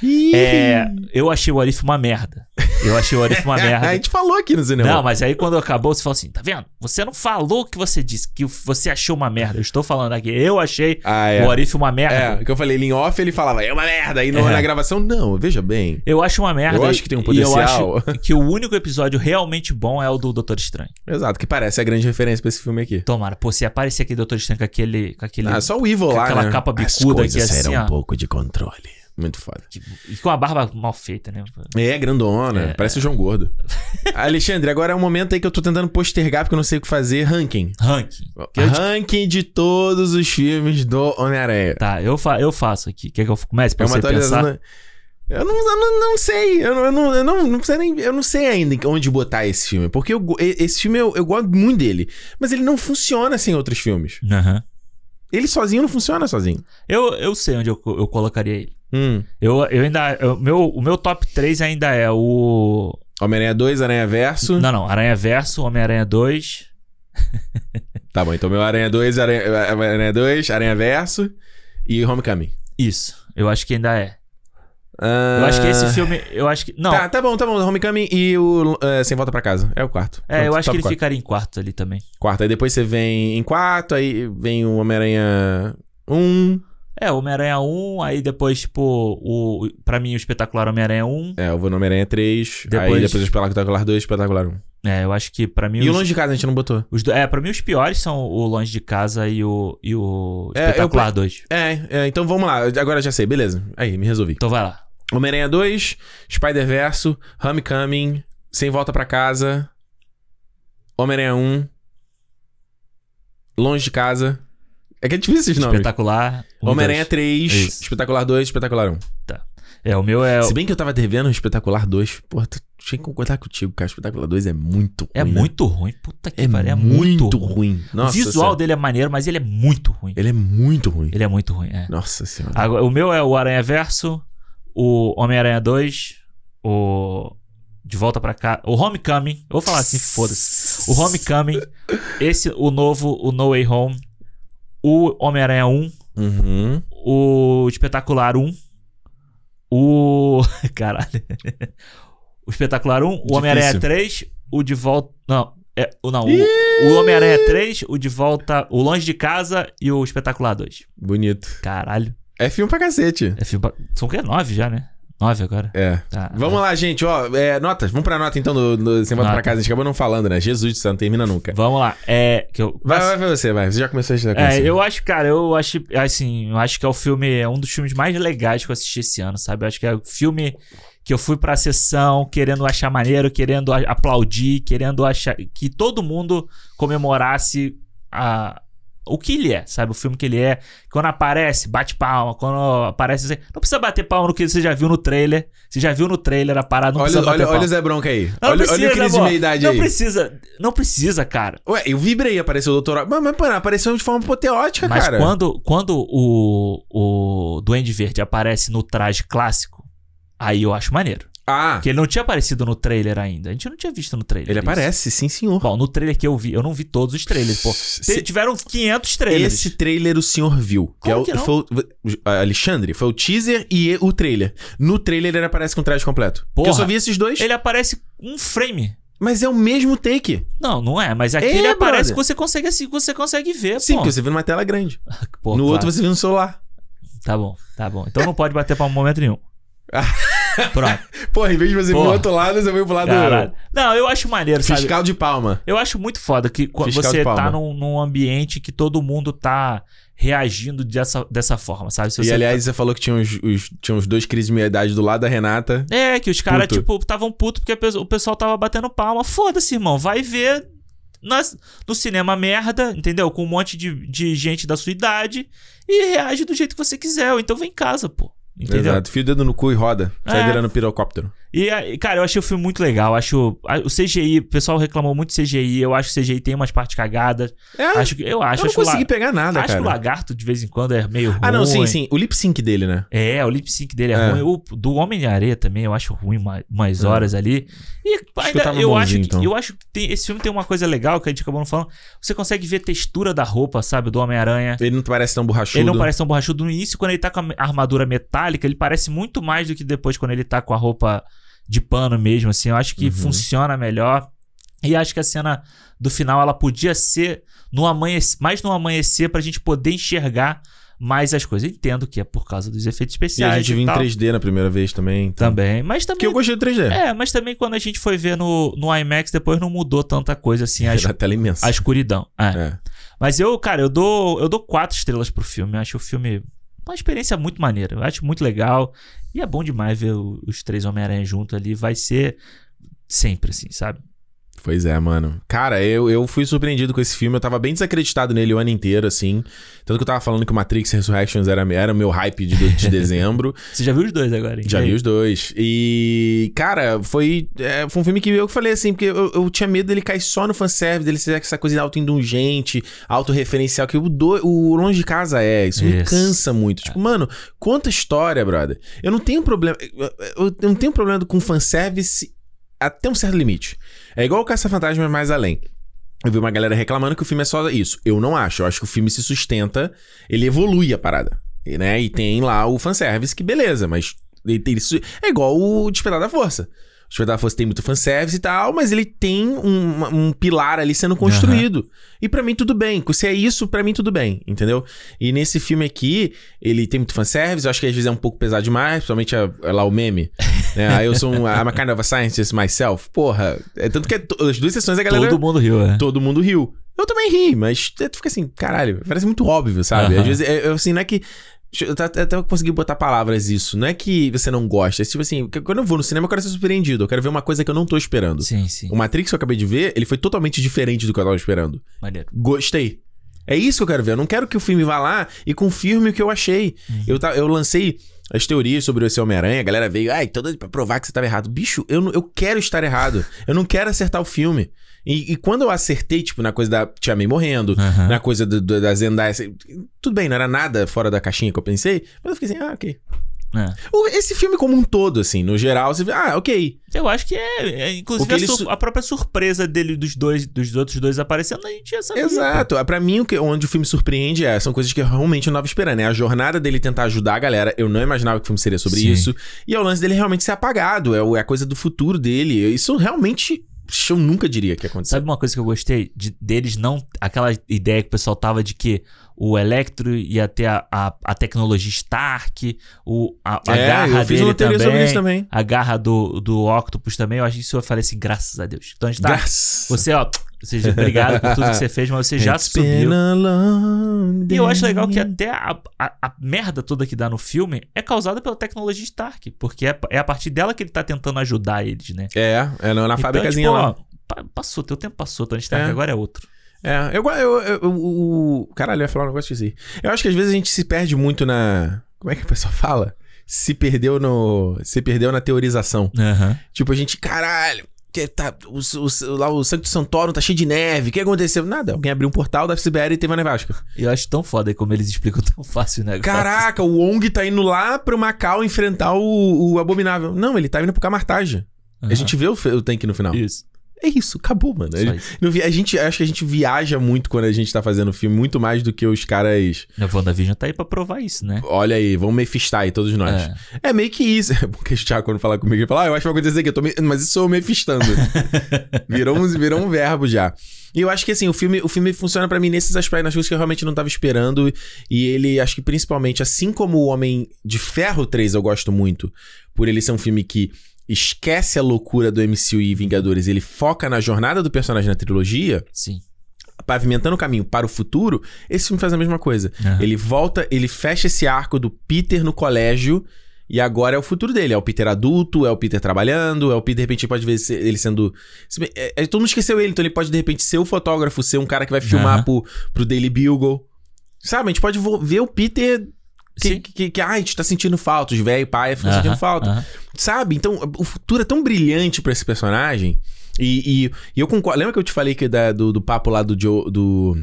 Speaker 1: Ih,
Speaker 2: É, eu achei o Arif uma merda. Eu achei o Arif uma merda.
Speaker 1: É, A gente falou aqui no cinema.
Speaker 2: Não, mas aí quando acabou, você falou assim: tá vendo? Você não falou o que você disse, que você achou uma merda. Eu estou falando aqui, eu achei
Speaker 1: Ah, é.
Speaker 2: o Arif uma
Speaker 1: É,
Speaker 2: merda.
Speaker 1: o que eu falei, ele em off, ele falava, é uma merda. Aí no-
Speaker 2: É.
Speaker 1: na gravação, não, veja bem.
Speaker 2: Eu acho uma merda.
Speaker 1: Eu acho que tem um
Speaker 2: e
Speaker 1: potencial.
Speaker 2: Eu acho que o único episódio realmente bom é o do Doutor Estranho.
Speaker 1: Exato, que parece a grande referência pra esse filme aqui.
Speaker 2: Tomara, pô, se aparecer aqui Doutor Estranho com aquele. Com aquele
Speaker 1: Ah, só o Evil
Speaker 2: com
Speaker 1: lá,
Speaker 2: aquela
Speaker 1: né?
Speaker 2: capa
Speaker 1: As
Speaker 2: bicuda
Speaker 1: coisas
Speaker 2: aqui, assim,
Speaker 1: saíram
Speaker 2: ó.
Speaker 1: um pouco de controle. Muito foda.
Speaker 2: E com a barba mal feita, né?
Speaker 1: É, grandona.
Speaker 2: É,
Speaker 1: parece o João Gordo. Alexandre, agora é um momento aí que eu tô tentando postergar porque eu não sei o que fazer. Ranking.
Speaker 2: Ranking. Que eu-
Speaker 1: Ranking de todos os filmes do Homem-Aranha.
Speaker 2: Tá, eu, fa eu faço aqui. Quer que eu comece pra
Speaker 1: É uma
Speaker 2: você
Speaker 1: atualização.
Speaker 2: pensar?
Speaker 1: da- Eu, não, eu não, não sei. Eu, não, eu, não, eu, não, não precisa nem, eu não sei ainda onde botar esse filme. Porque eu go- e- esse filme eu, eu gosto muito dele. Mas ele não funciona sem outros filmes.
Speaker 2: Aham.
Speaker 1: Ele sozinho não funciona sozinho.
Speaker 2: Eu, eu sei onde eu, co- eu colocaria ele.
Speaker 1: Hum.
Speaker 2: Eu, eu ainda. eu- meu, o meu top 3 ainda é o.
Speaker 1: Homem-Aranha 2, Aranha Verso.
Speaker 2: Não, não. Aranha Verso, Homem-Aranha 2.
Speaker 1: Tá bom, então meu Aranha 2, Aranha, Aranha 2, Aranha Verso e Homecoming.
Speaker 2: Isso. Eu acho que ainda é.
Speaker 1: Ah,
Speaker 2: Eu acho que esse filme. Eu acho que. Não.
Speaker 1: Tá, tá bom, tá bom. Homecoming e o eh, Sem Volta Pra Casa. É o quarto.
Speaker 2: é, eu
Speaker 1: Pronto,
Speaker 2: acho
Speaker 1: top
Speaker 2: que ele
Speaker 1: quarto.
Speaker 2: ficaria em quarto ali também.
Speaker 1: Quarto. Aí depois você vem em quarto, aí vem o Homem-Aranha 1.
Speaker 2: É, Homem-Aranha 1, aí depois, tipo, o, pra mim o espetacular Homem-Aranha 1.
Speaker 1: É, eu vou no Homem-Aranha 3, aí
Speaker 2: Depois-
Speaker 1: depois o Espetacular 2, Espetacular 1.
Speaker 2: É, eu acho que pra mim
Speaker 1: E o
Speaker 2: os,
Speaker 1: Longe de Casa a gente não botou.
Speaker 2: os do- É, pra mim os piores são o Longe de Casa e o, e o
Speaker 1: É, eu-
Speaker 2: Espetacular 2.
Speaker 1: É, é, então vamos lá. Agora eu já sei, beleza. Aí, me resolvi.
Speaker 2: Então vai lá.
Speaker 1: Homem-Aranha 2, Spider-Verso, Homecoming, Sem Volta Pra Casa, Homem-Aranha 1, Longe de Casa. É que é difícil esses nomes.
Speaker 2: Espetacular. um e
Speaker 1: Homem-Aranha
Speaker 2: dois.
Speaker 1: 3,
Speaker 2: Isso.
Speaker 1: Espetacular 2, Espetacular 1.
Speaker 2: É, o meu é.
Speaker 1: Se bem que eu tava devendo o Espetacular 2, porra, tu- tinha que concordar contigo, cara. Espetacular 2 é muito ruim.
Speaker 2: É
Speaker 1: né?
Speaker 2: muito ruim. Puta que
Speaker 1: É
Speaker 2: pariu. É muito,
Speaker 1: muito
Speaker 2: ruim.
Speaker 1: ruim.
Speaker 2: O
Speaker 1: Nossa,
Speaker 2: visual dele é maneiro, mas ele é muito ruim.
Speaker 1: Ele é muito ruim.
Speaker 2: Ele é muito ruim, é.
Speaker 1: Nossa senhora.
Speaker 2: Agora, o meu é o Aranha Verso, o Homem-Aranha 2, o. De volta pra cá. O Homecoming. Eu vou falar assim, foda-se. O Homecoming. Esse, o novo, o No Way Home. O Homem-Aranha 1.
Speaker 1: Uhum.
Speaker 2: O Espetacular 1. O. Caralho. O Espetacular 1. O Homem-Aranha
Speaker 1: Difícil.
Speaker 2: 3. O De Volta. Não. É, o não, o, o Homem-Aranha 3, o De Volta, o Longe de Casa e o Espetacular 2.
Speaker 1: Bonito.
Speaker 2: Caralho.
Speaker 1: É filme pra cacete.
Speaker 2: É filme pra- São o quê? Nove já, né? Nove agora.
Speaker 1: É.
Speaker 2: Tá.
Speaker 1: Vamos lá, gente, ó. é, notas. Vamos pra nota então do, do Sem Volta Pra
Speaker 2: Nota.
Speaker 1: Casa. A gente acabou não falando, né? Jesus do céu, não termina nunca.
Speaker 2: Vamos lá. É. Que eu...
Speaker 1: Vai, vai pra você, vai. Você já começou a estudar
Speaker 2: É, eu acho, cara, eu acho, assim, eu acho que é o filme, é um dos filmes mais legais que eu assisti esse ano, sabe? Eu acho que é o filme que eu fui pra sessão querendo achar maneiro, querendo a- aplaudir, querendo achar que todo mundo comemorasse a o que ele é, sabe? O filme que ele é. Quando aparece, bate palma. Quando aparece, você- não precisa bater palma no que você já viu no trailer. Você já viu no trailer a parada, não
Speaker 1: Olha,
Speaker 2: precisa bater
Speaker 1: olha, olha o
Speaker 2: palma.
Speaker 1: Zé Bronca aí.
Speaker 2: Não
Speaker 1: olha, olha
Speaker 2: precisa,
Speaker 1: o Cris de
Speaker 2: amor.
Speaker 1: meia-idade
Speaker 2: Não
Speaker 1: aí.
Speaker 2: precisa, não precisa, cara.
Speaker 1: Ué, eu vibrei, apareceu o doutor. Mas, mas mano, apareceu de forma apoteótica,
Speaker 2: Mas
Speaker 1: cara.
Speaker 2: quando, quando o, o Duende Verde aparece no traje clássico, aí eu acho maneiro.
Speaker 1: Ah,
Speaker 2: Que ele não tinha aparecido no trailer ainda. A gente não tinha visto no trailer.
Speaker 1: ele
Speaker 2: isso.
Speaker 1: aparece, sim, senhor.
Speaker 2: Bom, no trailer que eu vi, eu não vi todos os trailers, pô.
Speaker 1: Se-
Speaker 2: Te- Tiveram 500 trailers.
Speaker 1: Esse trailer o senhor viu.
Speaker 2: Como
Speaker 1: é o-
Speaker 2: que não?
Speaker 1: foi o- Alexandre, foi o teaser e o trailer. No trailer ele aparece com o traje completo. Porque eu
Speaker 2: Porra.
Speaker 1: só vi esses dois.
Speaker 2: Ele aparece um frame.
Speaker 1: Mas é o mesmo take.
Speaker 2: Não, não é, mas aqui
Speaker 1: É,
Speaker 2: ele aparece
Speaker 1: brother.
Speaker 2: que você consegue assim, você consegue ver,
Speaker 1: Sim,
Speaker 2: pô.
Speaker 1: porque você viu numa tela grande.
Speaker 2: Pô,
Speaker 1: no
Speaker 2: claro.
Speaker 1: outro você viu no celular.
Speaker 2: Tá bom, tá bom. Então não pode bater pra momento nenhum. Pronto.
Speaker 1: Porra, em vez de você
Speaker 2: Porra.
Speaker 1: lado, você viu pro lado
Speaker 2: Caralho. Não, eu acho maneiro, sabe?
Speaker 1: fiscal de palma.
Speaker 2: Eu acho muito foda que quando
Speaker 1: Fiscal de
Speaker 2: você
Speaker 1: palma.
Speaker 2: tá num, num ambiente que todo mundo tá reagindo dessa, dessa forma, sabe? Se
Speaker 1: E
Speaker 2: você
Speaker 1: aliás, você falou que tinha uns, os- tinha uns dois crises de meia idade do lado da Renata.
Speaker 2: É, que os caras,
Speaker 1: Puto.
Speaker 2: tipo, estavam putos porque a peso- o pessoal tava batendo palma. Foda-se, irmão. Vai ver nas- no cinema merda, entendeu? Com um monte de, de gente da sua idade e reage do jeito que você quiser. Ou então vem em casa, pô. Entendeu?
Speaker 1: Exato. Fio o dedo no cu e roda. Sai
Speaker 2: É.
Speaker 1: virando pirocóptero.
Speaker 2: E, aí, cara, eu achei o filme muito legal. Acho. a- O CGI, o pessoal reclamou muito de CGI. Eu acho que o CGI tem umas partes cagadas.
Speaker 1: É,
Speaker 2: Acho que. Eu acho.
Speaker 1: eu não
Speaker 2: acho o la-
Speaker 1: consegui pegar nada,
Speaker 2: acho que
Speaker 1: cara.
Speaker 2: o lagarto de vez em quando é meio ruim.
Speaker 1: ah, não, sim, sim. O lip sync dele, né?
Speaker 2: É, o lip sync dele é,
Speaker 1: É.
Speaker 2: ruim. O do Homem-Areia também eu acho ruim ma- umas horas ali. E ainda,
Speaker 1: tava
Speaker 2: eu, acho
Speaker 1: bonzinho,
Speaker 2: que,
Speaker 1: então.
Speaker 2: eu acho que tem- esse filme tem uma coisa legal que a gente acabou não falando. Você consegue ver a textura da roupa, sabe, do Homem-Aranha.
Speaker 1: Ele não parece tão borrachudo.
Speaker 2: Ele não parece tão borrachudo no início, quando ele tá com a me- armadura metálica, ele parece muito mais do que depois quando ele tá com a roupa de pano mesmo, assim. Eu acho que
Speaker 1: Uhum.
Speaker 2: funciona melhor. E acho que a cena do final, ela podia ser no amanhecer, mais no amanhecer pra gente poder enxergar mais as coisas. Eu entendo que é por causa dos
Speaker 1: E
Speaker 2: efeitos especiais
Speaker 1: a gente
Speaker 2: e
Speaker 1: viu em
Speaker 2: tal.
Speaker 1: 3D na primeira vez também. Então.
Speaker 2: Também, mas
Speaker 1: Porque eu
Speaker 2: também...
Speaker 1: gostei do 3D.
Speaker 2: É, mas também quando a gente foi ver no, no IMAX, depois não mudou tanta coisa, assim, a, es-
Speaker 1: Na tela imensa.
Speaker 2: a escuridão. É.
Speaker 1: É.
Speaker 2: Mas eu, cara, eu dou, eu dou quatro estrelas pro filme. Eu acho o filme uma experiência muito maneira. Eu acho muito legal. E é bom demais ver o- os três Homem-Aranha junto ali. Vai ser sempre assim, sabe?
Speaker 1: Pois é, mano. Cara, eu, eu fui surpreendido com esse filme. Eu tava bem desacreditado nele o ano inteiro, assim. Tanto que eu tava falando que o Matrix Resurrections era, era o meu hype de, de dezembro.
Speaker 2: Você já viu os dois agora, hein?
Speaker 1: Já
Speaker 2: E aí?
Speaker 1: vi os dois. E, cara, foi, é, foi um filme que eu falei assim, porque eu, eu tinha medo dele cair só no fanservice, dele ser essa coisa autoindulgente, autorreferencial, que o, do, o Longe de Casa é. Isso me
Speaker 2: Isso. É.
Speaker 1: cansa muito. Tipo, mano, conta história, brother. Eu não tenho problema. Eu, eu- eu não tenho problema com fanservice até um certo limite. É igual o Caça-Fantasma mas mais além. Eu vi uma galera reclamando que o filme é só isso. Eu não acho. Eu acho que o filme se sustenta, ele evolui a parada. E, né? e tem lá o fanservice, que beleza, mas ele tem isso. É igual o Despertar da Força. O Despertar da Força tem muito fanservice e tal, mas ele tem um, uma- um pilar ali sendo construído. E pra mim tudo bem. Se é isso, pra mim tudo bem, entendeu? E nesse filme aqui, ele tem muito fanservice. Eu acho que às vezes é um pouco pesado demais, principalmente a- a lá o meme. Né? Aí eu sou um. I'm a kind of a scientist myself. Porra. É tanto que é to- as duas sessões a galera.
Speaker 2: Todo mundo riu, é.
Speaker 1: Todo mundo riu. Eu também ri, mas tu fica assim, caralho, parece muito óbvio, sabe?
Speaker 2: Aham.
Speaker 1: Às vezes, é- eu, assim, não é que. Eu até- até consegui botar palavras isso. Não é que você não gosta. É tipo assim, que- quando eu vou no cinema, eu quero ser surpreendido. Eu quero ver uma coisa que eu não tô esperando.
Speaker 2: Sim, sim.
Speaker 1: O Matrix que eu acabei de ver, ele foi totalmente diferente do que eu tava esperando.
Speaker 2: Maneiro.
Speaker 1: Gostei. É isso que eu quero ver. Eu não quero que o filme vá lá e confirme o que eu achei. Eu, ta- eu lancei as teorias sobre esse Homem-Aranha, a galera veio, ai, toda pra provar que você tava errado. Bicho, eu, não- eu quero estar errado. Eu não quero acertar o filme. E, e quando eu acertei, tipo, na coisa da Tia May morrendo,
Speaker 2: Aham.
Speaker 1: na coisa do, do- da Zendaya, assim, tudo bem, não era nada fora da caixinha que eu pensei, mas eu fiquei assim, ah, ok.
Speaker 2: É.
Speaker 1: O- Esse filme como um todo, assim, no geral, você vê, ah, ok.
Speaker 2: Eu acho que é. é, inclusive,
Speaker 1: Porque
Speaker 2: a,
Speaker 1: ele
Speaker 2: sur-
Speaker 1: su-
Speaker 2: a própria surpresa dele dos dois, dos outros dois aparecendo, a gente já sabia.
Speaker 1: Exato. Ah, Pra mim, o que, onde o filme surpreende é, são coisas que eu realmente não tava esperando. É a jornada dele tentar ajudar a galera. Eu não imaginava que o filme seria sobre
Speaker 2: Sim.
Speaker 1: isso. E é o lance dele realmente ser apagado. É, o- é a coisa do futuro dele. Isso realmente. Eu nunca diria que ia acontecer.
Speaker 2: Sabe uma coisa que eu gostei De- deles não. Aquela ideia que o pessoal tava de que o Electro ia ter a, a, a tecnologia Stark, o, a, a
Speaker 1: é,
Speaker 2: garra
Speaker 1: eu fiz
Speaker 2: dele
Speaker 1: uma teoria
Speaker 2: também,
Speaker 1: sobre isso também.
Speaker 2: A garra do, do Octopus também. Eu acho que isso eu falei assim, graças a Deus. Então a gente tá.
Speaker 1: Graças.
Speaker 2: Você, ó, você, obrigado por tudo que você fez, mas você já
Speaker 1: It's been
Speaker 2: subiu.
Speaker 1: a long
Speaker 2: E eu acho legal que
Speaker 1: day.
Speaker 2: até a, a, a merda toda que dá no filme é causada pela tecnologia Stark, porque é, é a partir dela que ele tá tentando ajudar eles, né?
Speaker 1: É, é na, na fabricazinha
Speaker 2: então,
Speaker 1: lá.
Speaker 2: tipo, ó, pa- passou, teu tempo passou, Tony Stark
Speaker 1: É.
Speaker 2: agora é outro.
Speaker 1: É, eu, go- eu, eu, eu- o- Caralho, eu ia falar um negócio esqueci. Eu acho que às vezes a gente se perde muito na. Como é que a pessoa fala? Se perdeu no. Se perdeu na teorização. Tipo, a gente, caralho, que tá, o, o, lá o Santo Santoro tá cheio de neve. O que aconteceu? Nada. Alguém abriu um portal da Sibéria e teve uma nevasca.
Speaker 2: Eu acho tão foda como eles explicam tão fácil o negócio.
Speaker 1: Caraca, o Ong tá indo lá pro Macau enfrentar o, o Abominável. Não, ele tá indo pro Camartage. A
Speaker 2: Aham.
Speaker 1: gente vê o, fe- o tanque no final.
Speaker 2: Isso.
Speaker 1: É isso, acabou, mano.
Speaker 2: Só
Speaker 1: A,
Speaker 2: isso.
Speaker 1: não vi- a gente, acho que a gente viaja muito quando a gente tá fazendo filme, muito mais do que os caras.
Speaker 2: A WandaVision tá aí pra provar isso, né?
Speaker 1: Olha aí, vamos mefistar aí, todos nós.
Speaker 2: É.
Speaker 1: É, meio que isso. É porque o Thiago, quando fala comigo, ele fala, ah, eu acho que vai acontecer aqui, eu tô me... mas isso sou eu mefistando. virou, um, virou um verbo já. E eu acho que assim, o filme, o filme funciona pra mim nesses aspectos, nas coisas que eu realmente não tava esperando. E ele, acho que principalmente, assim como o Homem de Ferro 3, eu gosto muito, por ele ser um filme que esquece a loucura do MCU e Vingadores, ele foca na jornada do personagem na trilogia,
Speaker 2: Sim.
Speaker 1: pavimentando o caminho para o futuro, esse filme faz a mesma coisa.
Speaker 2: Aham.
Speaker 1: Ele volta, ele fecha esse arco do Peter no colégio. E agora é o futuro dele. É o Peter adulto, é o Peter trabalhando, é o Peter, de repente, pode ver se- ele sendo. se bem- é- é- todo mundo esqueceu ele, então ele pode, de repente, ser o fotógrafo, ser um cara que vai filmar
Speaker 2: Aham.
Speaker 1: pro, pro Daily Bugle. Sabe? A gente pode vo- ver o Peter que,
Speaker 2: Sim.
Speaker 1: que, que, que, ai, a gente tá sentindo falta, os velhos, pai, ficam
Speaker 2: Aham,
Speaker 1: sentindo tá falta.
Speaker 2: aham.
Speaker 1: Sabe? Então, o futuro é tão brilhante pra esse personagem. E, e- e eu concordo. Lembra que eu te falei que da- do, do papo lá do Joe, do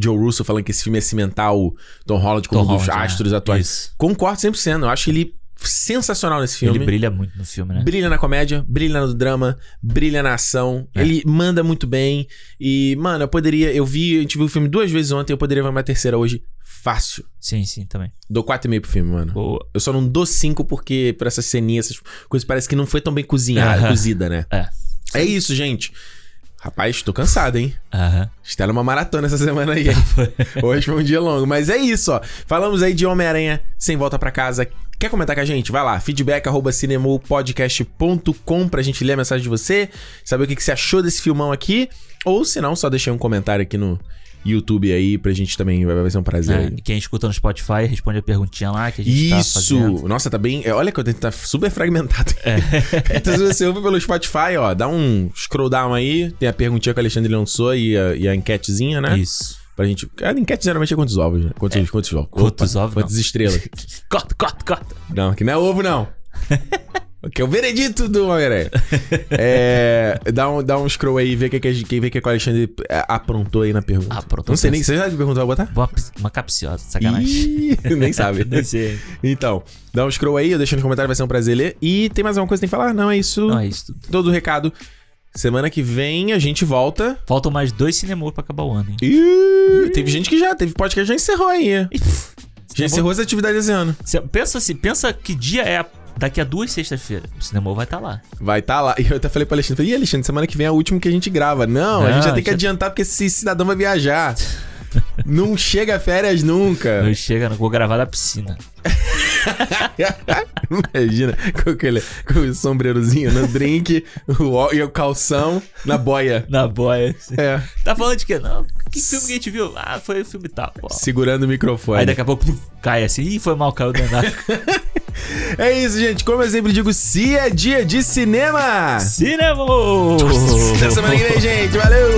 Speaker 1: Joe Russo falando que esse filme é cimentar o Tom Holland como
Speaker 2: Tom
Speaker 1: um dos
Speaker 2: Holland, né?
Speaker 1: astros atuais?
Speaker 2: Isso.
Speaker 1: Concordo 100%. Eu acho ele sensacional nesse filme.
Speaker 2: Ele brilha muito no filme, né?
Speaker 1: Brilha na comédia, brilha no drama, brilha na ação.
Speaker 2: É.
Speaker 1: Ele manda muito bem. E, mano, eu poderia. Eu vi, a gente viu o filme duas vezes ontem, eu poderia ver uma terceira hoje. Fácil.
Speaker 2: Sim, sim, também.
Speaker 1: Dou 4,5 pro filme, mano.
Speaker 2: Boa.
Speaker 1: Eu só não dou cinco porque por essa ceninha, essas coisas parece que não foi tão bem cozinhada,
Speaker 2: Aham.
Speaker 1: cozida, né?
Speaker 2: É.
Speaker 1: É isso, gente. Rapaz, tô cansado, hein?
Speaker 2: Aham.
Speaker 1: Está numa maratona essa semana aí. hein? Hoje foi um dia longo, mas é isso, ó. Falamos aí de Homem-Aranha sem volta pra casa. Quer comentar com a gente? Vai lá, feedback arroba cinemopodcast.com pra gente ler a mensagem de você, saber o que, que você achou desse filmão aqui. Ou se não, só deixa aí um comentário aqui no YouTube aí pra gente também. Vai, vai ser um prazer. aí.
Speaker 2: É, e quem escuta no Spotify responde a perguntinha lá que a gente tá fazendo.
Speaker 1: Isso! Nossa, tá bem. é, Olha que eu tenho tá super fragmentado.
Speaker 2: É.
Speaker 1: então, se você ouve pelo Spotify, ó, dá um scroll down aí. Tem a perguntinha que o Alexandre lançou e a, e a enquetezinha, né?
Speaker 2: Isso.
Speaker 1: Pra gente. A enquete geralmente é quantos ovos, né? Quantos, quantos ovos?
Speaker 2: Quantos ovos,
Speaker 1: Quantas
Speaker 2: não.
Speaker 1: estrelas?
Speaker 2: Corta, corta, corta.
Speaker 1: Não, que não é ovo, não. Que é o veredito do Homem-Aranha. É, dá, um, dá um scroll aí e vê o que, que, a gente- vê o que, que o Alexandre é, aprontou aí na pergunta.
Speaker 2: Aprontou
Speaker 1: Não sei nem.
Speaker 2: mesmo.
Speaker 1: Você já sabe que pergunta vai botar?
Speaker 2: Ah, Boa, Uma capciosa, sacanagem.
Speaker 1: Ih, nem sabe.
Speaker 2: Nem sei.
Speaker 1: Então, dá um scroll aí, eu deixo nos comentários, vai ser um prazer ler. E tem mais alguma coisa que tem que falar? Não, é isso.
Speaker 2: Não é isso tudo.
Speaker 1: Todo o recado. Semana que vem a gente volta.
Speaker 2: Faltam mais dois cinemas pra acabar o ano, hein?
Speaker 1: Ih, teve gente que já, teve podcast que já encerrou aí.
Speaker 2: Ih, tá pff,
Speaker 1: Já
Speaker 2: cinema-
Speaker 1: encerrou as atividades esse ano.
Speaker 2: Cê- Pensa assim, pensa que dia é a- daqui a duas sextas-feiras. O cinema vai estar lá.
Speaker 1: Vai tá lá. E eu até falei pro Alexandre, falei, Ih, Alexandre, semana que vem é o último que a gente grava. Não, a
Speaker 2: Não,
Speaker 1: gente já tem que
Speaker 2: já-
Speaker 1: adiantar porque esse cidadão vai viajar. Não chega a férias nunca.
Speaker 2: Eu chego, não vou gravar na piscina.
Speaker 1: Imagina, com, aquele, com o sombreirozinho no drink o, ó- e o calção na boia.
Speaker 2: Na boia. assim.
Speaker 1: É,
Speaker 2: Tá falando de quê? Não, que filme que a gente viu? Ah, foi o filme tal. Pô.
Speaker 1: segurando o microfone.
Speaker 2: Aí daqui a pouco puf, cai assim. Ih, foi mal, caiu danado.
Speaker 1: É isso, gente. Como eu sempre digo, se é dia de cinema.
Speaker 2: cinema!
Speaker 1: Até semana que vem, gente. Valeu!